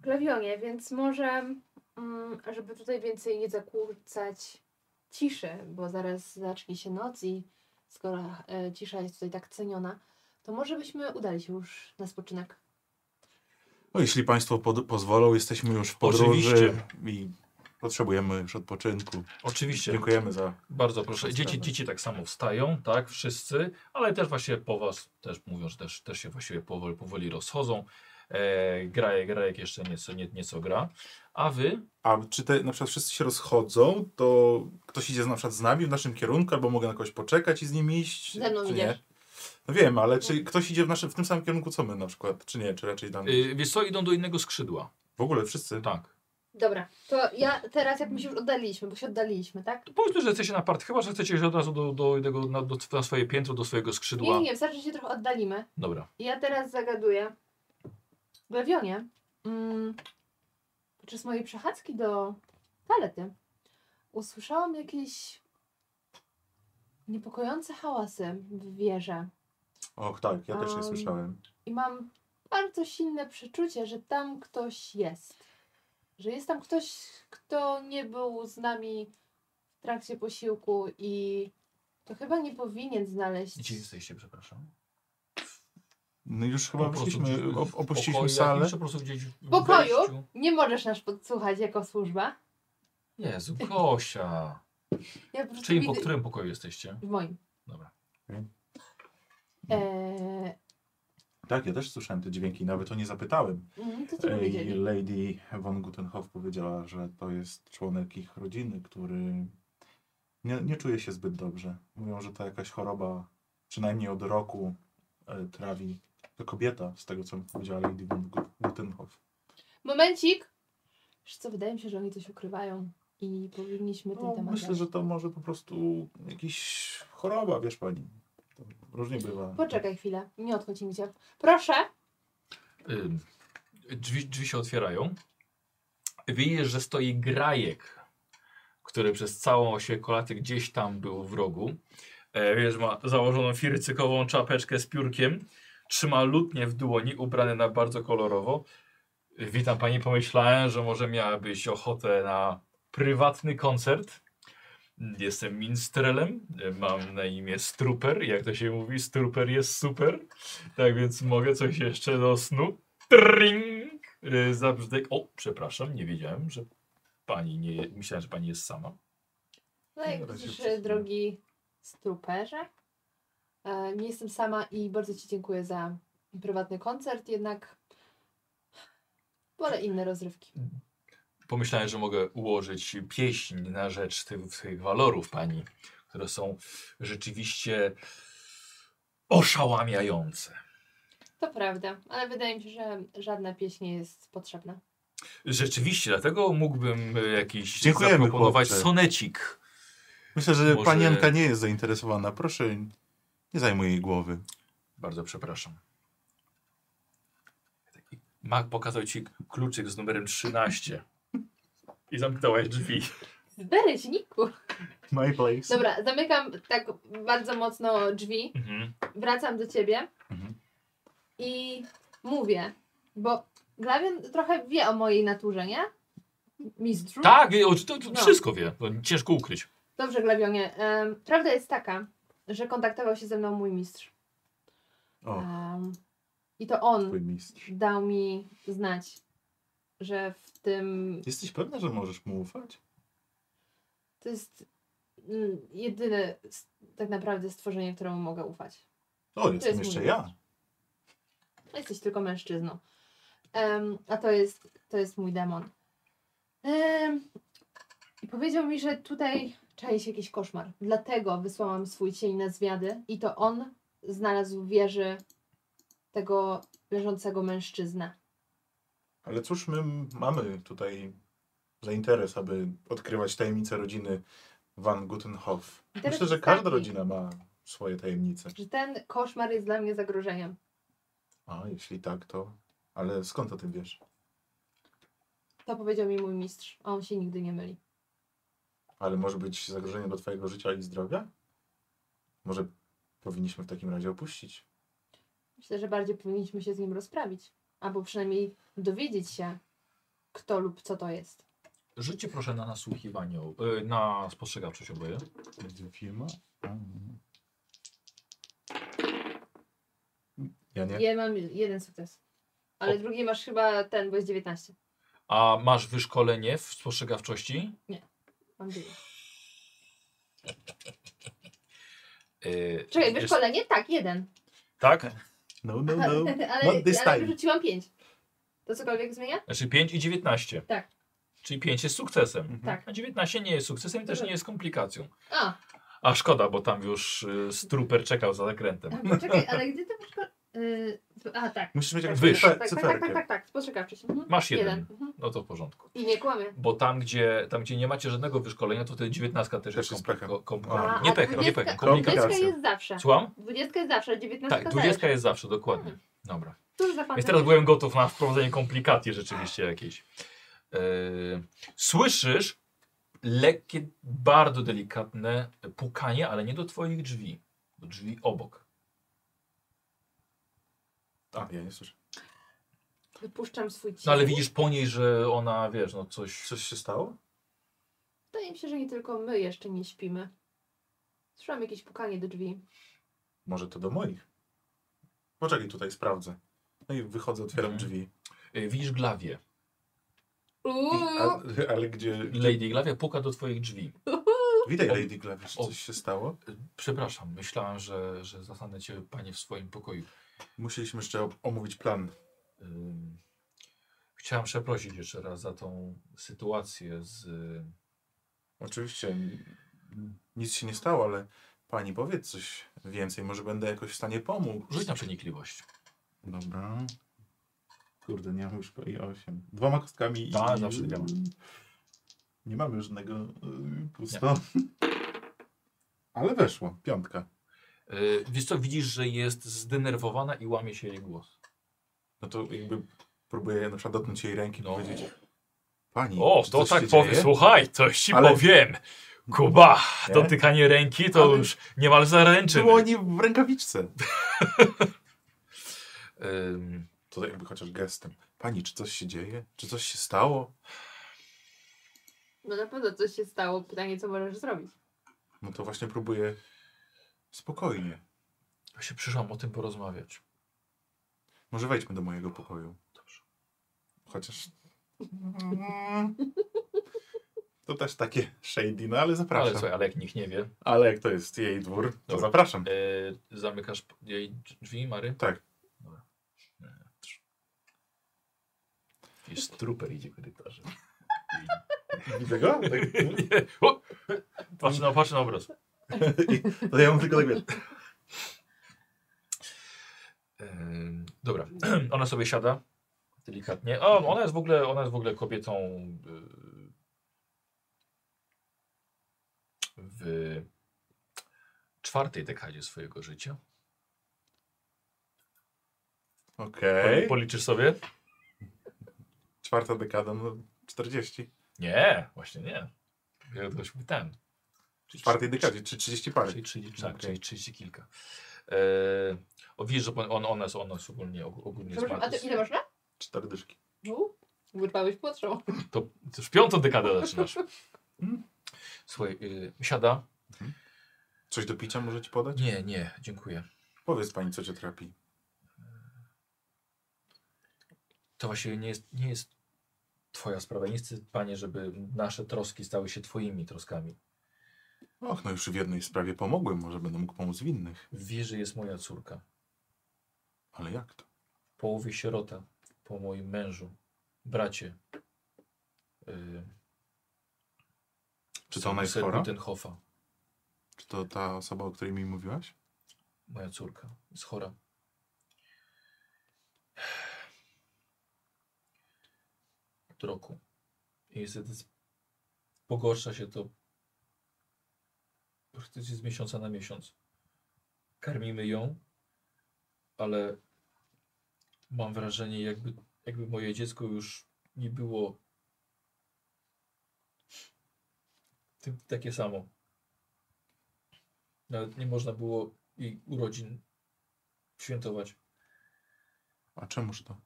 Speaker 2: Glawionie, więc może, mm, żeby tutaj więcej nie zakłócać ciszy, bo zaraz zacznie się noc i skoro e, cisza jest tutaj tak ceniona, to może byśmy udali się już na spoczynek.
Speaker 3: No, jeśli państwo pod, pozwolą, jesteśmy już w podróży
Speaker 1: Oczywiście.
Speaker 3: i potrzebujemy już odpoczynku.
Speaker 1: Oczywiście.
Speaker 3: Dziękujemy za...
Speaker 1: Bardzo proszę.
Speaker 3: Dziękuję
Speaker 1: Dzieci,
Speaker 3: bardzo.
Speaker 1: dzieci tak samo wstają, tak, wszyscy, ale też właśnie po was też mówią, że też, też się właściwie powoli, powoli rozchodzą. E, graje, grajek jeszcze nieco, nie, nieco gra. A wy?
Speaker 3: A czy te, na przykład wszyscy się rozchodzą, to ktoś idzie na przykład z nami w naszym kierunku, albo mogę na kogoś poczekać i z nim iść?
Speaker 2: Ze mną
Speaker 3: czy
Speaker 2: idziesz.
Speaker 3: nie? No wiem, ale czy ktoś idzie w, naszym, w tym samym kierunku co my na przykład, czy nie? Czy raczej tam...
Speaker 1: Y, wiesz co, idą do innego skrzydła.
Speaker 3: W ogóle wszyscy?
Speaker 1: Tak.
Speaker 2: Dobra, to ja teraz jak my się już oddaliliśmy, bo się oddaliliśmy, tak?
Speaker 1: To powiedzmy, że chcecie na part, chyba że chcecie iść od razu do, do, jednego- na, do, na swoje piętro, do swojego
Speaker 2: Nie,
Speaker 1: skrzydła.
Speaker 2: nie, nie, wystarczy, że się trochę oddalimy.
Speaker 1: Dobra.
Speaker 2: I Ja teraz zagaduję. Glawionie, mm, podczas mojej przechadzki do toalety usłyszałam jakieś niepokojące hałasy w wieży.
Speaker 3: Och tak, ja też
Speaker 2: Am.
Speaker 3: nie słyszałem.
Speaker 2: I mam bardzo silne przeczucie, że tam ktoś jest. Że jest tam ktoś, kto nie był z nami w trakcie posiłku i to chyba nie powinien znaleźć.
Speaker 1: Gdzie jesteście, przepraszam?
Speaker 3: No już chyba
Speaker 1: Po prostu
Speaker 3: wyszliśmy,
Speaker 1: gdzieś
Speaker 3: op-
Speaker 1: w
Speaker 3: opuściliśmy
Speaker 1: pokojach,
Speaker 3: salę.
Speaker 1: czy Po prostu gdzieś w
Speaker 2: pokoju?
Speaker 1: wejściu?
Speaker 2: Nie możesz nas podsłuchać jako służba.
Speaker 1: Jezu, Kosia.
Speaker 2: Ja po prostu
Speaker 1: Czyli po
Speaker 2: widzę-
Speaker 1: którym pokoju jesteście?
Speaker 2: W moim.
Speaker 1: Dobra.
Speaker 2: Eee,
Speaker 3: Tak, ja też słyszałem te dźwięki, nawet o nie zapytałem.
Speaker 2: mm, to ci
Speaker 3: Ej,
Speaker 2: powiedzieli.
Speaker 3: Lady von Gutenhoff powiedziała, że to jest członek ich rodziny, który nie, nie czuje się zbyt dobrze. Mówią, że to jakaś choroba, przynajmniej od roku e, trawi. To kobieta, z tego co mi powiedziała Lady von Gut- Gutenhoff.
Speaker 2: Momencik! Wiesz co, wydaje mi się, że oni coś ukrywają i powinniśmy ten
Speaker 3: No,
Speaker 2: temat
Speaker 3: myślę,
Speaker 2: dać.
Speaker 3: że to może po prostu jakiś choroba, wiesz pani. To różnie bywa.
Speaker 2: Poczekaj chwilę, nie odchodź mi się. Proszę!
Speaker 1: Ym, Drzwi, drzwi się otwierają. Widzisz, że stoi grajek, który przez całą osie kolaty gdzieś tam był w rogu. E, wiesz, ma założoną fircykową czapeczkę z piórkiem. Trzyma lutnię w dłoni, ubrany na bardzo kolorowo. Witam pani, pomyślałem, że może miałabyś ochotę na prywatny koncert. Jestem minstrelem, e, mam na imię Struper, jak to się mówi, Struper jest super. Tak więc mogę coś Y, jeszcze do snu. Tring! Yy, zabrzdek. O, przepraszam, nie wiedziałem, że Pani nie. Myślałem, że pani jest sama.
Speaker 2: No jak
Speaker 3: Dobra, się
Speaker 2: widzisz,
Speaker 3: przesunę.
Speaker 2: drogi struperze, e, nie jestem sama i bardzo Ci dziękuję za prywatny koncert, jednak wolę inne rozrywki.
Speaker 1: Pomyślałem, że mogę ułożyć pieśń na rzecz tych, tych walorów pani, które są rzeczywiście oszałamiające.
Speaker 2: To prawda, ale wydaje mi się, że żadna pieśń nie jest potrzebna.
Speaker 1: Rzeczywiście, dlatego mógłbym e, jakiś
Speaker 3: Dziękujemy,
Speaker 1: zaproponować
Speaker 3: chłopcze.
Speaker 1: sonecik.
Speaker 3: Myślę, że
Speaker 1: Może-
Speaker 3: panienka nie jest zainteresowana. Proszę, nie zajmuj jej głowy.
Speaker 1: Bardzo przepraszam. Taki Mac pokazał ci kluczyk z numerem 13. I zamknąłeś drzwi.
Speaker 2: Z bereźniku.
Speaker 3: My place.
Speaker 2: Dobra, zamykam tak bardzo mocno drzwi,
Speaker 1: Mhm.
Speaker 2: wracam do Ciebie
Speaker 3: Mhm.
Speaker 2: i mówię, bo Glawion trochę wie o mojej naturze, nie? Mistrzu?
Speaker 1: Tak, wie- o, to, to
Speaker 2: No.
Speaker 1: wszystko wie. To ciężko ukryć.
Speaker 2: Dobrze, Glawionie. Em, Prawda jest taka, że kontaktował się ze mną mój mistrz.
Speaker 3: O,
Speaker 2: Em, I to on
Speaker 3: twój mistrz.
Speaker 2: dał mi znać, że w tym.
Speaker 3: Jesteś pewna, że możesz mu ufać?
Speaker 2: To jest mm, jedyne s- tak naprawdę stworzenie, któremu mogę ufać.
Speaker 3: O, jestem
Speaker 2: jest
Speaker 3: jeszcze
Speaker 2: mój
Speaker 3: ja.
Speaker 2: No, Jesteś tylko mężczyzną. Em, a to jest, to jest mój demon. Em, I powiedział mi, że tutaj czai się jakiś koszmar. Dlatego wysłałam swój cień na zwiady i to on znalazł w wieży tego leżącego mężczyznę.
Speaker 3: Ale cóż my m- mamy tutaj za interes, aby odkrywać tajemnice rodziny Van Gutenhoff?
Speaker 2: Interes
Speaker 3: Myślę, że
Speaker 2: jest
Speaker 3: każda
Speaker 2: taki.
Speaker 3: rodzina ma swoje tajemnice.
Speaker 2: Że ten koszmar jest dla mnie zagrożeniem.
Speaker 3: A, jeśli tak, to... Ale skąd o tym wiesz?
Speaker 2: To powiedział mi mój mistrz, a on się nigdy nie myli.
Speaker 3: Ale może być zagrożenie dla twojego życia i zdrowia? Może powinniśmy w takim razie opuścić?
Speaker 2: Myślę, że bardziej powinniśmy się z nim rozprawić. Albo przynajmniej dowiedzieć się, kto lub co to jest.
Speaker 1: Życie proszę na nasłuchiwaniu, e, na spostrzegawczość oboje.
Speaker 3: Będzie firma? Ja nie.
Speaker 2: Ja mam jeden sukces. Ale
Speaker 1: O.
Speaker 2: drugi masz chyba ten, bo jest 19.
Speaker 1: A masz wyszkolenie w spostrzegawczości?
Speaker 2: Mam drugi.
Speaker 1: E,
Speaker 2: Czekaj,
Speaker 1: jest-
Speaker 2: wyszkolenie? Tak, jeden.
Speaker 1: Tak?
Speaker 3: No, no,
Speaker 2: Aha,
Speaker 3: no.
Speaker 2: ale,
Speaker 3: Not this
Speaker 2: ale
Speaker 3: time.
Speaker 2: wyrzuciłam 5. To cokolwiek zmienia?
Speaker 1: Znaczy 5 i 19.
Speaker 2: Tak.
Speaker 1: Czyli 5 jest sukcesem.
Speaker 3: Mhm.
Speaker 2: Tak.
Speaker 1: A 19 nie jest sukcesem i też nie jest komplikacją.
Speaker 2: A,
Speaker 1: A szkoda, bo tam już y, struper czekał za zakrętem.
Speaker 2: a, czekaj, ale gdy to wyszkolenie... a, tak.
Speaker 3: Musisz mieć jakąś
Speaker 1: Wyż.
Speaker 3: cyfer-
Speaker 2: Tak, tak, tak,
Speaker 3: cyferkę.
Speaker 2: tak, tak, tak. Spostrzegawczy się. Mhm.
Speaker 1: Masz jeden.
Speaker 2: Mhm.
Speaker 1: No to w porządku.
Speaker 2: I nie kłamie.
Speaker 1: Bo tam gdzie, tam, gdzie nie macie żadnego wyszkolenia, to te 19 też
Speaker 3: Też
Speaker 1: jest
Speaker 3: jest
Speaker 1: kompli-
Speaker 3: pechem.
Speaker 1: ko- kom-
Speaker 3: A,
Speaker 1: Nie
Speaker 2: a
Speaker 1: pechem, nie
Speaker 2: 20
Speaker 1: pechem.
Speaker 3: komplikacja.
Speaker 1: Komplikacja.
Speaker 2: 20 jest zawsze.
Speaker 1: Słucham?
Speaker 2: 20 jest zawsze, 19
Speaker 1: Tak, 20 jest zawsze,
Speaker 2: Hmm.
Speaker 1: dokładnie. Dobra.
Speaker 2: Cóż za
Speaker 1: Więc
Speaker 2: fantazja.
Speaker 1: teraz byłem gotów na wprowadzenie komplikacji rzeczywiście jakiejś. E, Słyszysz lekkie, bardzo delikatne pukanie, ale nie do twoich drzwi. Do drzwi obok.
Speaker 2: tak.
Speaker 3: A, ja nie słyszę.
Speaker 2: Wypuszczam swój cień.
Speaker 1: No ale widzisz po niej, że ona, wiesz, no coś...
Speaker 3: Coś się stało?
Speaker 2: Wydaje mi się, że nie tylko my jeszcze nie śpimy. Słyszałam jakieś pukanie do drzwi.
Speaker 3: Może to do moich. Poczekaj, tutaj sprawdzę. No i wychodzę, otwieram
Speaker 1: Mhm.
Speaker 3: drzwi.
Speaker 1: e, Widzisz Glawię.
Speaker 3: I, a, ale gdzie...
Speaker 1: Lady Glawia puka do twoich drzwi.
Speaker 3: Witaj, Lady Glawisz.
Speaker 1: O.
Speaker 3: Coś się stało?
Speaker 1: E, Przepraszam, myślałem, że, że zastanę cię panie w swoim pokoju.
Speaker 3: Musieliśmy jeszcze o- omówić plan.
Speaker 1: Ym, Chciałem przeprosić jeszcze raz za tą sytuację z... e,
Speaker 3: Oczywiście m, nic się nie stało, ale pani powiedz coś więcej. Może będę jakoś w stanie pomóc.
Speaker 1: Rzuć na przenikliwość.
Speaker 3: Dobra. Kurde, nie mam już i 8. Dwoma kostkami
Speaker 1: Tak,
Speaker 3: i...
Speaker 1: zawsze tak działa.
Speaker 3: Nie mamy żadnego y, pusto. Ale weszło. Piątka.
Speaker 1: Yy, wiesz co, widzisz, że jest zdenerwowana i łamie się jej głos.
Speaker 3: No to jakby próbuję na przykład dotknąć jej ręki
Speaker 1: No.
Speaker 3: i powiedzieć Pani,
Speaker 1: O,
Speaker 3: czy
Speaker 1: to
Speaker 3: coś
Speaker 1: tak
Speaker 3: się
Speaker 1: powiem,
Speaker 3: dzieje?
Speaker 1: słuchaj, coś ci
Speaker 3: Ale-
Speaker 1: powiem. Kuba,
Speaker 3: Nie?
Speaker 1: dotykanie ręki to
Speaker 3: Ale-
Speaker 1: już niemal zaręczyny.
Speaker 3: Dłoni w rękawiczce.
Speaker 1: Ym,
Speaker 3: To jakby chociaż gestem. Pani, czy coś się dzieje? Czy coś się stało?
Speaker 2: No na pewno coś się stało. Pytanie, co możesz zrobić?
Speaker 3: No to właśnie próbuję spokojnie.
Speaker 1: Właśnie przyszłam o tym porozmawiać.
Speaker 3: Może wejdźmy do mojego pokoju.
Speaker 1: Dobrze.
Speaker 3: Chociaż. To też takie shady, no ale
Speaker 1: Ale,
Speaker 3: zapraszam. Ale,
Speaker 1: słuchaj, ale jak nikt nie wie,
Speaker 3: jak to jest jej dwór, to
Speaker 1: Dobra.
Speaker 3: zapraszam.
Speaker 1: e, zamykasz p- jej drzwi, Mary?
Speaker 3: Tak.
Speaker 1: Dobra. E, I struper idzie korytarzem.
Speaker 3: Widzę go? Tak,
Speaker 1: Nie. O! Patrz na, patrz na obraz.
Speaker 3: I- to ja mu tylko tak wiesz.
Speaker 1: Em, Dobra, ona sobie siada delikatnie. O, ona jest w ogóle, ona jest w ogóle kobietą y, w czwartej dekadzie swojego życia.
Speaker 3: Okej.
Speaker 1: Policzysz sobie?
Speaker 3: Czwarta dekada, no 40.
Speaker 1: Nie, właśnie nie. Ja to się pytałem.
Speaker 3: W czwartej dekadzie, czy 30 parę.
Speaker 1: Czyli 30, tak,
Speaker 3: Okej.
Speaker 1: czyli 30 kilka. E, o, widzisz, że on, on, ona, jest, ona jest ogólnie, ogólnie jest
Speaker 2: Przepraszam, a ty
Speaker 1: bardzo-
Speaker 2: ile masz lat?
Speaker 3: Cztery dyszki.
Speaker 2: Dwu? Wyrwałeś płotrzą.
Speaker 1: To już piątą dekadę zaczynasz. Hmm? Słuchaj, y, siada.
Speaker 3: Coś do picia może ci podać?
Speaker 1: Nie, nie, dziękuję.
Speaker 3: Powiedz pani, co cię trapi.
Speaker 1: To właśnie nie jest, nie jest twoja sprawa. Nie chcę, panie, żeby nasze troski stały się twoimi troskami.
Speaker 3: Och, no już w jednej sprawie pomogłem, może będę mógł pomóc w innych.
Speaker 1: Wie, że jest moja córka.
Speaker 3: Ale jak to?
Speaker 1: Połowie sierota po moim mężu, bracie. Y,
Speaker 3: Czy to ona jest chora?
Speaker 1: Gutenhoffa,
Speaker 3: Czy to ta osoba, o której mi mówiłaś?
Speaker 1: moja córka, jest chora. Od roku. I niestety z- pogorsza się to praktycznie z miesiąca na miesiąc. Karmimy ją, ale mam wrażenie, jakby, jakby moje dziecko już nie było tym- takie samo. Nawet nie można było jej urodzin świętować.
Speaker 3: A czemuż to?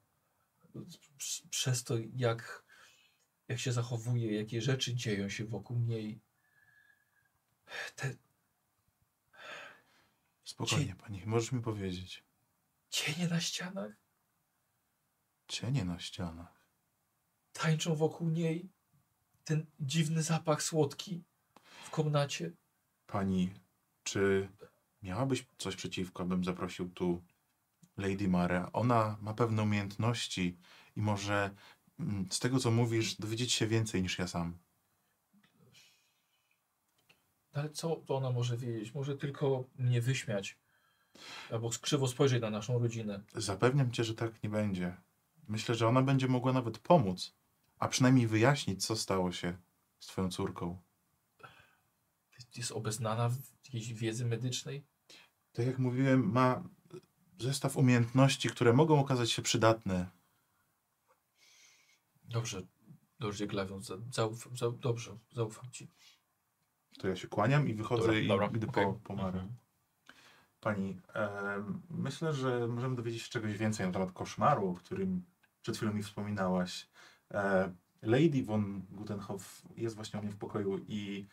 Speaker 1: Prz- przez to, jak, jak się zachowuje, jakie rzeczy dzieją się wokół niej. Te
Speaker 3: Spokojnie,
Speaker 1: Cie-
Speaker 3: pani, możesz mi powiedzieć.
Speaker 1: cienie na ścianach
Speaker 3: Cienie na ścianach.
Speaker 1: tańczą wokół niej. Ten dziwny zapach słodki w komnacie.
Speaker 3: Pani, czy miałabyś coś przeciwko, abym zaprosił tu Lady Marę? Ona ma pewne umiejętności i może mm, z tego, co mówisz, dowiedzieć się więcej niż ja sam.
Speaker 1: No Ale co to ona może wiedzieć? Może tylko mnie wyśmiać. Albo krzywo spojrzeć na naszą rodzinę.
Speaker 3: Zapewniam cię, że tak nie będzie. Myślę, że ona będzie mogła nawet pomóc, a przynajmniej wyjaśnić, co stało się z twoją córką.
Speaker 1: Jest obeznana w jakiejś wiedzy medycznej.
Speaker 3: Tak jak mówiłem, ma zestaw umiejętności, które mogą okazać się przydatne.
Speaker 1: Dobrze, dobrze, Glawion, za, zauf, za, dobrze, zaufam ci.
Speaker 3: To ja się kłaniam i wychodzę
Speaker 1: Dobra,
Speaker 3: i
Speaker 1: dobra,
Speaker 3: idę po,
Speaker 1: okej.
Speaker 3: po Marę.
Speaker 1: Mhm.
Speaker 3: Pani, em, myślę, że możemy dowiedzieć się czegoś więcej na temat koszmaru, o którym przed chwilą mi wspominałaś. E, Lady von Gutenhoff jest właśnie u mnie w pokoju i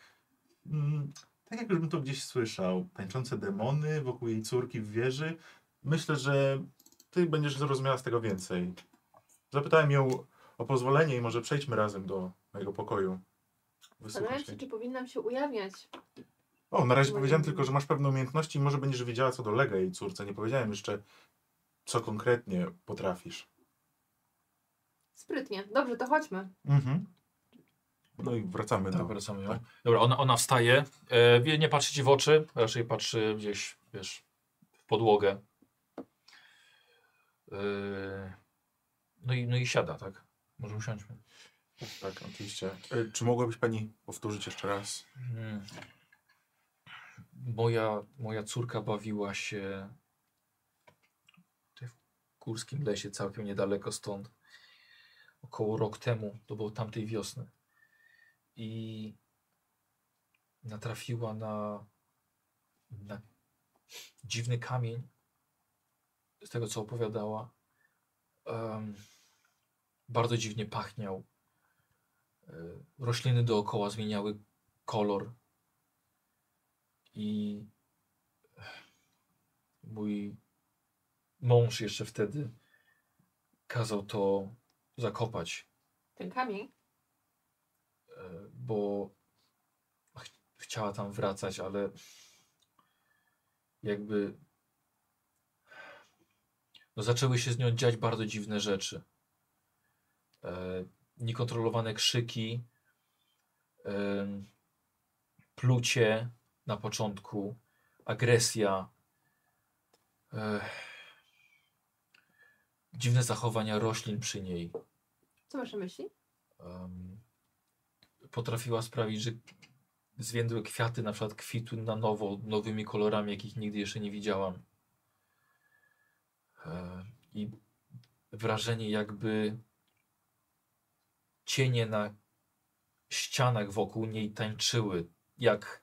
Speaker 3: mm, tak jak już bym to gdzieś słyszał, tańczące demony wokół jej córki w wieży, myślę, że ty będziesz zrozumiała z tego więcej. Zapytałem ją o pozwolenie i może przejdźmy razem do mojego pokoju.
Speaker 2: Zastanawiam
Speaker 3: Wysłuchaj
Speaker 2: się,
Speaker 3: się.
Speaker 2: czy powinnam się ujawniać.
Speaker 3: O, na razie
Speaker 2: Moim
Speaker 3: powiedziałem
Speaker 2: zdaniem.
Speaker 3: tylko, że masz pewne umiejętności i może będziesz wiedziała, co dolega jej córce. Nie powiedziałem jeszcze, co konkretnie potrafisz.
Speaker 2: Sprytnie. Dobrze, to chodźmy.
Speaker 3: Mhm. No i wracamy
Speaker 1: Dobra,
Speaker 3: do...
Speaker 1: wracamy ją.
Speaker 3: tak.
Speaker 1: Dobra, ona, ona wstaje, e, wie- nie patrzy ci w oczy, raczej patrzy gdzieś, wiesz, w podłogę. E, no, i, no i siada, tak? Może usiądźmy.
Speaker 3: Tak, oczywiście. E, Czy mogłabyś pani powtórzyć jeszcze raz?
Speaker 1: Mm. Moja, moja córka bawiła się tutaj w górskim lesie, całkiem niedaleko stąd. Około rok temu, to było tamtej wiosny. I natrafiła na, na dziwny kamień. Z tego co opowiadała, em, bardzo dziwnie pachniał. E, Rośliny dookoła zmieniały kolor. I mój mąż jeszcze wtedy kazał to zakopać.
Speaker 2: Ten kamień.
Speaker 1: E, e, bo ch chciała tam wracać, ale jakby no zaczęły się z nią dziać bardzo dziwne rzeczy. E, niekontrolowane krzyki, em, plucie na początku, agresja, e, dziwne zachowania roślin przy niej.
Speaker 2: Co masz na myśli?
Speaker 1: Em, potrafiła sprawić, że zwiędłe kwiaty na przykład kwitły na nowo, nowymi kolorami, jakich nigdy jeszcze nie widziałam. E, I wrażenie jakby cienie na ścianach wokół niej tańczyły, jak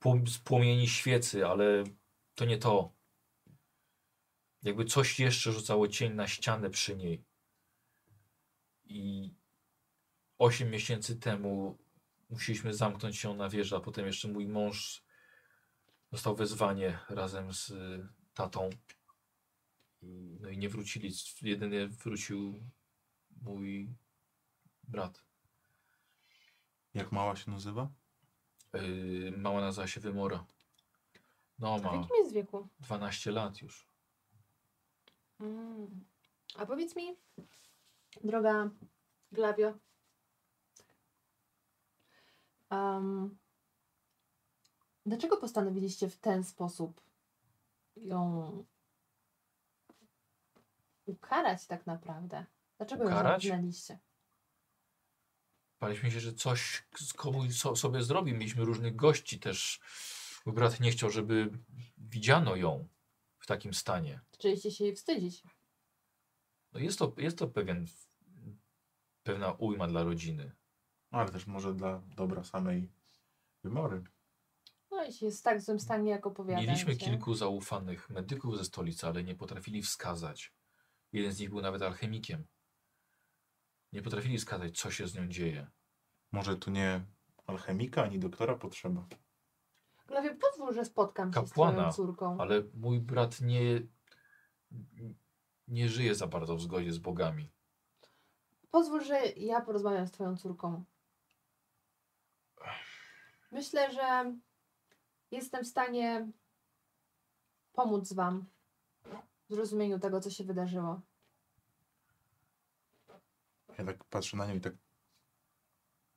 Speaker 1: płom- z płomieni świecy, ale to nie to. Jakby coś jeszcze rzucało cień na ścianę przy niej. I 8 miesięcy temu musieliśmy zamknąć się na wieży, a potem jeszcze mój mąż dostał wezwanie razem z y, tatą. I- No i nie wrócili. Jedynie wrócił mój brat.
Speaker 3: Jak mała się nazywa?
Speaker 1: Yy, mała nazywa się Wymora. No,
Speaker 2: W
Speaker 1: ma
Speaker 2: jakim jest wieku?
Speaker 1: 12 lat już.
Speaker 2: Mm. A powiedz mi, droga Glawio, em, dlaczego postanowiliście w ten sposób ją ukarać tak naprawdę? Dlaczego
Speaker 1: Ukarać?
Speaker 2: ją zamknęliście?
Speaker 1: Baliśmy się, że coś z komuś so, sobie zrobi. Mieliśmy różnych gości też. Mój brat nie chciał, żeby widziano ją w takim stanie.
Speaker 2: Zaczęliście się jej wstydzić.
Speaker 1: No jest to, jest to pewien, pewna ujma dla rodziny.
Speaker 3: No, ale też może dla dobra samej wymory.
Speaker 2: No i się jest w tak złym stanie, jak opowiadam.
Speaker 1: Mieliśmy
Speaker 2: się.
Speaker 1: kilku zaufanych medyków ze stolicy, ale nie potrafili wskazać. Jeden z nich był nawet alchemikiem. Nie potrafili wskazać, co się z nią dzieje.
Speaker 3: Może tu nie alchemika ani doktora potrzeba.
Speaker 2: Glawio, pozwól, że spotkam się z
Speaker 1: Kapłana,
Speaker 2: twoją córką.
Speaker 1: Ale mój brat nie, nie żyje za bardzo w zgodzie z bogami.
Speaker 2: Pozwól, że ja porozmawiam z Twoją córką. Myślę, że jestem w stanie pomóc Wam w zrozumieniu tego, co się wydarzyło.
Speaker 3: Ja tak patrzę na nią i tak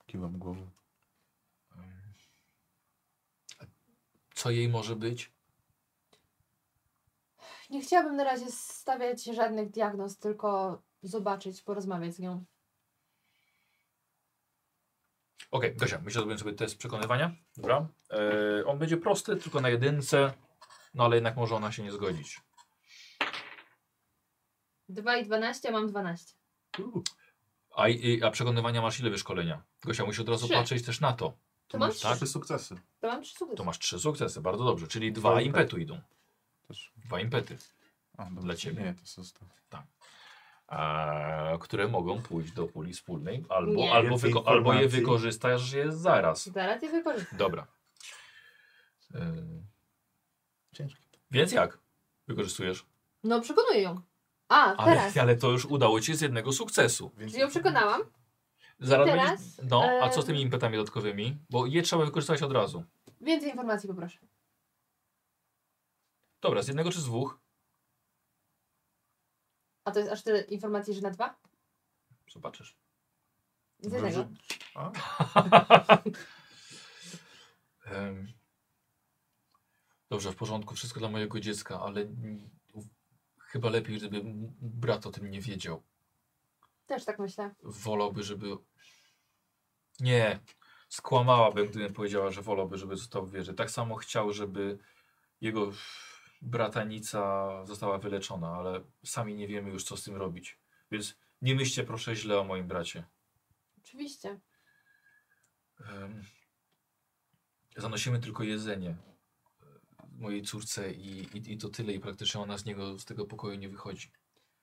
Speaker 3: kiwam głową.
Speaker 1: Co jej może być?
Speaker 2: Nie chciałabym na razie stawiać żadnych diagnoz, tylko zobaczyć, porozmawiać z nią.
Speaker 1: Okej, Gosia, myślę, że zrobimy sobie test przekonywania. Dobra. E, on będzie prosty, tylko na jedynce, no ale jednak może ona się nie zgodzić.
Speaker 2: 2 i 12, mam 12.
Speaker 1: A, i- a przekonywania masz ile wyszkolenia? Gosia, musisz od razu
Speaker 2: Trzy.
Speaker 1: patrzeć też na to.
Speaker 2: To mam
Speaker 1: tak?
Speaker 3: trzy sukcesy.
Speaker 2: To mam 3
Speaker 1: To
Speaker 2: sukcesy.
Speaker 1: masz trzy sukcesy, bardzo dobrze, czyli dwa
Speaker 3: Dwa
Speaker 1: impetu idą.
Speaker 3: Też.
Speaker 1: Dwa impety,
Speaker 3: A, dobra.
Speaker 1: Dla ciebie.
Speaker 3: Nie, to zostaw.
Speaker 1: a, które mogą pójść do puli wspólnej, albo,
Speaker 2: Nie.
Speaker 1: albo,
Speaker 3: Więcej
Speaker 1: wyko- albo je
Speaker 3: informacji.
Speaker 1: wykorzystasz je zaraz.
Speaker 2: Zaraz je wykorzystam.
Speaker 1: Dobra. Ym,
Speaker 3: Ciężkie.
Speaker 1: Więc jak wykorzystujesz?
Speaker 2: No, przekonuję ją. A,
Speaker 1: Ale,
Speaker 2: No teraz.
Speaker 1: ale to już udało ci się z jednego sukcesu.
Speaker 3: Więc
Speaker 2: Czyli ją przekonałam.
Speaker 1: Zaraz
Speaker 2: Teraz,
Speaker 1: będziesz- No, a co z
Speaker 2: em,
Speaker 1: tymi impetami dodatkowymi? Bo je trzeba wykorzystać od razu.
Speaker 2: Więcej informacji poproszę.
Speaker 1: Dobra, z jednego czy z dwóch?
Speaker 2: A to jest aż tyle informacji, że na dwa?
Speaker 1: Zobaczysz.
Speaker 2: Z jednego.
Speaker 3: A,
Speaker 1: Em, Dobrze, w porządku, wszystko dla mojego dziecka, ale mm, u- chyba lepiej, gdyby m- brat o tym nie wiedział.
Speaker 2: Też tak myślę.
Speaker 1: Wolałby, żeby. Nie, skłamałabym, gdybym powiedziała, że wolałby, żeby został w wieży. Tak samo chciał, żeby jego bratanica została wyleczona, ale sami nie wiemy już, co z tym robić. Więc nie myślcie proszę źle o moim bracie.
Speaker 2: Oczywiście.
Speaker 1: Em, Zanosimy tylko jedzenie e, mojej córce i, i, i to tyle i praktycznie ona z niego, z tego pokoju nie wychodzi.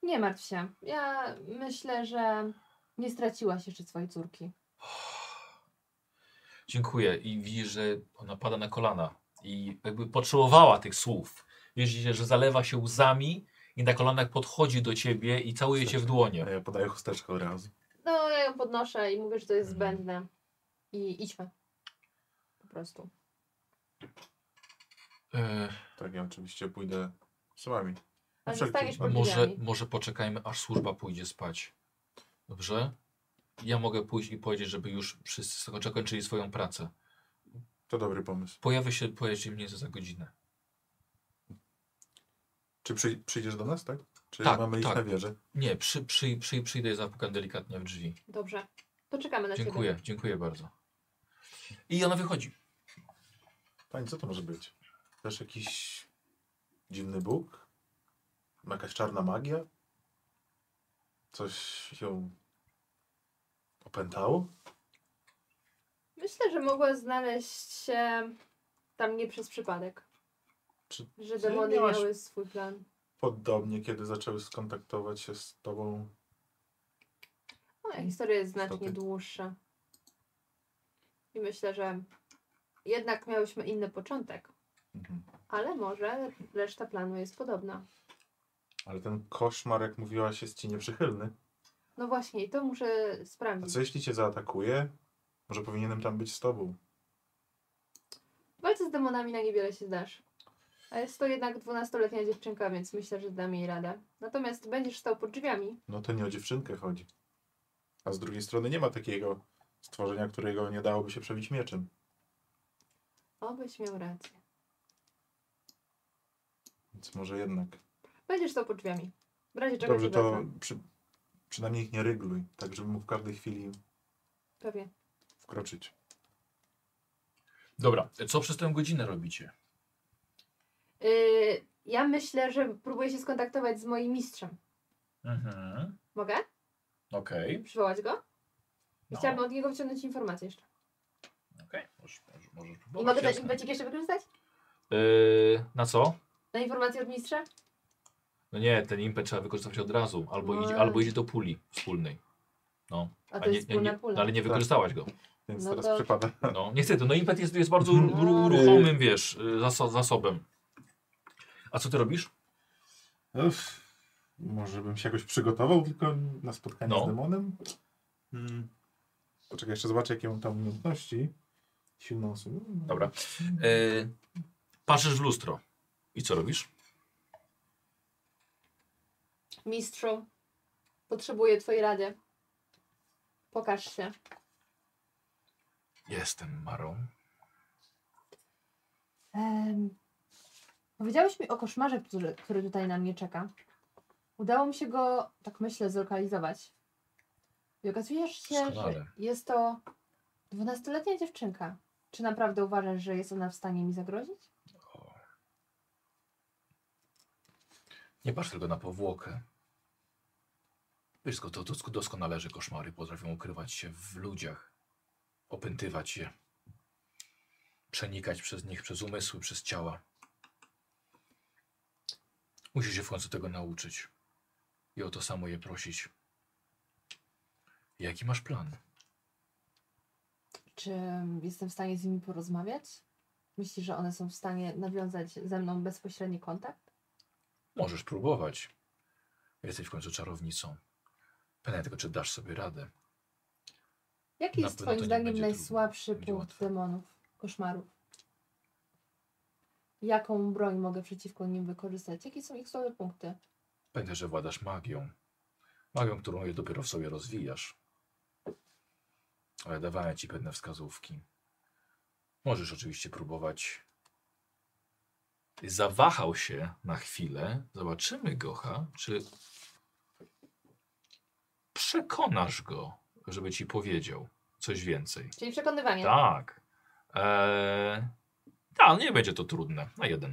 Speaker 2: Nie martw się. Ja myślę, że nie straciłaś jeszcze swojej córki.
Speaker 1: Dziękuję i widzi, że ona pada na kolana i jakby potrzebowała tych słów. Widzi, że zalewa się łzami i na kolanach podchodzi do ciebie i całuje cię w dłonie.
Speaker 3: ja podaję E, chusteczkę od razu.
Speaker 2: No, ja ją podnoszę i mówię, że to jest
Speaker 1: Mhm.
Speaker 2: zbędne. i idźmy. Po prostu.
Speaker 1: E,
Speaker 3: Tak, ja oczywiście pójdę z wami. Na
Speaker 2: Ale
Speaker 3: wszelki
Speaker 2: zostaniesz
Speaker 3: wypadek.
Speaker 2: pod-
Speaker 1: może,
Speaker 2: drzwiami.
Speaker 1: może poczekajmy, aż służba pójdzie spać. Dobrze? Ja mogę pójść i powiedzieć, żeby już wszyscy zakończyli swoją pracę.
Speaker 3: To dobry pomysł.
Speaker 1: Pojawi się, pojawi się mnie za godzinę.
Speaker 3: Czy przy, przyjdziesz do nas, tak? Czy
Speaker 1: Tak,
Speaker 3: mamy iść
Speaker 1: tak.
Speaker 3: na wieżę?
Speaker 1: Nie, przy, przy, przy, przyjdę i zapukam delikatnie w drzwi.
Speaker 2: Dobrze. To czekamy na ciebie.
Speaker 1: Dziękuję, dziękuję bardzo. I ona wychodzi.
Speaker 3: Pani, co to może być? Też jakiś dziwny Bóg? Jakaś czarna magia? Coś ją opętało?
Speaker 2: Myślę, że mogła znaleźć się tam nie przez przypadek.
Speaker 3: Czy
Speaker 2: Że
Speaker 3: ty
Speaker 2: demony
Speaker 3: miałaś-
Speaker 2: miały swój plan.
Speaker 3: Podobnie, kiedy zaczęły skontaktować się z tobą.
Speaker 2: Moja No, historia jest znacznie
Speaker 3: Stopy.
Speaker 2: dłuższa. I myślę, że jednak miałyśmy inny początek,
Speaker 3: Mhm.
Speaker 2: ale może reszta planu jest podobna.
Speaker 3: Ale ten koszmar, jak mówiłaś, jest ci nieprzychylny.
Speaker 2: No właśnie, i to muszę
Speaker 3: A
Speaker 2: sprawdzić.
Speaker 3: co jeśli cię zaatakuje? Może powinienem tam być z tobą.
Speaker 2: W walce z demonami na niewiele się zdasz. A jest to jednak 12-letnia dziewczynka, więc myślę, że dam jej radę. Natomiast będziesz stał pod drzwiami.
Speaker 3: No to nie o dziewczynkę chodzi. A z drugiej strony nie ma takiego stworzenia, którego nie dałoby się przebić mieczem.
Speaker 2: Obyś miał rację.
Speaker 3: Więc może jednak.
Speaker 2: Będziesz stał pod drzwiami. W razie czego
Speaker 3: Dobrze,
Speaker 2: cię
Speaker 3: to
Speaker 2: wezmę.
Speaker 3: przy, przynajmniej ich nie rygluj, tak żeby mógł w każdej chwili
Speaker 2: Pewnie.
Speaker 3: wkroczyć.
Speaker 1: Dobra, co przez tę godzinę robicie?
Speaker 2: Yy, ja myślę, że próbuję się skontaktować z moim mistrzem.
Speaker 1: Mhm.
Speaker 2: Mogę?
Speaker 1: Okej.
Speaker 2: Przywołać go? I
Speaker 1: No.
Speaker 2: Chciałabym od niego wyciągnąć informacje jeszcze.
Speaker 1: Okej, możesz, możesz, możesz
Speaker 2: I mogę ten becik jeszcze wykorzystać?
Speaker 1: E, Na co?
Speaker 2: Na informacje od mistrza?
Speaker 1: No nie, ten impet trzeba wykorzystać od razu. Albo,
Speaker 2: No.
Speaker 1: idź, albo idzie do puli wspólnej.
Speaker 2: A to
Speaker 1: nie,
Speaker 2: jest wspólna
Speaker 1: nie, nie,
Speaker 2: pula.
Speaker 1: no ale nie wykorzystałaś go.
Speaker 3: Więc
Speaker 2: No
Speaker 3: teraz
Speaker 2: to-
Speaker 3: przypada.
Speaker 1: No, niestety, no impet jest, jest bardzo
Speaker 3: Mhm.
Speaker 1: ru- ru- ruchomym, wiesz, y, zaso zasobem. A co ty robisz?
Speaker 3: Uff, może bym się jakoś przygotował tylko na spotkanie
Speaker 1: No.
Speaker 3: z demonem? Hmm. Poczekaj, jeszcze zobaczę, jakie mam tam umiejętności. Hmm. Silną osobę.
Speaker 1: Dobra. Y, patrzysz w lustro. I co robisz?
Speaker 2: Mistrzu, potrzebuję twojej rady. Pokaż się.
Speaker 1: Jestem Marą.
Speaker 2: Um, powiedziałeś mi o koszmarze, który, który tutaj na mnie czeka. Udało mi się go, tak myślę, zlokalizować. I okazuje się,
Speaker 1: Doskonale.
Speaker 2: że jest to 12-letnia dziewczynka. Czy naprawdę uważasz, że jest ona w stanie mi zagrozić?
Speaker 1: Nie patrz tylko na powłokę. Wiesz, to, to doskonale, że koszmary potrafią ukrywać się w ludziach, opętywać je, przenikać przez nich, przez umysły, przez ciała. Musisz się w końcu tego nauczyć i o to samo je prosić. Jaki masz plan?
Speaker 2: Czy jestem w stanie z nimi porozmawiać? Myślisz, że one są w stanie nawiązać ze mną bezpośredni kontakt?
Speaker 1: Możesz próbować. Jesteś w końcu czarownicą. Pytanie tylko, czy dasz sobie radę.
Speaker 2: Jaki
Speaker 1: Na
Speaker 2: jest
Speaker 1: pewno
Speaker 2: Twoim
Speaker 1: to nie
Speaker 2: zdaniem
Speaker 1: będzie trudne,
Speaker 2: najsłabszy
Speaker 1: będzie
Speaker 2: punkt
Speaker 1: łatwe.
Speaker 2: demonów, koszmarów? Jaką broń mogę przeciwko nim wykorzystać? Jakie są ich słabe punkty?
Speaker 1: Pamiętaj, że władasz magią. Magią, którą je dopiero w sobie rozwijasz. Ale dawałem ci pewne wskazówki. Możesz oczywiście próbować. Zawahał się na chwilę. Zobaczymy, Gocha, czy przekonasz go, żeby ci powiedział coś więcej.
Speaker 2: Czyli przekonywanie.
Speaker 1: Tak. Eee, tak, nie będzie to trudne. Na jeden.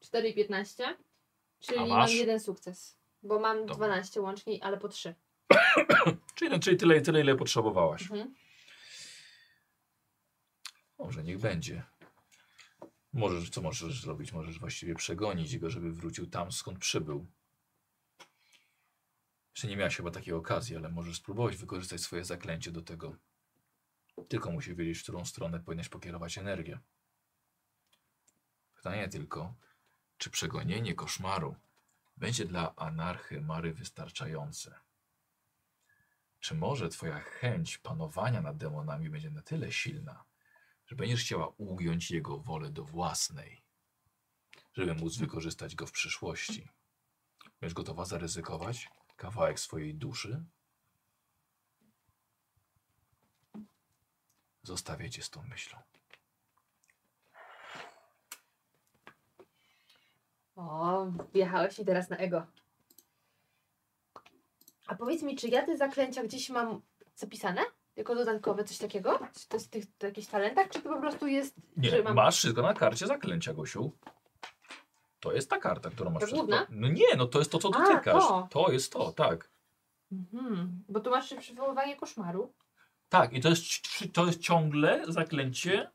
Speaker 2: 4 i 15.
Speaker 1: A
Speaker 2: Czyli mam
Speaker 1: masz?
Speaker 2: jeden sukces. Bo mam
Speaker 1: Dobra.
Speaker 2: 12 łącznie, ale po 3.
Speaker 1: Czyli, czyli tyle, tyle, ile potrzebowałaś.
Speaker 2: Mhm.
Speaker 1: Może niech będzie. Możesz, co możesz zrobić? Możesz właściwie przegonić go, żeby wrócił tam, skąd przybył. Jeszcze nie miałeś chyba takiej okazji, ale możesz spróbować wykorzystać swoje zaklęcie do tego. Tylko musisz wiedzieć, w którą stronę powinieneś pokierować energię. Pytanie tylko, czy przegonienie koszmaru będzie dla anarchy Mary wystarczające? Czy może twoja chęć panowania nad demonami będzie na tyle silna, że będziesz chciała ugiąć jego wolę do własnej, żeby móc wykorzystać go w przyszłości? Będziesz gotowa zaryzykować kawałek swojej duszy? Zostawię cię z tą myślą.
Speaker 2: O, wjechałeś i teraz na ego. A powiedz mi, czy ja te zaklęcia gdzieś mam zapisane? Jako dodatkowe coś takiego? Czy to jest w tych w jakichś talentach, czy to po prostu jest,
Speaker 1: Nie,
Speaker 2: że mam...
Speaker 1: masz wszystko na karcie zaklęcia, Gosiu. To jest ta karta, którą masz
Speaker 2: Ta
Speaker 1: wszystko.
Speaker 2: główna?
Speaker 1: No nie, no to jest to, co
Speaker 2: A,
Speaker 1: dotykasz.
Speaker 2: to.
Speaker 1: to jest to, tak.
Speaker 2: Mhm, bo tu masz przywoływanie koszmaru.
Speaker 1: Tak, i to jest, ci- ci- to jest ciągle zaklęcie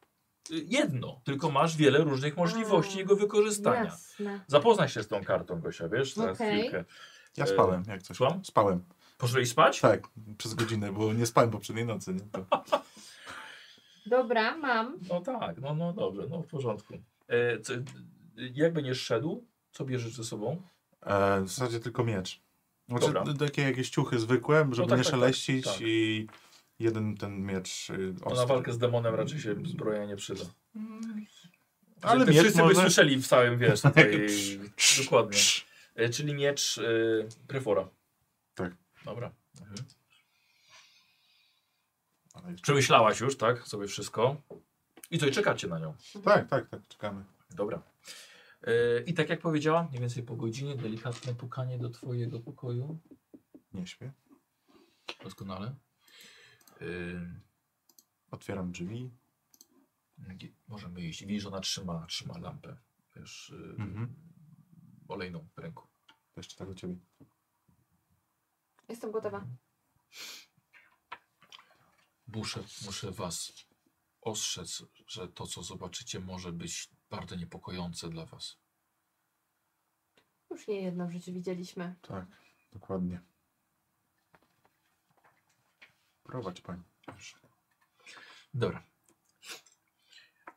Speaker 1: y, jedno, tylko masz wiele różnych możliwości
Speaker 2: A,
Speaker 1: jego wykorzystania.
Speaker 2: Jasne.
Speaker 1: Zapoznaj się z tą kartą, Gosia, wiesz? Zaraz
Speaker 2: Okej.
Speaker 1: chwilkę.
Speaker 3: Ja
Speaker 1: E,
Speaker 3: spałem, jak coś.
Speaker 1: słucham?
Speaker 3: Spałem.
Speaker 1: Poszedłeś spać?
Speaker 3: Tak, przez godzinę, bo nie spałem poprzedniej nocy. Nie? To...
Speaker 2: Dobra, mam.
Speaker 1: No tak, no, no dobrze, no w porządku. E, co, y, jak będziesz szedł, co bierzesz ze sobą?
Speaker 3: E, w zasadzie tylko miecz. Znaczy,
Speaker 1: Dobra.
Speaker 3: d- takie jakieś ciuchy zwykłe, żeby
Speaker 1: tak,
Speaker 3: nie
Speaker 1: tak, tak,
Speaker 3: szeleścić
Speaker 1: tak.
Speaker 3: i jeden ten miecz y,
Speaker 1: No,
Speaker 3: ostry.
Speaker 1: na walkę z demonem raczej się zbroja nie przyda.
Speaker 3: Ale
Speaker 1: Ale
Speaker 3: miecz
Speaker 1: wszyscy by
Speaker 3: można-
Speaker 1: słyszeli w całym, wiesz, tutaj, dokładnie.
Speaker 3: Psz.
Speaker 1: E, Czyli miecz y, Prefora.
Speaker 3: Tak.
Speaker 1: Dobra. Mhm.
Speaker 3: Ale jeszcze-
Speaker 1: Przemyślałaś już, tak, sobie wszystko. I co, i czekacie na nią.
Speaker 3: Tak, tak, tak, czekamy.
Speaker 1: Dobra. E, I tak jak powiedziałam, mniej więcej po godzinie delikatne pukanie do twojego pokoju.
Speaker 3: Nie śpię.
Speaker 1: Doskonale. E,
Speaker 3: Otwieram drzwi.
Speaker 1: gdzie- możemy iść. Widzisz, ona trzyma, trzyma lampę. Wiesz, e,
Speaker 3: Mhm.
Speaker 1: olejną w ręku.
Speaker 3: Jeszcze tak u ciebie.
Speaker 2: Jestem gotowa.
Speaker 1: Muszę, muszę was ostrzec, że to, co zobaczycie, może być bardzo niepokojące dla was.
Speaker 2: Już nie jedno w życiu widzieliśmy.
Speaker 3: Tak, dokładnie. Prowadź pani.
Speaker 1: Dobra.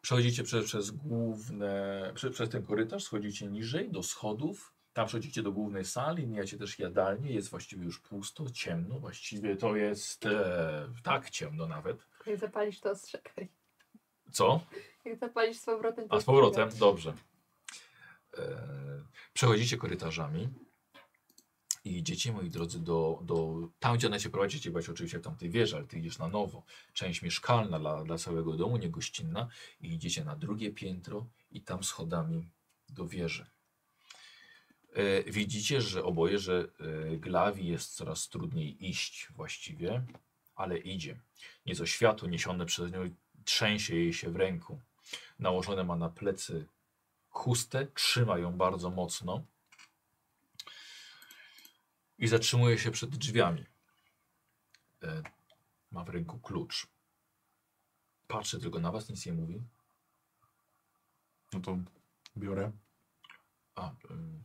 Speaker 1: Przechodzicie przez, przez główne, przez, przez ten korytarz, schodzicie niżej do schodów. Tam przechodzicie do głównej sali, mijacie też jadalnię, jest właściwie już pusto, ciemno, właściwie to jest e, tak ciemno nawet.
Speaker 2: Jak zapalisz, to ostrzegaj.
Speaker 1: Co?
Speaker 2: Jak zapalisz z powrotem, to
Speaker 1: A z powrotem, dobrze. E, przechodzicie korytarzami i idziecie, moi drodzy, do, do tam, gdzie ona cię prowadzi, cię byłaś oczywiście w tamtej wieży, ale ty idziesz na nowo. Część mieszkalna dla, dla całego domu, nie gościnna i idziecie na drugie piętro i tam schodami do wieży. E, widzicie, że oboje, że e, Glawi jest coraz trudniej iść właściwie, ale idzie. Nieco światło niesione przez nią trzęsie jej się w ręku. Nałożone ma na plecy chustę, trzyma ją bardzo mocno i zatrzymuje się przed drzwiami. E, ma w ręku klucz. Patrzy tylko na was, nic nie mówi.
Speaker 3: No to biorę.
Speaker 1: A, ym,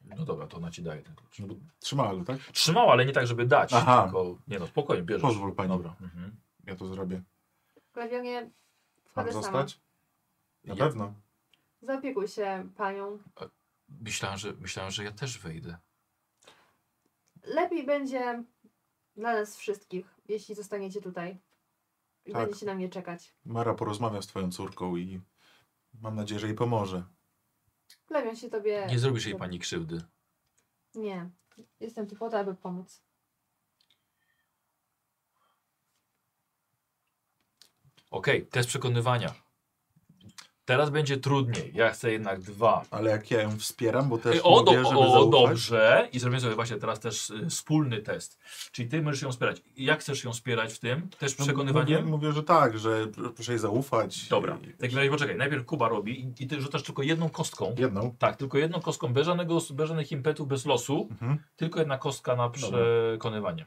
Speaker 1: no dobra, to ona ci daje ten klucz.
Speaker 3: No bo trzymała go, tak?
Speaker 1: Trzymała, ale nie tak, żeby dać.
Speaker 3: Aha.
Speaker 1: Tylko, nie no, spokojnie, bierzesz.
Speaker 3: Pozwól pani.
Speaker 1: Dobra. Mhm.
Speaker 3: Ja to zrobię.
Speaker 2: Klawionie,
Speaker 3: Mam
Speaker 2: wchodzę sama.
Speaker 3: zostać? Na
Speaker 1: Ja
Speaker 3: pewno.
Speaker 2: Zaopiekuj się panią.
Speaker 1: myślałem, że, myślałem, że ja też wyjdę.
Speaker 2: Lepiej będzie dla nas wszystkich, jeśli zostaniecie tutaj. I
Speaker 3: Tak.
Speaker 2: będziecie na mnie czekać.
Speaker 3: Mara porozmawia z twoją córką i mam nadzieję, że jej pomoże.
Speaker 2: Klawion się tobie...
Speaker 1: Nie zrobisz jej pani krzywdy.
Speaker 2: Nie. Jestem tu po to, aby pomóc.
Speaker 1: Okej, test przekonywania. Teraz będzie trudniej. Ja chcę jednak dwa.
Speaker 3: Ale jak ja ją wspieram, bo też
Speaker 1: Ej, o, do,
Speaker 3: mówię, żeby
Speaker 1: o,
Speaker 3: zaufać.
Speaker 1: dobrze. I zrobimy sobie właśnie teraz też y, wspólny test. Czyli ty możesz ją wspierać. Jak chcesz ją wspierać w tym? Też
Speaker 3: No,
Speaker 1: przekonywaniem?
Speaker 3: Mówię, mówię, że tak, że pr- proszę jej zaufać.
Speaker 1: Dobra.
Speaker 3: I-
Speaker 1: W takim razie poczekaj. Najpierw Kuba robi i, i ty rzucasz tylko jedną kostką.
Speaker 3: Jedną.
Speaker 1: Tak, tylko jedną kostką, bez, żadnego, bez żadnych impetów, bez losu.
Speaker 3: Mhm.
Speaker 1: Tylko jedna kostka na
Speaker 3: Dobra.
Speaker 1: przekonywanie.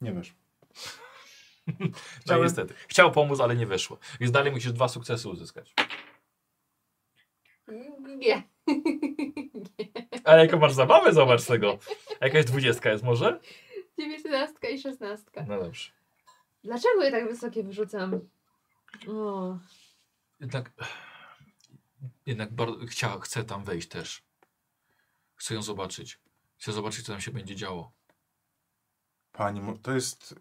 Speaker 3: Nie wiesz.
Speaker 1: No
Speaker 3: Chciałem-
Speaker 1: niestety. Chciał pomóc, ale nie wyszło. Więc dalej musisz dwa sukcesy uzyskać.
Speaker 2: Nie.
Speaker 1: Ale jaką masz zabawę, zobacz tego. Jakaś dwudziestka jest może?
Speaker 2: Dziewiętnastka i szesnastka.
Speaker 1: No dobrze.
Speaker 2: Dlaczego je tak wysokie wyrzucam? O,
Speaker 1: Jednak, jednak bardzo, chcia, chcę tam wejść też. Chcę ją zobaczyć. Chcę zobaczyć, co tam się będzie działo.
Speaker 3: Pani, mo- to jest.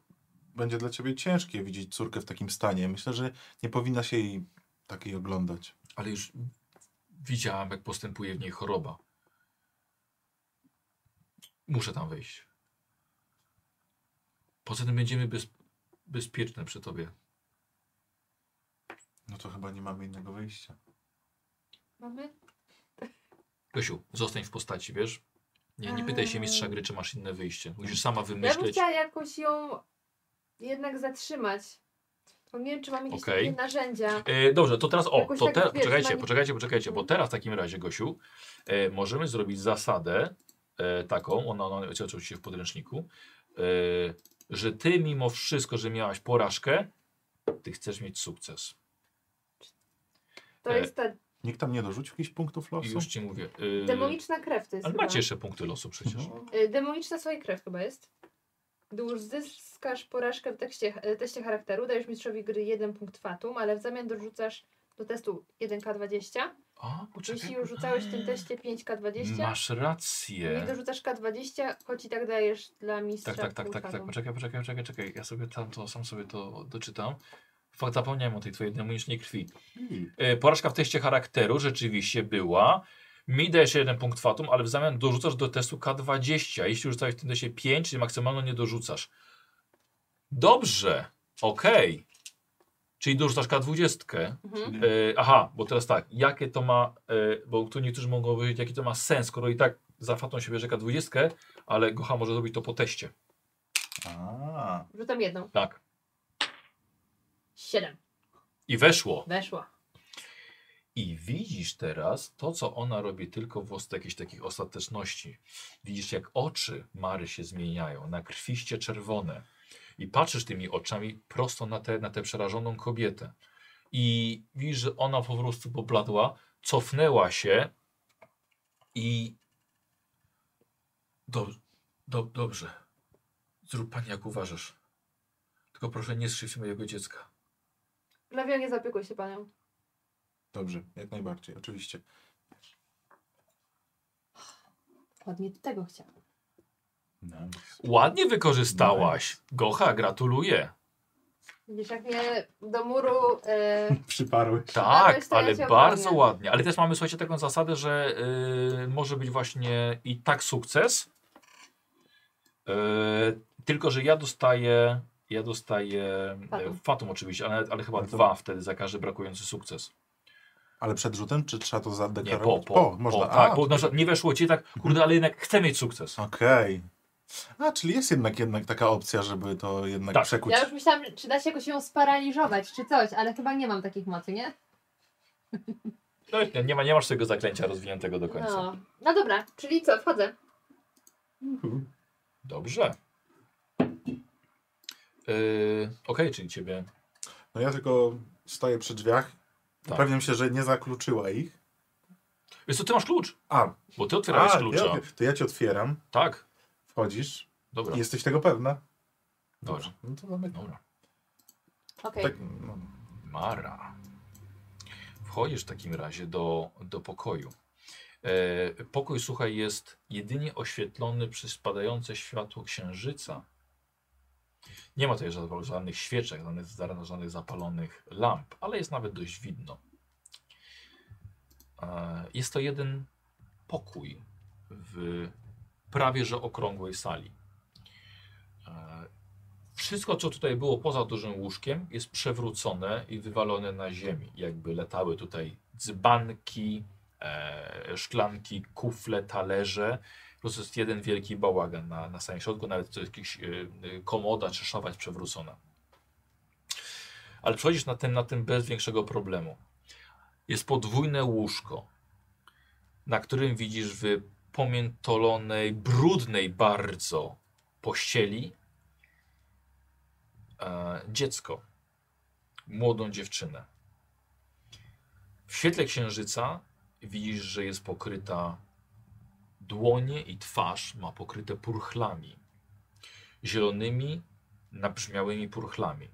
Speaker 3: Będzie dla ciebie ciężkie widzieć córkę w takim stanie. Myślę, że nie powinna się jej takiej oglądać.
Speaker 1: Ale już widziałam, jak postępuje w niej choroba. Muszę tam wejść. Poza tym będziemy bez, bezpieczne przy tobie.
Speaker 3: No to chyba nie mamy innego wyjścia.
Speaker 2: Mamy?
Speaker 1: Gosiu, zostań w postaci, wiesz? Nie, nie pytaj się mistrza gry, czy masz inne wyjście. Musisz sama
Speaker 2: Ja bym
Speaker 1: wymyśleć.
Speaker 2: chciała jakoś ją jednak zatrzymać. Bo nie wiem, czy mam jakieś
Speaker 1: Okej.
Speaker 2: takie narzędzia.
Speaker 1: E, dobrze, to teraz o,
Speaker 2: Jakoś
Speaker 1: to
Speaker 2: tak,
Speaker 1: teraz
Speaker 2: wiesz, Mhm.
Speaker 1: poczekajcie,
Speaker 2: mani-
Speaker 1: poczekajcie, poczekajcie, bo teraz w takim razie, Gosiu, e, możemy zrobić zasadę e, taką, ona, ona jest oczywiście w podręczniku, e, że ty mimo wszystko, że miałaś porażkę, ty chcesz mieć sukces.
Speaker 2: To
Speaker 1: e,
Speaker 2: jest ta
Speaker 3: Nikt tam nie dorzucił jakichś punktów
Speaker 1: I
Speaker 3: losu?
Speaker 1: już ci mówię. e,
Speaker 2: demoniczna krew. To jest
Speaker 1: ale
Speaker 2: chyba.
Speaker 1: macie jeszcze punkty losu przecież.
Speaker 3: No,
Speaker 2: Y, Demoniczna swojej krew chyba jest. Gdy uzyskasz porażkę w tekście, y, teście charakteru, dajesz mistrzowi gry jeden punkt fatum, ale w zamian dorzucasz do testu 1K20.
Speaker 1: A,
Speaker 2: Jeśli
Speaker 1: poczekaj.
Speaker 2: już rzucałeś w tym teście 5K20,
Speaker 1: Masz
Speaker 2: nie
Speaker 1: rację.
Speaker 2: dorzucasz K20, choć i tak dajesz dla mistrza
Speaker 1: Tak, tak, tak,
Speaker 2: punkt
Speaker 1: tak, tak.
Speaker 2: fatum.
Speaker 1: Poczekaj, poczekaj, poczekaj, czekaj. Ja sobie tam to, sam sobie to doczytam. Fakt, zapomniałem o tej twojej demonicznej krwi.
Speaker 3: i-
Speaker 1: E, Porażka w teście charakteru rzeczywiście była. Mi dajesz jeden punkt fatum, ale w zamian dorzucasz do testu K20. Jeśli rzucałeś w tym teście 5, czyli maksymalno nie dorzucasz. Dobrze, okej. Czyli dorzucasz K20.
Speaker 2: Mhm.
Speaker 1: E, aha, bo teraz tak, jakie to ma, e, bo tu niektórzy mogą powiedzieć, jaki to ma sens, skoro i tak za fatą się bierze K20, ale Gocha może zrobić to po teście.
Speaker 3: A,
Speaker 2: Rzucam jedną.
Speaker 1: Tak.
Speaker 2: 7.
Speaker 1: I weszło.
Speaker 2: Weszła.
Speaker 1: I widzisz teraz to, co ona robi tylko w os- jakiejś takich ostateczności. Widzisz, jak oczy Mary się zmieniają na krwiście czerwone. I patrzysz tymi oczami prosto na tę na tę przerażoną kobietę. I widzisz, że ona po prostu pobladła, cofnęła się i. Dob- do- dobrze. Zrób pani jak uważasz. Tylko proszę nie skrzywdź mojego dziecka.
Speaker 2: Glawio, nie zapiekuj się panią.
Speaker 3: dobrze, jak najbardziej, oczywiście.
Speaker 2: Ładnie tego chciałam.
Speaker 3: No.
Speaker 1: Ładnie wykorzystałaś. Gocha, gratuluję.
Speaker 2: Widzisz, jak mnie do muru y,
Speaker 3: Przyparłeś.
Speaker 2: Nawet
Speaker 1: Tak,
Speaker 2: to ja
Speaker 1: ale
Speaker 2: cię
Speaker 1: bardzo
Speaker 2: obronię.
Speaker 1: ładnie. Ale też mamy, słuchajcie, taką zasadę, że y, może być właśnie i tak sukces. Y, tylko, że ja dostaję, ja dostaję fatum,
Speaker 2: Fatum.
Speaker 1: fatum oczywiście, ale, ale chyba
Speaker 3: Fatum.
Speaker 1: dwa wtedy za każdy brakujący sukces.
Speaker 3: Ale przed rzutem, czy trzeba to
Speaker 1: Nie, po,
Speaker 3: zadeklarować?
Speaker 1: po,
Speaker 3: można.
Speaker 1: Po,
Speaker 3: A, Mhm.
Speaker 1: tak, bo na przykład nie weszło ci tak, kurde, ale jednak chcę mieć sukces.
Speaker 3: Okej. A, czyli jest jednak, jednak taka opcja, żeby to jednak
Speaker 1: Tak.
Speaker 3: przekuć.
Speaker 2: Ja już myślałam, czy da się jakoś ją sparaliżować, czy coś, ale chyba nie mam takich mocy, nie?
Speaker 1: No, nie- nie, ma, nie masz tego zaklęcia rozwiniętego do końca.
Speaker 2: No. no dobra, czyli co, wchodzę.
Speaker 1: Dobrze. Y, Okej, czyli ciebie
Speaker 3: No ja tylko stoję przy drzwiach.
Speaker 1: Tak.
Speaker 3: Upewniam się, że nie zakluczyła ich.
Speaker 1: Wiesz co, ty masz klucz,
Speaker 3: A,
Speaker 1: bo ty otwierałeś
Speaker 3: a,
Speaker 1: klucza.
Speaker 3: ja- to ja ci otwieram.
Speaker 1: Tak,
Speaker 3: Wchodzisz.
Speaker 1: dobra.
Speaker 3: I jesteś tego pewna?
Speaker 1: Dobra.
Speaker 3: No to mamy
Speaker 1: Dobra.
Speaker 2: Okej.
Speaker 3: tak. No.
Speaker 1: Mara. Wchodzisz w takim razie do, do pokoju. E, pokój, słuchaj, jest jedynie oświetlony przez spadające światło księżyca. Nie ma tutaj żadnych- żadnych świeczek, żadnych, żadnych zapalonych lamp, ale jest nawet dość widno. E, jest to jeden pokój w prawie że okrągłej sali. E, Wszystko, co tutaj było poza dużym łóżkiem, jest przewrócone i wywalone na ziemi. Jakby latały tutaj dzbanki, e, szklanki, kufle, talerze. Po prostu jest jeden wielki bałagan na, na samym środku, nawet to jest jakaś e, e, komoda czy szafa jest przewrócona. Ale przechodzisz na tym, na tym bez większego problemu. Jest podwójne łóżko, na którym widzisz w pomiętolonej, brudnej bardzo pościeli e, dziecko, młodą dziewczynę. W świetle księżyca widzisz, że jest pokryta dłonie i twarz ma pokryte purchlami. Zielonymi, nabrzmiałymi purchlami.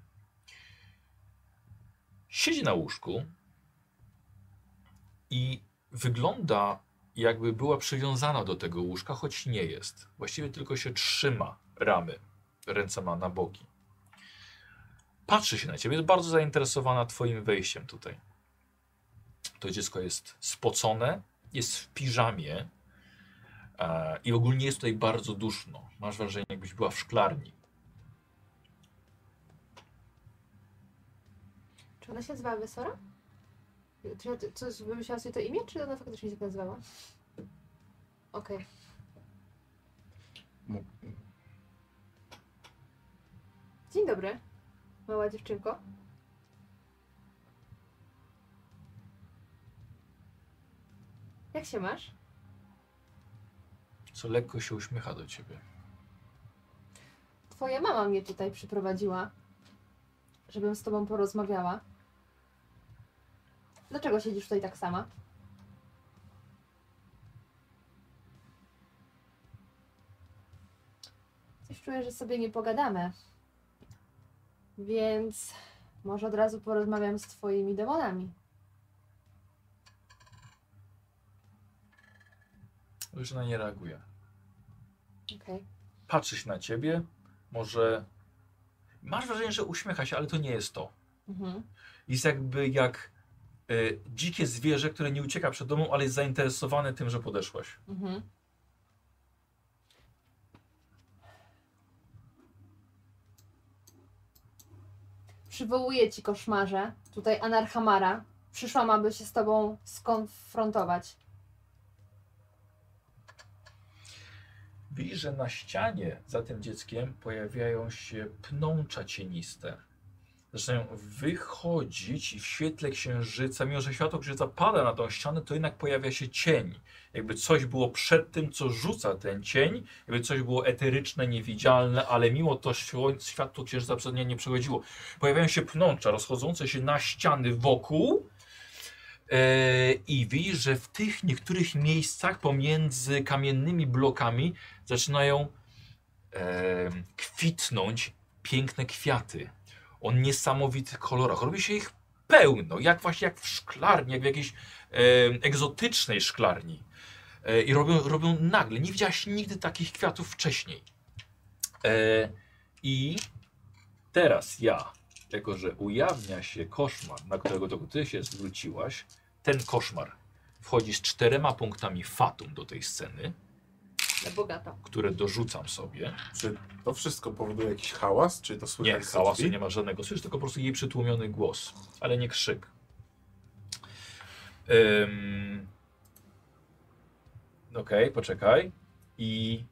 Speaker 1: Siedzi na łóżku i wygląda jakby była przywiązana do tego łóżka, choć nie jest. Właściwie tylko się trzyma ramy ręce ma na boki. Patrzy się na ciebie, jest bardzo zainteresowana twoim wejściem tutaj. To dziecko jest spocone, jest w piżamie e, i ogólnie jest tutaj bardzo duszno. Masz wrażenie, jakbyś była w szklarni.
Speaker 2: Czy ona się nazywała Wesora? Czy ja ty- coś wymyślała sobie to imię, czy ona faktycznie się tak nazywała? Okej.
Speaker 3: Mu-
Speaker 2: Dzień dobry, mała dziewczynko. Jak się masz?
Speaker 1: Co lekko się uśmiecha do ciebie.
Speaker 2: Twoja mama mnie tutaj przyprowadziła, żebym z tobą porozmawiała. Dlaczego siedzisz tutaj tak sama? Coś czuję, że sobie nie pogadamy. Więc może od razu porozmawiam z twoimi demonami.
Speaker 1: Już ona nie reaguje.
Speaker 2: Okej.
Speaker 1: patrzy się na ciebie, może masz wrażenie, że uśmiecha się, ale to nie jest to.
Speaker 2: Mhm.
Speaker 1: Jest jakby jak e, dzikie zwierzę, które nie ucieka przed domą, ale jest zainteresowane tym, że podeszłaś.
Speaker 2: Mhm. Przywołuję ci koszmarze, tutaj Anarchamara. Przyszłam, aby się z tobą skonfrontować.
Speaker 1: Widzisz, że na ścianie za tym dzieckiem pojawiają się pnącza cieniste. Zaczynają wychodzić i w świetle księżyca, mimo że światło księżyca pada na tą ścianę, to jednak pojawia się cień. Jakby coś było przed tym, co rzuca ten cień, jakby coś było eteryczne, niewidzialne, ale mimo to świo- światło księżyca przed nie, nie przechodziło. Pojawiają się pnącza rozchodzące się na ściany wokół. E, I widzisz, że w tych niektórych miejscach pomiędzy kamiennymi blokami zaczynają e, kwitnąć piękne kwiaty o niesamowitych kolorach. Robi się ich pełno, jak właśnie jak w szklarni, jak w jakiejś e, egzotycznej szklarni. E, I robią, robią nagle. Nie widziałaś nigdy takich kwiatów wcześniej. E, I teraz ja, jako że ujawnia się koszmar, na którego to ty się zwróciłaś, ten koszmar wchodzi z czterema punktami fatum do tej sceny
Speaker 2: Ja bogata.
Speaker 1: które dorzucam sobie.
Speaker 3: Czy to wszystko powoduje jakiś hałas? Czy to
Speaker 1: Nie,
Speaker 3: słychać za
Speaker 1: hałasu
Speaker 3: drzwi?
Speaker 1: nie ma żadnego. Słyszysz tylko po prostu jej przytłumiony głos, ale nie krzyk. Ym... Okej, poczekaj. I...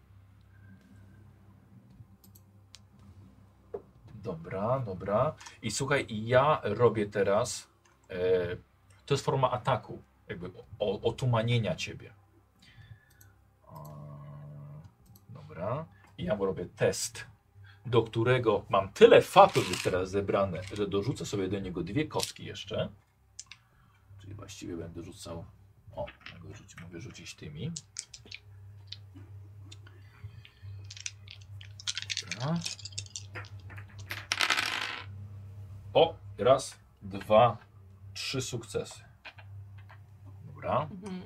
Speaker 1: Dobra, dobra. I słuchaj, i ja robię teraz... E, to jest forma ataku, jakby o, otumanienia ciebie. A, Dobra. I ja mu robię test do którego mam tyle fatów już teraz zebrane, że dorzucę sobie do niego dwie kostki jeszcze. Czyli właściwie będę rzucał. O, mogę rzucić, mogę rzucić tymi. Dobra. O, raz, dwa, trzy sukcesy. Dobra.
Speaker 2: Mhm.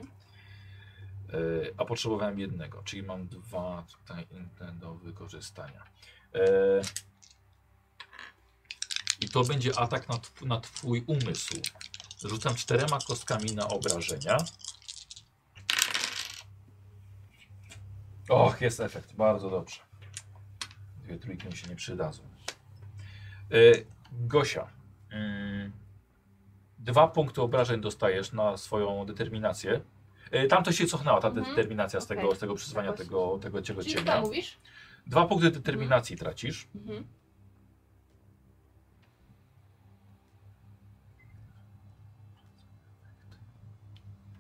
Speaker 1: E, a potrzebowałem jednego, czyli mam dwa tutaj inne do wykorzystania. E, I to będzie atak na, tw na twój umysł. Rzucam czterema kostkami na obrażenia. Och, jest efekt, bardzo dobrze. Dwie trójki mi się nie przydadzą. E, Gosia, mm, dwa punkty obrażeń dostajesz na swoją determinację. E, Tam to się cofnęła ta
Speaker 2: Mhm.
Speaker 1: determinacja z tego,
Speaker 2: Okej.
Speaker 1: z tego przyzwania
Speaker 2: Jakoś-
Speaker 1: tego, tego ciebie
Speaker 2: Czyli
Speaker 1: cienia.
Speaker 2: co mówisz?
Speaker 1: Dwa punkty determinacji tracisz.
Speaker 2: Mhm.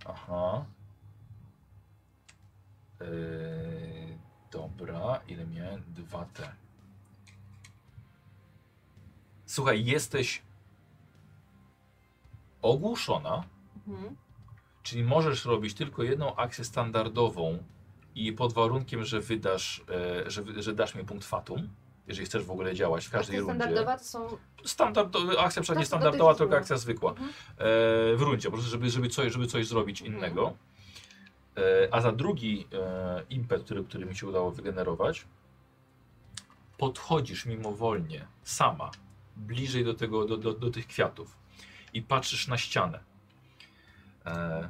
Speaker 1: Aha. Yy, dobra, ile miałem? Dwa te. Słuchaj, jesteś ogłuszona,
Speaker 2: Mhm.
Speaker 1: czyli możesz robić tylko jedną akcję standardową i pod warunkiem, że wydasz, e, że, wy- że dasz mi punkt fatum, jeżeli chcesz w ogóle działać w każdej
Speaker 2: Akcja
Speaker 1: rundzie.
Speaker 2: standardowa to są...
Speaker 1: Standardowa, akcja
Speaker 2: Tak,
Speaker 1: przecież nie
Speaker 2: to
Speaker 1: standardowa,
Speaker 2: dotychczas
Speaker 1: tylko
Speaker 2: była.
Speaker 1: akcja zwykła.
Speaker 2: Mhm.
Speaker 1: e, w rundzie, po prostu, żeby, żeby, coś, żeby coś zrobić
Speaker 2: Mhm.
Speaker 1: innego. E, a za drugi e, impet, który, który mi się udało wygenerować, podchodzisz mimowolnie, sama, bliżej do, tego, do, do, do tych kwiatów i patrzysz na ścianę. E,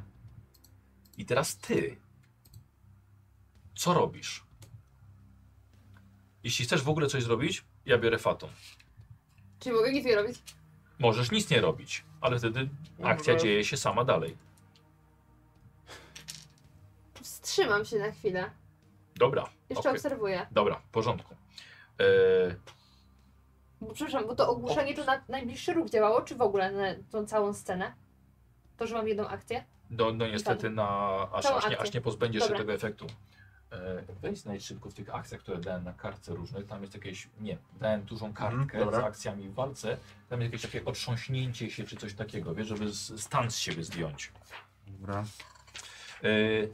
Speaker 1: I teraz ty, co robisz? Jeśli chcesz w ogóle coś zrobić, ja biorę fatum.
Speaker 2: Czy mogę nic nie robić?
Speaker 1: Możesz nic nie robić, ale wtedy
Speaker 2: Mhm.
Speaker 1: akcja dzieje się sama dalej.
Speaker 2: Wstrzymam się na chwilę.
Speaker 1: Dobra,
Speaker 2: Jeszcze
Speaker 1: okej.
Speaker 2: obserwuję.
Speaker 1: dobra, w porządku. E,
Speaker 2: Bo, przepraszam, bo to ogłuszenie to na najbliższy ruch działało, czy w ogóle na tą całą scenę? To, że mam jedną akcję?
Speaker 1: no, no niestety na, aż,
Speaker 2: Tak. Całą
Speaker 1: aż, nie, aż
Speaker 2: akcję.
Speaker 1: nie pozbędziesz się
Speaker 2: Dobra.
Speaker 1: tego efektu. E, weź znajdź szybko w tych akcjach, które dałem na kartce różnych, tam jest jakieś, nie, dałem dużą kartkę
Speaker 3: dobra.
Speaker 1: z akcjami w walce, tam jest jakieś takie otrząśnięcie się czy coś takiego, wiesz, żeby z- stan z siebie zdjąć.
Speaker 3: Dobra.
Speaker 1: Yy,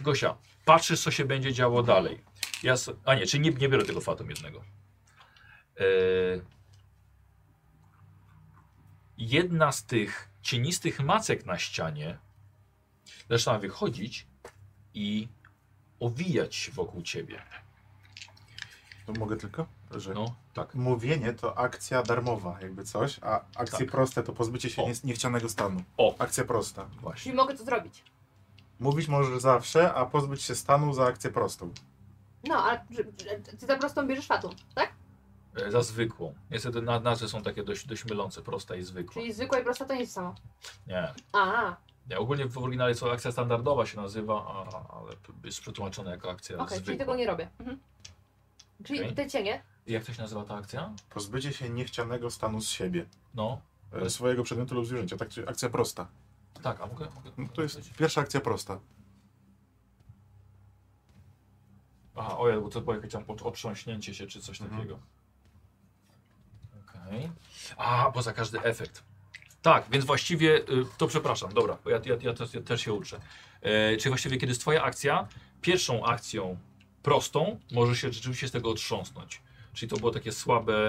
Speaker 1: Gosia, patrzysz, co się będzie działo dalej. Ja, s- a nie, czy nie, nie biorę tego fatum jednego. Yy, jedna z tych cienistych macek na ścianie zaczyna wychodzić i owijać się wokół ciebie.
Speaker 3: To No mogę tylko? Że
Speaker 1: No, tak.
Speaker 3: Mówienie to akcja darmowa, jakby coś, a akcje
Speaker 1: Tak.
Speaker 3: proste to pozbycie się
Speaker 1: O.
Speaker 3: nie, niechcianego stanu.
Speaker 1: O.
Speaker 3: Akcja prosta.
Speaker 1: Właśnie.
Speaker 2: Czyli mogę to zrobić.
Speaker 3: Mówić możesz zawsze, a pozbyć się stanu za akcję prostą.
Speaker 2: No, a że- że- ty za prostą bierzesz fatum, tak?
Speaker 1: Yy, Za zwykłą. Niestety na- nazwy są takie dość, dość mylące, prosta i zwykła.
Speaker 2: Czyli zwykła i prosta to nie jest to samo.
Speaker 1: Nie.
Speaker 2: A,
Speaker 1: nie. Ogólnie w oryginale co akcja standardowa się nazywa, a, a- ale jest przetłumaczona jako akcja
Speaker 2: okej, czyli
Speaker 1: zwykła.
Speaker 2: tego nie robię. Mhm. Czyli
Speaker 1: Okej.
Speaker 2: te cienie?
Speaker 1: Jak to się nazywa ta akcja?
Speaker 3: Pozbycie się niechcianego stanu z siebie,
Speaker 1: No,
Speaker 3: e, swojego przedmiotu lub zwierzęcia. Tak, czy akcja prosta.
Speaker 1: tak, a mogę? mogę
Speaker 3: No, to jest pierwsza akcja prosta.
Speaker 1: Aha, ojej, bo to było jakieś tam od- otrząśnięcie się czy coś
Speaker 3: Mhm.
Speaker 1: takiego. Okej. A, bo za każdy efekt. Tak, więc właściwie, y, to przepraszam, dobra, bo ja, ja, ja, też, ja też się uczę. E, czyli właściwie, kiedy jest twoja akcja, pierwszą akcją prostą możesz się rzeczywiście z tego otrząsnąć. Czyli to było takie słabe,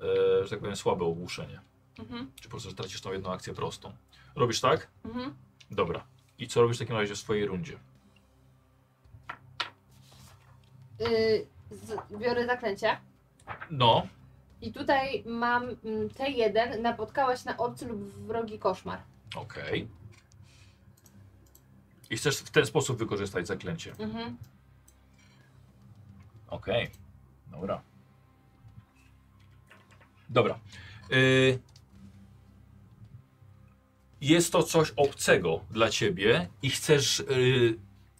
Speaker 1: e, że tak powiem, słabe ogłuszenie.
Speaker 2: Mhm.
Speaker 1: Czy po prostu, że tracisz tą jedną akcję prostą. Robisz tak?
Speaker 2: Mhm.
Speaker 1: Dobra. I co robisz w takim razie w swojej rundzie?
Speaker 2: Y, z, biorę zaklęcie.
Speaker 1: No,
Speaker 2: I tutaj mam mm, T1, napotkałaś na obcy lub wrogi koszmar.
Speaker 1: Okej. I chcesz w ten sposób wykorzystać zaklęcie.
Speaker 2: Mhm.
Speaker 1: Okej. Dobra. Dobra. Y, Jest to coś obcego dla ciebie i chcesz y,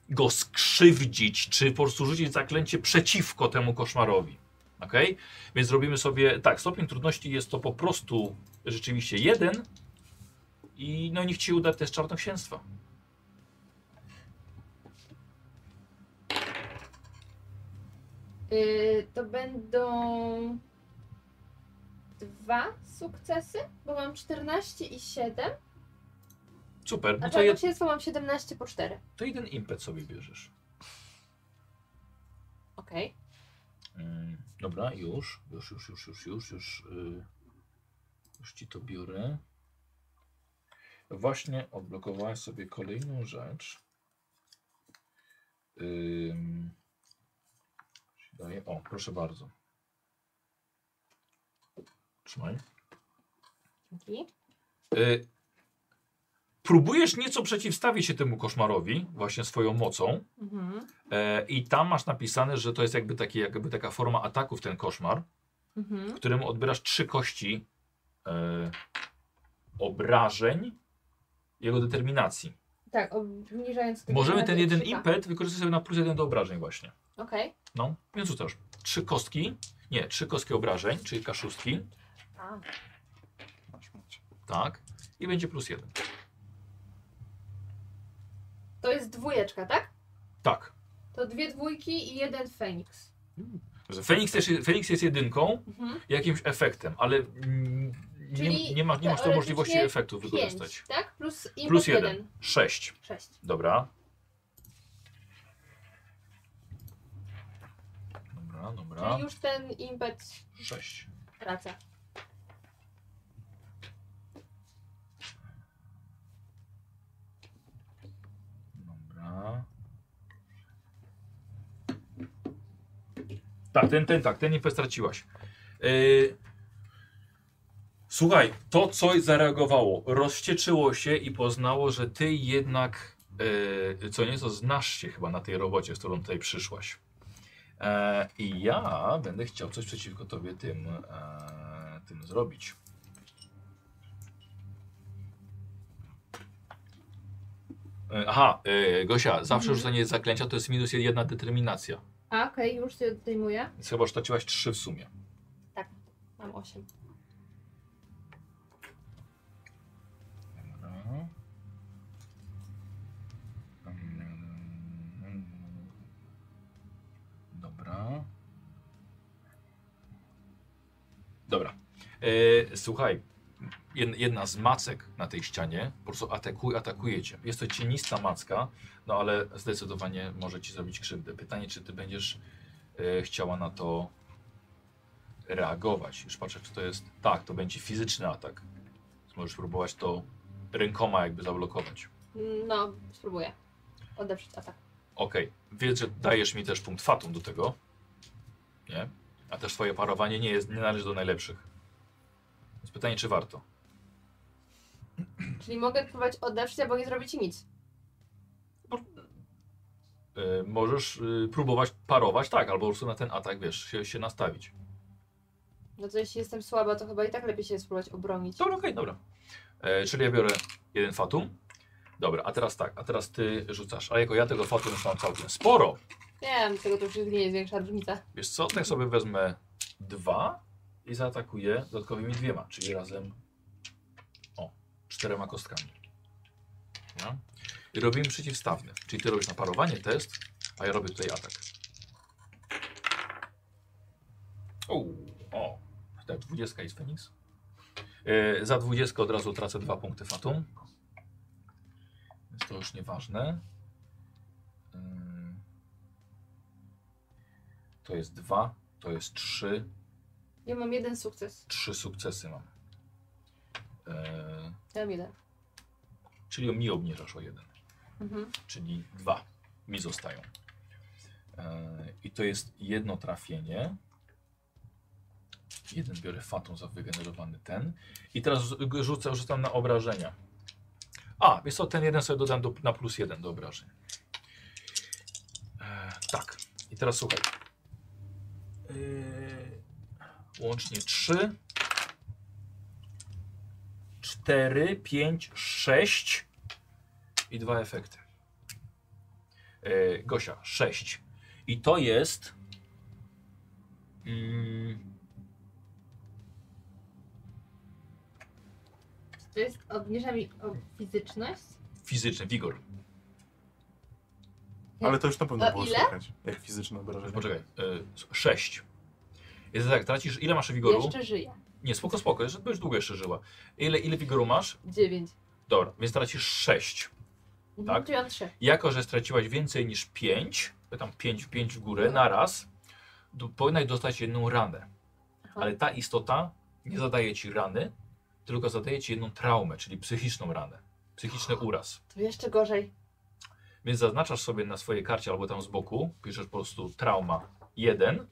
Speaker 1: go skrzywdzić, czy po prostu rzucić zaklęcie przeciwko temu koszmarowi. Okej? Więc robimy sobie tak. Stopień trudności jest to po prostu rzeczywiście jeden. I no niech ci uda test czarnoksięstwa.
Speaker 2: Y, to będą dwa sukcesy, bo mam 14 i 7,
Speaker 1: Super.
Speaker 2: a
Speaker 1: No to, jed,
Speaker 2: czarnoksięstwo mam 17 po 4.
Speaker 1: to jeden impet sobie bierzesz.
Speaker 2: Okej.
Speaker 1: Mm, dobra, już, już, już, już, już, już, już, yy, już ci to biorę. Właśnie odblokowałem sobie kolejną rzecz. Ym, daję, o, proszę bardzo. Trzymaj.
Speaker 2: Dzięki.
Speaker 1: Y, próbujesz nieco przeciwstawić się temu koszmarowi, właśnie swoją mocą.
Speaker 2: Mhm.
Speaker 1: E, I tam masz napisane, że to jest jakby, taki, jakby taka forma ataków, ten koszmar,
Speaker 2: Mhm.
Speaker 1: któremu odbierasz trzy kości e, obrażeń jego determinacji.
Speaker 2: Tak, obniżając... tylko
Speaker 1: Możemy
Speaker 2: razy
Speaker 1: ten jeden
Speaker 2: krzyka.
Speaker 1: impet wykorzystać sobie na plus jeden do obrażeń właśnie.
Speaker 2: Okej.
Speaker 1: No, więc rzucasz trzy kostki, nie, trzy kostki obrażeń, czyli kaszustki,
Speaker 2: A,
Speaker 3: Masz, macie.
Speaker 1: tak, i będzie plus jeden.
Speaker 2: To jest dwójeczka, tak?
Speaker 1: Tak.
Speaker 2: To dwie dwójki i jeden Feniks.
Speaker 1: Feniks, też, Feniks jest jedynką,
Speaker 2: Mhm.
Speaker 1: jakimś efektem, ale mm, nie,
Speaker 2: Czyli
Speaker 1: nie, ma, nie masz tu możliwości
Speaker 2: teoretycznie
Speaker 1: efektów
Speaker 2: Pięć,
Speaker 1: wykorzystać.
Speaker 2: tak? Plus impet
Speaker 1: Plus
Speaker 2: jeden.
Speaker 1: jeden, sześć.
Speaker 2: Sześć.
Speaker 1: Dobra. Dobra, dobra.
Speaker 2: Czyli już ten impet
Speaker 1: Sześć.
Speaker 2: wraca.
Speaker 1: Dobra. Tak, ten, ten, tak, ten info straciłaś. Yy, Słuchaj, to coś zareagowało, rozcieczyło się i poznało, że ty jednak yy, co nieco znasz się chyba na tej robocie, z którą tutaj przyszłaś. E, I ja będę chciał coś przeciwko tobie tym, e, tym zrobić. E, Aha, e, Gosia, zawsze
Speaker 2: Mhm.
Speaker 1: rzucenie zaklęcia to jest minus jedna determinacja.
Speaker 2: A, okej, już się odejmuję.
Speaker 1: Więc chyba straciłaś trzy w sumie.
Speaker 2: Mam 8.
Speaker 1: Dobra. Dobra. E, słuchaj, jed, jedna z macek na tej ścianie po prostu atakuje, atakuje cię. Jest to cienista macka, no ale zdecydowanie może ci zrobić krzywdę. Pytanie, czy ty będziesz e, chciała na to reagować. Już patrzę, czy to jest... Tak, to będzie fizyczny atak. Więc Możesz próbować to rękoma jakby zablokować.
Speaker 2: No, spróbuję. Odeprzeć atak.
Speaker 1: Okej, wiesz, że dajesz mi też punkt fatum do tego. Nie? A też twoje parowanie nie, jest, nie należy do najlepszych. Więc pytanie, czy warto?
Speaker 2: Czyli mogę próbować odeprzeć, albo nie zrobić nic.
Speaker 1: E, możesz y, próbować parować, tak, albo po prostu na ten atak, wiesz, się, się nastawić.
Speaker 2: No to jeśli jestem słaba, to chyba i tak lepiej się spróbować obronić.
Speaker 1: Dobra, okej, dobra. E, czyli ja biorę jeden fatum. Dobra, a teraz tak, a teraz ty rzucasz. A jako ja tego fatum już mam całkiem sporo,
Speaker 2: Wiem, tego to już nie jest większa różnica.
Speaker 1: Wiesz co, tak sobie wezmę dwa i zaatakuję dodatkowymi dwiema, czyli razem o, czterema kostkami. No. I robimy przeciwstawny, czyli ty robisz naparowanie test, a ja robię tutaj atak. O, o, tak, dwudziestka jest Feniks. E, za dwudziestkę od razu tracę dwa punkty fatum. Więc to już nieważne. Ym. To jest dwa, to jest trzy,
Speaker 2: Ja mam jeden sukces.
Speaker 1: trzy sukcesy mam. Eee,
Speaker 2: Ja mam jeden.
Speaker 1: czyli mi obniżasz o jeden,
Speaker 2: Mhm.
Speaker 1: czyli dwa mi zostają. Eee, I to jest jedno trafienie. Jeden biorę fatum za wygenerowany ten. I teraz rzu- rzucę, rzucam na obrażenia. A, wiesz co, ten jeden sobie dodam do, na plus jeden do obrażeń. Eee, tak. I teraz słuchaj. Eee, łącznie 3, 4, 5, 6 i dwa efekty. Eee, Gosia, 6. I to jest. Mm,
Speaker 2: Czy to jest obniża mi o fizyczność?
Speaker 1: fizyczny wigor.
Speaker 3: Ale to już na pewno
Speaker 2: A
Speaker 3: było
Speaker 2: ile?
Speaker 3: słychać. Jak fizyczne obrażenie.
Speaker 1: Poczekaj, 6. Jest tak, tracisz. Ile masz wigoru?
Speaker 2: Jeszcze żyję.
Speaker 1: Nie, spoko, spoko, jeszcze byś długo jeszcze żyła. Ile, ile wigoru masz?
Speaker 2: Dziewięć.
Speaker 1: Dobra, więc tracisz 6.
Speaker 2: Mhm,
Speaker 1: Tak.
Speaker 2: Czyli mam trzy.
Speaker 1: Jako, że straciłaś więcej niż 5, tam 5, 5 w górę na raz, do- powinnaś dostać jedną ranę.
Speaker 2: Aha.
Speaker 1: Ale ta istota nie zadaje ci rany, tylko zadaje ci jedną traumę, czyli psychiczną ranę, psychiczny uraz.
Speaker 2: To jeszcze gorzej.
Speaker 1: Więc zaznaczasz sobie na swojej karcie albo tam z boku, piszesz po prostu trauma 1.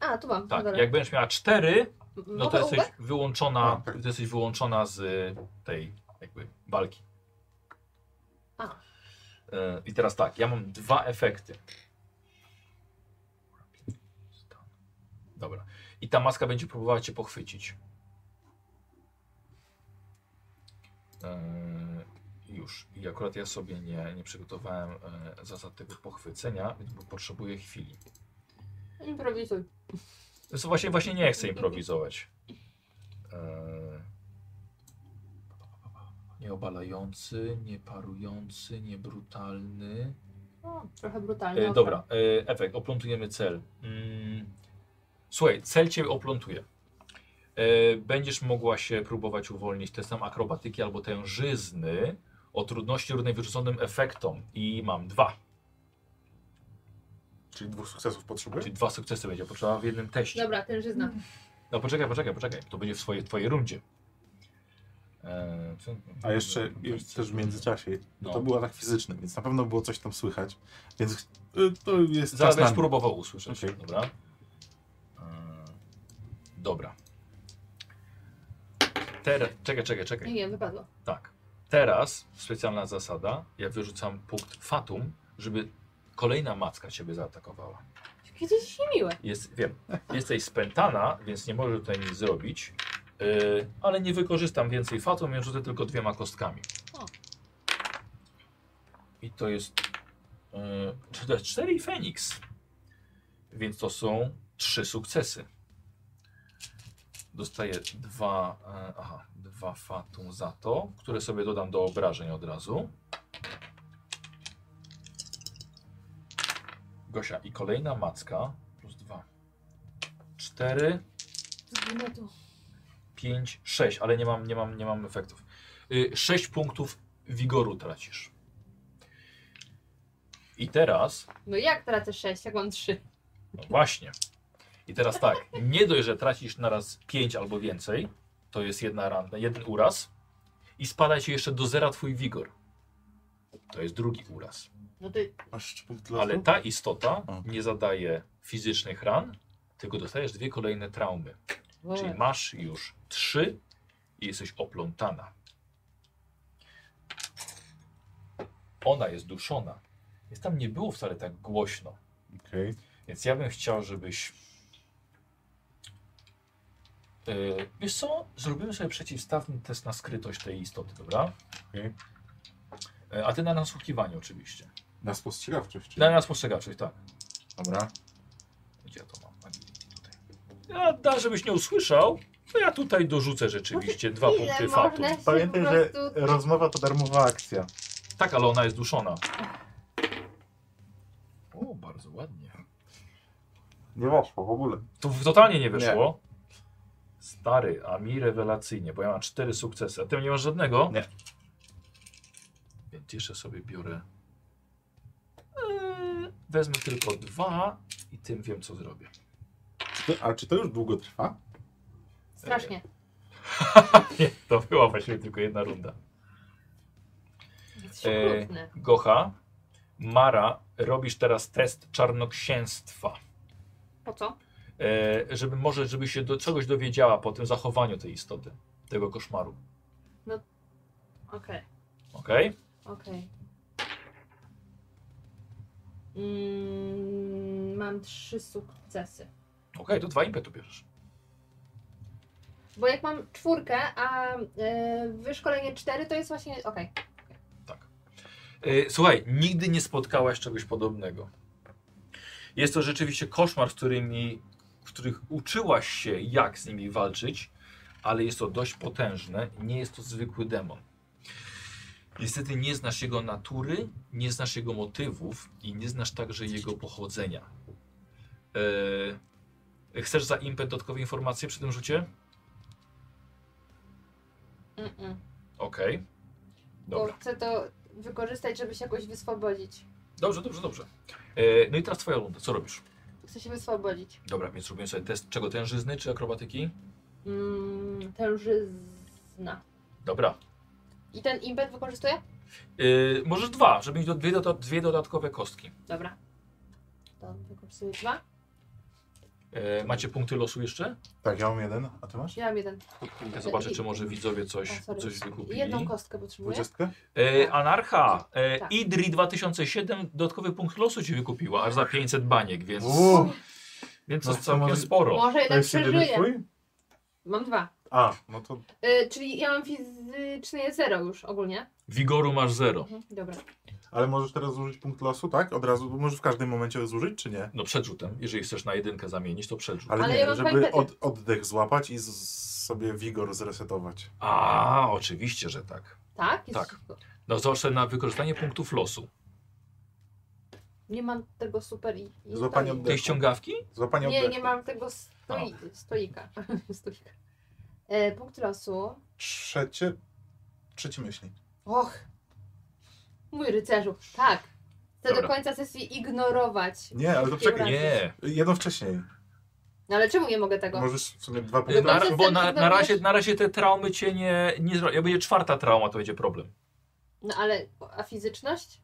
Speaker 2: A, tu mam.
Speaker 1: Tak,
Speaker 2: Dobra.
Speaker 1: jak będziesz miała 4,
Speaker 2: M-
Speaker 1: No
Speaker 2: mogę
Speaker 1: to jesteś
Speaker 2: ołówek?
Speaker 1: wyłączona,
Speaker 3: Tak.
Speaker 1: to jesteś wyłączona z y, tej jakby walki.
Speaker 2: A.
Speaker 1: Y, I teraz tak, ja mam dwa efekty. Dobra. I ta maska będzie próbowała cię pochwycić. Yy, E, już. I akurat ja sobie nie, nie przygotowałem yy, zasad tego pochwycenia, więc potrzebuję chwili.
Speaker 2: Improwizuj.
Speaker 1: Zresztą właśnie, właśnie nie chcę improwizować. Eee, Nieobalający, nieparujący, niebrutalny.
Speaker 2: O, trochę brutalnie.
Speaker 1: E,
Speaker 2: ok.
Speaker 1: dobra, e, efekt, oplątujemy cel. Mm, słuchaj, cel cię oplątuje. E, będziesz mogła się próbować uwolnić testem akrobatyki albo tężyzny o trudności równej wyrzuconym efektom. I mam dwa,
Speaker 3: Czyli dwóch sukcesów potrzebuję?
Speaker 1: czyli dwa sukcesy będzie potrzeba w jednym teście.
Speaker 2: Dobra, ten już znam.
Speaker 1: No poczekaj, poczekaj, poczekaj. To będzie w swojej, twojej rundzie. Eee, co-
Speaker 3: A jeszcze, jeszcze też w międzyczasie,
Speaker 1: No.
Speaker 3: no. to był atak fizyczny, więc na pewno było coś tam słychać. Więc y, to jest
Speaker 1: Zaraz
Speaker 3: czas
Speaker 1: będziesz
Speaker 3: na...
Speaker 1: próbował usłyszeć.
Speaker 3: Okej.
Speaker 1: Dobra. E, Dobra. Teraz, czekaj, czekaj,
Speaker 2: Nie,
Speaker 1: czekaj.
Speaker 2: nie, wypadło.
Speaker 1: Tak. Teraz specjalna zasada. Ja wyrzucam punkt fatum, żeby kolejna macka ciebie zaatakowała.
Speaker 2: Kiedyś niemiłe.
Speaker 1: Jest, wiem, jesteś spętana, więc nie możesz tutaj nic zrobić, yy, ale nie wykorzystam więcej fatum, ja rzucę tylko dwiema kostkami.
Speaker 2: O.
Speaker 1: I to jest yy, czy to jest cztery i Feniks. Więc to są trzy sukcesy. Dostaję dwa, e, aha, dwa fatum za to, które sobie dodam do obrażeń od razu. Gosia, i kolejna macka plus dwa. Cztery.
Speaker 2: Z gnetu.
Speaker 1: 5, 6, ale nie mam, nie mam, nie mam efektów. 6 punktów wigoru tracisz. I teraz,
Speaker 2: No jak tracę 6, jak mam 3?
Speaker 1: no właśnie, i teraz tak, nie dość, że tracisz naraz 5 albo więcej, to jest jedna ranna, jeden uraz i spada ci jeszcze do zera twój wigor. To jest drugi uraz.
Speaker 2: No ty,
Speaker 3: Masz jeszcze punkt losu?
Speaker 1: Ale tak. ta istota
Speaker 3: O.
Speaker 1: nie zadaje fizycznych ran, tylko dostajesz dwie kolejne traumy. Czyli masz już trzy i jesteś oplątana. Ona jest duszona. Jest tam nie było wcale tak głośno.
Speaker 3: Okej.
Speaker 1: Więc ja bym chciał, żebyś. Yy, wiesz co? Zrobimy sobie przeciwstawny test na skrytość tej istoty, dobra?
Speaker 3: Okej.
Speaker 1: Yy, A ty na nasłuchiwanie oczywiście.
Speaker 3: Na spostrzegawczość. czyli-
Speaker 1: Na, na spostrzegawczość, tak.
Speaker 3: Dobra.
Speaker 1: Gdzie ja to mam? Agility tutaj. A da, żebyś nie usłyszał, to ja tutaj dorzucę rzeczywiście dwa
Speaker 2: ile
Speaker 1: punkty
Speaker 2: można
Speaker 1: fatu.
Speaker 2: się
Speaker 3: Pamiętaj,
Speaker 2: po
Speaker 3: że
Speaker 2: prostu- tak.
Speaker 3: rozmowa to darmowa akcja.
Speaker 1: Tak, ale ona jest duszona. O, bardzo ładnie.
Speaker 3: Nie weszło w ogóle.
Speaker 1: To w- totalnie nie wyszło. Stary, a mi rewelacyjnie, bo ja mam cztery sukcesy, a ty nie masz żadnego?
Speaker 3: Nie.
Speaker 1: Więc jeszcze sobie biorę. Eee, Wezmę tylko dwa i tym wiem, co zrobię.
Speaker 3: Czy to, a czy to już długo trwa?
Speaker 2: Strasznie.
Speaker 1: Nie, to była właściwie tylko jedna runda.
Speaker 2: Jesteś
Speaker 1: e,
Speaker 2: okrutny.
Speaker 1: Gocha, Mara, robisz teraz test czarnoksięstwa.
Speaker 2: Po co?
Speaker 1: e, żeby może, żeby się do czegoś dowiedziała po tym zachowaniu tej istoty, tego koszmaru.
Speaker 2: Okej,
Speaker 1: Ok?
Speaker 2: okej. Mm, mam trzy sukcesy.
Speaker 1: Ok, to dwa impetu bierzesz.
Speaker 2: Bo jak mam czwórkę, a y, wyszkolenie cztery, to jest właśnie. Okej.
Speaker 1: Tak. E, słuchaj, nigdy nie spotkałaś czegoś podobnego. Jest to rzeczywiście koszmar, z którymi, w których uczyłaś się, jak z nimi walczyć, ale jest to dość potężne. Nie jest to zwykły demon. Niestety nie znasz jego natury, nie znasz jego motywów i nie znasz także jego pochodzenia. E, chcesz za impet dodatkowe informacje przy tym rzucie?
Speaker 2: Okay.
Speaker 1: Okej.
Speaker 2: Bo
Speaker 1: Dobra.
Speaker 2: chcę to wykorzystać, żeby się jakoś wyswobodzić.
Speaker 1: Dobrze, dobrze, dobrze. E, no i teraz twoja runda. Co robisz?
Speaker 2: Chcę się wyswobodzić.
Speaker 1: Dobra, więc robimy sobie test czego tężyzny czy akrobatyki?
Speaker 2: Mm, tężyzna.
Speaker 1: Dobra.
Speaker 2: I ten impet wykorzystuję?
Speaker 1: Yy, możesz dwa, żeby mieć do, dwie, doda- dwie dodatkowe kostki.
Speaker 2: Dobra. To wykorzystuję dwa.
Speaker 1: Yy, macie punkty losu jeszcze?
Speaker 3: Tak, ja mam jeden, a ty masz?
Speaker 2: Ja mam jeden.
Speaker 1: Ja zobaczę, czy może widzowie coś,
Speaker 2: O, sorry.
Speaker 1: coś wykupili.
Speaker 2: Jedną kostkę potrzebuję.
Speaker 3: Dwudziestkę?
Speaker 1: Yy, Anarcha, yy,
Speaker 2: Tak.
Speaker 1: Idri 2007 dodatkowy punkt losu ci wykupiła, aż za 500 baniek, więc,
Speaker 3: Uuu,
Speaker 1: więc to
Speaker 3: No,
Speaker 1: jest
Speaker 3: to
Speaker 1: całkiem
Speaker 3: może-
Speaker 1: sporo.
Speaker 2: Może
Speaker 3: to
Speaker 2: jeden
Speaker 3: jest jedyny
Speaker 2: przeżyję.
Speaker 3: twój?
Speaker 2: Mam dwa.
Speaker 3: A, no to
Speaker 2: Y, czyli ja mam fizyczne zero już ogólnie.
Speaker 1: Wigoru masz zero.
Speaker 2: Mhm, dobra.
Speaker 3: Ale możesz teraz zużyć punkt losu, tak? Od razu, możesz w każdym momencie zużyć, czy nie?
Speaker 1: No przed rzutem, jeżeli chcesz na jedynkę zamienić, to przed rzutem.
Speaker 3: Ale,
Speaker 2: Ale
Speaker 3: nie,
Speaker 2: ja mam dwa
Speaker 3: żeby
Speaker 2: impety.
Speaker 3: od, oddech złapać i z, sobie wigor zresetować.
Speaker 1: A, oczywiście, że tak.
Speaker 2: Tak? Jest
Speaker 1: Tak.
Speaker 2: wszystko.
Speaker 1: No zawsze na wykorzystanie punktów losu.
Speaker 2: Nie mam tego super i. i
Speaker 3: Złapanie
Speaker 2: stoi.
Speaker 3: oddechu.
Speaker 1: Tej ściągawki?
Speaker 3: Złapanie
Speaker 2: Nie,
Speaker 3: oddechu.
Speaker 2: nie mam tego stoi, stoika. stoika. E, punkt losu.
Speaker 3: Trzecie, trzecie myśli.
Speaker 2: Och. Mój rycerzu. Tak. Chcę
Speaker 1: Dobra.
Speaker 2: do końca sesji ignorować.
Speaker 3: Nie, ale to
Speaker 2: Wszystkie
Speaker 3: czekaj.
Speaker 1: Nie.
Speaker 3: Jedno wcześniej.
Speaker 2: No ale czemu nie mogę tego?
Speaker 3: Możesz w sumie dwa
Speaker 1: Y,
Speaker 3: punkty
Speaker 2: Dobra,
Speaker 1: Na,
Speaker 3: losu.
Speaker 2: ale-
Speaker 1: bo na, na, razie, na razie te traumy cię nie, nie zrobią. Jak będzie czwarta trauma, to będzie problem.
Speaker 2: No ale. A fizyczność?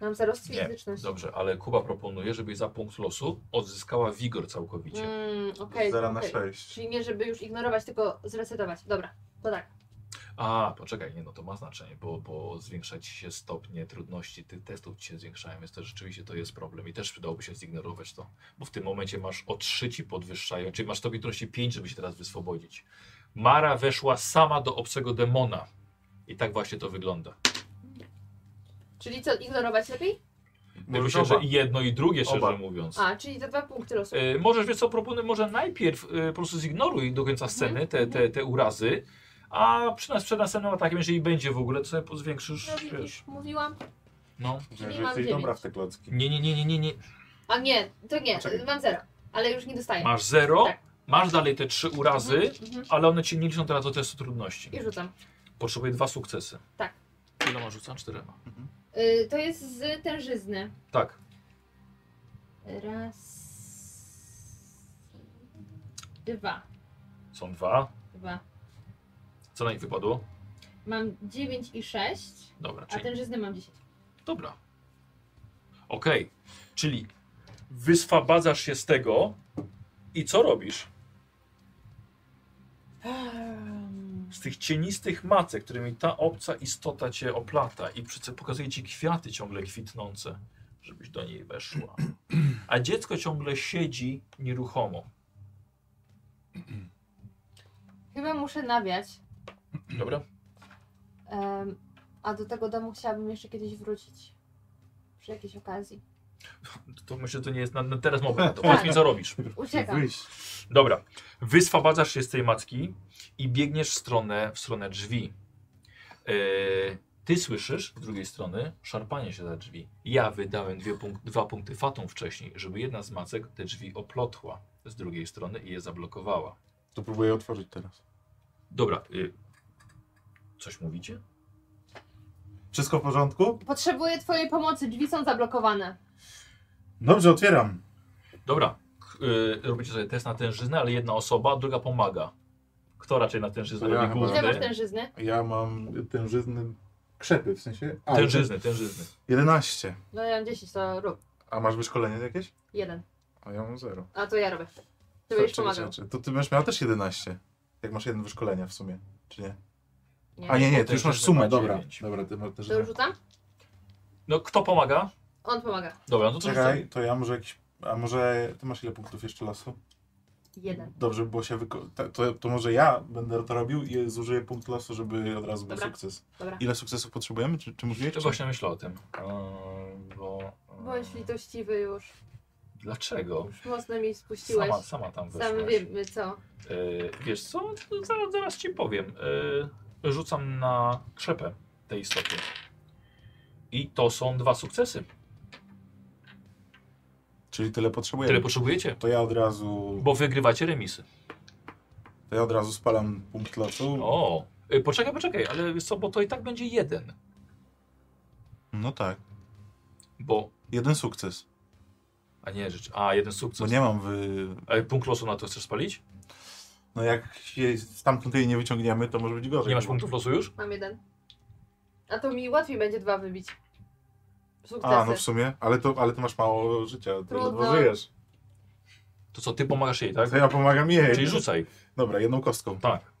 Speaker 2: Mam zarost
Speaker 3: Nie,
Speaker 2: fizyczność.
Speaker 1: Dobrze, ale Kuba proponuje, żebyś za punkt losu odzyskała wigor całkowicie.
Speaker 2: Mm, okej,
Speaker 3: Zera na
Speaker 2: okej.
Speaker 3: 6.
Speaker 2: Czyli nie, żeby już ignorować, tylko zresetować. Dobra, to tak.
Speaker 1: A, poczekaj, nie, no to ma znaczenie, bo, bo zwiększa ci się stopnie trudności tych testów ci się zwiększają, więc to rzeczywiście to jest problem i też przydałoby się zignorować to, bo w tym momencie masz o 3 ci podwyższają, czyli masz stopień trudności 5, żeby się teraz wyswobodzić. Mara weszła sama do obcego demona i tak właśnie to wygląda.
Speaker 2: Czyli co, ignorować lepiej?
Speaker 1: Myślę, że i jedno i drugie, szczerze
Speaker 3: Oba.
Speaker 1: mówiąc.
Speaker 2: A, czyli za dwa punkty losu.
Speaker 1: E, Możesz, wiesz co, proponuję, może najpierw e, po prostu zignoruj do
Speaker 2: Mhm.
Speaker 1: końca sceny te, te, te urazy, a przy nas, przed następnym atakiem, jeżeli będzie w ogóle, to sobie pozwiększysz,
Speaker 2: No
Speaker 1: wiesz,
Speaker 2: widzisz, mówiłam.
Speaker 1: no.
Speaker 3: Że
Speaker 2: Czyli mam
Speaker 3: jesteś
Speaker 2: dziewięć.
Speaker 3: dobra w te klocki.
Speaker 1: Nie, nie, nie, nie, nie, nie.
Speaker 2: A nie, to nie,
Speaker 3: Poczekaj.
Speaker 2: mam zero. Ale już nie dostaję.
Speaker 1: Masz zero,
Speaker 2: Tak.
Speaker 1: masz dalej te trzy urazy,
Speaker 2: Mhm.
Speaker 1: ale one ci nie liczą teraz do testu trudności.
Speaker 2: I rzucam.
Speaker 1: Potrzebuję dwa sukcesy.
Speaker 2: Tak.
Speaker 1: Iloma rzucam? Czterema.
Speaker 2: Y, to jest z tężyzny.
Speaker 1: Tak.
Speaker 2: Raz. Dwa.
Speaker 1: Są dwa.
Speaker 2: Dwa.
Speaker 1: Co na nich wypadło?
Speaker 2: Mam dziewięć i sześć,
Speaker 1: Dobra,
Speaker 2: a
Speaker 1: czyli...
Speaker 2: tężyzny mam dziesięć.
Speaker 1: Dobra. Okej. Czyli wyswabadzasz się z tego i co robisz? Z tych cienistych macek, którymi ta obca istota cię oplata i przy- pokazuje ci kwiaty ciągle kwitnące, żebyś do niej weszła. A dziecko ciągle siedzi nieruchomo.
Speaker 2: Chyba muszę nawiać.
Speaker 1: Dobra?
Speaker 2: em, a do tego domu chciałabym jeszcze kiedyś wrócić. Przy jakiejś okazji.
Speaker 1: To myślę, że to nie jest na, na teraz moment. To powiedz mi, co robisz.
Speaker 2: Uciekam.
Speaker 3: Wyjść.
Speaker 1: Dobra. Wyswabadzasz się z tej matki i biegniesz w stronę, w stronę drzwi. Yy, ty słyszysz z drugiej strony szarpanie się za drzwi. Ja wydałem dwie punk dwa punkty fatą wcześniej, żeby jedna z macek te drzwi oplotła z drugiej strony i je zablokowała.
Speaker 3: To próbuję otworzyć teraz.
Speaker 1: Dobra. Yy, coś mówicie?
Speaker 3: Wszystko w porządku?
Speaker 2: Potrzebuję twojej pomocy, drzwi są zablokowane.
Speaker 3: Dobrze, otwieram.
Speaker 1: Dobra. K- Yy, robicie sobie test na tężyznę, ale jedna osoba, druga pomaga. Kto raczej na tężyznę
Speaker 3: To ja
Speaker 1: robi
Speaker 3: chyba.
Speaker 2: Ile
Speaker 1: główny?
Speaker 2: masz tężyzny?
Speaker 3: Ja mam tężyzny krzepy, w sensie... A,
Speaker 1: Tężyzny, tężyzny.
Speaker 3: 11.
Speaker 2: No ja mam 10, to rób.
Speaker 3: A masz wyszkolenie jakieś?
Speaker 2: Jeden.
Speaker 3: A ja mam 0.
Speaker 2: A to ja robię. Ty będziesz pomagał.
Speaker 3: To ty będziesz miała też 11. Jak masz jeden wyszkolenia w sumie, czy nie?
Speaker 2: Nie.
Speaker 3: A nie, nie,
Speaker 1: Bo
Speaker 3: ty już
Speaker 1: ten
Speaker 3: masz
Speaker 1: też
Speaker 3: sumę,
Speaker 1: ma
Speaker 3: dobra.
Speaker 1: dziewięć.
Speaker 3: Dobra, ty masz też...
Speaker 2: To już rzucam?
Speaker 1: No kto pomaga?
Speaker 2: On pomaga.
Speaker 1: Dobra, no to rzucaj.
Speaker 3: Czekaj, to ja może jakiś... A może... Ty masz ile punktów jeszcze losu?
Speaker 2: Jeden.
Speaker 3: Dobrze by było się wyko... ta- To, to może ja będę to robił i zużyję punkt losu, żeby od razu był
Speaker 2: Dobra.
Speaker 3: sukces.
Speaker 2: Dobra.
Speaker 3: Ile sukcesów potrzebujemy? Czy, czy mówiłeś?
Speaker 1: To
Speaker 3: czy-
Speaker 1: właśnie myślę o tym. Eee, Bo. eee,
Speaker 2: Bądź litościwy już.
Speaker 1: Dlaczego?
Speaker 2: Już mocno mi spuściłeś.
Speaker 1: Sama, sama tam
Speaker 2: Sam
Speaker 1: weszłaś.
Speaker 2: wiemy co.
Speaker 1: Eee, Wiesz co? To Zaraz, zaraz ci powiem. Eee, Rzucam na krzepę tej istoty. I to są dwa sukcesy.
Speaker 3: Czyli tyle potrzebujemy.
Speaker 1: Tyle potrzebujecie,
Speaker 3: to ja od razu...
Speaker 1: bo wygrywacie remisy.
Speaker 3: To ja od razu spalam punkt losu.
Speaker 1: O! Eee, Poczekaj, poczekaj, ale wiesz co, bo to i tak będzie jeden.
Speaker 3: No tak.
Speaker 1: Bo.
Speaker 3: Jeden sukces.
Speaker 1: A nie, rzecz. A, jeden
Speaker 3: Bo
Speaker 1: sukces.
Speaker 3: nie mam wy...
Speaker 1: Ale punkt losu na to chcesz spalić?
Speaker 3: No jak się stamtąd jej nie wyciągniemy, to może być gorzej. no.
Speaker 1: Nie masz punktów losu już?
Speaker 2: Mam jeden. A to mi łatwiej będzie dwa wybić. Sukcesy.
Speaker 3: A, no w sumie. Ale, to, ale ty masz mało życia, ty
Speaker 2: Trudno.
Speaker 3: ledwo żyjesz.
Speaker 1: To co, ty pomagasz jej, tak?
Speaker 3: To ja pomagam jej.
Speaker 1: Czyli rzucaj.
Speaker 3: Dobra, jedną kostką.
Speaker 1: Tak.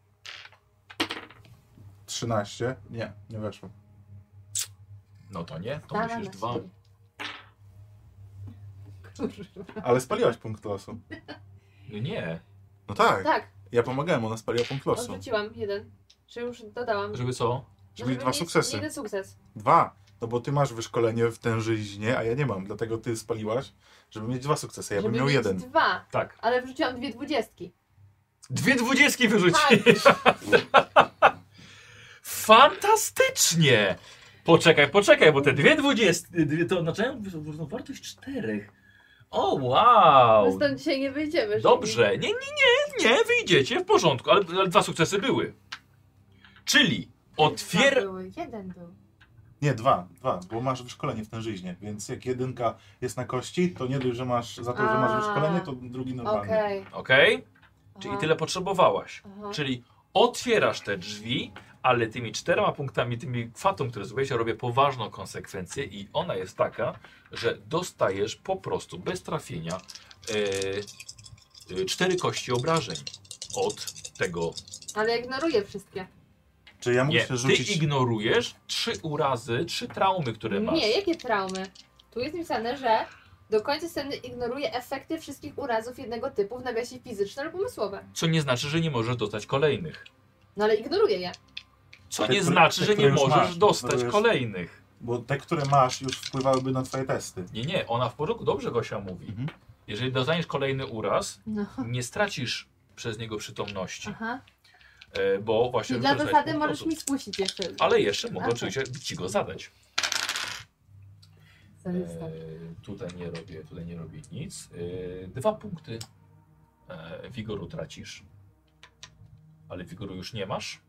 Speaker 3: 13. Nie, nie weszło.
Speaker 1: No to nie, to
Speaker 2: Dwa
Speaker 1: musisz
Speaker 2: razy.
Speaker 1: dwa.
Speaker 2: Kurwa.
Speaker 3: Ale spaliłaś punkt losu.
Speaker 1: No Nie,
Speaker 3: No tak,
Speaker 2: Tak,
Speaker 3: ja pomagałem, ona spaliła punkt losu.
Speaker 2: odrzuciłam jeden. Czy już dodałam?
Speaker 1: żeby co?
Speaker 3: Żeby dwa
Speaker 2: mieć
Speaker 3: sukcesy.
Speaker 2: Jeden sukces.
Speaker 3: Dwa. No bo ty masz wyszkolenie w tężyźnie, a ja nie mam. Dlatego ty spaliłaś, żeby mieć dwa sukcesy. Ja bym
Speaker 2: żeby
Speaker 3: miał
Speaker 2: mieć
Speaker 3: jeden.
Speaker 2: dwa,
Speaker 1: Tak.
Speaker 2: ale wrzuciłam dwie dwudziestki.
Speaker 1: Dwie dwudziestki wyrzuci.
Speaker 2: Tak.
Speaker 1: Fantastycznie! Poczekaj, poczekaj, bo te dwie dwudziestki, dwie, to oznaczają równowartość czterech. O,
Speaker 2: No
Speaker 1: wow!
Speaker 2: Stąd dzisiaj nie wyjdziemy. żeby-
Speaker 1: Dobrze, nie, nie, nie, nie, wyjdziecie, w porządku, ale, ale dwa sukcesy były. Czyli
Speaker 2: Dwa
Speaker 1: otwier...
Speaker 2: były, Jeden był.
Speaker 3: Nie, dwa. Dwa, bo masz wyszkolenie w tężyźnie. Więc jak jedynka jest na kości, to nie dość, że masz za to, że
Speaker 2: A.
Speaker 3: masz wyszkolenie, to drugi normalny.
Speaker 2: Okej.
Speaker 1: Okej, czyli
Speaker 2: Aha.
Speaker 1: tyle potrzebowałaś.
Speaker 2: Aha.
Speaker 1: Czyli Otwierasz te drzwi, ale tymi czterema punktami, tymi kwatą, które zrobiłeś, ja robię poważną konsekwencję i ona jest taka, że dostajesz po prostu bez trafienia e, e, cztery kości obrażeń od tego
Speaker 2: Ale ignoruję wszystkie.
Speaker 3: Czy ja
Speaker 1: nie,
Speaker 3: muszę
Speaker 1: ty
Speaker 3: rzucić...
Speaker 1: ignorujesz trzy urazy, trzy traumy, które masz.
Speaker 2: Nie, jakie traumy? Tu jest napisane, że do końca sceny ignoruje efekty wszystkich urazów jednego typu w nawiasie fizyczne lub umysłowe.
Speaker 1: Co nie znaczy, że nie możesz dostać kolejnych.
Speaker 2: No ale ignoruje je.
Speaker 1: Co
Speaker 3: Te,
Speaker 1: nie
Speaker 3: które-
Speaker 1: znaczy,
Speaker 3: te,
Speaker 1: że nie
Speaker 3: które już
Speaker 1: możesz
Speaker 3: masz,
Speaker 1: dostać
Speaker 3: ignorujesz.
Speaker 1: kolejnych.
Speaker 3: Bo te, które masz, już wpływałyby na twoje testy.
Speaker 1: Nie, nie, ona w porządku, dobrze Gosia mówi.
Speaker 3: Mhm.
Speaker 1: Jeżeli dostaniesz kolejny uraz,
Speaker 2: No.
Speaker 1: nie stracisz przez niego przytomności,
Speaker 2: Aha.
Speaker 1: e, bo właśnie...
Speaker 2: Czyli Tak. dla
Speaker 1: wykorzystałeś
Speaker 2: zasady
Speaker 1: punkt
Speaker 2: możesz tak.
Speaker 1: losu.
Speaker 2: mi spuścić jeszcze.
Speaker 1: Ale jeszcze mogę
Speaker 2: Aha.
Speaker 1: oczywiście ci go zadać.
Speaker 2: Zajebiste.
Speaker 1: E, tutaj nie robię, tutaj nie robię nic. E, dwa punkty e, wigoru tracisz, ale wigoru już nie masz,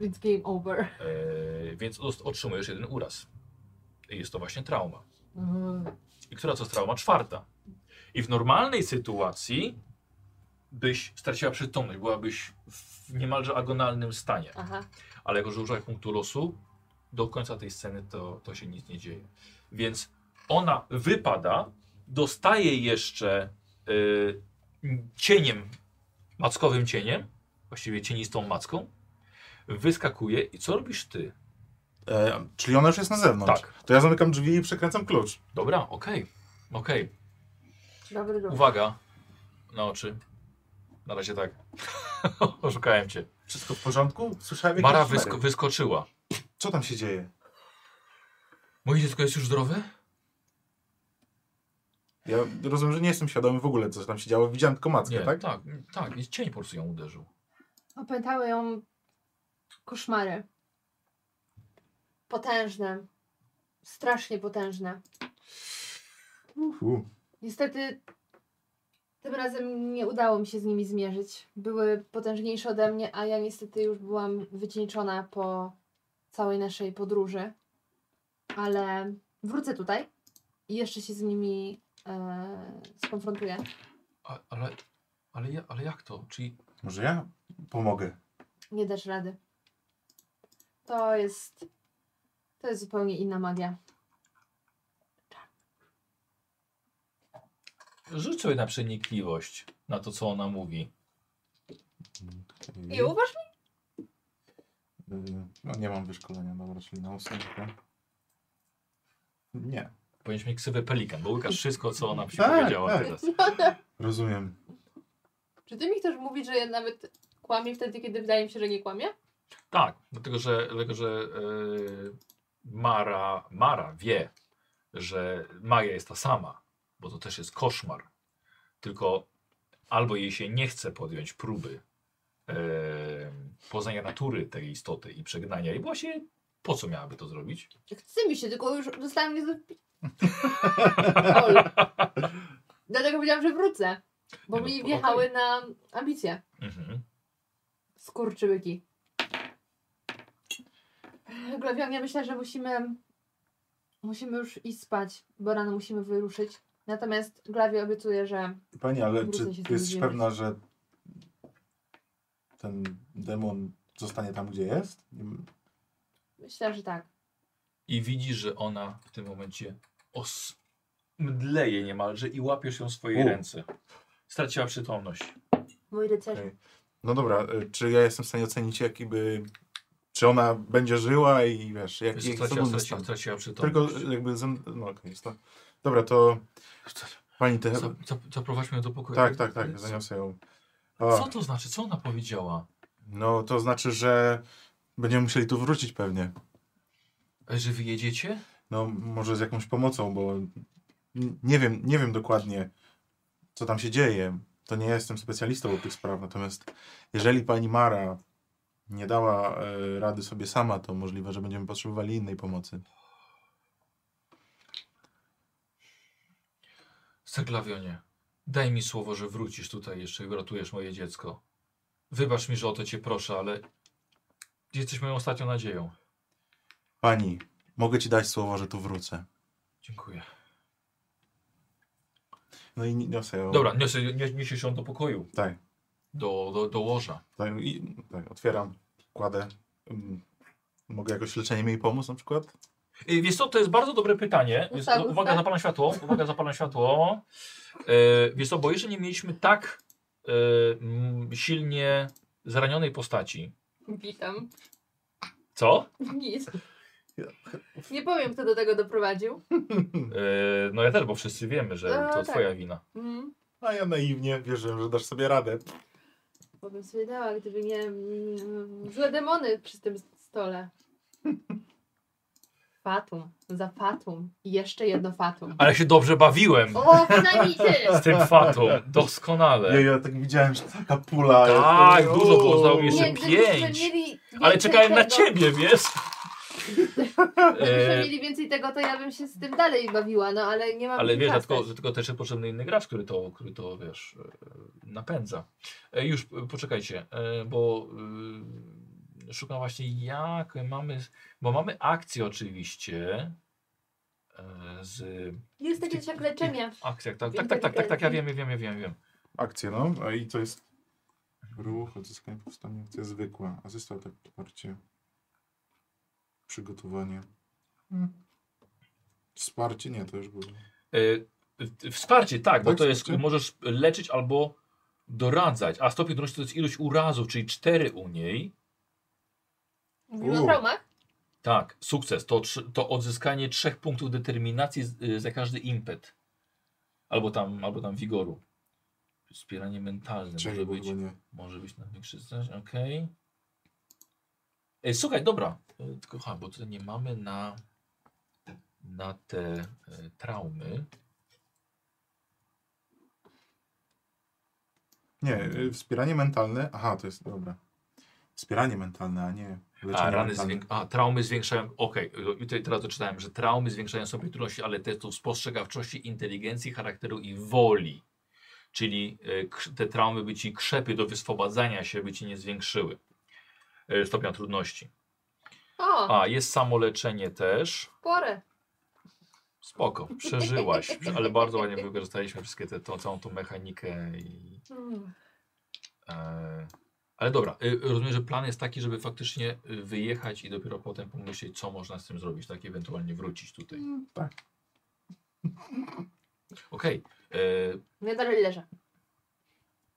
Speaker 2: It's game over.
Speaker 1: e, więc os- otrzymujesz jeden uraz. I Jest to właśnie trauma. I która to jest trauma? Czwarta. I w normalnej sytuacji byś straciła przytomność, byłabyś w niemalże agonalnym stanie.
Speaker 2: Aha.
Speaker 1: ale jako że użyłeś punktu losu, do końca tej sceny to, to się nic nie dzieje. Więc ona wypada, dostaje jeszcze y, cieniem, mackowym cieniem, właściwie cienistą macką, wyskakuje i co robisz ty?
Speaker 3: E, czyli ona już jest na zewnątrz.
Speaker 1: Tak,
Speaker 3: To ja zamykam drzwi i przekręcam klucz.
Speaker 1: dobra, okej, okej.
Speaker 2: Dobry ruch.
Speaker 1: Uwaga na oczy. Na razie tak. Oszukałem cię.
Speaker 3: Wszystko w porządku? Słyszałem jakieś
Speaker 1: Mara
Speaker 3: szmery.
Speaker 1: wysko wyskoczyła.
Speaker 3: Co tam się dzieje?
Speaker 1: Moje dziecko jest już zdrowe?
Speaker 3: Ja rozumiem, że nie jestem świadomy w ogóle, co tam się działo. Widziałem tylko mackę,
Speaker 1: Nie,
Speaker 3: tak?
Speaker 1: tak, tak, tak. i Cień po prostu ją uderzył.
Speaker 2: Opętały ją koszmary. Potężne. Strasznie potężne.
Speaker 3: Uhu.
Speaker 2: Niestety tym razem nie udało mi się z nimi zmierzyć. Były potężniejsze ode mnie, a ja niestety już byłam wycieńczona po całej naszej podróży. Ale wrócę tutaj i jeszcze się z nimi e, skonfrontuję.
Speaker 1: A, ale, ale, ja- ale jak to? Czyli
Speaker 3: Może ja pomogę?
Speaker 2: Nie dasz rady. To jest. To jest zupełnie inna magia.
Speaker 1: Rzuć sobie na przenikliwość, na to, co ona mówi.
Speaker 2: I uważ mi?
Speaker 3: Y, No nie mam wyszkolenia, dobra, czyli na ósemkę. Nie.
Speaker 1: Powinieneś mieć ksywę pelikan, bo łykasz wszystko, co ona ci
Speaker 3: Tak,
Speaker 1: powiedziała
Speaker 3: tak.
Speaker 1: teraz.
Speaker 3: Rozumiem.
Speaker 2: Czy ty mi chcesz mówić, że ja nawet kłamię wtedy, kiedy wydaje mi się, że nie kłamię?
Speaker 1: Tak, dlatego że, dlatego, że yy, Mara, Mara wie, że Maja jest ta sama, bo to też jest koszmar. Tylko albo jej się nie chce podjąć próby yy, poznania natury tej istoty i przegnania jej, bo właśnie po co miałaby to zrobić?
Speaker 2: Chce mi się, tylko już dostałam mnie Ol. Dlatego powiedziałam, że wrócę. Bo
Speaker 1: Nie, no,
Speaker 2: mi
Speaker 1: to
Speaker 2: wjechały na ambicje.
Speaker 1: Mhm.
Speaker 2: Skurczybyki. Glawion, ja myślę, że musimy musimy już iść spać, bo rano musimy wyruszyć. Natomiast Glawie obiecuje, że
Speaker 3: Pani, ale
Speaker 2: Wrócę
Speaker 3: czy
Speaker 2: się z
Speaker 3: ty
Speaker 2: tym
Speaker 3: jesteś
Speaker 2: związać.
Speaker 3: pewna, że ten demon zostanie tam, gdzie jest? Nie wiem.
Speaker 2: myślę, że tak.
Speaker 1: i widzisz, że ona w tym momencie os... mdleje niemalże i łapiesz ją w swojej
Speaker 3: U.
Speaker 1: ręce. Straciła przytomność.
Speaker 2: Mój rycerz.
Speaker 3: Okej. No dobra, y, czy ja jestem w stanie ocenić, jaki by... Czy ona będzie żyła i wiesz, jak, jak
Speaker 1: straciła, straciła,
Speaker 3: stan?
Speaker 1: straciła przytomność.
Speaker 3: Tylko jakby... Zem... No okej, sta- Dobra, to pani te...
Speaker 1: Za- za- Zaprowadźmy ją do pokoju.
Speaker 3: Tak, tak, tak,
Speaker 1: Co,
Speaker 3: zaniosę ją. O.
Speaker 1: co to znaczy? Co ona powiedziała?
Speaker 3: No to znaczy, że będziemy musieli tu wrócić pewnie.
Speaker 1: E, Że wyjedziecie?
Speaker 3: No może z jakąś pomocą, bo n- nie wiem, nie wiem dokładnie, co tam się dzieje. To nie jestem specjalistą od tych spraw, natomiast jeżeli pani Mara nie dała e, rady sobie sama, to możliwe, że będziemy potrzebowali innej pomocy.
Speaker 1: Seglawionie, daj mi słowo, że wrócisz tutaj jeszcze i ratujesz moje dziecko. Wybacz mi, że o to cię proszę, ale jesteś moją ostatnią nadzieją.
Speaker 3: Pani, mogę ci dać słowo, że tu wrócę.
Speaker 1: Dziękuję.
Speaker 3: No i ni- niosę ją. No
Speaker 1: Dobra, niosę, nie- niesiesz ją do pokoju.
Speaker 3: Tak.
Speaker 1: do, do, do łoża.
Speaker 3: Tak, i, tak, otwieram, kładę. Mm, Mogę jakoś leczeniem jej pomóc na przykład?
Speaker 1: Y, Wiesz co, to jest bardzo dobre pytanie.
Speaker 2: No
Speaker 1: Jest,
Speaker 2: tak,
Speaker 1: no, uwaga,
Speaker 2: tak.
Speaker 1: zapalam światło. Uwaga, zapalam światło. E, wiesz co, bo jeszcze nie mieliśmy tak e, m, silnie zranionej postaci.
Speaker 2: Witam.
Speaker 1: Co?
Speaker 2: Nic. Nie powiem, kto do tego doprowadził.
Speaker 1: E, no ja też, bo wszyscy wiemy, że
Speaker 2: No,
Speaker 1: to
Speaker 2: tak.
Speaker 1: twoja wina.
Speaker 2: Mm.
Speaker 3: A ja naiwnie wierzyłem, że dasz sobie radę.
Speaker 1: Tak.
Speaker 2: Bo bym sobie dała, gdyby nie mm, złe demony przy tym stole. Fatum. Za fatum. I jeszcze jedno fatum.
Speaker 1: Ale się dobrze bawiłem
Speaker 2: O, przynajmniej ty!
Speaker 1: z tym fatą. Doskonale.
Speaker 3: Ja, ja tak widziałem, że taka pula.
Speaker 1: Tak,
Speaker 3: Uuu.
Speaker 1: dużo było, znowu jeszcze
Speaker 2: Nie, gdybyśmy
Speaker 1: pięć.
Speaker 2: mieli
Speaker 1: Ale
Speaker 2: więcej
Speaker 1: czekałem na
Speaker 2: tego-
Speaker 1: ciebie, wiesz?
Speaker 2: Gdybyśmy
Speaker 1: E,
Speaker 2: mieli więcej tego, to ja bym się z tym dalej bawiła, no ale nie mam
Speaker 1: Ale wiesz,
Speaker 2: czasu.
Speaker 1: dlatego, dlatego też jest potrzebny inny gracz, który to, który to wiesz, e, napędza. E, Już e, poczekajcie, e, bo e, szukam właśnie jak mamy, bo mamy akcję oczywiście e, z
Speaker 2: Jest takie coś jak leczenie.
Speaker 1: akcjach, tak, tak, tak, tak, tak, tak, ja wiem, ja wiem, ja wiem, ja wiem.
Speaker 3: Akcje, no. A i to jest ruch, odzyskanie powstania, akcja zwykła. Asysta, tak, wsparcie. Przygotowanie. Hmm. Wsparcie? Nie, to już było.
Speaker 1: E, w- Wsparcie, tak, bo
Speaker 3: Tak,
Speaker 1: to jest,
Speaker 3: wsparcie?
Speaker 1: możesz leczyć albo doradzać, a stopień trudności to jest ilość urazów, czyli cztery u niej.
Speaker 2: Mówimy o
Speaker 3: U.
Speaker 2: traumach?
Speaker 1: Tak, sukces to, trzy- to odzyskanie trzech punktów determinacji z- y, za każdy impet. Albo tam, albo tam wigoru. Wspieranie mentalne
Speaker 3: Czego
Speaker 1: może
Speaker 3: bo
Speaker 1: być.
Speaker 3: chyba nie.
Speaker 1: Może być na większy stres, okej. Ej, słuchaj, dobra. E, Tylko, ha, bo tutaj nie mamy na, na te e, traumy.
Speaker 3: Nie, y, wspieranie mentalne. Aha, to jest dobra. Wspieranie mentalne, a nie leczenie
Speaker 1: A, rany
Speaker 3: mentalne.
Speaker 1: zwięk- a traumy zwiększają. Okej, okay. tutaj teraz doczytałem, że traumy zwiększają sobie trudności, ale testów spostrzegawczości, inteligencji, charakteru i woli. Czyli e, krz- te traumy by ci krzepy do wyswobadzania się by ci nie zwiększyły e, stopnia trudności.
Speaker 2: O,
Speaker 1: A, jest samoleczenie też.
Speaker 2: porę.
Speaker 1: Spoko, przeżyłaś, prze- ale bardzo ładnie wykorzystaliśmy wszystkie te, tą, całą tą mechanikę i
Speaker 2: Mm.
Speaker 1: E, Ale dobra, y, rozumiem, że plan jest taki, żeby faktycznie y, wyjechać i dopiero potem pomyśleć, co można z tym zrobić, tak? Ewentualnie wrócić tutaj.
Speaker 3: Mm, Tak.
Speaker 1: Okej. e,
Speaker 2: Ja dalej leżę.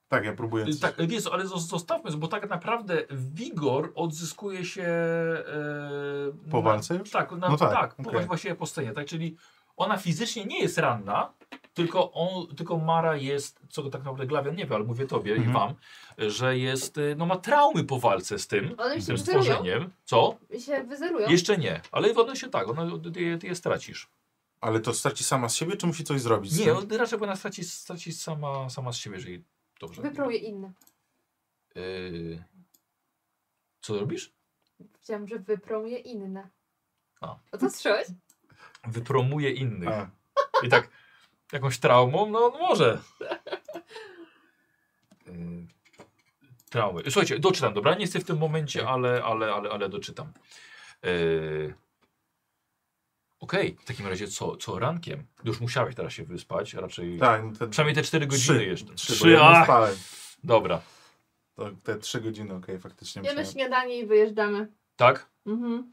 Speaker 3: Tak, ja próbuję.
Speaker 1: Okay.
Speaker 3: Coś...
Speaker 1: Tak, y, wiesz, ale zos- zostawmy, bo tak naprawdę wigor odzyskuje się. e,
Speaker 3: Po
Speaker 1: na-
Speaker 3: walce już?
Speaker 1: Tak, na,
Speaker 3: No
Speaker 1: tak,
Speaker 3: tak,
Speaker 1: po,
Speaker 3: okej.
Speaker 1: właściwie po scenie, tak? Czyli ona fizycznie nie jest ranna, tylko, on, tylko Mara jest, co tak naprawdę Glawian nie wie, ale mówię tobie i
Speaker 3: Mhm.
Speaker 1: wam, że jest, y, no ma traumy po walce z tym, z
Speaker 2: One się
Speaker 1: tym
Speaker 2: wyzerują.
Speaker 1: stworzeniem. Co?
Speaker 2: I się wyzerują.
Speaker 1: Jeszcze nie, ale one się tak, one, ty, je- ty je stracisz.
Speaker 3: Ale to straci sama z siebie, czy musi coś zrobić? z
Speaker 1: Nie,
Speaker 3: tym?
Speaker 1: on- raczej ona straci, straci sama, sama z siebie, jeżeli dobrze.
Speaker 2: Wypróbuję inne.
Speaker 1: Yy, Co robisz?
Speaker 2: Chciałam, że wyprą je inne.
Speaker 1: A.
Speaker 2: O co strzałeś?
Speaker 1: Wypromuje innych.
Speaker 3: A,
Speaker 1: I tak jakąś traumą, no on może. Yy, Traumy. Słuchajcie, doczytam, dobra? Nie jestem w tym momencie, ale, ale, ale, ale doczytam. Yy, Okej, w takim razie co, co rankiem? Już musiałeś teraz się wyspać, raczej.
Speaker 3: tak, te
Speaker 1: Przynajmniej te 4 godziny jeszcze.
Speaker 3: Trzy, bo ja nie
Speaker 1: ach!
Speaker 3: spałem.
Speaker 1: Dobra.
Speaker 3: To te trzy godziny, okej, faktycznie.
Speaker 2: Jemy
Speaker 3: Myślałem.
Speaker 2: śniadanie i wyjeżdżamy.
Speaker 1: Tak?
Speaker 2: Mhm.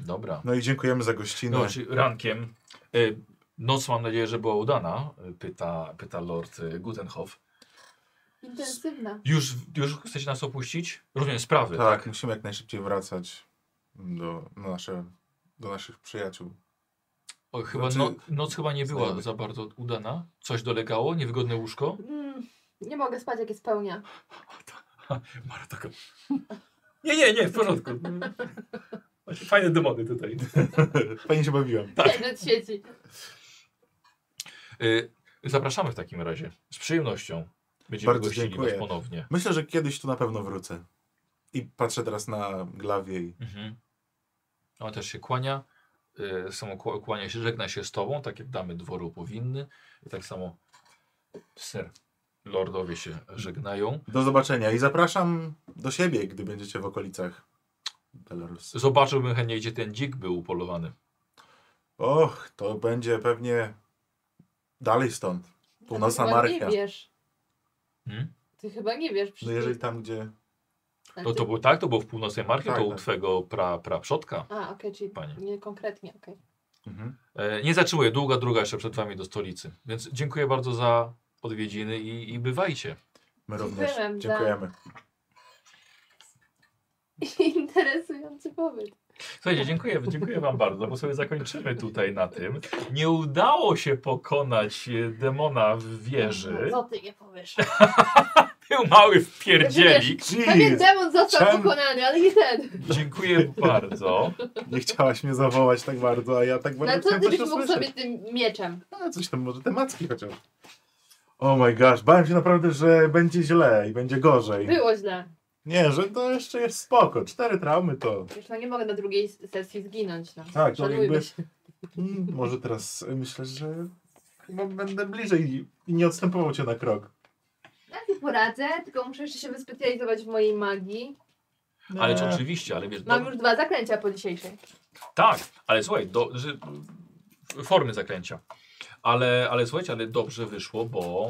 Speaker 1: Dobra.
Speaker 3: No i dziękujemy za gościnę.
Speaker 1: No, czyli rankiem. Y, Noc mam nadzieję, że była udana, y, pyta, pyta Lord y, Gutenhof.
Speaker 2: Intensywna.
Speaker 1: Już, już chcecie nas opuścić? Rozumiem, sprawy, tak?
Speaker 3: tak, musimy jak najszybciej wracać do, na nasze, do naszych przyjaciół.
Speaker 1: O, chyba
Speaker 3: Znaczy-
Speaker 1: no, noc chyba nie była
Speaker 3: Znajomych.
Speaker 1: za bardzo udana. Coś dolegało? Niewygodne łóżko?
Speaker 2: Mm. Nie mogę spać, jak jest pełnia.
Speaker 1: Mara
Speaker 3: tak.
Speaker 1: taka... Nie, nie, nie, w porządku. Fajne demony tutaj.
Speaker 3: Fajnie się bawiłem.
Speaker 2: Księżyc świeci.
Speaker 1: Y, Zapraszamy w takim razie. Z przyjemnością. Będziemy
Speaker 3: Bardzo
Speaker 1: gościli was
Speaker 3: dziękuję.
Speaker 1: ponownie.
Speaker 3: Myślę, że kiedyś tu na pewno wrócę. I patrzę teraz na glawie i
Speaker 1: Mhm. Ona też się kłania. y, Samo kła- kłania się, żegna się z tobą, tak jak damy dworu powinny. I tak samo ser lordowie się żegnają.
Speaker 3: do zobaczenia. I zapraszam do siebie, gdy będziecie w okolicach Belarus.
Speaker 1: Zobaczyłbym chętnie, gdzie ten dzik był upolowany.
Speaker 3: Och, to będzie pewnie dalej stąd. Północna
Speaker 2: Ty chyba
Speaker 3: Marychia.
Speaker 2: Nie wiesz.
Speaker 1: Hmm?
Speaker 2: Ty Ty chyba nie wiesz.
Speaker 3: No jeżeli tam, gdzie...
Speaker 1: To, to było tak, to było w północnej marki,
Speaker 3: Tak,
Speaker 1: to u
Speaker 3: tak.
Speaker 1: twego pra, praprzodka.
Speaker 2: A, okej, czyli
Speaker 1: Pani.
Speaker 2: nie konkretnie, okej.
Speaker 3: Mhm.
Speaker 1: E, nie zatrzymuję, długa droga jeszcze przed wami do stolicy. Więc dziękuję bardzo za odwiedziny i, i bywajcie.
Speaker 3: My również.
Speaker 2: Dziękujemy tak. za-
Speaker 3: Dziękujemy.
Speaker 2: Interesujący pobyt.
Speaker 1: Słuchajcie, dziękuję, dziękuję wam bardzo, bo sobie zakończymy tutaj na tym. Nie udało się pokonać e, demona w wieży.
Speaker 2: No, Co ty nie powiesz?
Speaker 1: Był mały wpierdzielik.
Speaker 2: Pewien demon został
Speaker 3: Czemu?
Speaker 2: pokonany, ale nie ten.
Speaker 1: Dziękuję bardzo.
Speaker 3: Nie chciałaś mnie zawołać tak bardzo, a ja tak
Speaker 2: Na
Speaker 3: bardzo
Speaker 2: co
Speaker 3: chciałem
Speaker 2: No ty
Speaker 3: coś
Speaker 2: byś mógł
Speaker 3: usłyszeć.
Speaker 2: sobie tym mieczem?
Speaker 3: A, No, coś tam może te macki chociaż. Oh my gosh, bałem się naprawdę, że będzie źle i będzie gorzej.
Speaker 2: Było źle.
Speaker 3: Nie, że to jeszcze jest spoko. Cztery traumy to...
Speaker 2: Już no nie mogę na drugiej sesji zginąć. No.
Speaker 3: Tak, to
Speaker 2: Szanujmy
Speaker 3: jakby...
Speaker 2: się.
Speaker 3: Mm, Może teraz y, myślę, że chyba będę bliżej i nie odstępował cię na krok.
Speaker 2: Ja ci poradzę, tylko muszę jeszcze się wyspecjalizować w mojej magii.
Speaker 1: Ale
Speaker 3: Nie.
Speaker 1: czy oczywiście, ale wiesz,
Speaker 2: Mam
Speaker 3: No.
Speaker 1: do-
Speaker 2: już dwa zaklęcia po dzisiejszej.
Speaker 1: tak, ale słuchaj, do, że, formy zaklęcia. Ale, ale słuchajcie, ale dobrze wyszło, bo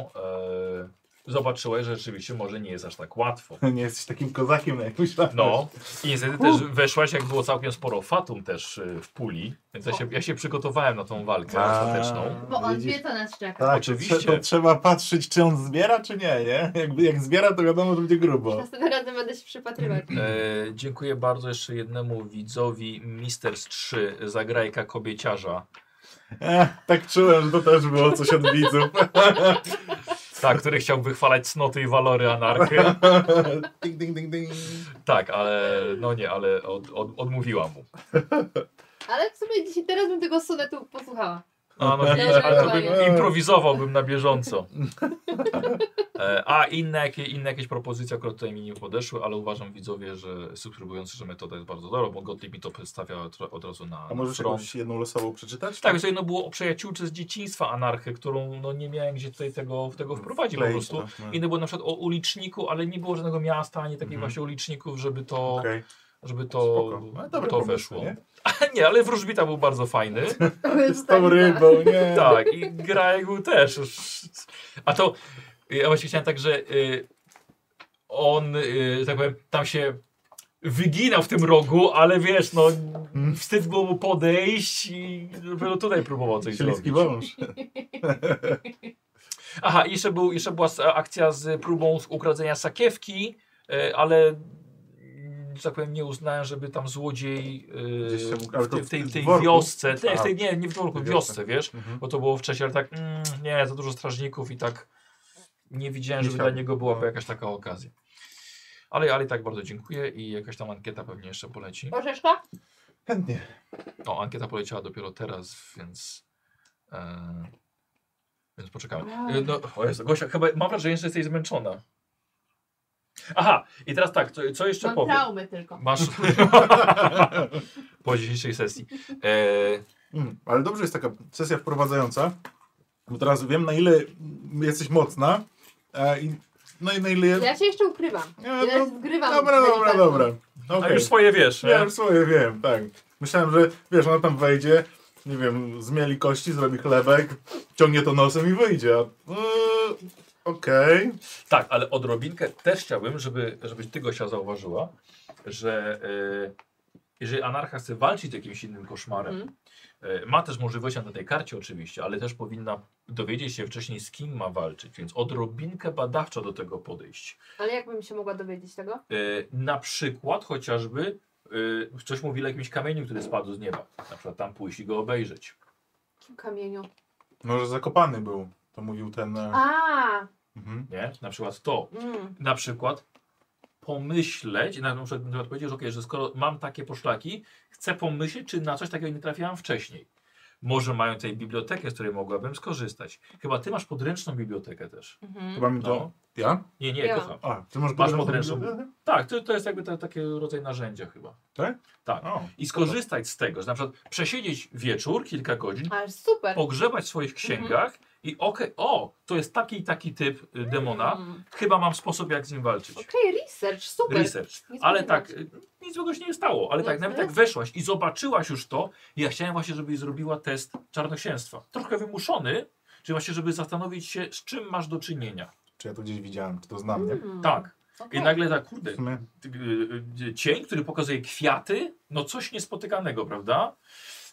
Speaker 1: e, zobaczyłeś, że rzeczywiście może nie jest aż tak łatwo.
Speaker 3: Nie jesteś takim kozakiem, jak myślałem.
Speaker 1: No i niestety też weszłaś, jak było całkiem sporo fatum też y, w puli, więc ja się, ja się przygotowałem na tą walkę
Speaker 3: A.
Speaker 1: ostateczną.
Speaker 2: Bo on
Speaker 3: Widzisz?
Speaker 2: wie, co nas czeka.
Speaker 3: Tak,
Speaker 1: Oczywiście.
Speaker 3: oczywiście. To, trzeba patrzeć, czy on zbiera, czy nie, nie? Jakby, jak zbiera, to wiadomo, że będzie grubo.
Speaker 2: Następnym razem będę się przypatrywać.
Speaker 1: E, dziękuję bardzo jeszcze jednemu widzowi, Misters 3, zagrajka kobieciarza,
Speaker 3: Ech, tak czułem, że to też było coś od widzów.
Speaker 1: tak, który chciał wychwalać cnoty i walory anarchy.
Speaker 3: ding, ding, ding, ding.
Speaker 1: Tak, ale no nie, ale od, od, odmówiła mu.
Speaker 2: Ale w sumie dzisiaj teraz bym tego sonetu posłuchała.
Speaker 1: A no
Speaker 3: Ja
Speaker 1: widzisz, ale to
Speaker 2: żartuję.
Speaker 1: bym improwizowałbym na bieżąco. E, A inne, jakie, inne jakieś propozycje akurat tutaj mi nie podeszły, ale uważam widzowie, że subskrybujący, że metoda jest bardzo dobra, bo Gottlieb mi to przedstawia tro- od razu na,
Speaker 3: A
Speaker 1: na
Speaker 3: możesz
Speaker 1: front.
Speaker 3: jakąś jedną losową przeczytać?
Speaker 1: Tak, sobie no było o przyjaciółce z dzieciństwa anarchę, którą no nie miałem gdzie tutaj tego, tego wprowadzić po
Speaker 3: Wkleić,
Speaker 1: prostu.
Speaker 3: no.
Speaker 1: Inne było na przykład o uliczniku, ale nie było żadnego miasta, ani takich
Speaker 3: Mhm.
Speaker 1: właśnie uliczników, żeby to,
Speaker 3: Okej,
Speaker 1: żeby to,
Speaker 3: spoko. No, dobre
Speaker 1: to
Speaker 3: pomysły,
Speaker 1: weszło.
Speaker 3: nie?
Speaker 1: nie, ale wróżbita był bardzo fajny.
Speaker 3: Z tą rybą, nie?
Speaker 1: Tak, i Grajek był też. A to ja właśnie chciałem tak, że y, on, y, że tak powiem, tam się wyginał w tym rogu, ale wiesz, no
Speaker 3: Hmm.
Speaker 1: wstyd było mu podejść i dopiero tutaj próbował coś zrobić.
Speaker 3: Śliski wąż.
Speaker 1: Aha, i jeszcze, był, jeszcze była s- akcja z próbą z- ukradzenia sakiewki, y, ale mm, że tak powiem, nie uznałem, żeby tam złodziej y,
Speaker 3: Gdzieś się mógł- ale
Speaker 1: w, tej-
Speaker 3: to
Speaker 1: w tej, w tej
Speaker 3: w worku?
Speaker 1: wiosce, nie, w
Speaker 3: A.
Speaker 1: tej, nie, nie w worku, w
Speaker 3: Wiosce.
Speaker 1: wiosce, wiesz,
Speaker 3: Mhm.
Speaker 1: bo to było wcześniej, ale tak mm, nie, za dużo strażników i tak nie widziałem,
Speaker 3: Nie
Speaker 1: żeby
Speaker 3: chciałbym.
Speaker 1: dla niego byłaby
Speaker 3: No.
Speaker 1: jakaś taka okazja. Ale, ale i tak bardzo dziękuję i jakaś tam ankieta pewnie jeszcze poleci.
Speaker 2: Orzeszka?
Speaker 3: Chętnie.
Speaker 1: O, ankieta poleciała dopiero teraz, więc... E, więc poczekamy. E, No, o Jezu, Gosia, chyba mam wrażenie, że jesteś zmęczona. Aha, i teraz tak, co, co jeszcze
Speaker 2: Mam
Speaker 1: powiem?
Speaker 2: traumy tylko.
Speaker 1: Masz po dzisiejszej sesji. E,
Speaker 3: Mm, Ale dobrze jest taka sesja wprowadzająca, bo teraz wiem na ile jesteś mocna, a i, no i na ile...
Speaker 2: Ja się jeszcze ukrywam.
Speaker 3: Ja,
Speaker 2: Ja
Speaker 3: no,
Speaker 2: zgrywam.
Speaker 3: dobra, dobra,
Speaker 2: delikatnie.
Speaker 3: dobra.
Speaker 1: A
Speaker 3: Okej.
Speaker 1: już swoje wiesz, e?
Speaker 3: Ja
Speaker 1: nie?
Speaker 3: już swoje wiem, tak. Myślałem, że wiesz, ona tam wejdzie, nie wiem, zmieli kości, zrobi chlebek, ciągnie to nosem i wyjdzie. a- Yy, Okej.
Speaker 1: Tak, ale odrobinkę też chciałbym, żeby, żebyś ty Gosia zauważyła, że e, jeżeli anarcha chce walczyć z jakimś innym koszmarem,
Speaker 2: Mhm.
Speaker 1: e, ma też możliwość na tej karcie oczywiście, ale też powinna dowiedzieć się wcześniej z kim ma walczyć, więc odrobinkę badawczo do tego podejść.
Speaker 2: Ale jakbym się mogła dowiedzieć tego?
Speaker 1: E, na przykład chociażby e, coś mówili o jakimś kamieniu, który spadł z nieba. Na przykład tam pójść i go obejrzeć.
Speaker 2: W kamieniu.
Speaker 3: Może zakopany był, to mówił ten... e,
Speaker 2: A,
Speaker 3: Mhm.
Speaker 1: Nie? Na przykład to.
Speaker 2: mm,
Speaker 1: na przykład pomyśleć, na przykład, na przykład powiedzieć, że, okej, że skoro mam takie poszlaki, chcę pomyśleć, czy na coś takiego nie trafiałam wcześniej. Może mają tutaj bibliotekę, z której mogłabym skorzystać. Chyba ty masz podręczną bibliotekę też.
Speaker 2: mhm.
Speaker 3: Chyba mi to...
Speaker 1: No.
Speaker 3: Ja?
Speaker 1: Nie, nie,
Speaker 2: Ja.
Speaker 1: kocham.
Speaker 3: A, ty masz
Speaker 1: Masz
Speaker 3: podręczną-
Speaker 1: Tak, to, to jest jakby ta, taki rodzaj narzędzia chyba.
Speaker 3: Tak?
Speaker 1: Tak.
Speaker 3: O,
Speaker 1: I skorzystać z tego, że na przykład przesiedzieć wieczór, kilka godzin,
Speaker 2: Ale super.
Speaker 1: pogrzebać w swoich księgach i okej, o, to jest taki i taki typ y, demona,
Speaker 2: Mm.
Speaker 1: chyba mam sposób jak z nim walczyć.
Speaker 2: Okej, research, super.
Speaker 1: research.
Speaker 2: Nic
Speaker 1: ale
Speaker 2: nie widać.
Speaker 1: tak, y, nic złego się nie stało, ale tak,
Speaker 2: Mhm.
Speaker 1: nawet jak weszłaś i zobaczyłaś już to, ja chciałem właśnie, żebyś zrobiła test czarnoksięstwa. Trochę wymuszony, czyli właśnie, żeby zastanowić się, z czym masz do czynienia.
Speaker 3: Czy ja to gdzieś widziałem, czy to znam, nie?
Speaker 2: Mm,
Speaker 1: Tak.
Speaker 2: okej.
Speaker 1: I nagle tak, kurde,
Speaker 3: W sumie
Speaker 1: ty- y, y, cień, który pokazuje kwiaty, no coś niespotykanego, prawda?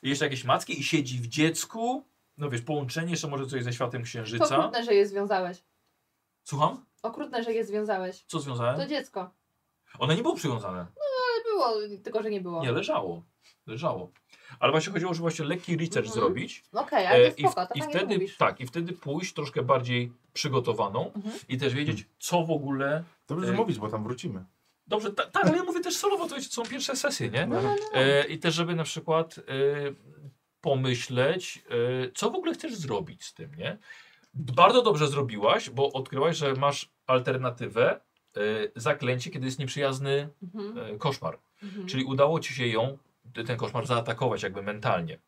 Speaker 1: I jeszcze jakieś macki i siedzi w dziecku. No wiesz, połączenie jeszcze może coś ze światem
Speaker 2: To
Speaker 1: księżyca.
Speaker 2: okrutne, że je związałeś.
Speaker 1: Słucham?
Speaker 2: Okrutne, że je związałeś.
Speaker 1: Co
Speaker 2: To
Speaker 1: związałem?
Speaker 2: dziecko.
Speaker 1: One nie było przywiązane.
Speaker 2: Ale było, tylko że nie było.
Speaker 1: Nie, leżało. Leżało. Ale właśnie chodziło, żeby właśnie lekki research
Speaker 2: Mhm.
Speaker 1: zrobić.
Speaker 2: Okej,
Speaker 1: e,
Speaker 2: ale to
Speaker 1: i, w-
Speaker 2: spoko, to
Speaker 1: i
Speaker 2: fajnie
Speaker 1: wtedy
Speaker 2: mówisz.
Speaker 1: tak, i wtedy pójść troszkę bardziej przygotowaną
Speaker 2: Mhm.
Speaker 1: i też wiedzieć, co w ogóle.
Speaker 3: Dobrze, że
Speaker 1: Y-
Speaker 3: mówić, bo tam wrócimy.
Speaker 1: Dobrze, ta- tak, ale ja mówię też solowo, to są pierwsze sesje, nie?
Speaker 3: No,
Speaker 1: E, I też, żeby na przykład e, pomyśleć, e, co w ogóle chcesz zrobić z tym, nie? Bardzo dobrze zrobiłaś, bo odkryłaś, że masz alternatywę e, zaklęcie, kiedy jest nieprzyjazny
Speaker 2: Mhm,
Speaker 1: e, koszmar.
Speaker 2: mhm.
Speaker 1: Czyli udało ci się ją, t- ten koszmar zaatakować jakby mentalnie.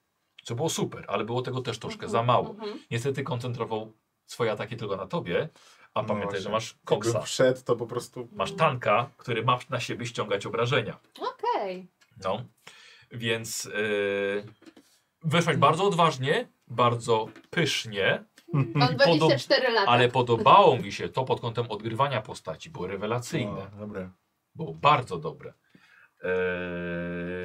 Speaker 1: Co było super, ale było tego też troszkę
Speaker 2: Mhm,
Speaker 1: za mało.
Speaker 2: mhm.
Speaker 1: Niestety koncentrował swoje ataki tylko na tobie, a
Speaker 3: No
Speaker 1: pamiętaj,
Speaker 3: właśnie.
Speaker 1: że masz
Speaker 3: Jakby
Speaker 1: koksa.
Speaker 3: wszedł, to po prostu...
Speaker 1: Masz tanka, który ma na siebie ściągać obrażenia.
Speaker 2: Okej.
Speaker 1: No. Więc yy, weszłaś bardzo odważnie, bardzo pysznie,
Speaker 2: Mam 24 lata.
Speaker 1: Mhm. ale podobało mi się to pod kątem odgrywania postaci. Było rewelacyjne,
Speaker 3: O, dobre.
Speaker 1: było bardzo dobre. Yy,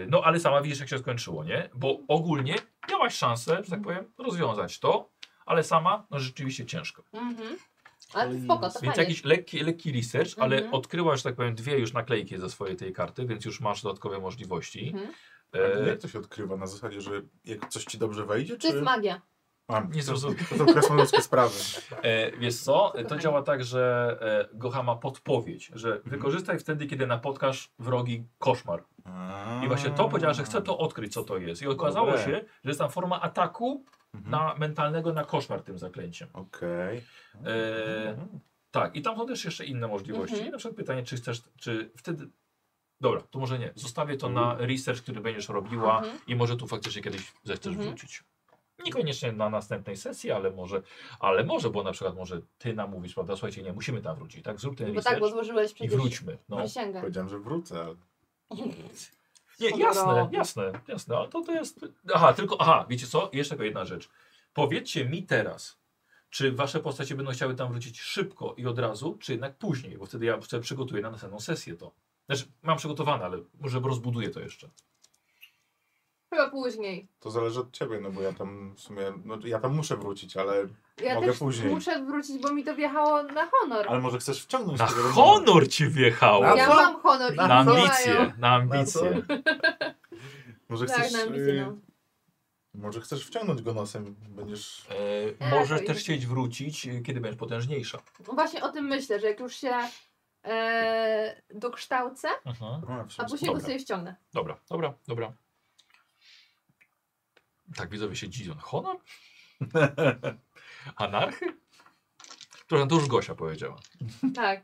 Speaker 1: no ale sama widzisz, jak się skończyło, nie? Bo ogólnie miałaś szansę, że tak powiem, rozwiązać to, ale sama, no rzeczywiście ciężko.
Speaker 2: Mhm. Ale to spoko, to
Speaker 1: Więc
Speaker 2: fajnie.
Speaker 1: jakiś lekki, lekki research, ale
Speaker 2: Mhm.
Speaker 1: odkryłaś, że tak powiem, dwie już naklejki ze swojej tej karty, więc już masz dodatkowe możliwości.
Speaker 2: Mhm.
Speaker 3: Ale
Speaker 1: Yy,
Speaker 3: Jak to się odkrywa? Na zasadzie, że jak coś ci dobrze wejdzie,
Speaker 2: To jest
Speaker 3: czy...
Speaker 2: magia.
Speaker 3: Mam.
Speaker 1: nie zrozum-
Speaker 3: To są krasnoludzkie sprawy.
Speaker 1: E, wiesz co, to
Speaker 2: Kochani.
Speaker 1: działa tak, że e, Gocha ma podpowiedź, że
Speaker 3: Mhm.
Speaker 1: wykorzystaj wtedy, kiedy napotkasz wrogi koszmar. I właśnie to powiedziała, że chce to odkryć, co to jest. I okazało
Speaker 3: Dobre.
Speaker 1: się, że jest tam forma ataku
Speaker 3: Mhm.
Speaker 1: na mentalnego na koszmar tym zaklęciem.
Speaker 3: Okej.
Speaker 1: E, tak, i tam są też jeszcze inne możliwości.
Speaker 2: Mhm.
Speaker 1: Na przykład pytanie, czy chcesz, czy wtedy... Dobra, to może nie. Zostawię to na research, który będziesz robiła
Speaker 2: Mhm.
Speaker 1: i może tu faktycznie kiedyś zechcesz
Speaker 2: Mhm.
Speaker 1: wrócić. Niekoniecznie na następnej sesji, ale może, ale może, bo na przykład może ty namówisz, prawda, słuchajcie, nie, musimy tam wrócić, tak, zrób ten
Speaker 2: Bo tak,
Speaker 1: research
Speaker 2: bo złożyłeś
Speaker 1: i
Speaker 2: przecież
Speaker 1: wróćmy. No.
Speaker 2: przysięgę.
Speaker 3: Powiedziałem, że wrócę, ale...
Speaker 1: Nie,
Speaker 2: Sporo.
Speaker 1: jasne, jasne, jasne, ale to, to jest, aha, tylko, aha, wiecie co, jeszcze tylko jedna rzecz. Powiedzcie mi teraz, czy wasze postacie będą chciały tam wrócić szybko i od razu, czy jednak później, bo wtedy ja sobie przygotuję na następną sesję to. Znaczy, mam przygotowane, ale może rozbuduję to jeszcze.
Speaker 2: Chyba później.
Speaker 3: To zależy od ciebie, no bo ja tam w sumie, no, ja tam muszę wrócić, ale,
Speaker 2: Ja
Speaker 3: Mogę
Speaker 2: też
Speaker 3: później.
Speaker 2: muszę wrócić, bo mi to wjechało na honor.
Speaker 3: ale może chcesz wciągnąć
Speaker 1: Na
Speaker 3: tego
Speaker 1: honor ci wjechało!
Speaker 3: Na
Speaker 2: ja
Speaker 3: co?
Speaker 2: mam honor
Speaker 1: Na
Speaker 2: i wjechają.
Speaker 1: ambicje, na ambicje.
Speaker 3: Na Może
Speaker 2: Tak,
Speaker 3: chcesz,
Speaker 2: na ambicje,
Speaker 3: y,
Speaker 2: no.
Speaker 3: może chcesz wciągnąć go nosem, będziesz...
Speaker 1: E,
Speaker 2: Tak,
Speaker 1: możesz
Speaker 2: to
Speaker 1: też
Speaker 2: i-
Speaker 1: chcieć wrócić, e, kiedy będziesz potężniejsza.
Speaker 2: No Właśnie o tym myślę, że jak już się e, dokształcę,
Speaker 1: Aha.
Speaker 3: A,
Speaker 2: a
Speaker 3: wciąż-
Speaker 2: później go
Speaker 1: Dobra.
Speaker 2: sobie ściągnę.
Speaker 1: Dobra, dobra, dobra. Tak, widzowie się dziwią. Honor? Anarchy? Trochę to już Gosia powiedziała.
Speaker 2: Tak.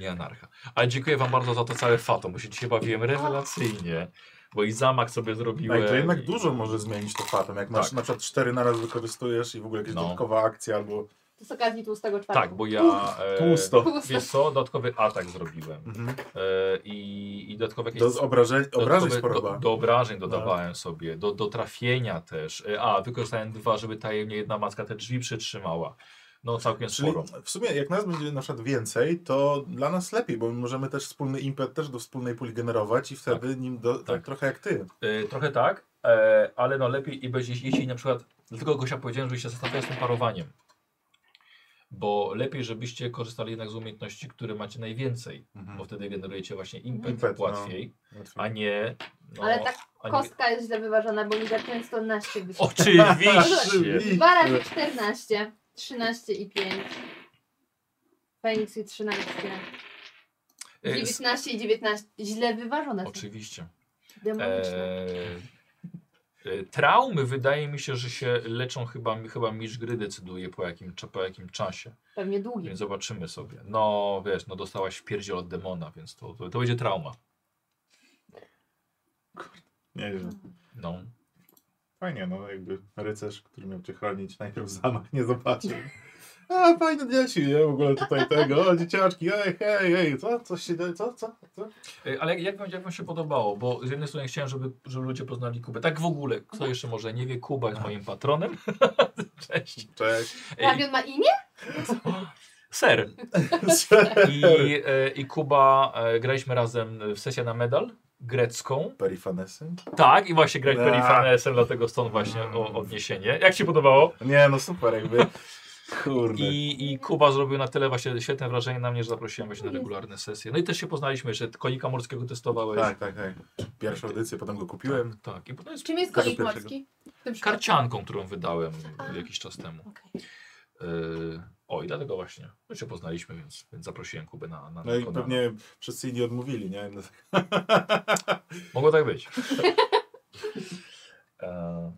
Speaker 1: Nie anarcha. Ale dziękuję wam bardzo za to całe fato, bo się dzisiaj bawiłem rewelacyjnie. Bo i zamak sobie zrobiłem.
Speaker 3: Tak, to jednak
Speaker 1: i-
Speaker 3: dużo może zmienić to fatem, jak masz
Speaker 1: Tak.
Speaker 3: na przykład cztery na raz wykorzystujesz i w ogóle jakaś
Speaker 1: No.
Speaker 3: dodatkowa akcja albo
Speaker 2: To z okazji tłustego czwartku.
Speaker 1: Tak, bo ja... E,
Speaker 3: tłusto.
Speaker 2: Tłuste.
Speaker 1: Wiesz co, dodatkowy atak zrobiłem.
Speaker 3: Mhm.
Speaker 1: E, i, I dodatkowe jakieś...
Speaker 3: Do obrażeń, obrażeń
Speaker 1: Dodatkowe-
Speaker 3: sporo
Speaker 1: do,
Speaker 3: chyba. Tak.
Speaker 1: do obrażeń dodawałem sobie, do, do trafienia też. E, A, wykorzystałem dwa, żeby tajemnie jedna macka te drzwi przytrzymała. No całkiem
Speaker 3: Czyli
Speaker 1: sporo.
Speaker 3: w sumie jak nas będzie na przykład więcej, to dla nas lepiej, bo my możemy też wspólny impet też do wspólnej puli generować i wtedy nim do, tak.
Speaker 1: Tak.
Speaker 3: trochę jak ty.
Speaker 1: E, trochę tak, e, ale no lepiej i będzie, jeśli na przykład, dlatego Gosia powiedziałem, żeby się zastanawiać z tym parowaniem. Bo lepiej, żebyście korzystali jednak z umiejętności, które macie najwięcej, bo wtedy generujecie właśnie impet,
Speaker 3: Impet, no.
Speaker 1: łatwiej,
Speaker 3: Mhm. Łatwiej.
Speaker 1: a nie... No,
Speaker 2: Ale tak
Speaker 1: a nie-
Speaker 2: Kostka jest źle wyważona, bo mi za często naście wyszło.
Speaker 1: Oczywiście!
Speaker 3: Oczywiście.
Speaker 2: Dwa razy 14, 13 i 5. Feniks i 13.
Speaker 1: E, s-
Speaker 2: 19 i 19. Źle wyważone są.
Speaker 1: Oczywiście.
Speaker 2: Demoniczne.
Speaker 1: Eee, e, traumy wydaje mi się, że się leczą chyba, chyba mistrz gry decyduje po jakim, cza- po jakim czasie.
Speaker 2: Pewnie długie.
Speaker 1: Więc zobaczymy sobie. No wiesz, no dostałaś pierdziel od demona, więc to, to, to będzie trauma.
Speaker 3: Nie wiem.
Speaker 1: No.
Speaker 3: Fajnie, no jakby rycerz, który miał cię chronić, najpierw zamach nie zobaczył. A, fajne dzieci, nie? W ogóle tutaj tego, o, dzieciaczki, ej, hej, ej, co, co się dzieje, co, co, co?
Speaker 1: E, Ale jak, jak, wam, jak wam się podobało? Bo z jednej strony chciałem, żeby, żeby ludzie poznali Kubę. Tak w ogóle, kto jeszcze może nie wie, Kuba jest moim patronem. Cześć.
Speaker 3: Cześć.
Speaker 1: E,
Speaker 2: Tak, on ma imię?
Speaker 1: Ser. I, e, I Kuba, e, graliśmy razem w sesję na medal grecką.
Speaker 3: Perifanesy?
Speaker 1: Tak, i właśnie grać
Speaker 3: Tak.
Speaker 1: Perifanesem, dlatego stąd właśnie o,
Speaker 3: Mm.
Speaker 1: odniesienie. Jak ci podobało?
Speaker 3: Nie, no super jakby. Kurde.
Speaker 1: I, I Kuba zrobił na tyle właśnie świetne wrażenie na mnie, że zaprosiłem właśnie na regularne sesje. No i też się poznaliśmy, że konika morskiego testowałeś.
Speaker 3: Tak, tak, tak. Pierwszą edycję, potem go kupiłem.
Speaker 1: tak. tak. I potem jest
Speaker 2: Czym jest
Speaker 3: Tego
Speaker 2: konik
Speaker 3: pierwszego.
Speaker 2: morski? W tym przypadku.
Speaker 1: karcianką, którą wydałem
Speaker 2: A.
Speaker 1: jakiś czas temu.
Speaker 2: Okej.
Speaker 1: Yy, o i dlatego właśnie, my się poznaliśmy, więc, więc zaprosiłem Kubę na, na, na
Speaker 3: No i
Speaker 1: Konana.
Speaker 3: pewnie wszyscy inni odmówili, nie? No,
Speaker 1: Mogło tak być. E,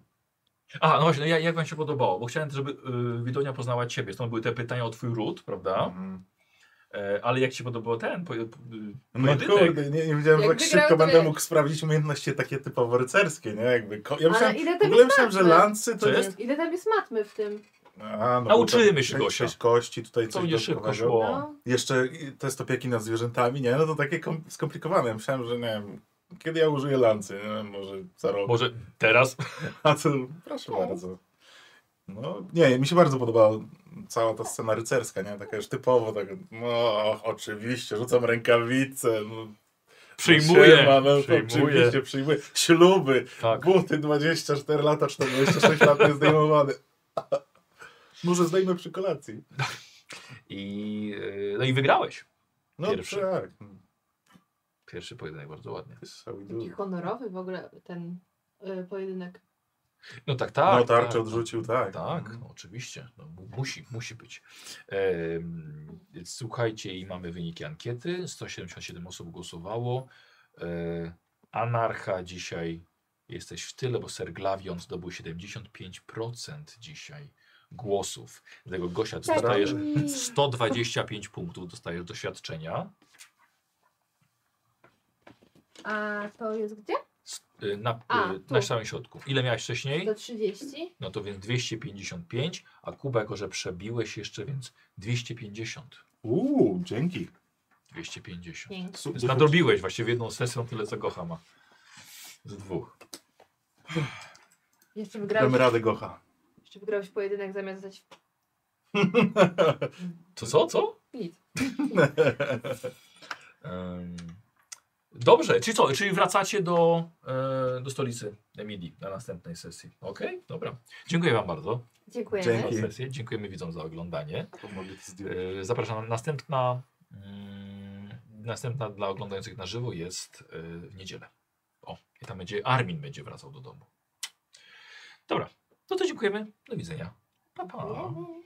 Speaker 1: A, no właśnie, jak, jak wam się podobało? Bo chciałem, żeby yy, Widonia poznała ciebie. Stąd były te pytania o twój ród, prawda?
Speaker 3: Mhm.
Speaker 1: E, ale jak ci podobał ten po, po,
Speaker 3: no
Speaker 1: pojedynek?
Speaker 3: kurde, nie, nie wiedziałem, że
Speaker 2: Jak
Speaker 3: tak
Speaker 2: wygrał,
Speaker 3: szybko
Speaker 2: to
Speaker 3: będę
Speaker 2: wiesz.
Speaker 3: mógł sprawdzić umiejętności takie typowo rycerskie, nie? Jakby ko- ja
Speaker 2: Ale
Speaker 3: myślałem,
Speaker 2: ile
Speaker 3: w
Speaker 2: tam
Speaker 3: ogóle
Speaker 2: jest
Speaker 3: myślałem, że
Speaker 2: matmy?
Speaker 3: lancy to
Speaker 1: Co
Speaker 3: nie-
Speaker 1: jest?
Speaker 2: Ile tam jest matmy w tym?
Speaker 3: A, no,
Speaker 1: Nauczymy
Speaker 3: bo to-
Speaker 1: się,
Speaker 3: część-
Speaker 1: Gosia.
Speaker 3: część kości, tutaj
Speaker 1: To
Speaker 3: coś
Speaker 1: mnie szybko
Speaker 3: dodatkowego.
Speaker 1: szło.
Speaker 2: No.
Speaker 3: Jeszcze i- test opieki nad zwierzętami, nie? No to takie kom- skomplikowane. Myślałem, że nie wiem, kiedy ja użyję lancy, nie wiem, może za rok.
Speaker 1: Może
Speaker 3: No
Speaker 1: teraz?
Speaker 3: A co? Proszę bardzo. No, nie, mi się bardzo podobała cała ta scena rycerska, nie? Taka już typowo, tak, no oczywiście, rzucam rękawice, no, siema,
Speaker 1: Przyjmuję.
Speaker 3: no,
Speaker 1: Przyjmuję.
Speaker 3: oczywiście przyjmuję, śluby,
Speaker 1: Tak.
Speaker 3: buty 24 lata, 46 lat nie zdejmowane. Może zdejmę przy kolacji.
Speaker 1: I, yy, no i wygrałeś.
Speaker 3: No
Speaker 1: Pierwszy.
Speaker 3: tak.
Speaker 1: Pierwszy pojedynek bardzo ładnie.
Speaker 3: That's how we do
Speaker 2: Taki
Speaker 3: it.
Speaker 2: honorowy w ogóle ten y, pojedynek.
Speaker 1: No tak, tak.
Speaker 3: No tarczę
Speaker 1: tak.
Speaker 3: odrzucił, tak.
Speaker 1: Tak,
Speaker 3: Mhm.
Speaker 1: no, oczywiście. No, mu- musi, musi być. Em, słuchajcie, i mamy wyniki ankiety. 177 osób głosowało. E, anarcha dzisiaj jesteś w tyle, bo Ser Glavion zdobył 75% dzisiaj głosów. Dlatego Gosia, ty
Speaker 2: Tak.
Speaker 1: dostajesz 125 punktów, dostajesz doświadczenia.
Speaker 2: A to jest gdzie?
Speaker 1: S- y, Na,
Speaker 2: A,
Speaker 1: y,
Speaker 2: tu.
Speaker 1: na samym środku. Ile miałeś wcześniej?
Speaker 2: Do 30?
Speaker 1: No to więc 255, a Kuba jako, że przebiłeś jeszcze, więc 250.
Speaker 3: Uuu, dzięki.
Speaker 1: 250.
Speaker 2: Pięknie.
Speaker 3: Su-
Speaker 1: Więc nadrobiłeś właściwie w jedną sesją tyle co Gohama. Z dwóch.
Speaker 2: Jeszcze
Speaker 3: Damy
Speaker 2: wygrałeś,
Speaker 3: radę Gocha.
Speaker 2: jeszcze wygrałeś pojedynek zamiast zostać w
Speaker 1: To co, co?
Speaker 2: nic.
Speaker 1: Ym, Dobrze, czyli co? Czyli wracacie do, e, do stolicy Emilii na następnej sesji. Okej, dobra. Dziękuję Wam bardzo
Speaker 2: Dziękujemy.
Speaker 3: Dzięki.
Speaker 1: za sesję. Dziękujemy widzom za oglądanie.
Speaker 3: Pomogę ci zdjąć.
Speaker 1: E, Zapraszam. Następna, mm, następna dla oglądających na żywo jest e, w niedzielę. O, i tam będzie Armin będzie wracał do domu. Dobra, no to dziękujemy. Do widzenia. Pa, pa.
Speaker 2: Dziękujemy.